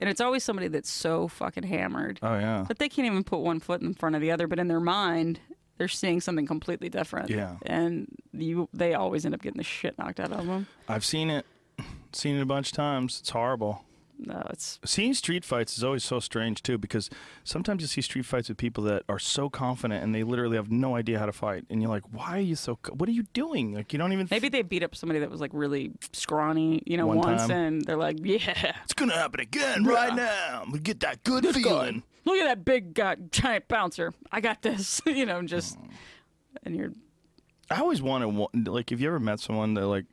Speaker 2: And it's always somebody that's so fucking hammered
Speaker 1: Oh yeah.
Speaker 2: that they can't even put one foot in front of the other, but in their mind, they're seeing something completely different.
Speaker 1: Yeah.
Speaker 2: And you, they always end up getting the shit knocked out of them.
Speaker 1: I've seen it, seen it a bunch of times. It's horrible.
Speaker 2: No, it's
Speaker 1: seeing street fights is always so strange too because sometimes you see street fights with people that are so confident and they literally have no idea how to fight, and you're like, why are you so? Co- what are you doing? Like you don't even.
Speaker 2: Maybe they beat up somebody that was like really scrawny, you know,
Speaker 1: One
Speaker 2: once,
Speaker 1: time.
Speaker 2: and they're like, yeah.
Speaker 1: It's gonna happen again right now. We get that good feeling.
Speaker 2: Look at that big uh, giant bouncer. I got this, you know, just and you're
Speaker 1: I always wanted one. Like, have you ever met someone that like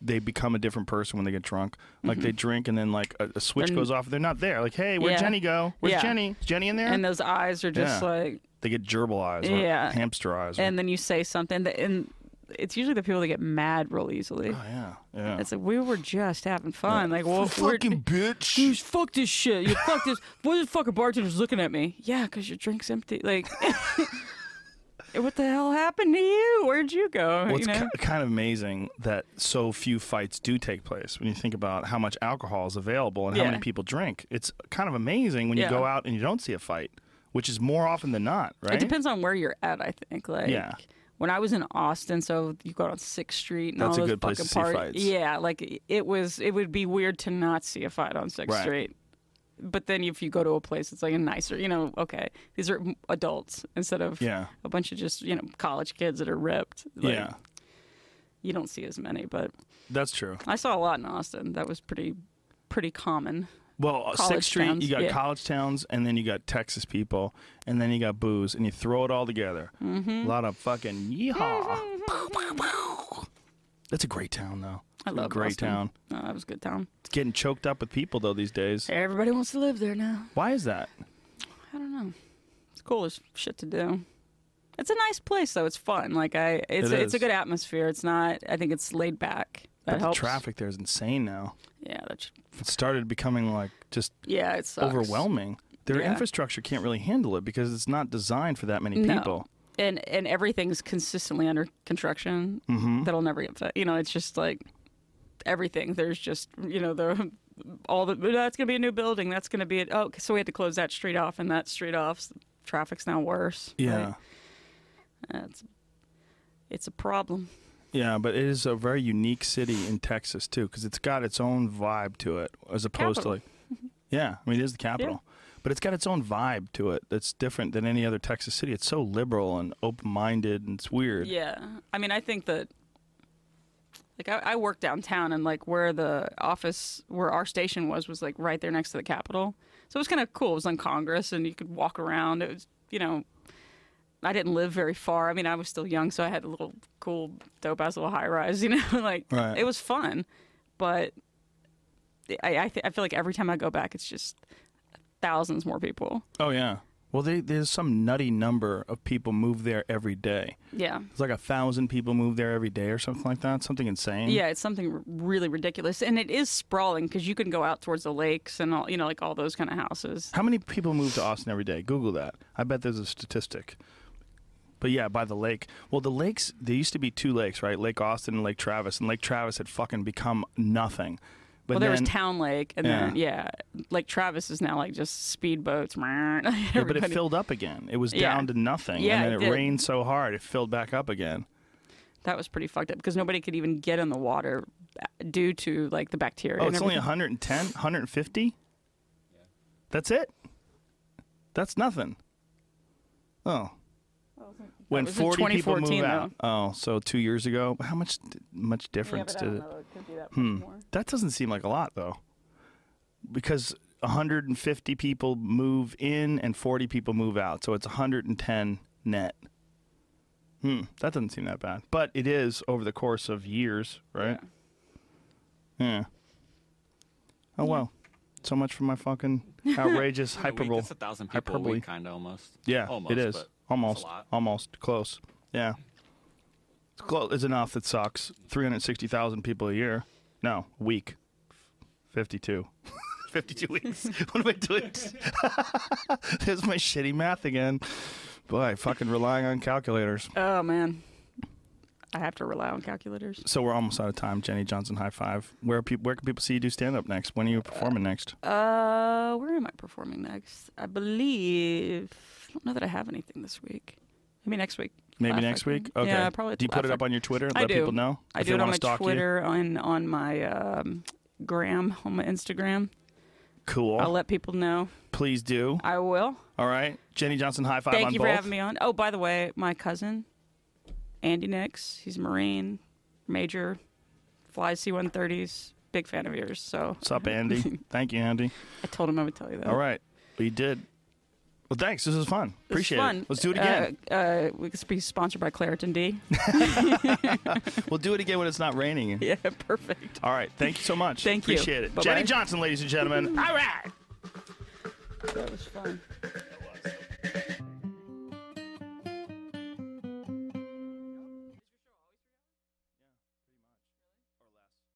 Speaker 1: they become a different person when they get drunk? Like they
Speaker 2: Mhm.
Speaker 1: drink and then like a, a switch
Speaker 2: They're-
Speaker 1: goes off. They're not there. Like, hey, where'd
Speaker 2: Yeah.
Speaker 1: Jenny go? Where's
Speaker 2: Yeah.
Speaker 1: Jenny? Is Jenny in there?
Speaker 2: and those eyes are just
Speaker 1: Yeah.
Speaker 2: like
Speaker 1: they get gerbil eyes. Or
Speaker 2: Yeah.
Speaker 1: hamster eyes. or-
Speaker 2: and then you say something that, and it's usually the people that get mad real easily. Oh
Speaker 1: yeah. yeah.
Speaker 2: It's like we were just having fun. Like, well,
Speaker 1: F-
Speaker 2: we're,
Speaker 1: fucking bitch.
Speaker 2: fuck this shit. You fuck this. What the fucking bartender's looking at me? Yeah, because your drink's empty. Like, what the hell happened to you? Where'd you go?
Speaker 1: Well,
Speaker 2: you
Speaker 1: it's
Speaker 2: know?
Speaker 1: ki- kind of amazing that so few fights do take place when you think about how much alcohol is available and how many
Speaker 2: Yeah.
Speaker 1: people drink. It's kind of amazing when you
Speaker 2: Yeah.
Speaker 1: go out and you don't see a fight, which is more often than not, right?
Speaker 2: It depends on where you're at, I think. Like
Speaker 1: Yeah.
Speaker 2: when I was in Austin, so you go on Sixth Street and
Speaker 1: That's
Speaker 2: all
Speaker 1: a
Speaker 2: those
Speaker 1: good place
Speaker 2: fucking
Speaker 1: to see
Speaker 2: party-
Speaker 1: fights.
Speaker 2: Yeah, like it was it would be weird to not see a fight on Sixth
Speaker 1: Right.
Speaker 2: Street. But then if you go to a place that's like a nicer, you know, okay, these are m- adults instead of
Speaker 1: Yeah.
Speaker 2: a bunch of just, you know, college kids that are ripped. Like,
Speaker 1: Yeah.
Speaker 2: You don't see as many, but
Speaker 1: That's true.
Speaker 2: I saw a lot in Austin. That was pretty pretty common.
Speaker 1: Well, uh,
Speaker 2: College
Speaker 1: Sixth Street,
Speaker 2: towns,
Speaker 1: you got
Speaker 2: yeah.
Speaker 1: college towns, and then you got Texas people, and then you got booze, and you throw it all together.
Speaker 2: Mhm.
Speaker 1: A lot of fucking yeehaw. That's a great town, though.
Speaker 2: Mm-hmm. I
Speaker 1: It's a
Speaker 2: love
Speaker 1: great
Speaker 2: Austin.
Speaker 1: town.
Speaker 2: No, that was a good town.
Speaker 1: It's getting choked up with people though these days.
Speaker 2: Everybody wants to live there now.
Speaker 1: Why is that?
Speaker 2: I don't know. It's cool as shit to do. It's a nice place though. It's fun. Like I, it's
Speaker 1: It
Speaker 2: a, it's a
Speaker 1: is.
Speaker 2: good atmosphere. It's not. I think it's laid back. That
Speaker 1: But the
Speaker 2: helps.
Speaker 1: traffic there is insane now.
Speaker 2: Yeah, that's
Speaker 1: It started becoming like just
Speaker 2: yeah. It sucks.
Speaker 1: overwhelming. Their
Speaker 2: Yeah.
Speaker 1: infrastructure can't really handle it because it's not designed for that many
Speaker 2: No.
Speaker 1: people.
Speaker 2: And and everything's consistently under construction.
Speaker 1: Mhm.
Speaker 2: That'll never get. Fit. You know, it's just like everything. There's just you know the all the "Oh, that's gonna be a new building. That's gonna be it. Oh, so we had to close that street off and that street off. So traffic's now worse.
Speaker 1: Yeah.
Speaker 2: Like, that's it's a problem.
Speaker 1: Yeah, but it is a very unique city in Texas too, because it's got its own vibe to it, as opposed
Speaker 2: Capital.
Speaker 1: to like, yeah, I mean it is the capital, but it's got its own vibe to it that's different than any other Texas city. It's so liberal and open-minded, and it's weird.
Speaker 2: Yeah, I mean, I think that like I, I worked downtown, and like where the office, where our station was, was like right there next to the Capitol. So it was kind of cool. It was on Congress, and you could walk around. It was, you know, I didn't live very far. I mean, I was still young, so I had a little cool, dope ass little high rise. You know, like
Speaker 1: Right.
Speaker 2: it was fun, but I I, th- I feel like every time I go back, it's just thousands more people.
Speaker 1: Oh yeah. Well, they, there's some nutty number of people move there every day.
Speaker 2: Yeah.
Speaker 1: It's like a thousand people move there every day or something like that. Something insane.
Speaker 2: Yeah, it's something r- really ridiculous, and it is sprawling because you can go out towards the lakes and all you know, like all those kind of houses.
Speaker 1: How many people move to Austin every day? Google that. I bet there's a statistic. But yeah, by the lake. Well, the lakes, there used to be two lakes, right? Lake Austin and Lake Travis. And Lake Travis had fucking become nothing. But
Speaker 2: well, there was
Speaker 1: then-
Speaker 2: Town Lake, and then yeah, like Travis is now like just speedboats.
Speaker 1: Yeah, but it filled up again. It was
Speaker 2: Yeah.
Speaker 1: down to nothing.
Speaker 2: Yeah,
Speaker 1: and
Speaker 2: it
Speaker 1: then it,
Speaker 2: did.
Speaker 1: rained so hard, it filled back up again.
Speaker 2: That was pretty fucked up because nobody could even get in the water uh, due to like the bacteria.
Speaker 1: Oh,
Speaker 2: and
Speaker 1: it's only
Speaker 2: everything.
Speaker 1: 110, 150? That's it? That's nothing. Oh. When
Speaker 2: was in
Speaker 1: 40 people move
Speaker 2: 2014
Speaker 1: out. Oh, so 2 years ago. How much d- much difference
Speaker 2: but I
Speaker 1: did
Speaker 2: don't
Speaker 1: it? Hmm.
Speaker 2: know, it could be that much more.
Speaker 1: That doesn't seem like a lot though. Because 150 people move in and 40 people move out. So it's 110 net. Hmm, that doesn't seem that bad. But it is over the course of years, right? Yeah. Oh well. So much for my fucking outrageous
Speaker 3: In a week,
Speaker 1: hyperbole.
Speaker 3: That's a thousand people a
Speaker 1: hyperbole.
Speaker 3: week, kind of almost.
Speaker 1: Yeah,
Speaker 3: almost,
Speaker 1: it is
Speaker 3: but it's a
Speaker 1: almost,
Speaker 3: lot.
Speaker 1: almost close. Yeah, it's close. It's enough. That sucks. Three hundred sixty thousand people a year. No, a week. Fifty-two. Fifty-two weeks. what am I doing? There's my shitty math again. Boy, fucking relying on calculators.
Speaker 2: Oh man, I have to rely on calculators.
Speaker 1: So we're almost out of time. Jenny Johnson, high five. Where peop where can people see you do stand up next? When are you performing next?
Speaker 2: Uh, where am I performing next? I believe. I don't know that I have anything this week. Maybe next week.
Speaker 1: Maybe
Speaker 2: Laugh
Speaker 1: next
Speaker 2: Factory.
Speaker 1: week. Okay.
Speaker 2: Yeah, probably.
Speaker 1: Do you put it
Speaker 2: Laugh
Speaker 1: up on your Twitter?
Speaker 2: I
Speaker 1: Let
Speaker 2: do.
Speaker 1: people know
Speaker 2: I
Speaker 1: if
Speaker 2: do
Speaker 1: they
Speaker 2: it on
Speaker 1: wanna
Speaker 2: my
Speaker 1: stalk you?
Speaker 2: Twitter on on my um, gram on my Instagram.
Speaker 1: Cool.
Speaker 2: I'll let people know.
Speaker 1: Please do.
Speaker 2: I will.
Speaker 1: All right. Jenny Johnson, high five
Speaker 2: Thank
Speaker 1: on
Speaker 2: you
Speaker 1: both.
Speaker 2: for having me on. Oh, by the way, my cousin, Andy Nix, he's a Marine, major, flies C 130s, big fan of yours. So
Speaker 1: What's up, Andy? Thank you, Andy.
Speaker 2: I told him I would tell you that.
Speaker 1: All right. We did. Well, thanks. This was fun.
Speaker 2: This was
Speaker 1: Appreciate
Speaker 2: fun.
Speaker 1: it. Let's do it again.
Speaker 2: Uh, uh, we could be sponsored by Claritin D.
Speaker 1: we'll do it again when it's not raining.
Speaker 2: Yeah, perfect.
Speaker 1: All right. Thank you so much.
Speaker 2: Thank you.
Speaker 1: Appreciate it.
Speaker 2: Bye-bye.
Speaker 1: Jenny Johnson, ladies and gentlemen. All right.
Speaker 2: That was fun.